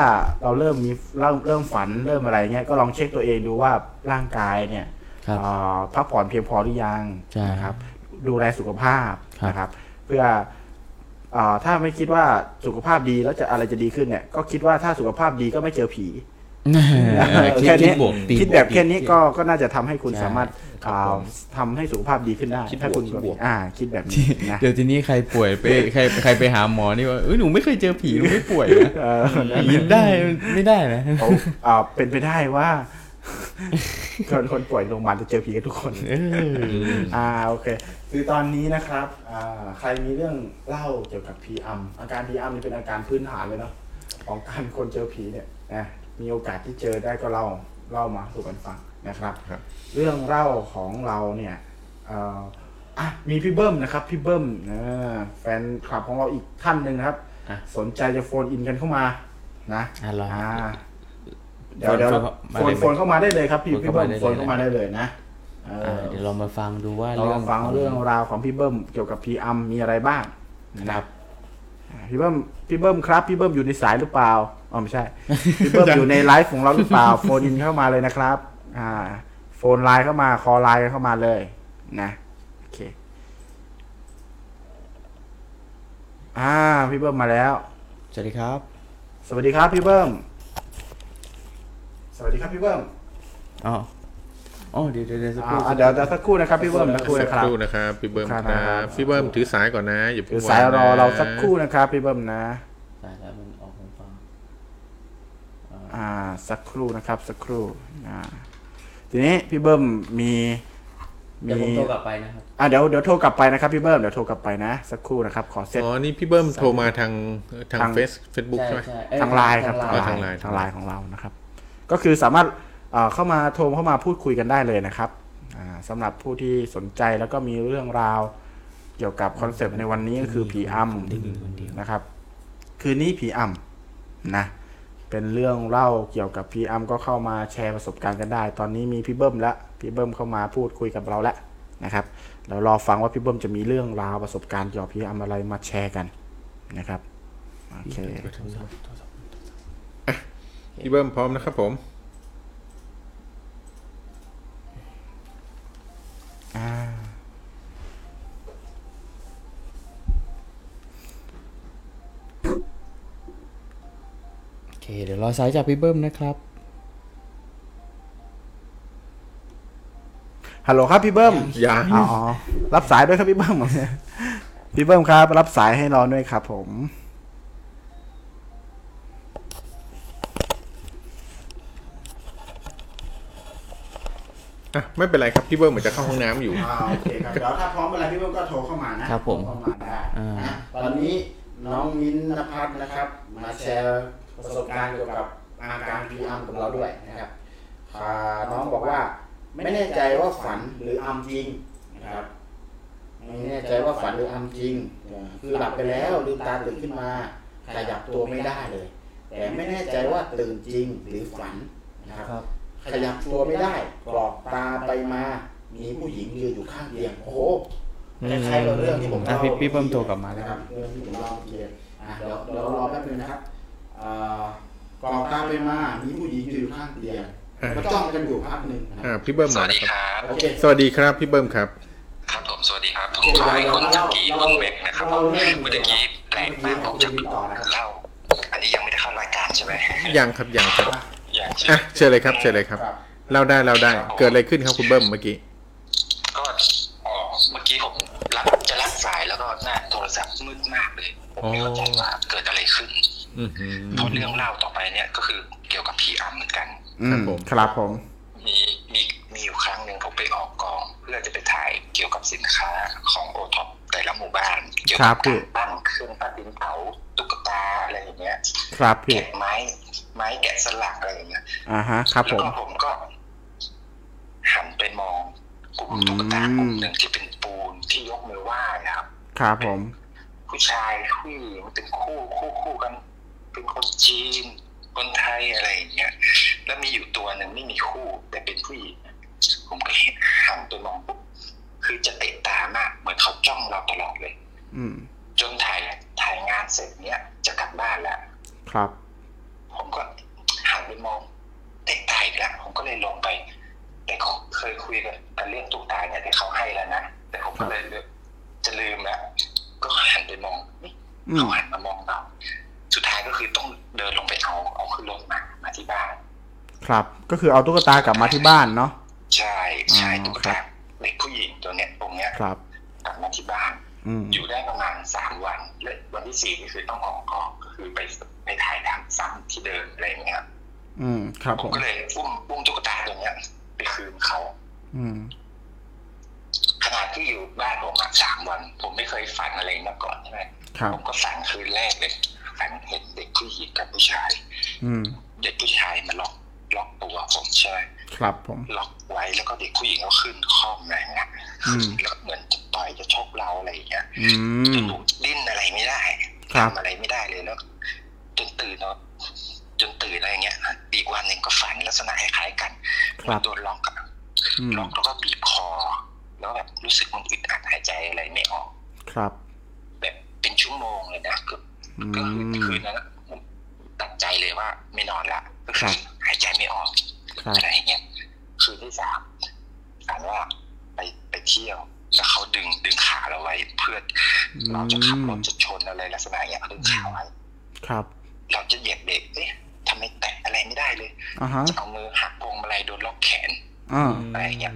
Speaker 1: เราเริ่มมีเริ่มเริ่มฝันเริ่มอะไรเงี้ยก็ลองเช็คตัวเองดูว่าร่างกายเนี่ย
Speaker 3: ครับ [laughs]
Speaker 1: อ่าพักผ่อนเพียงพอหรือยัง
Speaker 3: ใช่
Speaker 1: นะครับ ดูแลสุขภาพ
Speaker 3: ครับ
Speaker 1: นะครับ เพื่ออ่าถ้าไม่คิดว่าสุขภาพดีแล้วจะอะไรจะดีขึ้นเนี่ย ก็คิดว่าถ้าสุขภาพดีก็ไม่เจอผี
Speaker 2: เออคิด
Speaker 1: แค่
Speaker 2: คิ
Speaker 1: นี้
Speaker 2: ดบวก
Speaker 1: คิดแบบแค่นี้ก็ก็น่าจะทำให้คุณ
Speaker 3: ใช่
Speaker 1: สามารถอ่าทำให้สุขภาพดีขึ้นได้
Speaker 2: คิดบวก
Speaker 1: ถ้าคุณ
Speaker 2: คิดบวก
Speaker 1: อ่า คิดแบบนี้นะ
Speaker 10: เดี๋ยวทีนี้ใครป่วยไปใครใครไปหาหมอนี่ว่าเอ้ยหนูไม่เคยเจอผีหนูไม่ป่วยนะ
Speaker 1: เออ
Speaker 10: หรือได้ไม่ได้นะ
Speaker 1: เอาอ่าเป็นไปได้ว่า [laughs] คนคนป่วยโรงพยาบาลจะเจอผีกันทุกคนอ่าโอเค คือตอนนี้นะครับอ่าใครมีเรื่องเล่าเกี่ยวกับผีอำอาการผีอำนี่เป็นอาการพื้นฐานเลยเนาะของการคนเจอผีเนี่ยนะมีโอกาสที่เจอได้ก็เล่าเล่ามาสู่กันฟังนะครับ
Speaker 2: ครับ
Speaker 1: เรื่องเล่าของเราเนี่ยเอ่ออ่ะมีพี่เบิ้มนะครับพี่เบิ้มเออแฟนคลับของเราอีกท่านหนึ่งนะครับ
Speaker 3: อ่ะ
Speaker 1: สนใจจะโฟนอินกันเข้ามานะ
Speaker 3: อ่ะเหรออ่
Speaker 1: าเดี๋ยวเดี๋ยว
Speaker 3: โฟ
Speaker 1: โฟ
Speaker 3: น
Speaker 1: น
Speaker 3: เข้ามาได้
Speaker 1: โฟนเข้ามาได้
Speaker 3: ไหม
Speaker 1: เลยครับพี่
Speaker 3: โฟน
Speaker 1: พี่
Speaker 3: เข้า
Speaker 1: เบิ้
Speaker 3: มาม
Speaker 1: โฟน
Speaker 3: ได้เลย
Speaker 1: เข้ามาได้เลยนะเออ
Speaker 3: อ่าเดี๋ยวเรามาฟังดูว่า
Speaker 1: เรา
Speaker 3: เรื่อง
Speaker 1: ฟังเรื่อง
Speaker 3: ข
Speaker 1: ราวของพี่เบิ้มเกี่ยวกับพีอัมมีอะไรบ้างนะครับ อ่าพี่เบิ้มพี่เบิ้มครับพี่เบิ้มอยู่ในสายหรือเปล่าอ๋อไม่ใช่ [laughs] พี่เบิ้มอยู่ในไลฟ์ของเราหรือเปล่า โฟนอินเข้ามาเลยนะครับ อ่า โฟนไลน์เข้ามา คอไลน์เข้ามาเลย นะ โอเค อ่า พี่เบิ้มมาแล้ว
Speaker 3: สวัสดีครับ
Speaker 1: สวัสดีครับพี่เบิ้ม สวัสดีครับพี่เบิ้ม
Speaker 3: อ๋ออ๋อเดี๋ยวเดี๋ยวเดี๋ยวสักค
Speaker 1: อ่า
Speaker 3: รู่
Speaker 1: อ่าเดี๋ยวเดี๋ยวสักครู่นะครับพี่เบิ้มสักครู่
Speaker 2: สั
Speaker 1: นะ
Speaker 2: ก
Speaker 1: ค
Speaker 2: ครับ รู่นะครับพี่เบิ้ม
Speaker 1: ครับ
Speaker 2: ครั
Speaker 1: ครับ บ
Speaker 2: พี่เบิ้มถือสายก่อนนะอย่าเพิ่ง
Speaker 1: ถือสายว
Speaker 2: ง
Speaker 1: ร
Speaker 2: นะ
Speaker 1: อเราสักครู่นะครับพี่เบิ้มนะ
Speaker 3: ตายแล้วมันออกหูฟัง
Speaker 1: อ่า สักครู่นะครับ สักครู่อ่าทีนี้พี่เบิ้มมี
Speaker 3: เดี๋ยวผมโทรกลับไปนะครับ
Speaker 1: อ่ะเดี๋ยวเดี๋ยวโทรกลับไปนะครับพี่เบิ้มเดี๋ยวโทรกลับไปนะสักครู่นะครับขอเซต
Speaker 2: อ๋อนี่พี่เบิ้มโทรมาทางทาง
Speaker 1: ทาง
Speaker 2: เฟซเฟซบุ๊กใช่ไหม
Speaker 3: เอ้ย
Speaker 1: ทางไลน์ครับ
Speaker 2: ทางไลน์
Speaker 1: ทาง
Speaker 2: ทางไล
Speaker 1: ไล
Speaker 2: น์
Speaker 1: น์ของเรานะครับ ก็คือสามารถเอ่อเข้ามาโทรเข้ามาพูดคุยกันได้เลยนะครับอ่าสำหรับผู้ที่สนใจแล้วก็มีเรื่องราว เกี่ยวกับคอนเซปต์ในวันนี้ก็คือผีอัมนะครับ คืนนี้ผีอัมนะเป็นเรื่องเล่าเกี่ยวกับผีอัมก็เข้ามาแชร์ประสบการณ์กันได้ ตอนนี้มีพี่เบิ้มและพี่เบิ้มเข้ามาพูดคุยกับเราแล้วนะครับเรารอฟังว่าพี่เบิ้มจะมีเรื่องราวประสบการณ์เกี่ยวกับผีอัมอะไรมาแชร์กันนะครับโอเค
Speaker 2: พี่เบิ้มพร้อมนะครับผม
Speaker 3: โอเค เดี๋ยวรอสายจากพี่เบิ้มนะครับ
Speaker 1: ฮัลโหลครับพี่เบิ้ม
Speaker 2: อย่า
Speaker 1: อ๋ออ๋อ รับสายด้วยครับพี่เบิ้ม [laughs] พี่เบิ้มครับ รับสายให้รอด้วยครับผม
Speaker 2: อ่ะไม่เป็นไรครับพี่เบิ้มเหมือนจะเข้าห้องน้ำอยู่
Speaker 1: อ่าโอเคครับเดี๋ยวถ้าพร้อมเมื่อไรพี่เบิ้มก็โทรเข้ามานะครับ
Speaker 3: ผม
Speaker 1: โทเข้ามาได้
Speaker 3: อ่า
Speaker 1: นะตอนนี้น้องมิ้นท์นภัสนะครับ มาแชร์ประสบการณ์เกี่ยวกับอาการพีอัมกับเราด้วยนะครับอ่าน้องบอกว่าไม่แน่ใจว่าฝันหรืออัมจริงนะครับ ไม่แน่ใจว่าฝันหรืออัมจริงคือหลับไปแล้วลืมตาตื่นขึ้นมา ขยับตัวไม่ได้เลย แต่ไม่แน่ใจว่าตื่นจริงหรือฝันนะครับ ขยับตัวไม่ได้กรอกตาไปมา มีผู้หญิงยืนอยู่ข้างเตียง โอ้โหคล้ายๆกับเรื่องที่ผม
Speaker 3: อ่ะ
Speaker 1: เล่า
Speaker 3: พี่พี่เพิ่มโทรกลับมาแล้ว
Speaker 1: นะค
Speaker 3: ครั
Speaker 1: รับ บเรื่องที่ผมเล่าเมื่อกี้อ่ะเดี๋ยวเดี๋ยวรอแป๊บนึงนะครับเอ่อกรอกตาไปมา มีผู้หญิงยืนอยู่ข้างเตียงก็จ้องกันอยู่พักหนึ่งนะค
Speaker 2: อ่า
Speaker 1: รับ
Speaker 2: พี่เบิ้ม
Speaker 11: ส
Speaker 2: มา
Speaker 11: วัส
Speaker 2: นะ
Speaker 11: ดี
Speaker 2: ค
Speaker 11: ครับ รับ
Speaker 1: โอเค
Speaker 2: สวัสดีครับพี่เบิ้มครับ
Speaker 11: ครับผมสวัสดีครับผมชายคนจักรีรุ่นเมกนะครับเมื่อกี้แปลกมากผมจะเล่า อันนี้ยังไม่ได้เข้ารายการใช่ไหม
Speaker 2: ยังครับยังครับ
Speaker 11: ยังใช่
Speaker 2: อ่ะเชิญเลยครับเชิญเลยครับเล่าได้เล่าได้เกิดอะไรขึ้นครับคุณเบิ้มเมื่อกี้
Speaker 11: ก็อ๋อเมื่อกี้ผมรับจะรับสายแล้วก็หน้าโทรศัพท์มืดมากเลยผมไม่เข้าใจว่าเกิดอะไรขึ้น
Speaker 2: อือหือ
Speaker 11: เพราะเรื่องเล่าต่อไปเนี่ยก็คือเกี่ยวกับผีอำเหมือนกัน
Speaker 2: ครับผม
Speaker 1: ครับผม
Speaker 11: มีมีมีอยู่ครั้งหนึ่งผมไปออกกอง เพื่อจะไปถ่ายเกี่ยวกับสินค้าของโอท็อปแต่ละหมู่บ้านเกี่ยว
Speaker 1: ครั
Speaker 11: กับบ
Speaker 1: พี่
Speaker 11: การตั้งเครื่องปั้นดินเผาตุ๊กตาอะไรอย่างเงี้ย
Speaker 1: ครับพี่
Speaker 11: แกะไม้ไม้แกะสลักอะไรอย่างเงี้ย
Speaker 1: อ่าฮะ ครับผ
Speaker 11: แล้ว
Speaker 1: ม
Speaker 11: ก็ผมก็หันไปมองกลุ่มตุ๊กตากลุ่มหนึ่งที่เป็นปูนที่ยกมือไหว้นะครับ
Speaker 1: ครับผม
Speaker 11: ผู้ชายผู้หญิงเป็นคู่คู่คู่กัน เป็นคนจีน คนไทยอะไรอย่างเงี้ยแล้วมีอยู่ตัวหนึ่งไม่มีคู่ แต่เป็นผู้หญิงผมก็เห็นหันไปมองปุ๊บคือจะเตะตามากเหมือนเขาจ้องเราตลอดเลย
Speaker 1: อืม
Speaker 11: จนถ่ายถ่ายงานเสร็จเนี้ยจะกลับบ้านแล้ว
Speaker 1: ครับ
Speaker 11: เลยลงไป แต่เคยคุยกันกันเรื่องตุ๊กตาเนี่ยที่เขาให้แล้วนะ แต่ผมก็เลยจะลืมละก็หันไปมองเอ๊ะเขาหันมามองเราสุดท้ายก็คือต้องเดินลงไปเอาเอาขึ้นรถมามาที่บ้าน
Speaker 1: ครับ ก็คือเอาตุ๊กตากลับมาที่บ้านเนาะ
Speaker 11: ใช่ใช่
Speaker 1: อ๋อ
Speaker 11: ตุ๊ก
Speaker 1: ครั
Speaker 11: ตา
Speaker 1: บ
Speaker 11: เด็กผู้หญิงตัวเนี้ยองค์เนี้ย
Speaker 1: ครับ
Speaker 11: กลับมาที่บ้าน
Speaker 1: อืม
Speaker 11: อยู่ได้ประมาณสามวันและวันที่สี่ก็คือต้องออกกองก็คือไปไปถ่ายทำซ้ำที่เดิมอะไรอย่างเงี้ยครับ
Speaker 1: อืมครับ
Speaker 11: ผ
Speaker 1: ผม ม
Speaker 11: ก็เลยอุ้มอุ้มตุ๊กตาตัวเนี้ยไปคืนเขา
Speaker 1: อืม
Speaker 11: ขนาดที่อยู่บ้านผมอะสามวัน ผมไม่เคยฝันอะไรมาก่อนใช่ไหม
Speaker 1: ครับ
Speaker 11: ผมก็ฝันคืนแรกเลยฝันเห็นเด็กผู้หญิงกับผู้ชาย
Speaker 1: อืม
Speaker 11: เด็กผู้ชายมาล็อกล็อกตัวผมใช่ไหม
Speaker 1: ครับผม
Speaker 11: ล็อกไว้แล้วก็เด็กผู้หญิงก็ขึ้นคล่อมอะไรอย่างเงี้ย
Speaker 1: อืม
Speaker 11: แล้วเหมือนจะต่อยจะชกเราอะไรอย่างเงี้ย
Speaker 1: อืม
Speaker 11: ดิ้นอะไรไม่ได้
Speaker 1: ครับ
Speaker 11: ทำอะไรไม่ได้เลยแล้วจนตื่นเนาะจนตื่นอะไรอย่างเงี้ยอีกวันหนึ่งก็ฝันลักษณะคล้ายๆกัน
Speaker 1: ครับ
Speaker 11: โดนล็อกอะ
Speaker 1: อืม
Speaker 11: ล็อกแล้วก็บีบคอ แล้วแบบรู้สึกมันอึดอัดหายใจอะไรไม่ออก
Speaker 1: ครับ
Speaker 11: แบบเป็นชั่วโมงเลยนะคือ
Speaker 1: อื
Speaker 11: ก็คือ
Speaker 1: ม
Speaker 11: คืนนั้นอะผมตัดใจเลยว่าไม่นอนละก็
Speaker 1: ค
Speaker 11: คื
Speaker 1: รั
Speaker 11: อบ หายใจไม่ออก
Speaker 1: ครับ
Speaker 11: อะไรอย่างเงี้ยคืนที่สามฝันว่าไปไปเที่ยว แล้วเขาดึงดึงขาเราไว้เพื่ออ
Speaker 1: ม
Speaker 11: เราจะขับรถจะชนอะไรลักษณะอย่างเงี้ยดึงขาไว้
Speaker 1: ครับ
Speaker 11: เราจะเหยียบเบรกเอ๊ะทำไมแตะอะไรไม่ได้เลย
Speaker 1: อ่าฮะ
Speaker 11: จะเอามือหักพวงมาลัยโดนล็อกแขน
Speaker 1: อ่า
Speaker 11: อะไรอย่างเงี้ย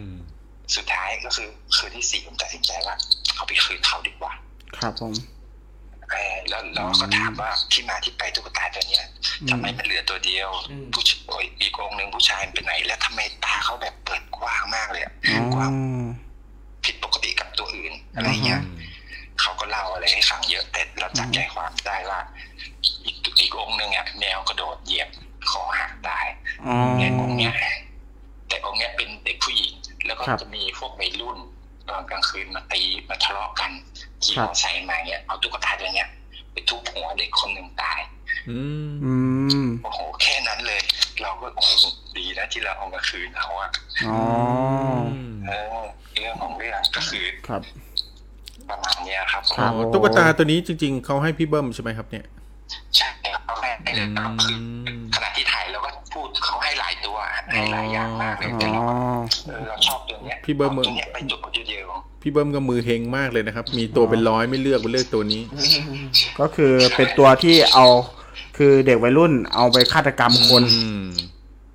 Speaker 11: สุดท้ายก็คือคืนที่สี่ผมตัดสินใจว่าเอาไปคืนเขาดีกว่า
Speaker 1: ครับผม
Speaker 11: เออแล้วเราก็ถามว่าที่มาที่ไปตุ๊กตาตัวเนี้ยทำไมมันเหลือตัวเดียว
Speaker 3: อืม
Speaker 11: ผู้ชายอีกองค์หนึ่งผู้ชายไปไหน แล้วทำไมตาเขาแบบเปิดกว้างมากเลยอะ
Speaker 1: อ๋
Speaker 11: กว้าง
Speaker 1: อ
Speaker 11: ผิดปกติกับตัวอื่นอะไรอย่างเงี้ย เขาก็เล่าอะไรให้ฟังเยอะแต่เราจับใจความได้ว่า อีกอีกองค์หนึ่งอ่ะแมวกระโดดเหยียบคอหักตาย
Speaker 1: อ๋อ
Speaker 11: แต่องค์เนี้ยแต่องค์เนี้ยเป็นเด็กผู้หญิง แล้วก็
Speaker 1: ครับ
Speaker 11: จะมีพวกวัยรุ่นตอนกลางคืนมาตีมาทะเลาะกันขี่ม
Speaker 1: ครั
Speaker 11: อบ เตอร์ไซค์มาเนี้ยเอาตุ๊กตาตัวเนี้ยไปทุบหัวเด็กคนหนึ่งตาย
Speaker 2: อืม
Speaker 1: อืม
Speaker 11: โอ้โหแค่นั้นเลย เราก็โอ้โหดีนะที่เราเอามาคืนเขาอะ
Speaker 1: อ๋อ
Speaker 11: เออเรื่องของเรื่องก็คือ
Speaker 1: ครับ
Speaker 11: ประมาณเนี้ยครับ
Speaker 1: ครั
Speaker 2: อ๋อบ ตุ๊กตาตัวนี้จริง ๆเขาให้พี่เบิ้มใช่ไหมครับเนี่ย
Speaker 11: ใช่ครับเขาให้ไปเลยครับคือ
Speaker 2: อืม
Speaker 11: ขณะที่ถ่ายเราก็พูดเขาให้หลายตัวให้หลายอย่างมากเลย
Speaker 1: อ๋
Speaker 11: แต่เรา
Speaker 1: อ
Speaker 11: เออเราชอบตัวเนี้ย
Speaker 2: พี่เบิ้มเมือง
Speaker 11: อาตัวเนี้ยไปจุดเดียวๆ
Speaker 2: พี่เบิ้มก็มือเฮงมากเลยนะครับ มีตัวเป็นร้อยไม่เลือกไปเลือกตัวนี้
Speaker 1: ก็คือเป็นตัวที่เอา คือเด็กวัยรุ่นเอาไปฆาตกรรมคน
Speaker 2: อืม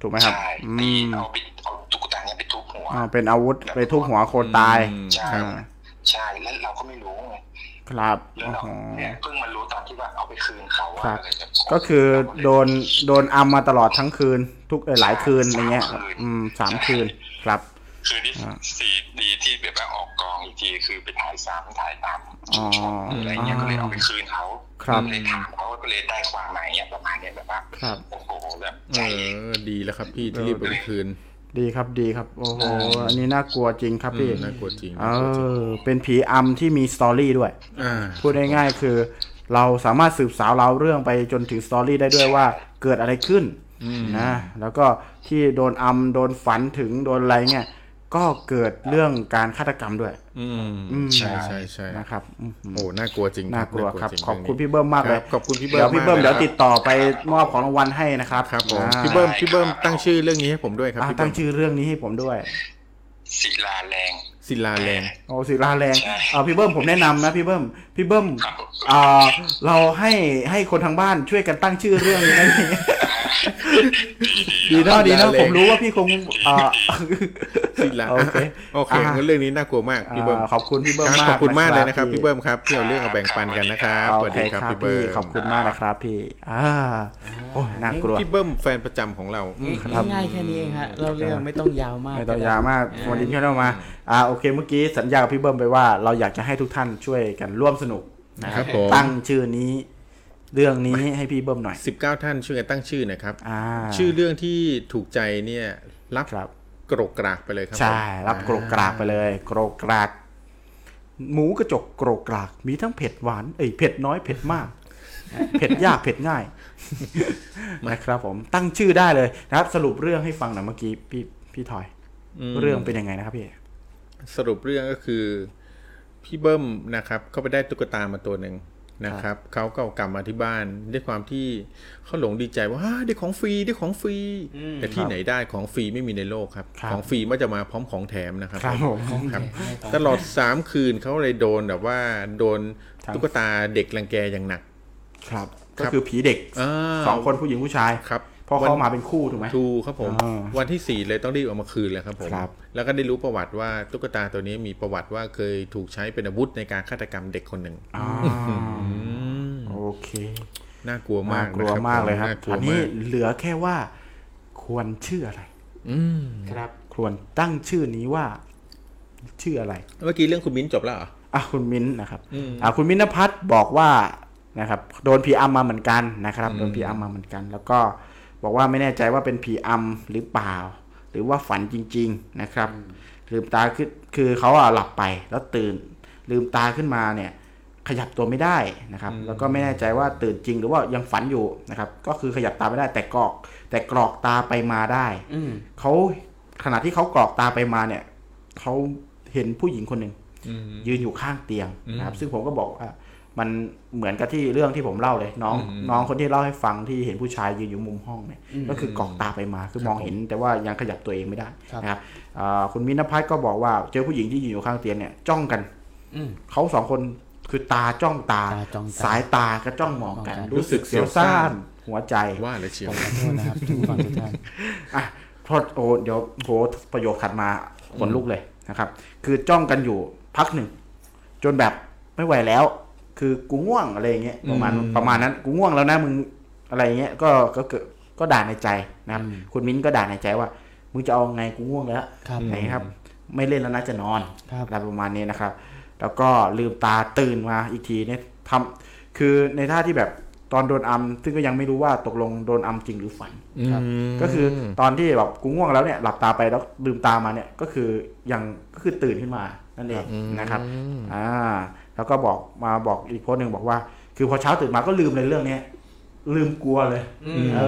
Speaker 1: ถูกไหมครับ
Speaker 11: ใช่
Speaker 1: อื
Speaker 11: ตี
Speaker 1: ม
Speaker 11: เอาไปเอาตุ๊กตาเนี่ยไปทุบหัว
Speaker 1: เอาเป็นอาวุธไปทุบหัวคนตาย
Speaker 2: อืม
Speaker 11: ใช่
Speaker 1: อ่า
Speaker 11: ใช่แล้วเราก็ไม่รู้ไง
Speaker 1: ครับ
Speaker 11: แล้ว
Speaker 1: โอ้
Speaker 11: เรา
Speaker 1: โห
Speaker 11: เนี่ยเพิ่งมารู้ตอนที่ว่าเอาไปคืนเขา
Speaker 1: ครั
Speaker 11: ว่า
Speaker 1: บ ก็คือโดน โดนอัมมาตลอดทั้งคืน ทุกเอ่อหลายคืนอะไรเงี้ย อืม สามคืน ครับ
Speaker 11: คืนที่
Speaker 1: อ่า
Speaker 11: สี่ดีที่แบบว่าออกกองอีกทีคือไปถ่ายซ้ำถ่ายตาม
Speaker 1: อ๋อ
Speaker 11: อะไรเงี้ยก็เลยเอาไปคืนเขา
Speaker 1: ครับ
Speaker 11: เลยถามเขาก็เลยได้ความหมายเนี่ยประมาณเนี้ยแบบว่า
Speaker 1: ครับ
Speaker 11: โอ้โหแบบ
Speaker 2: เอ
Speaker 11: ใจ
Speaker 2: อ ดีแล้วครับพี่ที่รีบเอาไปคืน
Speaker 1: ดีครับ ดีครับ โอ้โห อันนี้น่ากลัวจริงครับพี่
Speaker 2: อืมน่ากลัวจริง
Speaker 1: เออ เป็นผีอำที่มีสตอรี่ด้วย
Speaker 2: า
Speaker 1: พูดง่ายๆคือ เราสามารถสืบสาวเราวเรื่องไปจนถึงสตอรี่ได้ด้วยว่าเกิดอะไรขึ้น
Speaker 2: อืม
Speaker 1: นะ แล้วก็ที่โดนอำโดนฝันถึงโดนอะไรเนี่ย ก็เกิดเรื่องการฆาตกรรมด้วย
Speaker 2: อื
Speaker 1: อื
Speaker 2: ม
Speaker 1: ม
Speaker 2: ใช่ใช่ใช่
Speaker 1: นะครับอืม
Speaker 2: โอ้น่ากลัวจริง
Speaker 1: น่ากลัวครับ
Speaker 2: จง
Speaker 1: ขอบคุณ
Speaker 2: เรื่งนี้
Speaker 1: พี่เบิ้มมากเลย
Speaker 2: ครับขอบคุณพี่เบิ้
Speaker 1: เดี๋ย
Speaker 2: ม
Speaker 1: วพี่เบิ้ม
Speaker 2: ากล
Speaker 1: เดี๋ยวติดต่อไปมอบของรางวัลให้นะครับ
Speaker 2: ครับผม
Speaker 1: อ่า
Speaker 2: พี่เบิ้มพี่เบิ้มตั้งชื่อเรื่องนี้ให้ผมด้วยครับ
Speaker 1: อ่า
Speaker 2: พี่
Speaker 1: ตั้
Speaker 2: เบิ้
Speaker 1: ง
Speaker 2: ม
Speaker 1: ชื่อเรื่องนี้ให้ผมด้วย
Speaker 11: ศิลาแรง
Speaker 2: ศิลาแรง
Speaker 1: โอ้ศิลาแรงเอาพี่เบิ้มผมแนะนำนะพี่เบิ้มพี่เบิ้ม
Speaker 11: ครับผม
Speaker 1: อ่าเราให้ให้คนทางบ้านช่วยกันตั้งชื่อเรื่อง
Speaker 2: [laughs]
Speaker 1: นี้นะ ดีเนอะดีเนอะผมรู้ว่าพี่คง
Speaker 2: [laughs]
Speaker 1: อ่า
Speaker 2: ศิลา
Speaker 1: โอเค
Speaker 2: โอเค
Speaker 1: อ่า
Speaker 2: งั้นเรื่องนี้น่ากลัวมากพี่เบิ้ม
Speaker 1: อ่าขอบคุณพี่เบิ้ม
Speaker 2: ครับ
Speaker 1: มาก
Speaker 2: ขอบคุณมากเลยนะครับพี่
Speaker 1: พี่
Speaker 2: เบิ้มครับที่เอาเรื่องเอาแบ่งปันกันนะครับส
Speaker 1: โอ
Speaker 2: วัส
Speaker 1: เค
Speaker 2: ดี
Speaker 1: ค
Speaker 2: ค
Speaker 1: รั
Speaker 2: รั
Speaker 1: บบ พี่
Speaker 2: พี่เบิ้ม
Speaker 1: ขอบคุณมากนะครับพี่อ่าโอ้ยน่ากลัว
Speaker 2: พี่เบิ้มแฟนประจำของเราอืม
Speaker 1: ครับ
Speaker 3: ง่ายๆแค่นี้เองฮะเราเรื่องไม่ต้องยาวมาก
Speaker 1: ไม่ต้องยาวมาก
Speaker 3: อ่
Speaker 1: วันนี้เข้ามาอ่าโอเคเมื่อกี้สัญญากับพี่เบิ้มไปว่าเราอยากจะให้ทุกท่านช่วยกันร่วมสนุกนะครับ
Speaker 2: ผม
Speaker 1: ตั้งชื่อนี้ เรื่องนี้ให้พี่เบิ้มหน่อย
Speaker 2: สิบเก้าท่านช่วยกันตั้งชื่อนะครับ
Speaker 1: อ่า
Speaker 2: ชื่อเรื่องที่ถูกใจเนี่ยรับ
Speaker 1: ครับ
Speaker 2: กรกกรากไปเลยครับ
Speaker 1: ใช่
Speaker 2: ผม
Speaker 1: รับโกรกกรากไปเลย โกรกกราก หมูกระจกโกรกกราก มีทั้งเผ็ดหวานเอ้ยเผ็ดน้อยเผ็ดมาก เผ็ดยากเผ็ดง่าย นะครับผมตั้งชื่อได้เลยนะครับ สรุปเรื่องให้ฟังหน่อยเมื่อกี้พี่พี่ทอย
Speaker 2: ม
Speaker 1: เรื่องเป็นยังไงนะครับพี่
Speaker 2: สรุปเรื่องก็คือ พี่เบิ้มนะครับ เข้าไปได้ตุ๊กตามาตัวหนึ่ง นะครับเขาก็เอากลับมาที่บ้านด้วยความที่เขาหลงดีใจว่าฮ่าได้ของฟรีได้ของฟรี
Speaker 1: อืม
Speaker 2: แต่ที่ไหนได้ของฟรีไม่มีในโลกครับ
Speaker 1: ครับ
Speaker 2: ของฟรีมันจะมาพร้อมของแถมนะครับ
Speaker 1: ครับผม
Speaker 2: ครับตลอด 3 คืนเขาเลยโดนแบบว่าโดนตุ๊กตาเด็กรังแกอย่างหนัก
Speaker 1: ครับ
Speaker 2: ค
Speaker 1: ก็
Speaker 2: รับ
Speaker 1: คือผีเด็ก
Speaker 2: า
Speaker 1: สองคนผู้หญิงผู้ชาย
Speaker 2: ครับ
Speaker 1: พอ
Speaker 2: วัน
Speaker 1: เขามาเป็นคู่ถูกไหม
Speaker 2: ถูกครับผม
Speaker 1: อ่า
Speaker 2: วันที่ 4 เลยต้องรีบเอามาคืนเลยครับผม
Speaker 1: ครับ
Speaker 2: แล้วก็ได้รู้ประวัติว่าตุ๊กตาตัวนี้มีประวัติว่าเคยถูกใช้เป็นอาวุธในการฆาตกรรมเด็กคนหนึ่ง
Speaker 1: อ่า
Speaker 2: อืม
Speaker 1: โอเค
Speaker 2: น่ากลัว
Speaker 1: น่าม
Speaker 2: าก
Speaker 1: กลัว
Speaker 2: นะครับ
Speaker 1: มากเลยครับ
Speaker 2: น่ากลัว
Speaker 1: อันนี้
Speaker 2: มาก
Speaker 1: เหลือแค่ว่า ควรชื่ออะไร
Speaker 2: อืม
Speaker 1: ครับ ควรตั้งชื่อนี้ว่า ชื่ออะไร
Speaker 2: เมื่อกี้เรื่องคุณมิ้นจบแล้วเหรอ
Speaker 1: อ่ะคุณมิ้นท์นะครับ
Speaker 2: อืม
Speaker 1: อ่ะคุณมิ้นท์นภัสบอกว่านะครับโดนผีอำมาเหมือนกันนะครับ
Speaker 2: อืม
Speaker 1: โดนผีอำมาเหมือนกัน แล้วก็บอกว่าไม่แน่ใจว่าเป็นผีอำหรือเปล่า หรือว่าฝันจริง ๆนะครับลืมตาคือคือเขาอะหลับไปแล้วตื่น ลืมตาขึ้นมาเนี่ย ขยับตัวไม่ได้นะครับ แล้วก็ไม่แน่ใจว่าตื่นจริงหรือว่ายังฝันอยู่นะครับ ก็คือขยับตาไม่ได้แต่กรอก แต่กรอกตาไปมาได้
Speaker 3: อืม
Speaker 1: เขาขณะที่เขากรอกตาไปมาเนี่ยเขาเห็นผู้หญิงคนหนึ่ง
Speaker 2: อืม
Speaker 1: ยืนอยู่ข้างเตียงนะครับ
Speaker 2: อืม
Speaker 1: ซึ่งผมก็บอกว่ามันเหมือนกับที่เรื่องที่ผมเล่าเลย น้อง
Speaker 2: อืม
Speaker 1: น้องคนที่เล่าให้ฟังที่เห็นผู้ชายยืนอยู่มุมห้องเนี่ยก็คือกรอกตาไปมาคือมองเห็น แต่ว่ายังขยับตัวเองไม่ได้นะครับอ่าคุณมินพัฒน์ก็บอกว่าเจอผู้หญิงที่ยืนอยู่ข้างเตียงเนี่ยจ้องกัน
Speaker 3: อืม
Speaker 1: เขาสองคนคือตาจ้องตา
Speaker 3: ตาจ้องตา
Speaker 1: สายตาก็จ้องมองกัน
Speaker 3: มองกัน
Speaker 1: รู้สึกเสียวซ่านหัวใจ
Speaker 2: ว่าเลยเชีย
Speaker 3: ผ
Speaker 2: ว
Speaker 3: มขอโทษนะครับทุกคนทุกท่าน
Speaker 1: อ่ะพอโอ้เดี๋ยวโหประโยคถัดมาขนลุกเลยนะครับ คือจ้องกันอยู่พักหนึ่ง จนแบบไม่ไหวแล้ว คือกูง่วงอะไรอย่างเงี้ยประมาณ
Speaker 2: อืม
Speaker 1: ประมาณนั้นกูง่วงแล้วนะมึงอะไรอย่างเงี้ยก็ก็ก็ก็ด่าในใจนะครับ
Speaker 3: อืม
Speaker 1: คุณมิ้นก็ด่าในใจว่ามึงจะเอาไงกูง่วงแล้ว
Speaker 3: ครับ
Speaker 1: ไหนครับ ไม่เล่นแล้วนะจะนอน
Speaker 3: ครับ
Speaker 1: อะไรประมาณนี้นะครับ แล้วก็ลืมตาตื่นมาอีกทีเนี่ยทำคือในท่าที่แบบตอนโดนอัมซึ่งก็ยังไม่รู้ว่าตกลงโดนอัมจริงหรือฝัน ครับ
Speaker 2: ม
Speaker 1: ก็คือตอนที่แบบกูง่วงแล้วเนี่ยหลับตาไปแล้วลืมตามาเนี่ยก็คือยังก็คือตื่นขึ้นมานั่นเองนะครับอ่าแล้วก็บอกมาบอกอีกโพสต์หนึ่งบอกว่า คือพอเช้าตื่นมาก็ลืมเลยเรื่องเนี้ยลืมกลัวเลยเอ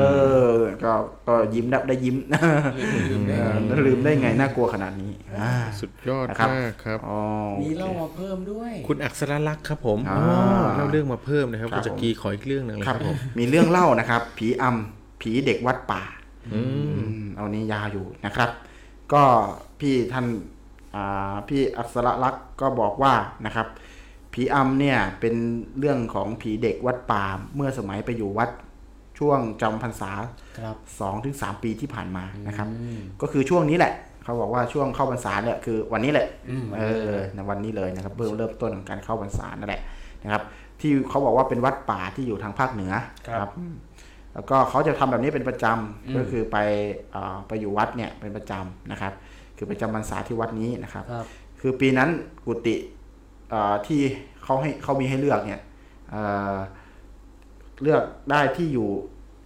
Speaker 1: อก็ก็ยิ้มได้ได้ยิ้ม
Speaker 2: ลืมได้
Speaker 1: เออลืมได้ไงน่ากลัวขนาดนี้อ่า
Speaker 2: สุดยอด
Speaker 1: นะครับ
Speaker 2: มากครับ
Speaker 1: อ๋อ
Speaker 3: มีเล่ามาเพิ่มด้วย
Speaker 2: คุณอักษรลักษณ์ครับผม
Speaker 1: อ่า
Speaker 2: อ๋อเล่าเรื่องมาเพิ่มนะครับ
Speaker 1: ครับ
Speaker 2: คุณจักรีขออีกเรื่องหนึ่งเลย
Speaker 1: ค
Speaker 2: ค
Speaker 1: รั
Speaker 2: รั
Speaker 1: บบ
Speaker 2: ผม
Speaker 1: มีเรื่องเล่านะครับ ผีอำผีเด็กวัดป่า
Speaker 2: อืม
Speaker 1: อืมเอานี้ยาวอยู่นะครับ ก็พี่ท่านอ่าพี่อักษรลักษณ์ก็บอกว่านะครับ ผีอำเนี่ยเป็นเรื่องของผีเด็กวัดป่าเมื่อสมัยไปอยู่วัดช่วงจำพรรษา
Speaker 3: ครับ
Speaker 1: สองถึงสามปีที่ผ่านมานะครับ ก็คือช่วงนี้แหละ เขาบอกว่าช่วงเข้าพรรษาเนี่ยคือวันนี้แหละ
Speaker 3: อืม
Speaker 1: เออในวันนี้เลยนะครับเริ่มเริ่มต้นของการเข้าพรรษานั่นแหละนะครับ ที่เขาบอกว่าเป็นวัดป่าที่อยู่ทางภาคเหนือครับ แล้วก็เขาจะทำแบบนี้เป็นประจำก็คือไปเอ่อไปอยู่วัดเนี่ยเป็นประจำนะครับ คือประจำพรรษาที่วัดนี้นะครับ
Speaker 3: ครับ
Speaker 1: คือปีนั้นกุฏิเอ่อที่เขาให้เขามีให้เลือกเนี่ยเอ่อเลือกได้ที่อยู่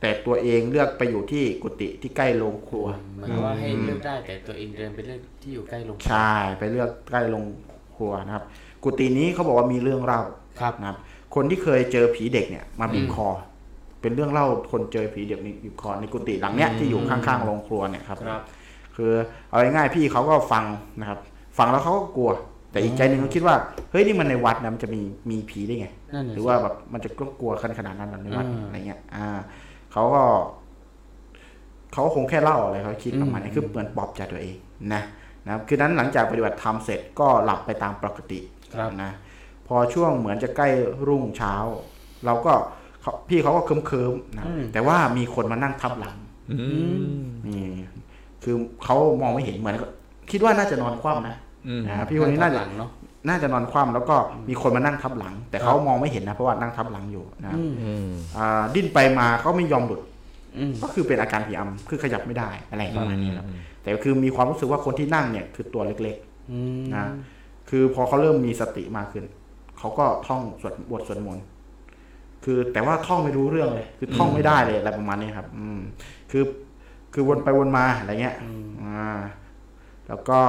Speaker 1: แต่ตัวเองเลือกไปอยู่ที่กุฏิที่ใกล้โรงครัว
Speaker 3: เหมือนว่าให้เลือกได้แต่ตัวเองเดินไปเลือกที่อยู่ใกล้ลง
Speaker 1: ใช่ไปเลือกใกล้ลงครัวนะครับ กุฏินี้เขาบอกว่ามีเรื่องเล่า
Speaker 3: ครับ
Speaker 1: นะครับ คนที่เคยเจอผีเด็กเนี่ยมาบีบ
Speaker 3: อืม
Speaker 1: คอ เป็นเรื่องเล่าคนเจอผีเด็กนี่บีบคอในกุฏิหลังเนี้ยที่อยู่ข้างๆโรงครัวเนี่ยครับ คือเอาง่ายๆพี่เขาก็ฟังนะครับ ฟังแล้วเขาก็กลัว แต่อีกใจหนึ่งเขาคิดว่าเฮ้ยนี่มันในวัดนะมันจะมีมีผีได้ไง
Speaker 3: นั่นน่ะสิ
Speaker 1: หรือว่าแบบมันจะต้องกลัวกันขนาดนั้นหรอในวัด
Speaker 3: อืม
Speaker 1: อะไรเงี้ย อ่าเขาก็เขาคงแค่เล่าอะไรเขาคิด
Speaker 3: อืม
Speaker 1: ประมาณนี้คือเหมือนปลอบใจตัวเองนะนะครับคือนั้นหลังจากปฏิบัติธรรมเสร็จก็หลับไปตามปกติ
Speaker 3: ครับ
Speaker 1: นะ พอช่วงเหมือนจะใกล้รุ่งเช้า เราก็เขาพี่เขาก็เคิมเคิมๆนะ
Speaker 3: อืม
Speaker 1: แต่ว่ามีคนมานั่งทับหลัง นี่คือเขามองไม่เห็นเหมือนกับคิดว่าน่าจะนอนคว่ำนะ
Speaker 2: อืม
Speaker 1: นะพี่คนนี้น่าจะ
Speaker 3: หลังเนาะ
Speaker 1: น่าจะนอนคว่ำแล้วก็มีคนมานั่งทับหลัง แต่
Speaker 3: ครับ
Speaker 1: เขามองไม่เห็นนะเพราะว่านั่งทับหลังอยู่นะ
Speaker 3: อืม
Speaker 2: อืม
Speaker 1: อ่าดิ้นไปมาเขาไม่ยอมหลุด
Speaker 3: อืม
Speaker 1: ก็คือเป็นอาการผีอำคือขยับไม่ได้อะไรประมาณนี้ครับ
Speaker 2: อืม
Speaker 1: แต่คือมีความรู้สึกว่าคนที่นั่งเนี่ยคือตัวเล็ก
Speaker 3: อืม
Speaker 1: ๆนะคือพอเขาเริ่มมีสติมากขึ้นเขาก็ท่องสวดบทสวดมนต์คือแต่ว่าท่องไม่รู้เรื่องเลยคือท่องไม่ได้เลยอะไรประมาณนี้ครับ อืม คือคือวนไปวนมาอะไรเงี้ย
Speaker 3: อืม
Speaker 1: อ่าแล้วก็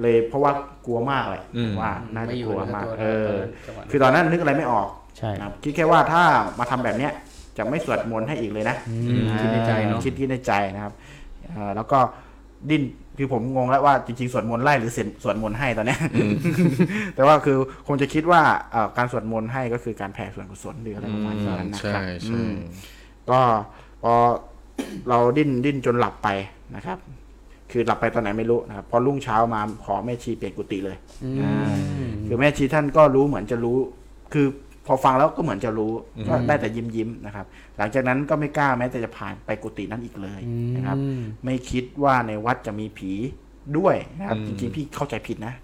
Speaker 1: เลยเพราะว่ากลัวมากเลย
Speaker 2: อืม
Speaker 1: ว่าน่าจะกลัวมาก
Speaker 3: ไม่อยู่ในตัว
Speaker 1: เออ
Speaker 3: จังหวะนั้น
Speaker 1: คือตอนนั้นนึกอะไรไม่ออก
Speaker 3: ใช่
Speaker 1: นะครับคิดแค่ว่าถ้ามาทำแบบเนี้ยจะไม่สวดมนต์ให้อีกเลยนะ
Speaker 3: อืมคิดในใจเนาะ
Speaker 1: คิดคิดในใจนะครับเอ่อแล้วก็ดิ้น คือผมงงแล้วว่าจริงๆสวดมนต์ไล่หรือเสียนสวดมนต์ให้ตอนเนี้ย [laughs] แต่ว่าคือคงจะคิดว่าเอ่อการสวดมนต์ให้ก็คือการแผ่ส่วนกุศลหรืออะไรประมาณนั้นนะ
Speaker 2: ใช่
Speaker 1: ครับ
Speaker 2: ใช่
Speaker 1: อืม ก็พอเราดิ้นดิ้นจนหลับไปนะครับ คือหลับไปตอนไหนไม่รู้นะครับพอรุ่งเช้ามาขอแม่ชีเปลี่ยนกุฏิเลยอ่าคือแม่ชีท่านก็รู้เหมือนจะรู้ คือพอฟังแล้วก็เหมือนจะรู้ก็ได้แต่ยิ้มยิ้มๆนะครับ หลังจากนั้นก็ไม่กล้าแม้แต่จะผ่านไปกุฏินั้นอีกเลยนะครับ ไม่คิดว่าในวัดจะมีผีด้วยนะครับ จริงๆพี่เข้าใจผิดนะ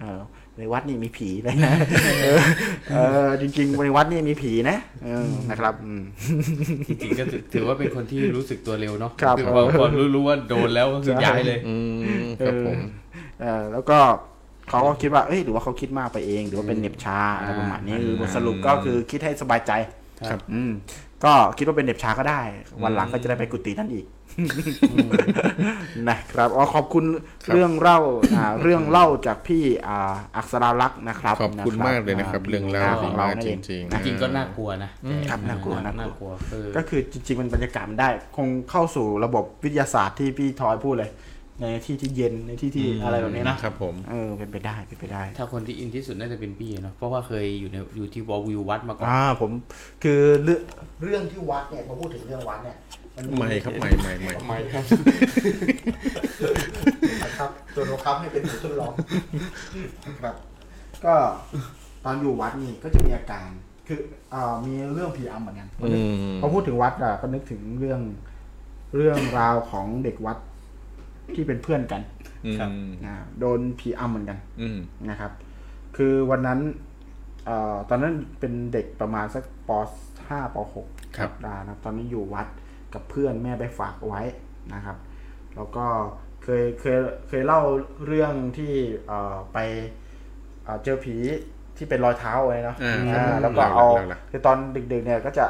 Speaker 1: เออในวัดนี่มีผีเลย [laughs] นะเออเออจริงๆในวัดนี่มีผีนะเออนะครับอืม
Speaker 4: จริงๆก็ถือถือว่าเป็นคนที่รู้สึกตัวเร็วเนาะ
Speaker 1: ครับ
Speaker 4: อพอพอรู้รู้ว่าโดนแล้วก็คือย้ายเลย
Speaker 2: อืมครับผม
Speaker 1: เออแล้วก็เขาก็คิดว่า เอ้ย หรือว่าเขาคิดมากไปเอง หรือว่าเป็นเหน็บชาอะไรประมาณนี้คือบทสรุปก็คือคิดให้สบายใจ
Speaker 4: ครับ
Speaker 1: อืม ก็คิดว่าเป็นเหน็บชาก็ได้ วันหลังก็จะได้ไปกุฏินั่นอีก [laughs] นะครับอ๋อขอบคุณ
Speaker 2: ครับ
Speaker 1: เรื่องเล่าอ่าเรื่องเล่าจากพี่อ่าอักษราลักษณ์นะครับ
Speaker 2: ขอบคุณมากเลยนะครับ เรื่องราว
Speaker 1: ข
Speaker 2: ดี
Speaker 1: องเรา
Speaker 2: มาก
Speaker 1: นั่น
Speaker 2: จ
Speaker 1: เอง
Speaker 2: ริง
Speaker 3: จ
Speaker 2: ๆ
Speaker 3: ริงๆก็น่ากลัวนะ
Speaker 1: ครับน่ากลัวน่ากลัว
Speaker 3: น่ากลัวคือ
Speaker 1: ก็คือจริงๆมันบรรยากาศมันได้ คงเข้าสู่ระบบวิทยาศาสตร์ที่พี่ทอยพูดเลย ในที่ที่เย็นในที่ที่อะไรแบบนี้นะครับ
Speaker 2: ผม
Speaker 1: เออเป็นไปได้เป็นไปได้
Speaker 3: ถ้าคนที่อินที่สุดน่าจะเป็นพี่เนาะเพราะว่าเคยอยู่ในอยู่ที่วอลวิววัดมาก่อน
Speaker 1: อ่าผมคือเรื่องเรื่องที่วัดเนี่ยพอพูดถึงเรื่องวัดเนี่ยน
Speaker 2: ไม่ครับไม่ไม่ไม่
Speaker 1: ไม่ครับนะครับตัวโนครับให้เป็นผู้ทดลองครับ ก็ตอนอยู่วัดนี่ก็จะมีอาการ คืออ่ามีเรื่องผีอำเหมือนกัน
Speaker 2: อืม
Speaker 1: พอพูดถึงวัดอ่ะก็นึกถึงเรื่องเรื่องราวของเด็กวัดที่เป็นเพื่อนกัน
Speaker 2: อืม
Speaker 1: อ่าโดนผีอำเหมือนกัน
Speaker 2: อืม
Speaker 1: นะครับ คือวันนั้นเออตอนนั้นเป็นเด็กประมาณสักปห้าปหก
Speaker 2: ครับ
Speaker 1: ได้นะครับ ตอนนี้อยู่วัดกับเพื่อนแม่ไปฝากไว้นะครับ แล้วก็เคยเคยเคยเล่าเรื่องที่เอ่อไปเอ่อเจอผีที่เป็นรอยเท้าไว้เนาะ
Speaker 2: อ่า
Speaker 1: อ่าแล้วก็เอา
Speaker 2: เล่าๆเล่า
Speaker 1: คือตอนดึกๆเนี่ยก็จะ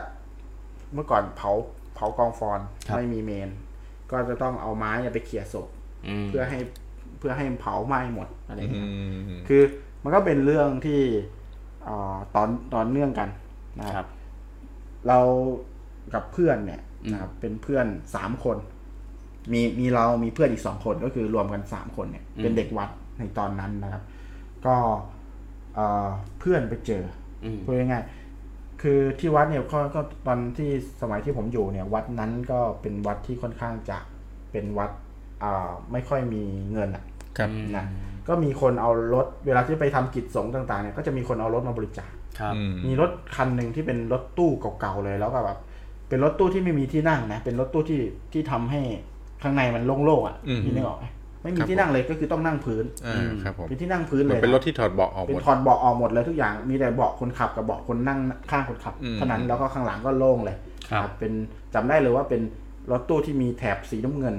Speaker 1: เมื่อก่อนเผาเผากองฟอน
Speaker 3: ครับ
Speaker 1: ไม่มีเมน ก็จะต้องเอาไม้เนี่ยไปเขี่ยศพเพื่อให้เพื่อให้เผาไหม้หมดอะไรอย่างเงี้ย
Speaker 2: อืม
Speaker 1: คือมันก็เป็นเรื่องที่เอ่อตอนตอนเนื่องกันนะค
Speaker 3: ครั
Speaker 1: รับ
Speaker 3: บ
Speaker 1: เรากับเพื่อนเนี่ยนะครับเป็นเพื่อนสามคน มีมีเรามีเพื่อนอีกสองคนก็คือรวมกันสามคนเนี่ย เป็นเด็กวัดในตอนนั้นนะครับ ก็เอ่อเพื่อนไปเจออ
Speaker 3: ม
Speaker 1: พูดง่ายๆคือที่วัดเนี่ยก็ก็ตอนที่สมัยที่ผมอยู่เนี่ย วัดนั้นก็เป็นวัดที่ค่อนข้างจะเป็นวัดอ่าไม่ค่อยมีเงินอ่ะ
Speaker 2: ครับ
Speaker 1: นะก็มีคนเอารถเวลาที่ไปทำกิจสงฆ์ต่างๆเนี่ยก็จะมีคนเอารถมาบริจาค
Speaker 3: ครับ
Speaker 2: อืม
Speaker 1: มีรถคันหนึ่งที่เป็นรถตู้เก่าๆเลยแล้วก็แบบเป็นรถตู้ที่ไม่มีที่นั่งนะเป็นรถตู้ที่ที่ทำให้ข้างในมันโล่งๆอ่ะ
Speaker 2: อืม
Speaker 1: พี่นึกออกไหมไม่มี
Speaker 2: ครับ
Speaker 1: ที่นั่งเลยก็คือต้องนั่งพื้น
Speaker 2: อ่าครับผม
Speaker 1: เป็นที่นั่งพื้น
Speaker 2: มั
Speaker 1: เล
Speaker 2: น
Speaker 1: ย
Speaker 2: เป็นรถที่ถอดเบาะออกห
Speaker 1: เป็
Speaker 2: ม
Speaker 1: น
Speaker 2: ด
Speaker 1: ถอดเบาะออกหมดเลยทุกอย่างมีแต่เบาะคนขับกับเบาะคนนั่งข้างคนขับ
Speaker 2: อืม
Speaker 1: เท่านั้นแล้วก็ข้างหลังก็โล่งเลย
Speaker 3: ครับ
Speaker 1: เป็นจำได้เลยว่าเป็นรถตู้ที่มีแถบสีน้ำเงิน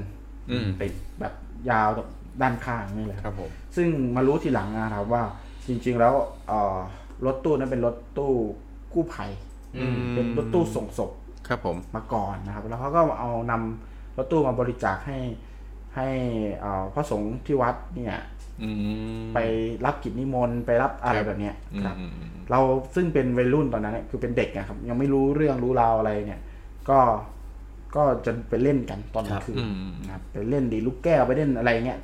Speaker 2: อืม
Speaker 1: ติดแบบยาวแบบด้านข้างนี่เลย
Speaker 2: ครับผม
Speaker 1: ซึ่งมารู้ทีหลังนะครับว่าจริง ๆ แล้วเอ่อรถตู้นั้นเป็นรถตู้กู้ภัย
Speaker 2: อืม
Speaker 1: เป็นรถตู้ส่งศพ
Speaker 2: ครับผม
Speaker 1: มาก่อนนะครับ แล้วเขาก็เอานำรถตู้มาบริจาคให้ให้เอ่อพระสงฆ์ที่วัดเนี่ย
Speaker 2: อืม
Speaker 1: ไปรับกิจนิมนต์ไปรับอะไรแบบเนี้ย
Speaker 2: อืม
Speaker 1: ครับ
Speaker 2: อืม
Speaker 1: เราซึ่งเป็นวัยรุ่นตอนนั้นเนี่ยคือเป็นเด็กนะครับ ยังไม่รู้เรื่องรู้ราวอะไรเนี่ย ก็ก็จะไปเล่นกันตอนกลางคืน
Speaker 2: อืม
Speaker 1: นะครับไปเล่นดีลูกแก้วไปเล่นอะไรเงี้ย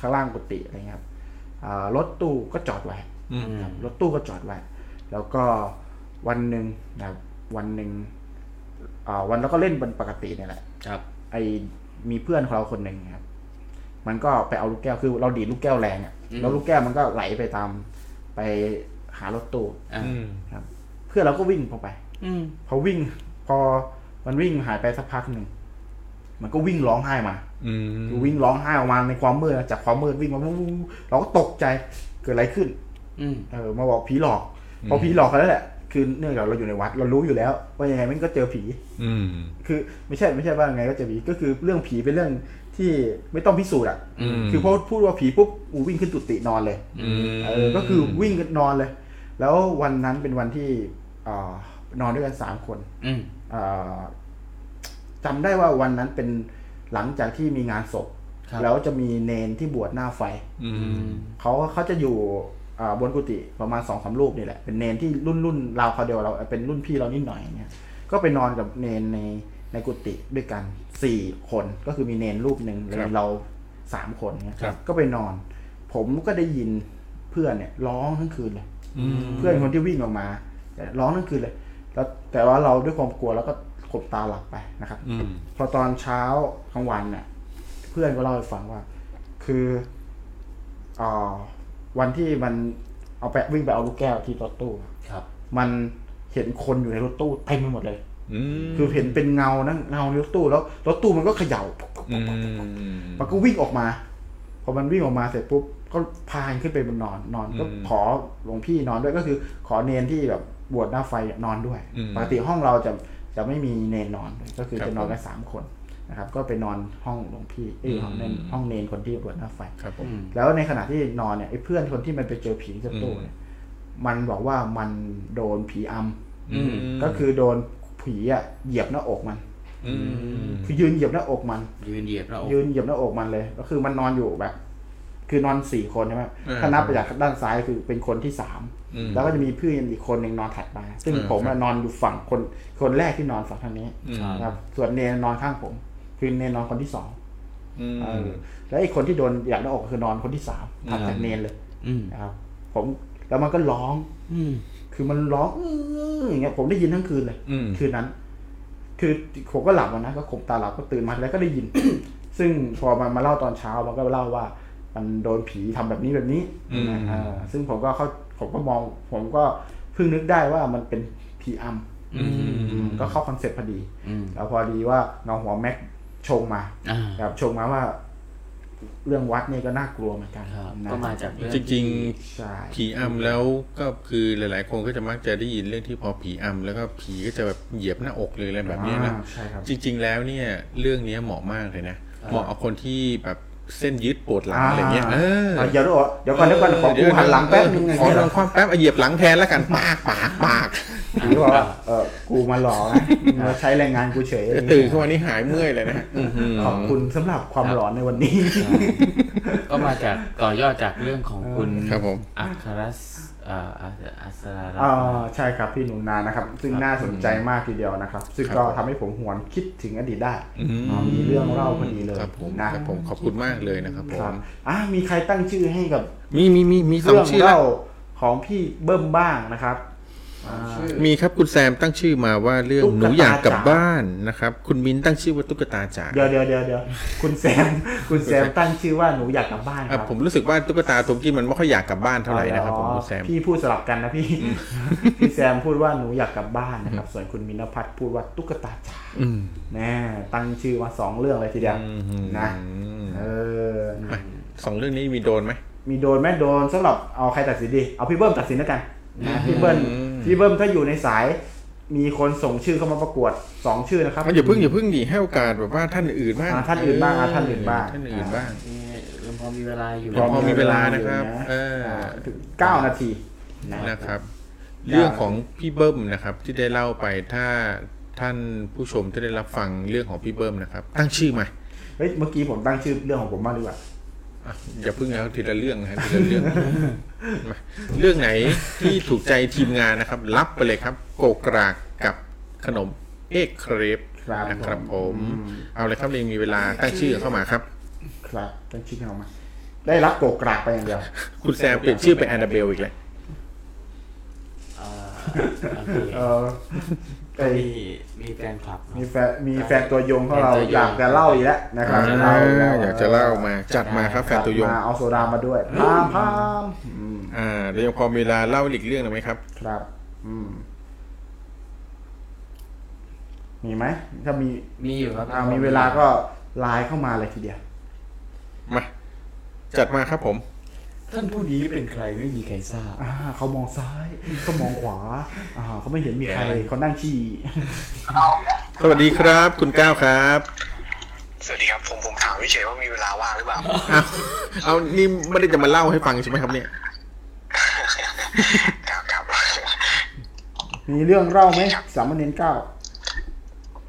Speaker 1: ข้างล่างกุฏิอะไรเงี้ยครับอ่ารถตู้ก็จอดไว้
Speaker 2: อืม
Speaker 1: นะครับรถตู้ก็จอดไว้ แล้วก็วันหนึ่งนะครับวันหนึ่งอ่าวันแล้วก็เล่นเป็นปกติเนี่ยแหละ
Speaker 3: ครับ
Speaker 1: ไอมีเพื่อนของเราคนหนึ่งนะครับ มันก็ไปเอาลูกแก้วคือเราดีดลูกแก้วแรงอะแล้วลูกแก้วมันก็ไหลไปตามไปหารถตู้
Speaker 3: อ่า
Speaker 2: อืม
Speaker 1: นะครับ เพื่อนเราก็วิ่งเข้าไป
Speaker 3: อืม
Speaker 1: พอวิ่ง พอมันวิ่งหายไปสักพักหนึ่งมันก็วิ่งร้องไห้มา
Speaker 2: อืม
Speaker 1: คือวิ่งร้องไห้ออกมาในความมืดจากความมืดวิ่งมาวู้วู้วู้เราก็ตกใจเกิดอะไรขึ้น
Speaker 3: อืม
Speaker 1: เออมาบอกผีหลอก พอผีหลอกกันแล้วแหละคือเนื่องจากเราอยู่ในวัด เรารู้อยู่แล้ว ว่ายังไงมันก็เจอผี
Speaker 2: อืม
Speaker 1: คือไม่ใช่ไม่ใช่ว่ายังไงก็เจอผีก็คือเรื่องผีเป็นเรื่องที่ไม่ต้องพิสูจน์อ่ะ
Speaker 2: อืม
Speaker 1: คือพอพูดว่าผีปุ๊บอูวิ่งขึ้นตุตินอนเลย
Speaker 2: อืม
Speaker 1: เออก็คือวิ่งกันนอนเลย แล้ววันนั้นเป็นวันที่เอ่อนอนด้วยกันสามคน
Speaker 3: อืม
Speaker 1: เอ่อจำได้ว่าวันนั้นเป็นหลังจากที่มีงานศพ แล้วจะมีเนนที่บวชหน้าไฟ
Speaker 2: อืม
Speaker 1: เขาเขาจะอยู่อ่าบนกุฏิประมาณสองสามรูปนี่แหละ เป็นเนนที่รุ่นรุ่นราวเขาวเดียวเราเป็นรุ่นพี่เรานิดหน่อยเนี่ยก็ไปนอนกับเนนในในกุฏิด้วยกันสี่คนก็คือมีเนนรูปหนึ่งแล้วมีเรา สามคนเนี่ย
Speaker 2: ครับ
Speaker 1: ก็ไปนอน ผมก็ได้ยินเพื่อนเนี่ยร้องทั้งคืนเลย
Speaker 2: อืม
Speaker 1: เพื่อนคนที่วิ่งออกมาร้องทั้งคืนเลย แล้วแต่ว่าเราด้วยความกลัวแล้วก็ขบตาหลับไปนะครับ
Speaker 2: อืม
Speaker 1: พอตอนเช้ากลางวันเนี่ยเพื่อนก็เล่าให้ฟังว่า คือเออวันที่มันเอาไปวิ่งไปเอาลูกแก้วที่รถตู้อะ
Speaker 2: ครับ
Speaker 1: มันเห็นคนอยู่ในรถตู้เต็มไปหมดเลย
Speaker 2: อืม
Speaker 1: คือเห็นเป็นเงานะเงาในรถตู้แล้วรถตู้มันก็เขย่า
Speaker 2: อืม
Speaker 1: มันก็วิ่งออกมา พอมันวิ่งออกมาเสร็จปุ๊บก็พากันขึ้นไปบนนอนนอนก็ขอหลวงพี่นอนด้วยก็คือ ขอเนนที่แบบบวชหน้าไฟนอนด้วย
Speaker 2: อืม
Speaker 1: ปกติห้องเราจะจะไม่มีเนนนอนเลยก็คือ
Speaker 2: ครับ
Speaker 1: จะนอนกันสามคนนะครับ ก็ไปนอนห้องหลวงพี่เอ้ยห้องเนน
Speaker 2: อืม
Speaker 1: ห้องเนนคนที่บวชหน้าไฟ
Speaker 2: ครับผม
Speaker 1: แล้วในขณะที่นอนเนี่ยไอ้เพื่อนคนที่มันไปเจอผีเจ้าตัวเนี่ยมันบอกว่ามันโดนผีอ
Speaker 2: อืม
Speaker 1: ำก็คือโดนผีอะเหยียบหน้าอกมัน
Speaker 2: อืม
Speaker 1: คือยืนเหยียบหน้าอกมัน
Speaker 3: ยืนเหยียบแล้วโอ้
Speaker 1: ยืนเหยียบหน้าอกมันเลย ก็คือมันนอนอยู่แบบ คือนอนสี่คนใช่ไหม
Speaker 2: เออ
Speaker 1: ถ้านับไปจากด้านซ้ายคือเป็นคนที่สาม
Speaker 2: อืม
Speaker 1: แล้วก็จะมีเพื่อนอีกคนหนึ่งนอนถัดมา ซึ่ง
Speaker 2: เออ
Speaker 1: ผม
Speaker 2: ครั
Speaker 1: อะ
Speaker 2: บ
Speaker 1: นอนอยู่ฝั่งคนคนแรกที่นอนฝั่งทางนี้
Speaker 2: ครับ
Speaker 1: นะครับ ส่วนเนนนอนข้างผม คือเนนนอนคนที่สอง
Speaker 2: อืม
Speaker 1: เออแล้วไอีกคนที่โดนเหยียบหน้าอกคือนอนคนที่สามถัดจากเนนเลย
Speaker 3: อืม
Speaker 1: นะครับ ผมแล้วมันก็ร้อง
Speaker 3: อืม
Speaker 1: คือมันร้องอื้ออย่างเงี้ยผมได้ยินทั้งคืนเลย
Speaker 2: อืม
Speaker 1: คืนนั้น คือผมก็หลับอะนะก็ข่มตาหลับก็ตื่นมาแล้วก็ได้ยิน ซึ่งพอมันมาเล่าตอนเช้ามันก็เล่าว่า มันโดนผีทำแบบนี้แบบนี้นะเออซึ่งผมก็เข้าผมก็มอง ผมก็เพิ่งนึกได้ว่ามันเป็นผีอำ
Speaker 2: อืม
Speaker 1: อืมก็เข้าคอนเซ็ปต์พอดี
Speaker 3: อืม
Speaker 1: แล้วพอดีว่าเงาหัวแม็กชงมา
Speaker 3: อ่า
Speaker 1: แบบชงมาว่า เรื่องวัดเนี่ยก็น่ากลัวเหมือนกัน
Speaker 3: ครับ
Speaker 1: นะ
Speaker 3: ก็มาจากเอ
Speaker 2: จริง
Speaker 3: ที่
Speaker 2: ๆ
Speaker 1: ใช่
Speaker 2: ผีอำแล้วก็คือหลาย ๆ คนก็จะมักจะได้ยินเรื่องที่พอผีอำแล้วก็ผีก็จะแบบเหยียบหน้าอกเลยอะไรแบบเนี้ยนะ
Speaker 1: อ่าใช่ครับ
Speaker 2: จริง ๆ แล้วเนี่ยเรื่องเนี้ยเหมาะมากเลยนะเหมาะเอาคนที่แบบเส้นยึดปวดหลังอะไรเงี้ยเออ
Speaker 1: เดี๋ยวเดี๋ยวก่อนเดี๋ยวก่อนขอ
Speaker 2: เดี๋
Speaker 1: กู
Speaker 2: ยว
Speaker 1: หันหลังแป๊บนึงไง
Speaker 2: ขอ
Speaker 1: เงี้ย
Speaker 2: ลองความแป๊บเอาเหยียบหลังแทนแล้วกันปากปากปาก
Speaker 1: กูบอกว่าเออกูมาหลอก [laughs] นะมึงมาใช้แรงงานกูเฉยอะไรเงี้ย
Speaker 2: ตื่นขึ้นมานี่หายเมื่อยเลยนะฮะอื้อหือ
Speaker 1: ขอบคุณสำหรับความหลอนในวันนี้
Speaker 3: ก็มาจากต่อยอดจากเรื่องของคุณ
Speaker 2: ครับผม
Speaker 3: อัครสเอ่ออัสอัสรารัต
Speaker 1: อ่า
Speaker 3: น์
Speaker 1: ใช่ครับพี่หนูนานะครับ ซึ่งน่าสนใจมากทีเดียวนะครับ ซึ่งก็ทำให้ผมหวนคิดถึงอดีตได้อ๋อมีเรื่องเล่าพอดีเลย
Speaker 2: ครับผม
Speaker 1: นะครับ
Speaker 2: ผมขอบคุณมากเลยนะครับผ
Speaker 1: ครั
Speaker 2: ม
Speaker 1: บอ่ะมีใครตั้งชื่อให้กับ
Speaker 2: มีมีมีมีสอ
Speaker 1: เรื่
Speaker 2: ง
Speaker 1: อง
Speaker 2: ชื่อละ
Speaker 1: เล่าของพี่เบิ้มบ้างนะครับ
Speaker 2: มีครับคุณแซมตั้งชื่อมาว่าเรื่อง
Speaker 1: ตุ๊กตา
Speaker 2: หนูอยากกลับ
Speaker 1: จ๋า
Speaker 2: บ้านนะครับ คุณมินตั้งชื่อว่าตุ๊กตาจ๋า
Speaker 1: เดี๋ยวเดี๋ยวเดี๋ยวเดี๋ยวคุณแซม [laughs] คุณแซมตั้งชื่อว่าหนูอยากกลับบ้านค
Speaker 2: อ่ะ
Speaker 1: รับ
Speaker 2: ผมรู้สึกว่าตุ๊กตาตัวกี้มันไม่ค่อยอยากกลับบ้านเท่าไหร่นะครับผม
Speaker 1: อ๋อ
Speaker 2: คุณแซม
Speaker 1: พี่พูดสลับกันนะพี่ [laughs] พี่แซมพูดว่าหนูอยากกลับบ้านนะครับ ส่วนคุณมินพัฒน์พูดว่าตุ๊กตาจ๋า
Speaker 2: อืม
Speaker 1: แน่ตั้งชื่อมาสองเรื่องเลยทีเดียวนะ เออ
Speaker 2: ไปสองเรื่องนี้มีโดนไหม
Speaker 1: มีโดนไหมโดนสำหรับเอาใครตัดสินดี เอาพี่เบิ้มตัดสินแล้วกันนะพี่เบิ้มพี่เบิ้มถ้าอยู่ในสาย มีคนส่งชื่อเข้ามาประกวดสองชื่อนะครับ
Speaker 2: มันอย่าเพิ่งอย่าเพิ่งดีให้โอกาสแบบว่าท่านอื่นบ้าง
Speaker 1: อ่าท่านอื่นบ้างอ่าท่านอื่นบ้าง
Speaker 2: ท่านอื่นบ้าง
Speaker 3: นี่พอมีเวลาอยู่
Speaker 2: พอมีเวลานะครับ
Speaker 1: อยู่
Speaker 2: เอออ่
Speaker 1: าถึงเก้านาทีนะ
Speaker 2: นะครับ เรื่องของพี่เบิ้มนะครับ ที่ได้เล่าไปถ้าท่านผู้ชมที่ได้รับฟังเรื่องของพี่เบิ้มนะครับ ตั้งชื่อมา
Speaker 1: เฮ้ยเมื่อกี้ผมตั้งชื่อเรื่องของผมบ้างดีกว่า
Speaker 2: อ่ะอย่าเพิ่งแล้วทีละเรื่องนะฮะทีละเรื่อง [laughs] มาเรื่องไหนที่ถูกใจทีมงานนะครับ รับไปเลยครับ โกกรากกับขนมเอกเครป
Speaker 1: ครับ
Speaker 2: นะครับผ
Speaker 1: ผม ม
Speaker 2: เอาเลยครับเรียนมีเวลาตั้งชื่อเข้ามาครับ
Speaker 1: ครับตั้งชื่อให้ออกมา ได้รับโกกรากไปอย่างเดียว
Speaker 2: คุณแซมเปลี่ยนชื่อเป็นแอนนาเบลอีกแล้ว
Speaker 1: เอ
Speaker 2: [laughs]
Speaker 1: อไอ
Speaker 3: มีมีแฟนคลับ
Speaker 1: มีแฟนมีแฟนตัวยงของเรา
Speaker 3: แฟนตัวยง
Speaker 1: อยากจะเล่าอีกแล้วนะครับ
Speaker 2: อ่าอยากจะเล่ามาจัดมาครับแฟนตัวยง
Speaker 1: มาเอาโซดามาด้วยพามพามอืม
Speaker 2: อ่าแล้วยังพอมีเวลาเล่าอีกเรื่องหนึ่งไหมครับ
Speaker 1: ครับ อืมมีไหมถ้ามี
Speaker 3: มีอยู่ครับ
Speaker 1: อ่ามีเวลาก็ไลน์เข้ามาเลยทีเดียว
Speaker 2: มาจัดมาครับผม
Speaker 3: ท่านผู้นี้เป็นใครไม่มีใครทราบ
Speaker 1: อ่าเขามองซ้ายเขามองขวา อ่าเขาไม่เห็นมีใครเขานั่งชี้ [laughs]
Speaker 2: สวัสดีครับ คุณก้าวครับ
Speaker 11: สวัสดีครับผมผมถามเฉยๆว่ามีเวลาว่างหรือเปล่า
Speaker 2: เอาเอานี่ไม่ได้จะมาเล่าให้ฟังใช่ไหมครับเนี่ย
Speaker 11: [laughs] ครับครับ
Speaker 1: มีเรื่องเล่าไหมสามเณรเก้า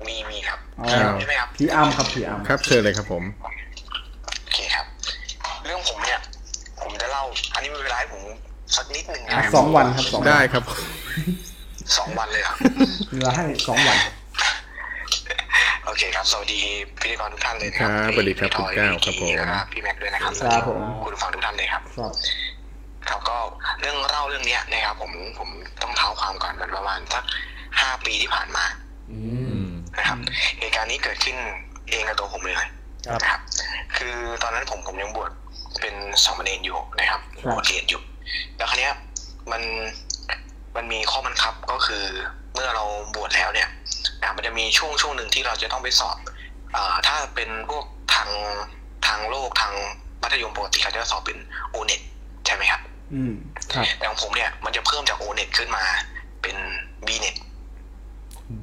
Speaker 11: มีมีครับ
Speaker 1: อ๋อ
Speaker 2: ครับ
Speaker 11: ใช่ไหมครับ
Speaker 1: ผีอัมครับผีอัม
Speaker 2: ครับเชิญเลยครับผม
Speaker 11: โอเคครับ เรื่องผมเนี่ย ผมจะเล่า อันนี้มีเวลาให้ผมสักนิดหนึ่งนะ
Speaker 1: อ่ะสองวันครับสองวัน
Speaker 2: ได้ครับ
Speaker 1: [laughs]
Speaker 11: สองวันเลยครับ
Speaker 1: เหลือให้สองวัน
Speaker 11: โอเค เคครับ สวัสดีพิธีกรทุกท่านเลยนะครับ
Speaker 2: สวัสดีครับ
Speaker 11: พี่ทอย
Speaker 2: คุณก้าวครับผม
Speaker 11: พี่แล้วก็พี่แม็กซ์ด้วยนะครับ
Speaker 1: ครับผม
Speaker 11: คุณผู้ฟังทุกท่านเลยครับ
Speaker 1: ครับ
Speaker 11: ครับก็เรื่องเล่าเรื่องเนี้ยนะครับผมผมต้องเท้าความก่อนมันประมาณสักห้าปีที่ผ่านมา
Speaker 3: อืม
Speaker 2: อืม
Speaker 11: นะครับเหตุการณ์นี้เกิดขึ้นเองกับตัวผมเลย
Speaker 1: ครับ
Speaker 11: นะครับ คือตอนนั้นผมผมยังบวชเป็นสามเณรอยู่นะครับบวชเรียนอยู่ แล้วครั้งนี้ยมันมันมีข้อบังคับก็คือเมื่อเราบวชแล้วเนี่ยนะมันจะมีช่วงช่วงหนึ่งที่เราจะต้องไปสอบอ่าถ้าเป็นพวกทางทางโลกทางมัธยมปกติเขาจะสอบเป็นโอเน็ตใช่ไหมครับ
Speaker 1: อืม
Speaker 11: แต่ของผมเนี่ยมันจะเพิ่มจาก o n e t ขึ้นมาเป็น b n e t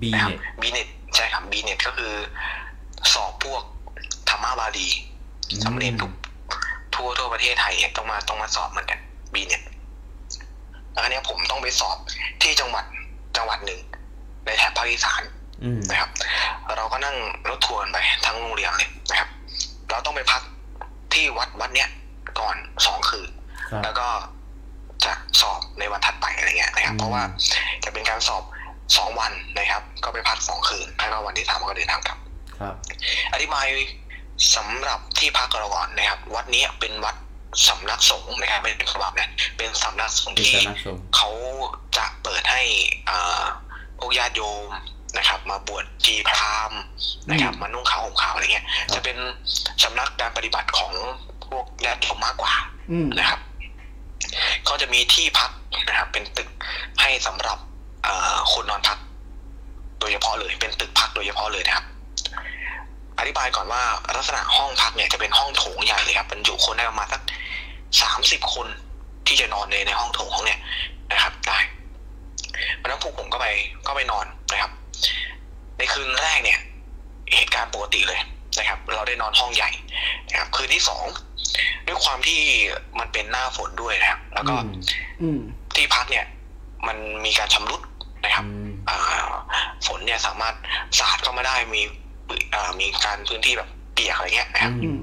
Speaker 4: บี
Speaker 11: นะครับ b
Speaker 4: เนี่ย
Speaker 11: n e t ใช่ครับ b n e t ก็คือสอบพวกธรรมบาลีสำเร็จทุกทั่วทั่วประเทศไทยเนี่ยต้องมาต้องมาสอบเหมือนกัน b n e t แล้วคราวเนี้ยผมต้องไปสอบที่จังหวัดจังหวัดหนึ่ง ในแถบภาคอีสาน
Speaker 3: อืม
Speaker 11: นะครับ เราก็นั่งรถทัวร์กันไปทั้งโรงเรียนเลยนะครับ เราต้องไปพักที่วัดวัดเนี้ยก่อนสองคืน
Speaker 3: ครับ
Speaker 11: แล้วก็จะสอบในวันถัดไปอะไรเงี้ยนะครับ
Speaker 3: อืม
Speaker 11: เพราะว่าจะเป็นการสอบสองวันนะครับ ก็ไปพักสองคืนแล้วก็วันที่สามก็เดินทางกลับ
Speaker 3: ครับ
Speaker 11: อธิบายสำหรับที่พักเราก่อนนะครับ วัดนี้เป็นวัดสำนักสงฆ์นะครับไม่ได้เป็นสำนักนะเป็นสำนักสงฆ์
Speaker 3: เป็น
Speaker 11: ที่
Speaker 3: สำนักสงฆ์
Speaker 11: เขาจะเปิดให้อ่าพวกญาติโยมนะครับ มาบวชชีพราหมณ์นะครับ มานุ่งขาวห่มขาวอะไรเงี้ย จะเป็นสำนักการปฏิบัติของพวกญาติโยมมากกว่า
Speaker 1: อืม
Speaker 11: นะครับ ก็จะมีที่พักนะครับ เป็นตึกให้สำหรับเอ่อคนนอนพัก โดยเฉพาะเลยเป็นตึกพักโดยเฉพาะเลยนะครับ อธิบายก่อนว่าลักษณะห้องพักเนี่ยจะเป็นห้องโถงใหญ่เลยครับบรรจุคนได้ประมาณสักสามสิบคนที่จะนอนในในห้องโถงห้องเนี่ยนะครับ ได้วันนั้นพวกผมก็ไปก็ไปนอนนะครับ ในคืนแรกเนี่ย เหตุการณ์ปกติเลยนะครับ เราได้นอนห้องใหญ่นะครับ คืนที่สองด้วยความที่มันเป็นหน้าฝนด้วยนะครับ แล้วก็
Speaker 3: อืม
Speaker 1: อืม
Speaker 11: ที่พักเนี่ย มันมีการชำรุดนะครับ
Speaker 3: อืม
Speaker 11: อ่าฝนเนี่ยสามารถสาดเข้ามาได้มีอ่ามีการพื้นที่แบบเปียกอะไรเงี้ยนะครับ
Speaker 1: อืม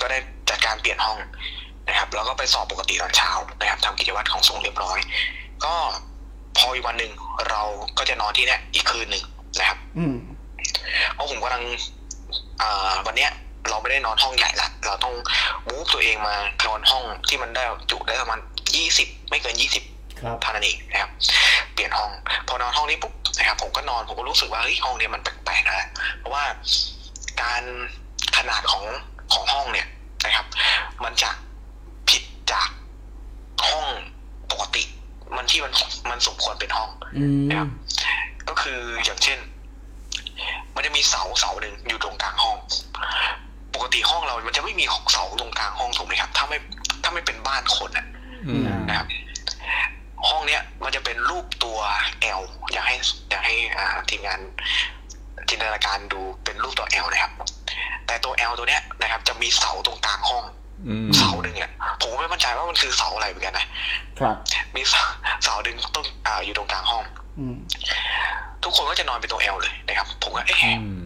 Speaker 11: ก็ได้จัดการเปลี่ยนห้องนะครับ แล้วก็ไปสอบปกติตอนเช้านะครับทำกิจวัตรของส่งฆ์เรียบร้อย ก็พออีกวันหนึ่งเราก็จะนอนที่เนี่ยอีกคืนหนึ่งนะครับ
Speaker 1: อืม
Speaker 11: เพราะผมกำลังอ่าวันเนี้ยเราไม่ได้นอนห้องใหญ่ละเราต้องมูฟตัวเองมานอนห้องที่มันได้จุได้ประมาณยี่สิบไม่เกินยี่สิบ
Speaker 3: ครับ
Speaker 11: เท่านั้นเองนะครับ เปลี่ยนห้อง พอนอนห้องนี้ปุ๊บนะครับผมก็นอนผมก็รู้สึกว่าเฮ้ยห้องเนี้ยมันแปลกๆนะเพราะว่าการขนาดของของห้องเนี่ยนะครับ มันจะผิดจากห้องปกติ มันที่มันมันสมควรเป็นห้อง
Speaker 3: อื
Speaker 11: นะครับ
Speaker 3: ม
Speaker 11: ก็คืออย่างเช่น มันจะมีเสาเสาหนึ่งอยู่ตรงกลางห้อง ปกติห้องเรา มันจะไม่มีเสาตรงกลางห้องถูกไหมครับ ถ้าไม่ถ้าไม่เป็นบ้านคนอะ
Speaker 2: อืม
Speaker 11: นะครับ ห้องเนี้ย มันจะเป็นรูปตัว L อยากให้อยากให้อ่าทีมงานจินตนาการดูเป็นรูปตัว L นะครับ แต่ตัว L ตัวเนี้ยนะครับ จะมีเสาตรงกลางห้อง
Speaker 2: อืม
Speaker 11: เสาหนึ่งเนี่ยผมก็ไม่มั่นใจว่ามันคือเสาอะไรเหมือนกันนะครับ มีเสาเสาดึงต้นอ่าอยู่ตรงกลางห้อง
Speaker 1: อืม
Speaker 11: ทุกคนก็จะนอนเป็นตัวเอลเลยนะครับ ผมก็เอ๊ะ
Speaker 2: อืม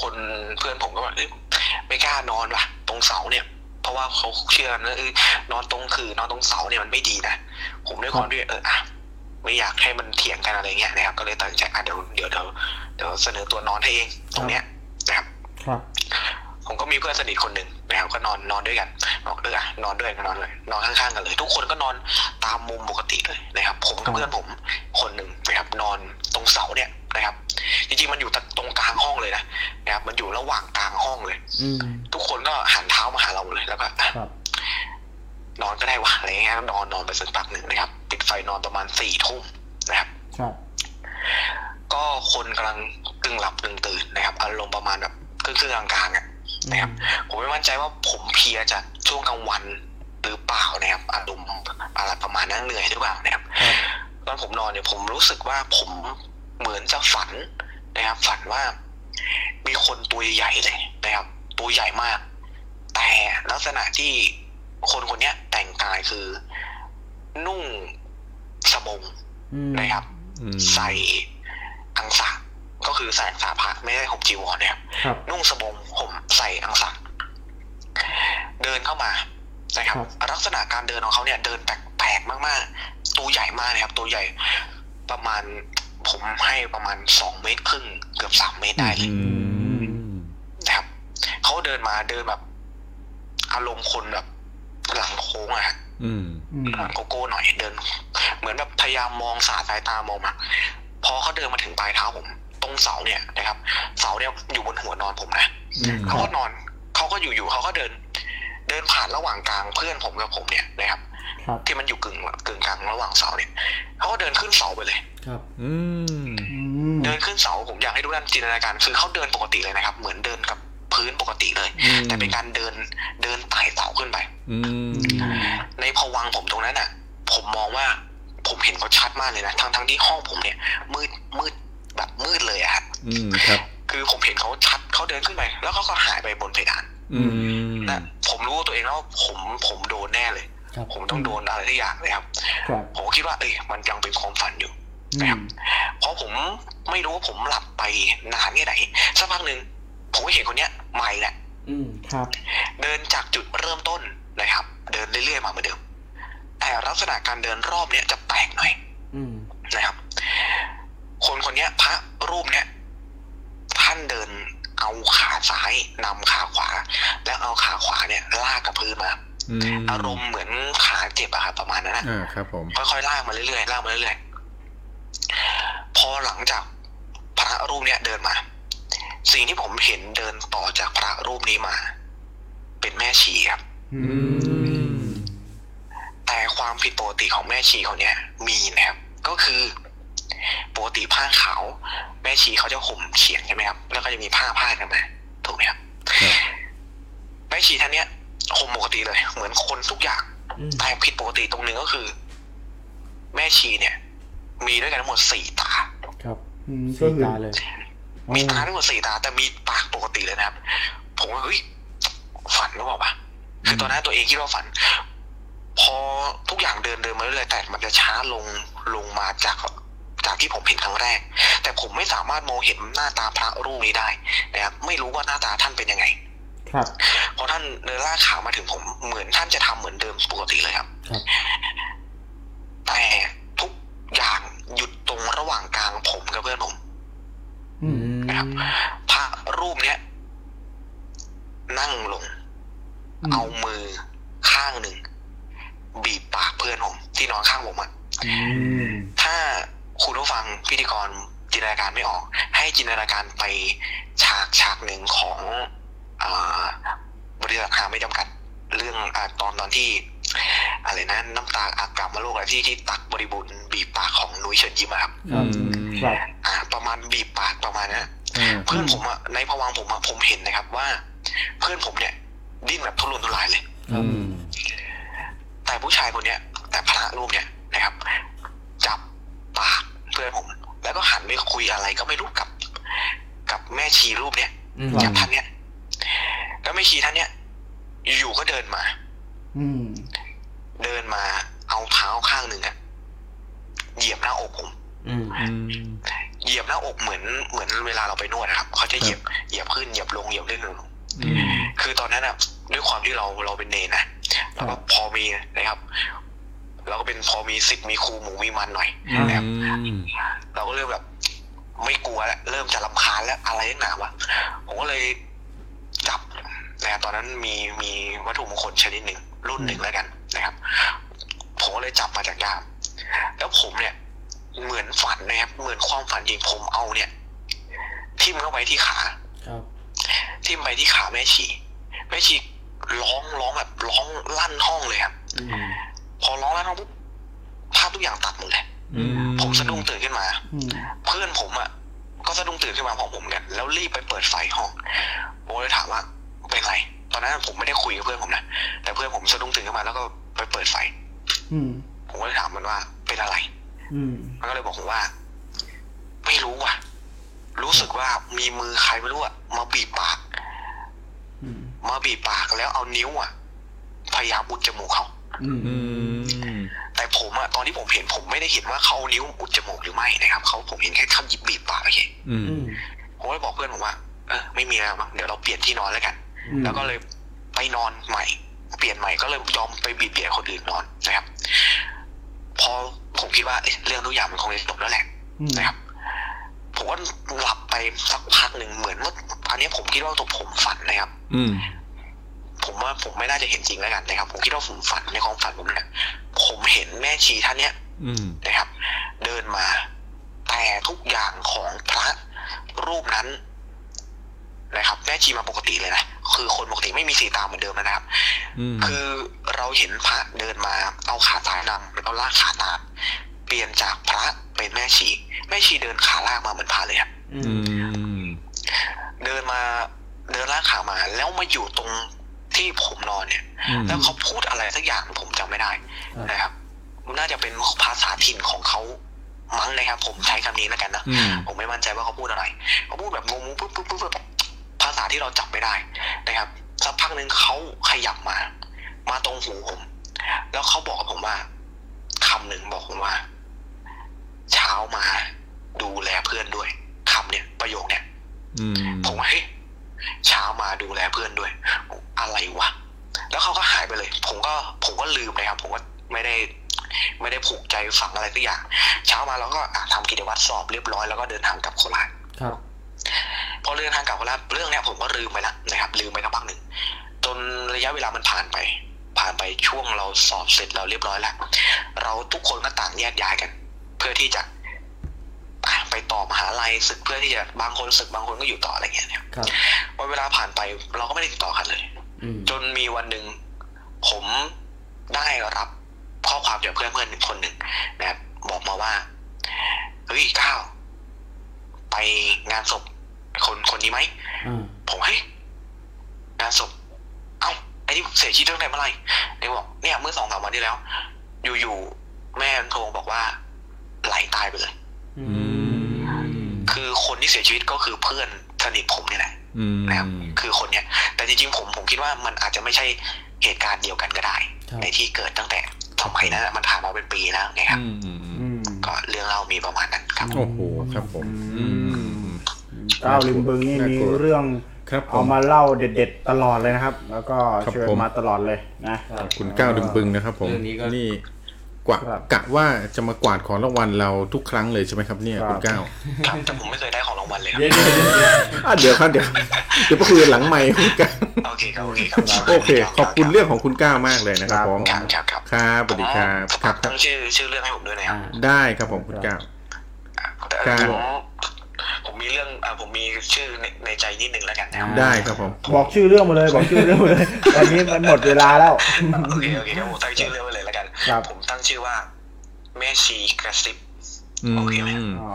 Speaker 11: คนเพื่อนผมก็แบบเอ๊ะไม่กล้านอนว่ะ ตรงเสาเนี่ย เพราะว่าเขาเชื่อนะเออนอนตรงคือนอนตรงเสาเนี่ยมันไม่ดีนะผมด้วยความที่เอออ่ะไม่อยากให้มันเถียงกันอะไรเงี้ยนะครับ ก็เลยตัดสินใจอ่ะเดี๋ยวเดี๋ยวเดี๋ยวเดี๋ยวเสนอตัวนอนให้เองตรงเนี้ยนะครับ
Speaker 1: ครับ
Speaker 11: ผมก็มีเพื่อนสนิทคนหนึ่งนะครับก็นอนนอนด้วยกันบอกเอออ่ะนอนด้วยกันนอนเลยนอนข้างๆกันเลย ทุกคนก็นอนตามมุมปกติเลยนะครับ ผมกับเพื่อนผมคนหนึ่งนะครับนอนตรงเสาเนี่ยนะครับ จริงๆมันอยู่ตรงกลางห้องเลยนะนะครับ มันอยู่ระหว่างกลางห้องเลย
Speaker 3: อืม
Speaker 11: ทุกคนก็หันเท้ามาหาเราเลยแล้วก็อ่ะ
Speaker 1: ครับ
Speaker 11: นอนก็ได้วะอะไรเงี้ยนอนนอนไปสักพักหนึ่งนะครับปิดไฟนอนประมาณสี่ทุ่มนะครับ
Speaker 1: ครับ
Speaker 11: ก็คนกำลังกึ่งหลับกึ่งตื่นนะครับ อารมณ์ประมาณแบบครึ่งๆกลางกลางๆอ่ะนะครับ ผมไม่มั่นใจว่าผมเพลียจากช่วงกลางวันหรือเปล่านะครับ อารมณ์อะไรประมาณนั้นเหนื่อยหรือเปล่านะครับ
Speaker 3: ครับ
Speaker 11: ตอนผมนอนเนี่ยผมรู้สึกว่าผมเหมือนจะฝันนะครับ ฝันว่ามีคนตัวใหญ่เลยนะครับ ตัวใหญ่มาก แต่ลักษณะที่คนคนเนี้ยแต่งกายคือ นุ่งสบง
Speaker 3: อืม
Speaker 11: นะครับ
Speaker 2: อืม
Speaker 11: ใส่อังสะก็คือใส่อังสะพระไม่ได้ห่มจีวรนะครับ
Speaker 1: ครับ
Speaker 11: นุ่งสบงห่มใส่อังสะเดินเข้ามานะครับ ลักษณะการเดินของเขาเนี่ย เดินแปลกๆมากๆ ตัวใหญ่มากนะครับ ตัวใหญ่ประมาณผมให้ประมาณสองเมตรครึ่งเกือบสามเมตรได้เลย
Speaker 2: อืม
Speaker 1: อืม
Speaker 11: เขาเดินมาเดินแบบ อารมณ์คนแบบหลังโค้งอะฮะ
Speaker 2: อืม
Speaker 5: อืม
Speaker 11: โกโก้หน่อยเดิน เหมือนแบบพยายามมองสาดสายตามองมาพอเขาเดินมาถึงปลายเท้าผม ตรงเสาเนี่ยนะครับ เสาเนี่ยอยู่บนหัวนอนผมนะ
Speaker 2: อืม
Speaker 11: เขาก็นอนเขาก็อยู่ๆเขาก็เดิน เดินผ่านระหว่างกลางเพื่อนผมกับผมเนี่ยนะครับ
Speaker 5: ครับ
Speaker 11: ที่มันอยู่กึ่งกึ่งกลางระหว่างเสาเนี่ยเขาก็เดินขึ้นเสาไปเลย
Speaker 3: ครับ
Speaker 2: อืม
Speaker 5: อืม
Speaker 11: เดินขึ้นเสาผมอยากให้ทุกท่านจินตนาการคือเขาเดินปกติเลยนะครับ เหมือนเดินกับพื้นปกติเลย
Speaker 2: อืม
Speaker 11: แต่เป็นการเดินเดินไต่เสาขึ้นไป
Speaker 2: อืม
Speaker 11: ในภวังค์ผมตรงนั้นอ่ะ ผมมองว่าผมเห็นเขาชัดมากเลยนะทั้งทั้งที่ห้องผมเนี่ย มืดมืดแบบมืดเลยอะฮะ
Speaker 2: อืมครับ
Speaker 11: คือผมเห็นเขาชัดเขาเดินขึ้นไปแล้วเขาก็หายไปบนเพดาน
Speaker 2: อืม
Speaker 11: นะผมรู้ตัวเองแล้วว่าผมผมโดนแน่เลย
Speaker 3: ครับ
Speaker 11: ผมต้องโดนอะไรทุกอย่างเลยครับ
Speaker 5: ครับ
Speaker 11: ผมคิดว่าเอ้ยมันยังเป็นความฝันอยู่
Speaker 5: อืม
Speaker 11: เพราะผมไม่รู้ว่าผมหลับไปนานแค่ไหนสักพักหนึ่งผมก็เห็นคนเนี้ยใหม่แหละ
Speaker 3: อืม
Speaker 5: ครับ
Speaker 11: เดินจากจุดเริ่มต้นนะครับ เดินเรื่อยๆมาเหมือนเดิม แต่ลักษณะการเดินรอบเนี้ยจะแปลกหน่อย
Speaker 3: อืม
Speaker 11: นะครับ คนคนเนี้ย พระรูปเนี้ยท่านเดินเอาขาซ้ายนำขาขวา แล้วเอาขาขวาเนี่ย ลากกับพื้นมา
Speaker 2: อืม
Speaker 11: อารมณ์เหมือนขาเจ็บอะครับประมาณนั้นนะ
Speaker 2: อ่าครับผม
Speaker 11: ค่อยๆลากมาเรื่อยๆลากมาเรื่อยๆพอหลังจากพระรูปเนี้ยเดินมา สิ่งที่ผมเห็นเดินต่อจากพระรูปนี้มา เป็นแม่ชีครับ
Speaker 5: อื
Speaker 2: อื
Speaker 5: ม
Speaker 2: ม
Speaker 11: แต่ความผิดปกติของแม่ชีเขาเนี่ยมีนะครับ ก็คือปกติผ้าขาว แม่ชีเขาจะห่มเฉียงใช่ไหมครับ แล้วก็จะมีผ้าผ้ากันมาถูกไหมครับ
Speaker 2: ครับ
Speaker 11: แม่ชีท่านเนี้ยห่มปกติเลย เหมือนคนทุกอย่าง
Speaker 3: อืม
Speaker 11: แต่ผิดปกติตรงหนึงก็คือ แม่ชีเนี่ย มีด้วยกันทั้งหมดสี่ตา
Speaker 3: ครับ
Speaker 5: อืมก็
Speaker 3: สี่
Speaker 5: คือ
Speaker 3: ตาเลย
Speaker 11: มีตาทั้งหมดสี่ตา แต่มีปากปกติเลยนะครับ ผมก็เฮ้ยฝันหรือเปล่าวะคือตอนนั้นตัวเองคิดว่าฝัน พอทุกอย่างเดินเดินมาเรื่อยๆแต่มันจะช้าลงลงมาจากจากที่ผมเห็นครั้งแรก แต่ผมไม่สามารถมองเห็นหน้าตาพระรูปนี้ได้นะครับไม่รู้ว่าหน้าตาท่านเป็นยังไง
Speaker 5: ครับ
Speaker 11: พอท่านเดินล่ากขาวมาถึงผมเหมือนท่านจะทำเหมือนเดิมปกติเลยครับ
Speaker 3: ครับ
Speaker 11: แต่ทุกอย่างหยุดตรงระหว่างกลางผมกับเพื่อนผม
Speaker 5: อื
Speaker 3: อื
Speaker 5: ม
Speaker 3: ม
Speaker 11: พระรูปเนี้ยนั่งลง
Speaker 5: อืม
Speaker 11: เอามือข้างหนึ่ง บีบปากเพื่อนผม ที่นอนข้างผมอะ
Speaker 5: อืม
Speaker 11: ถ้าคุณผู้ฟังพิธีกรจินตนาการไม่ออก ให้จินตนาการไปฉากฉากหนึ่งของอาบริษัทหาไม่จำกัด เรื่องอาตอนตอนที่ อะไรนะน้ำตาอากรรมมาโลกอะไรที่ที่ตักบริบูรณ์บีบปากของนุ้ยเชิญยิ้มอะครับ
Speaker 2: อืม
Speaker 5: ครับ
Speaker 11: อ่า ประมาณบีบปากประมาณนะ
Speaker 2: อ่า
Speaker 11: เพื่อนผมอะในภวังค์ผมอะผมเห็นนะครับว่า เพื่อนผมเนี่ย ดิ้นแบบทุรนทุรายเลย
Speaker 2: อืม
Speaker 11: แต่ผู้ชายคนเนี้ย แต่พระรูปเนี่ยนะครับ จับปากเพื่อนผม แล้วก็หันไปคุยอะไรก็ไม่รู้กับ กับแม่ชีรูปเนี่ย
Speaker 3: อืม
Speaker 11: กับท่านเนี่ยแล้วแม่ชีท่านเนี่ยอยู่ๆก็เดินมา
Speaker 5: อืม
Speaker 11: เดินมาเอาเท้าข้างหนึ่งอะเหยียบหน้าอกผม
Speaker 3: อืม
Speaker 2: อืม
Speaker 11: เหยียบหน้าอกเหมือนเหมือนเวลาเราไปนวดนะครับเขาจะเหยียบเหยียบขึ้นเหยียบลงเหยียบขึ้นเหยียบลง
Speaker 2: อืม
Speaker 11: คือตอนนั้นอ่ะด้วยความที่เราเราเป็นเนรนะเราก็พอมีนะครับ เราก็เป็นพอมีสิทธิ์มีครูหมูมีมันหน่อยนะครับ
Speaker 2: อืม
Speaker 11: เราก็เริ่มแบบ ไม่กลัวแล้วเริ่มจะรำคาญแล้วอะไรนักหนาวะผมก็เลยจับนะครับตอนนั้นมีมีวัตถุมงคลชนิดหนึ่งรุ่นหนึ่งแล้วกันนะครับ ผมก็เลยจับมาจากยามแล้วผมเนี่ย เหมือนฝันนะครับ เหมือนความฝันจริงผมเอาเนี่ย ทิ่มเข้าไปที่ขา
Speaker 3: ครับ
Speaker 11: ทิ่มไปที่ขาแม่ชีแม่ชีร้องร้องแบบร้องลั่นห้องเลยครับ
Speaker 3: อืม
Speaker 11: พอร้องลั่นห้องปุ๊บภาพทุกอย่างตัดหมดเลย
Speaker 2: อืม
Speaker 11: ผมสะดุ้งตื่นขึ้นมา
Speaker 5: อืม
Speaker 11: เพื่อนผมอ่ะก็สะดุ้งตื่นขึ้นมาพร้อมผมกันแล้วรีบไปเปิดไฟห้องโมเลยถามว่าเป็นไร ตอนนั้นผมไม่ได้คุยกับเพื่อนผมนะแต่เพื่อนผมสะดุ้งตื่นขึ้นมาแล้วก็ไปเปิดไฟ
Speaker 5: อืม
Speaker 11: ผมก็เลยถามมันว่าเป็นอะไร
Speaker 5: อืม
Speaker 11: มันก็เลยบอกผมว่า ไม่รู้ว่ะ รู้สึกว่ามีมือใครไม่รู้อ่ะมาบีบปาก
Speaker 5: อืม
Speaker 11: มาบีบปากแล้วเอานิ้วอ่ะ พยายามอุดจมูกเขา
Speaker 5: อืม
Speaker 2: อืม
Speaker 11: แต่ผมอะตอนที่ผมเห็นผมไม่ได้เห็นว่าเขาเอานิ้วอุดจมูกหรือไม่นะครับเขาผมเห็นแค่เขาหยิบบีบปากโอเค
Speaker 2: อืม
Speaker 3: อืม
Speaker 11: ผมก็เลยบอกเพื่อนผมว่าเออไม่มีแล้วมั้งเดี๋ยวเราเปลี่ยนที่นอนแล้วกัน
Speaker 5: อืม
Speaker 11: แล้วก็เลยไปนอนใหม่ เปลี่ยนใหม่ก็เลยยอมไปบีบเบียดคนอื่นนอนนะครับ พอผมคิดว่าเอ๊ะเรื่องทุกอย่างมันคงจะจบแล้วแหละ
Speaker 5: อืม
Speaker 11: นะครับผมก็หลับไปสักพักหนึ่งเหมือนว่าอันนี้ผมคิดว่าตัวผมฝันนะครับ
Speaker 2: อืม
Speaker 11: ผมว่าผมไม่น่าจะเห็นจริงแล้วกันนะครับ ผมคิดว่าผมฝันในความฝันผมเนี่ยผมเห็นแม่ชีท่านเนี้ย
Speaker 2: อืม
Speaker 11: นะครับเดินมา แต่ทุกอย่างของพระรูปนั้นนะครับแม่ชีมาปกติเลยนะคือคนปกติไม่มีสีตาเหมือนเดิมแล้วนะครับ
Speaker 2: อืม
Speaker 11: คือเราเห็นพระเดินมาเอาขาซ้ายนำแล้วลากขาตามเปลี่ยนจากพระเป็นแม่ชี แม่ชีเดินขาลากมาเหมือนพระเลยอะ
Speaker 2: อืม
Speaker 11: เดินมาเดินลากขามาแล้วมาอยู่ตรงที่ผมนอนเนี่ย
Speaker 2: อืม
Speaker 11: แล้วเขาพูดอะไรสักอย่างผมจำไม่ได้นะครับ น่าจะเป็นภาษาถิ่นของเขามั้งนะครับ ผมใช้คำนี้แล้วกันนะ
Speaker 2: อืม
Speaker 11: ผมไม่มั่นใจว่าเขาพูดอะไร เขาพูดแบบงงๆปุ๊บปุ๊บปุ๊บปุ๊บภาษาที่เราจับไม่ได้นะครับสักพักหนึ่งเขาขยับมา มาตรงหูผม แล้วเขาบอกกับผมว่าคำหนึ่งบอกผมว่า เช้ามาดูแลเพื่อนด้วยคำเนี่ย ประโยคเนี่ย
Speaker 2: อืม
Speaker 11: ผมว่าเฮ้ยเช้ามาดูแลเพื่อนด้วย อะไรวะ แล้วเขาก็หายไปเลย ผมก็ผมก็ลืมนะครับ ผมก็ไม่ได้ ไม่ได้ผูกใจฝังอะไรสักอย่าง เช้ามาเราก็อ่ะทำกิจวัตรสอบเรียบร้อยแล้วก็เดินทางกลับโคราช
Speaker 3: ครับ
Speaker 11: พอเดินทางกลับโคราชเรื่องเนี้ยผมก็ลืมไปละนะครับ ลืมไปสักพักหนึ่งจนระยะเวลามันผ่านไป ผ่านไปช่วงเราสอบเสร็จเราเรียบร้อยแล้วเราทุกคนก็ต่างแยกย้ายกัน เพื่อที่จะอ่ะไปต่อมหาลัยศึกเพื่อที่จะบางคนศึกบางคนก็อยู่ต่ออะไรอย่างเงี้ยนะครับ
Speaker 3: ครับ
Speaker 11: พอเวลาผ่านไปเราก็ไม่ได้ติดต่อกันเลย
Speaker 3: อืม
Speaker 11: จนมีวันหนึ่งผมได้รับข้อความจากเพื่อนเพื่อนหนึ่งคนหนึ่งนะครับบอกมาว่าเฮ้ยก้าวไปงานศพคนคนนี้ไหม
Speaker 3: อ่า
Speaker 11: ผมเฮ้ยงานศพเอ้าไอ้นี่เสียชีวิตตั้งแต่เมื่อไหร่เดี๋ยวบอกเนี่ยเมื่อสองสามวันที่แล้ว อยู่ๆแม่โทรบอกว่าไหลตายไปเลย
Speaker 3: อื
Speaker 2: อื
Speaker 3: ม
Speaker 2: ม
Speaker 11: คือคนที่เสียชีวิตก็คือเพื่อนสนิทผมนี่แหละ
Speaker 2: อืม
Speaker 11: นะครับคือคนเนี้ยแต่จริงๆผมผมคิดว่ามันอาจจะไม่ใช่เหตุการณ์เดียวกันก็ได้
Speaker 3: ครับ
Speaker 11: ในที่เกิดตั้งแต่สมัยนั้นอะมันผ่านมาเป็นปีแล้วไงครับ
Speaker 2: อืมอืมอืม
Speaker 12: อืม
Speaker 11: ก็เรื่องเล่ามีประมาณนั้นครับ
Speaker 2: โอ้โห ครับผม อืม
Speaker 1: ก้าวริมบึงนี่
Speaker 2: น่า
Speaker 1: มี
Speaker 2: กลัว
Speaker 1: เรื่อง
Speaker 2: ครับผ
Speaker 1: เอา
Speaker 2: ม
Speaker 1: มาเล่าเด็ด ๆ ตลอดเลยนะครับ แล้วก็
Speaker 2: ครับ
Speaker 1: เชิญ
Speaker 2: ผม
Speaker 1: มาตลอดเลยนะ
Speaker 2: ขอบคุณก้าวดึงบึงนะครับผม
Speaker 13: เรื่องนี้ก็
Speaker 2: นี่กวาด
Speaker 1: ครับ
Speaker 2: กะว่าจะมากวาดของรางวัลเราทุกครั้งเลยใช่ไหมครับเนี่ยคุณก้าว
Speaker 11: ครับแต่ผมไม่เคยได้ของรางวัลเลยครับ
Speaker 3: เดี๋ยวเดี๋ยวเดี๋ยว
Speaker 2: อ่ะเดี๋ยวครับเดี๋ยวเดี๋ยวไปคุยกันหลังไมค์คุณก้าว
Speaker 11: โอเคครับโอเคครับ
Speaker 2: โอเค ขอบคุณเรื่องของคุณก้าวมากเลยนะครับผม
Speaker 11: ครับครับครับ
Speaker 2: ครับสวัสดีครับ
Speaker 11: ผม
Speaker 2: ครับครั
Speaker 11: ตั้
Speaker 2: บ
Speaker 11: งชื่อชื่อเรื่องให้ผมด้วยนะครับ
Speaker 3: อ่า
Speaker 2: ได้ครับผมคุณก้าว
Speaker 11: แต่
Speaker 2: ครับ
Speaker 11: ผมผมมีเรื่องอ่าผมมีชื่อในในใจนิดนึงแล้วกันนะครับ
Speaker 2: ได้ครับผม
Speaker 1: บอกชื่อเรื่องมาเลย บอกชื่อเรื่องมาเลยตอนนี้มันหมดเวลาแล้ว
Speaker 11: โอเคโอเคครับผมตั้งชื่อเรื่องไว้เลยแล้วกัน
Speaker 1: ครับ
Speaker 11: ผมตั้งชื่อว่า แม่ชีกระซิบ
Speaker 2: อื
Speaker 11: โอเคไหม
Speaker 2: ม
Speaker 1: อ๋อ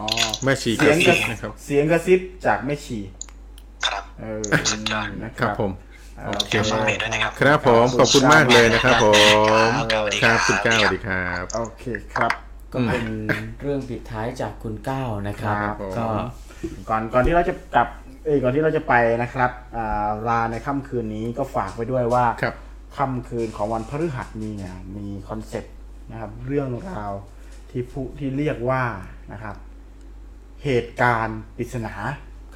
Speaker 2: แม่ชีก
Speaker 1: เสีย
Speaker 2: ระ
Speaker 1: งก
Speaker 2: ซิ
Speaker 1: ระ
Speaker 2: บนะครับ
Speaker 1: เสียงกระซิบจากแม่ชี
Speaker 11: ครับ
Speaker 1: เออ
Speaker 11: สุดยอด
Speaker 1: นะครับ
Speaker 2: ผม
Speaker 1: เอ่อ
Speaker 2: โอเค
Speaker 11: เดี๋ยวฟังเด็ดด้วยนะครับ
Speaker 2: ครับผมขอบคุณมากเลยนะครับผม
Speaker 11: ครับสวัสดี
Speaker 2: ค
Speaker 11: ครั
Speaker 2: รับบ คุณก้าวสวัสดีครับ
Speaker 1: โอเคครับ
Speaker 3: ก็เป็นเรื่องปิดท้ายจากคุณก้าวนะครับ
Speaker 2: ครับผม
Speaker 3: ก็
Speaker 1: ก่อนก่อนที่เราจะกลับเอยก่อนที่เราจะไปนะครับอ่าลาในค่ำคืนนี้ก็ฝากไว้ด้วยว่า
Speaker 2: ครับ
Speaker 1: ค่ำคืนของวันพฤหัสนี้เนี่ยมีคอนเซปต์นะครับเรื่องราวที่ผู้ที่เรียกว่านะครับ เหตุการณ์ปริศนา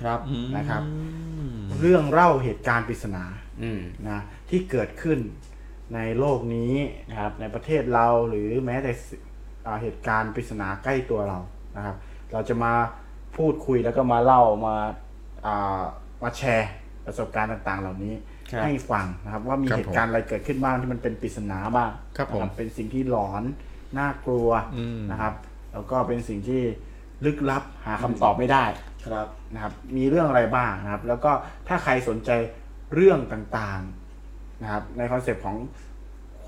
Speaker 3: ครับ
Speaker 1: นะครับ
Speaker 2: อืม
Speaker 1: เรื่องเล่าเหตุการณ์ปริศนา
Speaker 3: อืม
Speaker 1: นะที่เกิดขึ้นในโลกนี้นะครับในประเทศเราหรือแม้แต่สิอ่าเหตุการณ์ปริศนาใกล้ตัวเรานะครับ เราจะมาพูดคุยแล้วก็มาเล่ามาอ่ามาแชร์ประสบการณ์ต่างๆ เหล่านี้
Speaker 3: ครับ
Speaker 1: ให้ฟังนะครับ ว่ามี
Speaker 2: ครับ
Speaker 1: เหตุการณ์อะไรเกิดขึ้นบ้างที่มันเป็นปริศนาบ้าง
Speaker 2: ครับผม
Speaker 1: นะเป็นสิ่งที่หลอนน่ากลัว
Speaker 2: อืม
Speaker 1: นะครับ แล้วก็เป็นสิ่งที่ลึกลับหาคำตอบไม่ได้
Speaker 3: ครับ
Speaker 1: นะครับมีเรื่องอะไรบ้างนะครับ แล้วก็ถ้าใครสนใจเรื่องต่างๆนะครับในคอนเซปต์ของ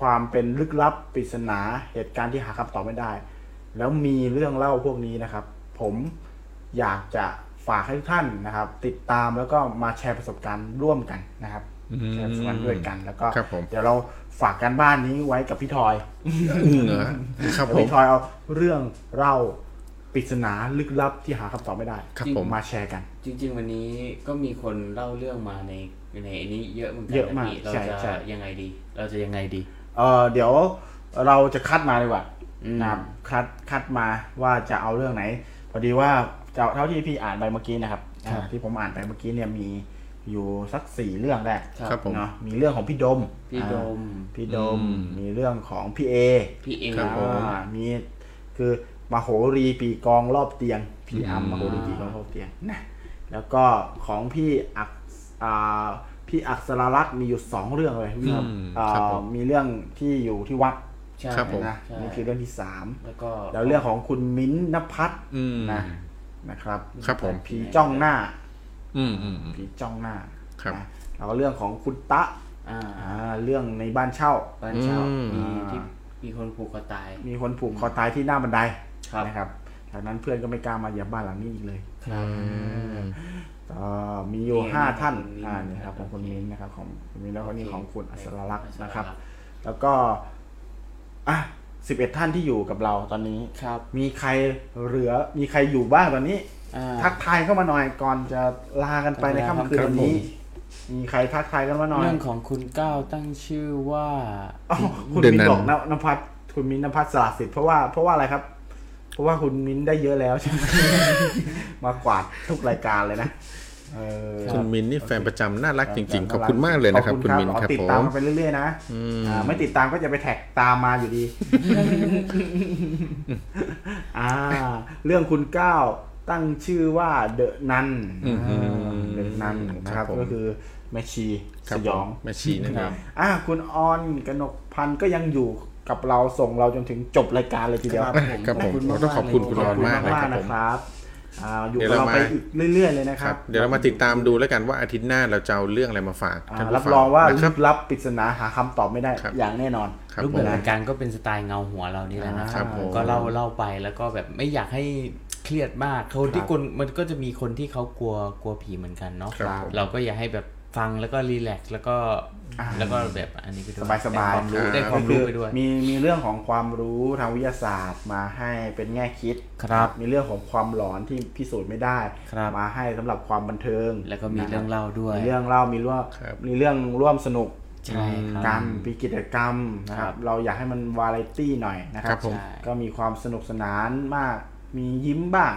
Speaker 1: ความเป็นลึกลับปริศนาเหตุการณ์ที่หาคำตอบไม่ได้ แล้วมีเรื่องเล่าพวกนี้นะครับ ผมอยากจะฝากให้ทุกท่านนะครับ ติดตามแล้วก็มาแชร์ประสบการณ์ร่วมกันนะครับ
Speaker 2: อืม
Speaker 1: แชร์ประสบการณ์ด้วยกันแล้วก็
Speaker 2: ครับผม
Speaker 1: เดี๋ยวเราฝากการบ้านนี้ไว้กับพี่ทอย
Speaker 2: อืมเหรอครับผ
Speaker 1: เดี๋ยว
Speaker 2: ม
Speaker 1: พี่ทอยเอาเรื่องเล่าปริศนาลึกลับที่หาคำตอบไม่ได้
Speaker 2: ครับผม
Speaker 1: มาแชร์กัน
Speaker 3: จริง ๆ วันนี้ก็มีคนเล่าเรื่องมาในในอันนี้เยอะเหมือนกั
Speaker 1: เยอะมาก
Speaker 3: พี่เรา
Speaker 1: ใช่ใช่
Speaker 3: จะยังไงดี เราจะยังไงดี
Speaker 1: เออเดี๋ยวเราจะคัดมาดีกว่า
Speaker 3: อืม
Speaker 1: นะครับคัดคัดมาว่าจะเอาเรื่องไหน พอดีว่าจะเท่าที่พี่อ่านไปเมื่อกี้นะครับอ่าที่ผมอ่านไปเมื่อกี้เนี่ยมีอยู่สักสี่เรื่องแรก
Speaker 2: ครับผม
Speaker 1: เนาะมีเรื่องของพี่ดม
Speaker 3: พี่โดม
Speaker 1: อ่าพี่ดม
Speaker 2: อืม
Speaker 1: มีเรื่องของพี่เอ
Speaker 3: พี่เอ
Speaker 2: ครับผม
Speaker 1: อ่ามีคือมโหรีปีกลองรอบเตียงพี่อัมมโหรีปีกลองรอบเตียงนะแล้วก็ของพี่อักอ่า พี่อักษรลักษณ์มีอยู่สองเรื่องเลยเรื่อง
Speaker 2: อืม
Speaker 1: เอ่อ
Speaker 2: ครับผม
Speaker 1: มีเรื่องที่อยู่ที่วัด
Speaker 3: ใช่
Speaker 2: ครับผม
Speaker 1: นะ
Speaker 3: ใช่
Speaker 1: นี่คือเรื่องที่สาม
Speaker 3: แล้วก็
Speaker 1: แล้วเรื่องของคุณมิ้นท์นภัทร
Speaker 2: อืม
Speaker 1: นะนะครับ
Speaker 2: ครับผม
Speaker 1: ผีจ้องหน้า
Speaker 2: อืมอืมอืม
Speaker 1: ผีจ้องหน้า
Speaker 2: ครับ
Speaker 1: นะแล้วก็เรื่องของคุณตะ
Speaker 3: อ่า
Speaker 1: อ่าเรื่องในบ้านเช่า
Speaker 3: บ้านเช่า
Speaker 2: อืม
Speaker 3: มีที่มีคนผูกคอตาย
Speaker 1: มีคนผูกคอตายที่หน้าบันได
Speaker 3: ครับ
Speaker 1: นะครับจากนั้นเพื่อนก็ไม่กล้ามาเหยียบบ้านหลังนี้อีกเลย
Speaker 3: ครับ
Speaker 1: ก็มีอยู่
Speaker 3: นี่
Speaker 1: ห้าท่าน
Speaker 3: ของคุณมิ้น
Speaker 1: อ่านี่ครับ
Speaker 3: นะครับ
Speaker 1: ของคุณมิ้นนะครับของคุณมิ้นแล้วก็นี่
Speaker 3: โอเค
Speaker 1: ของคุณอัศรลักษณ์
Speaker 3: อัศรลักษ
Speaker 1: นะ
Speaker 3: ณ์
Speaker 1: ครับ แล้วก็อ่ะสิบเอ็ดท่านที่อยู่กับเราตอนนี้
Speaker 3: ครับ
Speaker 1: มีใครเหลือมีใครอยู่บ้างตอนนี้
Speaker 3: อ่า
Speaker 1: ทักทายเข้ามาหน่อยก่อนจะลากันไปใน
Speaker 3: ครับ
Speaker 1: ค่ำคืน
Speaker 3: ครับ
Speaker 1: วันนี้ มีใครทักทายกันมาหน่อย
Speaker 3: เรื่องของคุณก้าวตั้งชื่อว่า
Speaker 1: อ้าวคุณ
Speaker 2: เดือน
Speaker 1: มิ้น
Speaker 2: นั้น
Speaker 1: บอกนนภัสคุณมิ้นนภัสสละสิทธิ์เพราะว่าเพราะว่าอะไรครับ เพราะว่าคุณมิ้นได้เยอะแล้วใช่ไหม [laughs] มากวาดทุกรายการเลยนะเออ
Speaker 2: คุณมินนี่แฟนประจำน่ารักจริง ๆ ขอบคุณมากเลยนะครับ
Speaker 1: ขอ
Speaker 2: คุณมิน
Speaker 1: อ๋อ
Speaker 2: ครับ
Speaker 1: ติด
Speaker 2: ผ
Speaker 1: ตาม
Speaker 2: ม
Speaker 1: กันไปเรื่อยๆนะ
Speaker 2: อืม
Speaker 1: อ่าไม่ติดตามก็จะไปแท็กตามมา
Speaker 2: [laughs]
Speaker 1: อยู่ดี อ่า เรื่องคุณก้าวตั้งชื่อว่าเดอะนัน
Speaker 2: อืม
Speaker 1: เดอะนันนะค
Speaker 2: ครั
Speaker 1: รับบ
Speaker 2: ผม
Speaker 1: ก็คือแมชชี
Speaker 2: ครั
Speaker 1: ส
Speaker 2: บผม
Speaker 1: ยอง
Speaker 2: แม่ชีนั่นเอง
Speaker 1: อ่ะคุณออนกนกพันธ์ก็ยังอยู่กับเราส่งเราจนถึงจบรายการเลยทีเดียว
Speaker 2: ครับผม
Speaker 1: ข
Speaker 2: ต้องขอบคุณ
Speaker 1: เลย
Speaker 2: คุณออนมากเลยครับผ
Speaker 1: นะ
Speaker 2: ม
Speaker 1: ครับอ่าอยู่
Speaker 2: เดี๋
Speaker 1: กั
Speaker 2: ย
Speaker 1: บ
Speaker 2: วเรา
Speaker 1: เรา
Speaker 2: มา
Speaker 1: ไปอีกเรื่อย ๆ เลยนะค
Speaker 2: ค
Speaker 1: รั
Speaker 2: รั
Speaker 1: บบ
Speaker 2: เดี๋ยวเรามาติดตามดูแล้วกันว่าอาทิตย์หน้าเราจะเอาเรื่องอะไรมาฝาก
Speaker 1: อ่า
Speaker 2: ท่าน
Speaker 1: รับ
Speaker 2: ผู้ฟัง
Speaker 1: รองว่า
Speaker 2: นะค
Speaker 1: ลึ
Speaker 2: รับ
Speaker 1: กลับปริศนาหาคำตอบไม่ได้
Speaker 2: ครับ
Speaker 1: อย่างแน่นอน
Speaker 2: ครับ
Speaker 3: รูป
Speaker 2: ผ
Speaker 3: แบบ
Speaker 2: ม
Speaker 3: รายการก็เป็นสไตล์เงาหัวเรานี่แหละนะค
Speaker 2: ครั
Speaker 3: รับบ
Speaker 2: ผม
Speaker 3: ก็เล่าเล่าไปแล้วก็แบบไม่อยากให้เครียดมากเขาที่คนมันก็จะมีคนที่เขากลัวกลัวผีเหมือนกันเนาะ
Speaker 2: ครับผม
Speaker 3: เราก็อยากให้แบบฟังแล้วก็รีแลกซ์แล้วก็แล้วก็แบบอันนี้ไปด้วย
Speaker 1: สบายๆ
Speaker 3: ได้ความรู้
Speaker 2: ครับ
Speaker 3: ได้ความรู้ไปด้วย
Speaker 1: มีมีเรื่องของความรู้ทางวิทยาศาสตร์มาให้เป็นแง่คิด
Speaker 3: ครับ
Speaker 1: มีเรื่องของความหลอนที่พิสูจน์ไม่ได้
Speaker 3: ครับ
Speaker 1: มาให้สำหรับความบันเทิง
Speaker 3: แล้วก็มี
Speaker 1: นะคบ
Speaker 3: เรื่องเล่าด้วย
Speaker 1: มีเรื่องเล่ามีเรื่อง
Speaker 2: ครับ
Speaker 1: มีเรื่องร่วมสนุก
Speaker 3: ใช่ค
Speaker 1: กา
Speaker 3: รับ
Speaker 1: รมีกิจกรรมนะค
Speaker 3: ครั
Speaker 1: รับ
Speaker 3: บ
Speaker 1: เราอยากให้มันวาไรตี้หน่อยนะค
Speaker 2: ค
Speaker 1: รั
Speaker 2: รับ บผม
Speaker 3: ใช่
Speaker 1: ก็มีความสนุกสนานมาก มียิ้มบ้าง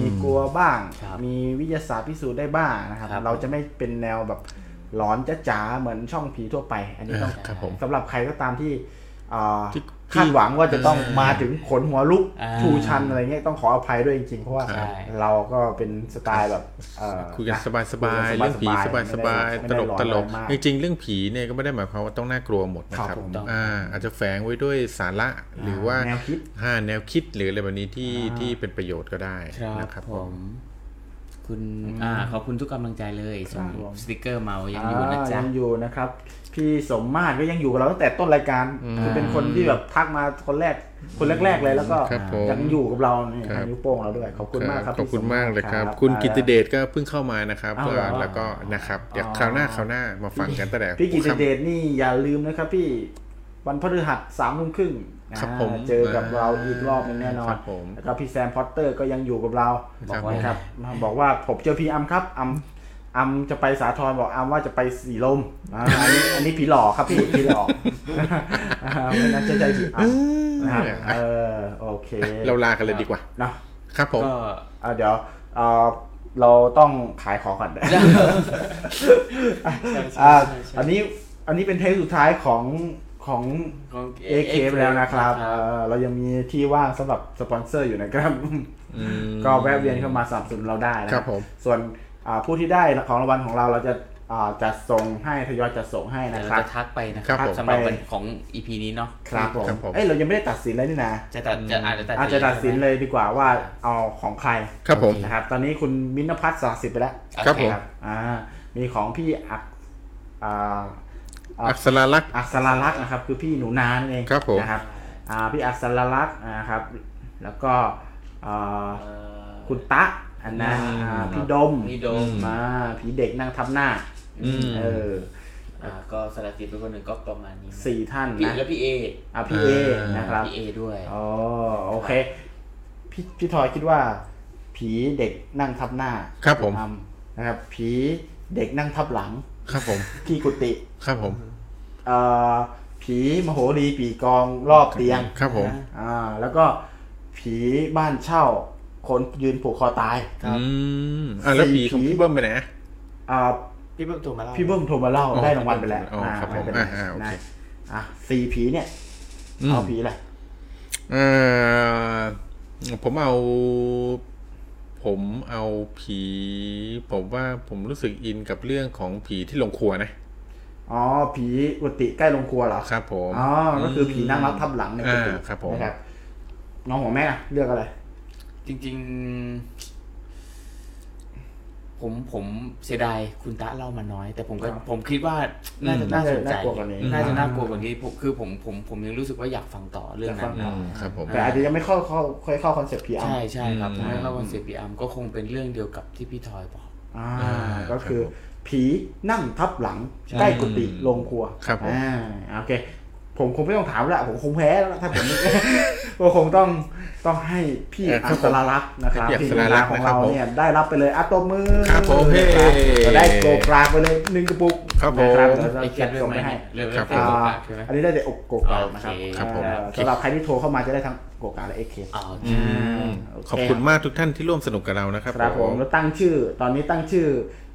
Speaker 1: มีกลัวบ้าง
Speaker 3: ครับ
Speaker 1: มีวิทยาศาสตร์พิสูจน์ได้บ้างนะครับ
Speaker 3: ครับ
Speaker 1: เราจะไม่เป็นแนวแบบหลอนจ๋าๆเหมือนช่องผีทั่วไป อันนี้ต้อง
Speaker 2: ครับผม
Speaker 1: สำหรับใครก็ตามที่เอ่อ
Speaker 2: ที่
Speaker 1: คาดหวังว่าจะต้องมาถึงขนหัวลุก
Speaker 3: อ่า
Speaker 1: ชูชันอะไรเงี้ยต้องขออภัยด้วยจริงๆ เพราะว่า
Speaker 3: ใช่
Speaker 1: เราก็เป็นสไตล์แบบเอ่อ
Speaker 2: คุยกันะ สบายสบายๆเรื่องผีสบายสบาย
Speaker 1: ไม่
Speaker 2: ต
Speaker 1: ได้
Speaker 2: ลก
Speaker 1: ร้อน
Speaker 2: ต
Speaker 1: อะไร
Speaker 2: ลก
Speaker 1: มา
Speaker 2: จริงๆเรื่องผีเนี่ยก็ไม่ได้หมายความว่าต้องน่ากลัวหมดนะค
Speaker 1: ครั
Speaker 2: รั
Speaker 1: บบ ผม
Speaker 2: อ่าอาจจะแฝงไว้ด้วยสาระหรือว่า
Speaker 1: แนวคิด
Speaker 2: อ่าแนวคิดหรืออะไรแบบนี้ที่ที่เป็นประโยชน์ก็ได้
Speaker 3: ครับ
Speaker 2: นะครับ
Speaker 3: ผ
Speaker 2: ผม
Speaker 3: ม คุณอ่าขอบคุณทุกกำลังใจเลยส่ง
Speaker 1: ครับผม
Speaker 3: สติกเกอร์มายังอยู่นะจ๊ะ
Speaker 1: ยังอยู่นะครับ พี่สมมาตรก็ยังอยู่กับเราตั้งแต่ต้นรายการคือเป็นคนที่แบบทักมาคนแรก คนแรก ๆ เลยแล้วก็
Speaker 2: ครับผม
Speaker 1: ยังอยู่กับเรานี่
Speaker 2: ครับ
Speaker 1: ทางนิ้วโป้งเราด้วยขอบคุณมากครับ
Speaker 2: ขอบคุณ
Speaker 1: พี่สร
Speaker 2: มากเลยครับ
Speaker 1: รับ
Speaker 2: คุณ
Speaker 1: อ่า
Speaker 2: กิตติเดชก็เพิ่งเข้ามานะครับ
Speaker 1: อ้าวเหรอ
Speaker 2: แล้วก็นะครับเดี๋ยวคราวหน้าคราวหน้ามาฟังกันตั้งแต่
Speaker 1: พี่กิตติเด
Speaker 2: หัวค่
Speaker 1: ชนี่อย่าลืมนะครับพี่วันพฤหัสสามทุ่มครึ่งนะครับ
Speaker 2: ผม
Speaker 1: เจอกับเราอีกรอบหนึงแน่นอ
Speaker 2: คน รับผม
Speaker 1: แล้วก็พี่แซมพอตเตอร์ก็ยังอยู่กับเรา
Speaker 2: ำครับ
Speaker 3: บอกไว้
Speaker 2: ผม
Speaker 1: นะครับมาบอกว่าผมเจอพี่อัมครับอัมอัมจะไปสาทรบอกอัมว่าจะไปสีลมอ่าอันนี้อันนี้ผีหลอกครับพี่ผีหล
Speaker 2: [laughs]
Speaker 1: อกอ่าไม่น่าเชื่อใจผีอัม นะครับเออโอเค
Speaker 2: เราลากันเลยดีกว่า
Speaker 1: เนาะ
Speaker 2: ครับผม
Speaker 3: ก็
Speaker 1: อ่ะเดี๋ยวเออเราต้องขายของก่ [laughs] อนอ่ะอันนี้อันนี้เป็นเทปสุดท้ายของของ
Speaker 3: ของ
Speaker 1: AK ไปแล้วนะครับเออเรายังมีที่ว่างสำหรับสปอนเซอร์อยู่นะครับ ก็แวะเวียนเข้ามาสนับสนุนเราได้นะครับ
Speaker 2: ผม
Speaker 1: ส่วนอ่าผู้ที่ได้ของรางวัลของเราเราจะอ่าจัดส่งให้ทยอยจัดส่งให้
Speaker 3: เดี๋ย
Speaker 1: นะค
Speaker 3: วเรา
Speaker 1: รับ
Speaker 3: จะทักไปนะค
Speaker 2: ครั
Speaker 3: รับบ
Speaker 2: ผม
Speaker 3: สำหรับ
Speaker 1: ไป
Speaker 3: วันของ EP นี้เนาะ
Speaker 1: ครับผม
Speaker 2: ครับผม
Speaker 1: เอ้ยเรายังไม่ได้ตัดสินเลยนี่นะ
Speaker 3: จะตัดจะอาจจะตัด
Speaker 1: อาจจะตัดสินเลยดีกว่าว่าเอาของใคร
Speaker 2: ครับผม
Speaker 1: นะครับตอนนี้คุณมินพัฒน์สาสิบไปแล้ว
Speaker 3: โอเ
Speaker 2: ครับผม
Speaker 1: อ่ามีของพี่อักอ่า
Speaker 2: อักษรลักษณ์
Speaker 1: อักษรลักษณ์นะครับ คือพี่หนูนานนเอง
Speaker 2: ครับผม
Speaker 1: นะครับอ่าพี่อักษรลักษณ์นะครับ แล้วก็อ่า
Speaker 3: เอ่อ
Speaker 1: คุณตะอันนะอ่าพี่ดม
Speaker 3: พี่ดม
Speaker 1: มาผีเด็กนั่งทับหน้า
Speaker 2: อืม
Speaker 1: เออ
Speaker 3: อ่าก็สลัดจิตเป็นคนหนึ่งก็ประมาณนี้นะ
Speaker 1: สี่ท่าน
Speaker 3: พี่
Speaker 1: นะ
Speaker 3: แล้วพี่เอ
Speaker 1: อ่าพี่เอ
Speaker 2: อ่าน
Speaker 1: นะครับ
Speaker 3: พี่เอด้วย
Speaker 1: อ๋อโอเคพี่พี่ทอยคิดว่า ผีเด็กนั่งทับหน้า
Speaker 2: ครับผม
Speaker 1: ทำนะครับผีเด็กนั่งทับหลัง
Speaker 2: ครับผม
Speaker 1: ที่กุฏิ
Speaker 2: ครับผม
Speaker 1: เอ่อผีมโหรีปีกองรอบเตียง
Speaker 2: ครับผม
Speaker 1: อ่าแล้วก็ผีบ้านเช่า คนยืนผูกคอตาย
Speaker 2: อืมอ่ะแล้วผีของพี่เบิ้มไปไหน
Speaker 1: อ่า
Speaker 3: พี่เบิ้มถูกมาแล้ว
Speaker 1: พี่เบิ้มโทรมาเล่า
Speaker 2: อ๋อ
Speaker 1: ได้รางวัลไปแล้ว
Speaker 2: อ๋ออ่าครับผม
Speaker 1: ไม่เป็นไร
Speaker 2: อ่าอ่าโอ
Speaker 1: นะ
Speaker 2: เค
Speaker 1: อ่ะสี่ผีเนี่ย
Speaker 2: อืม
Speaker 1: เอาผีอะไร
Speaker 2: เอ่อผมเอา ผ ผมเอาผี ผมว่าผมรู้สึกอินกับเรื่องของผีที่ลงครัวนะ
Speaker 1: อ๋อ ผีอุติใกล้ลงครัวเหรอ
Speaker 2: ครับผม
Speaker 1: อ๋อ ก็คือผีนั่งรับทับหลังในกุ
Speaker 2: อ่า
Speaker 1: ฏิ
Speaker 2: ครับผม
Speaker 1: นะครับ น้องหัวแม่เลือกอะไร
Speaker 3: จริงๆ ผมผมเสียดายคุณตะเล่ามาน้อย แต่ผมก็
Speaker 1: ครับ
Speaker 3: ผมคิดว่าน่าจะ
Speaker 1: อืม
Speaker 3: น่าสนใจ
Speaker 1: น่ากลัวกว่านี้
Speaker 3: น่าจะน่ากลัวกว่านี้ผมคือผมผมผมยังรู้สึกว่าอยากฟังต่อเรื่องนั้น
Speaker 2: อืมครับผม
Speaker 1: แต่อาจจะยังไม่เข้าเข้าเคยเข้าคอนเซ็ปต์ผีอ่ะ
Speaker 3: ใช่ใช่ครับ
Speaker 2: อืม
Speaker 3: ทำให้เข้าคอนเสิร์ตพีอาร์มก็คงเป็นเรื่องเดียวกับที่พี่ทอยบอก
Speaker 1: อ่า
Speaker 2: อ่า
Speaker 1: ก็คือ
Speaker 2: ครับผม
Speaker 1: ผีนั่งทับหลังใกล้กุฏิลงครัว
Speaker 2: ครับผม
Speaker 1: อ่าโอเค ผมคงไม่ต้องถามละผมคงแพ้แล้วล่ะถ้า [laughs] ผม ก็คงต้องต้องให้พี่อัศรลักษณ์นะครับ
Speaker 2: พี่อั
Speaker 1: ที่
Speaker 2: ศ
Speaker 1: ดู
Speaker 2: ร
Speaker 1: แล
Speaker 2: ลักษณ์
Speaker 1: ของเรา
Speaker 2: นะครับผม
Speaker 1: เนี่ยได้รับไปเลยอัตบมือ
Speaker 2: ครับผมเฮ้
Speaker 1: นะครับก็ได้โกกรากไปเลยหนึ่งกระปุก
Speaker 2: ครับผม
Speaker 1: นะเดี๋ยวเรา
Speaker 3: ไอ้แค
Speaker 1: จะ
Speaker 3: ทด้วย
Speaker 1: ส่ง
Speaker 3: ไหม
Speaker 1: ไปให้
Speaker 3: เรื่อง
Speaker 2: ครับ
Speaker 3: เรื่องโกกะใช่ไหม
Speaker 1: อันนี้ได้แต่อกโกกานะครับ
Speaker 3: โอเค
Speaker 2: ครับผม
Speaker 1: เอ่อสำหรับใครที่โทรเข้ามาจะได้ทั้งโกกาและเอเค
Speaker 3: อ๋อ
Speaker 2: อืม
Speaker 1: โอเค
Speaker 2: ขอบคุณมากทุกท่านที่ร่วมสนุกกับเรานะครับ
Speaker 1: ครับ
Speaker 2: ผ
Speaker 1: ผม มแล้วตั้งชื่อ ตอนนี้ตั้งชื่อ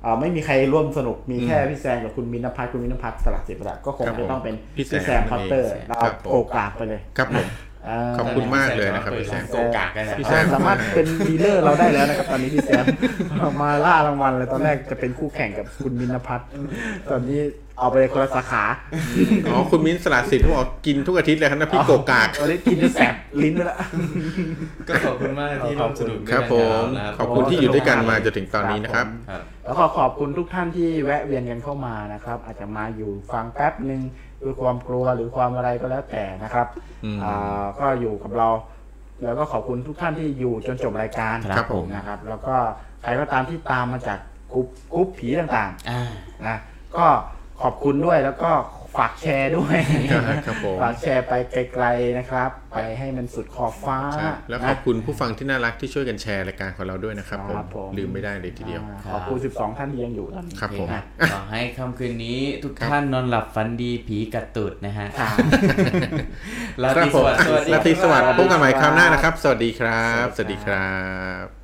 Speaker 1: เอ่อไม่มีใครร่วมสนุกมี
Speaker 2: อืม
Speaker 1: แค่พี่แซมกับคุณมินพัฒน์คุณมินพัฒน์สลัดเสียประดับก็คง
Speaker 2: ครับผม
Speaker 1: จะต้องเป็น
Speaker 2: พี่
Speaker 1: พี่
Speaker 2: แซ
Speaker 1: แซม
Speaker 2: ม
Speaker 1: พอตเตอร์ เรา
Speaker 2: ครั
Speaker 1: เอา
Speaker 2: บผม
Speaker 1: โกกาไปเลย
Speaker 2: ครับผม
Speaker 1: เ
Speaker 2: ขอบคุณมากเลยนะครับพี่แซม
Speaker 3: โกกะกันนะ
Speaker 2: พี่
Speaker 1: พี่แซ
Speaker 2: แซม
Speaker 1: มสามารถเป็นดีลเลอร์เราได้แล้วนะครับ ตอนนี้พี่แซม [laughs] มาล่ารางวัลเลยตอนแรกจะเป็นคู่แข่งกับคุณมินพัฒน์ตอนนี้เอาไปเลยคนละสา
Speaker 2: [laughs]
Speaker 1: ขา
Speaker 2: อ๋อคุณมิ้นท์สลัดสิทธิ์เขาบอกกินทุกอาทิตย์เลยครับนะพี่โกกาก
Speaker 1: ตอนนี้กินจะแสบลิ้นไปแล้ว
Speaker 4: ก็ขอบคุณมากที่ร่วมสนุกด้วย
Speaker 2: ค
Speaker 4: กั
Speaker 2: รับ
Speaker 4: น
Speaker 2: ผ
Speaker 4: กับ
Speaker 2: ม
Speaker 4: เรานะ
Speaker 2: ขอบคุณที่อยู่ด้วยกันมาจนถึงตอนนี้นะค
Speaker 1: ครั
Speaker 2: รับ
Speaker 1: บ
Speaker 4: ครับ
Speaker 1: แล้วก็ขอบคุณทุกท่านที่แวะเวียนกันเข้ามานะครับ อาจจะมาอยู่ฟังแป๊บหนึ่งด้วยความกลัวหรือความอะไรก็แล้วแต่นะครับ
Speaker 2: อืม
Speaker 1: อ่าก็อยู่กับเรา แล้วก็ขอบคุณทุกท่านที่อยู่จนจบรายการ
Speaker 2: ครับผม
Speaker 1: นะครับ แล้วก็ใครก็ตามที่ตามมาจากกรุ๊ปกรุ๊ปผีต่าง
Speaker 3: อ่า
Speaker 1: ๆนะก็ขอบคุณด้วยแล้วก็ฝากแชร์ด้วย
Speaker 2: ครับผม
Speaker 1: ฝากแชร์ไปไกลๆนะครับ ไปให้มันสุดขอบฟ้า
Speaker 2: ครับแล้วขอบคุณผู้ฟังที่น่ารักที่ช่วยกันแชร์รายการของเราด้วยนะครับผม
Speaker 1: ครับผม
Speaker 2: ลืมไม่ได้เลยทีเดียว
Speaker 1: อ่าขอบคุณ 12 ท่านที่ยังอยู่ตอนนี้
Speaker 2: ครับผม
Speaker 3: ขอให้ค่ำคืนนี้ทุกท่านนอนหลับฝันดีผีกัดตุดนะฮะลา
Speaker 2: ครั
Speaker 3: ต
Speaker 2: บ
Speaker 3: รี
Speaker 2: ผ
Speaker 3: ส
Speaker 2: ม
Speaker 3: วัสดิ์
Speaker 2: ลาตรีสวัสดิ์พบกันใหม่คราวหน้านะครับ สวัสดีครับ สวัสดีครับ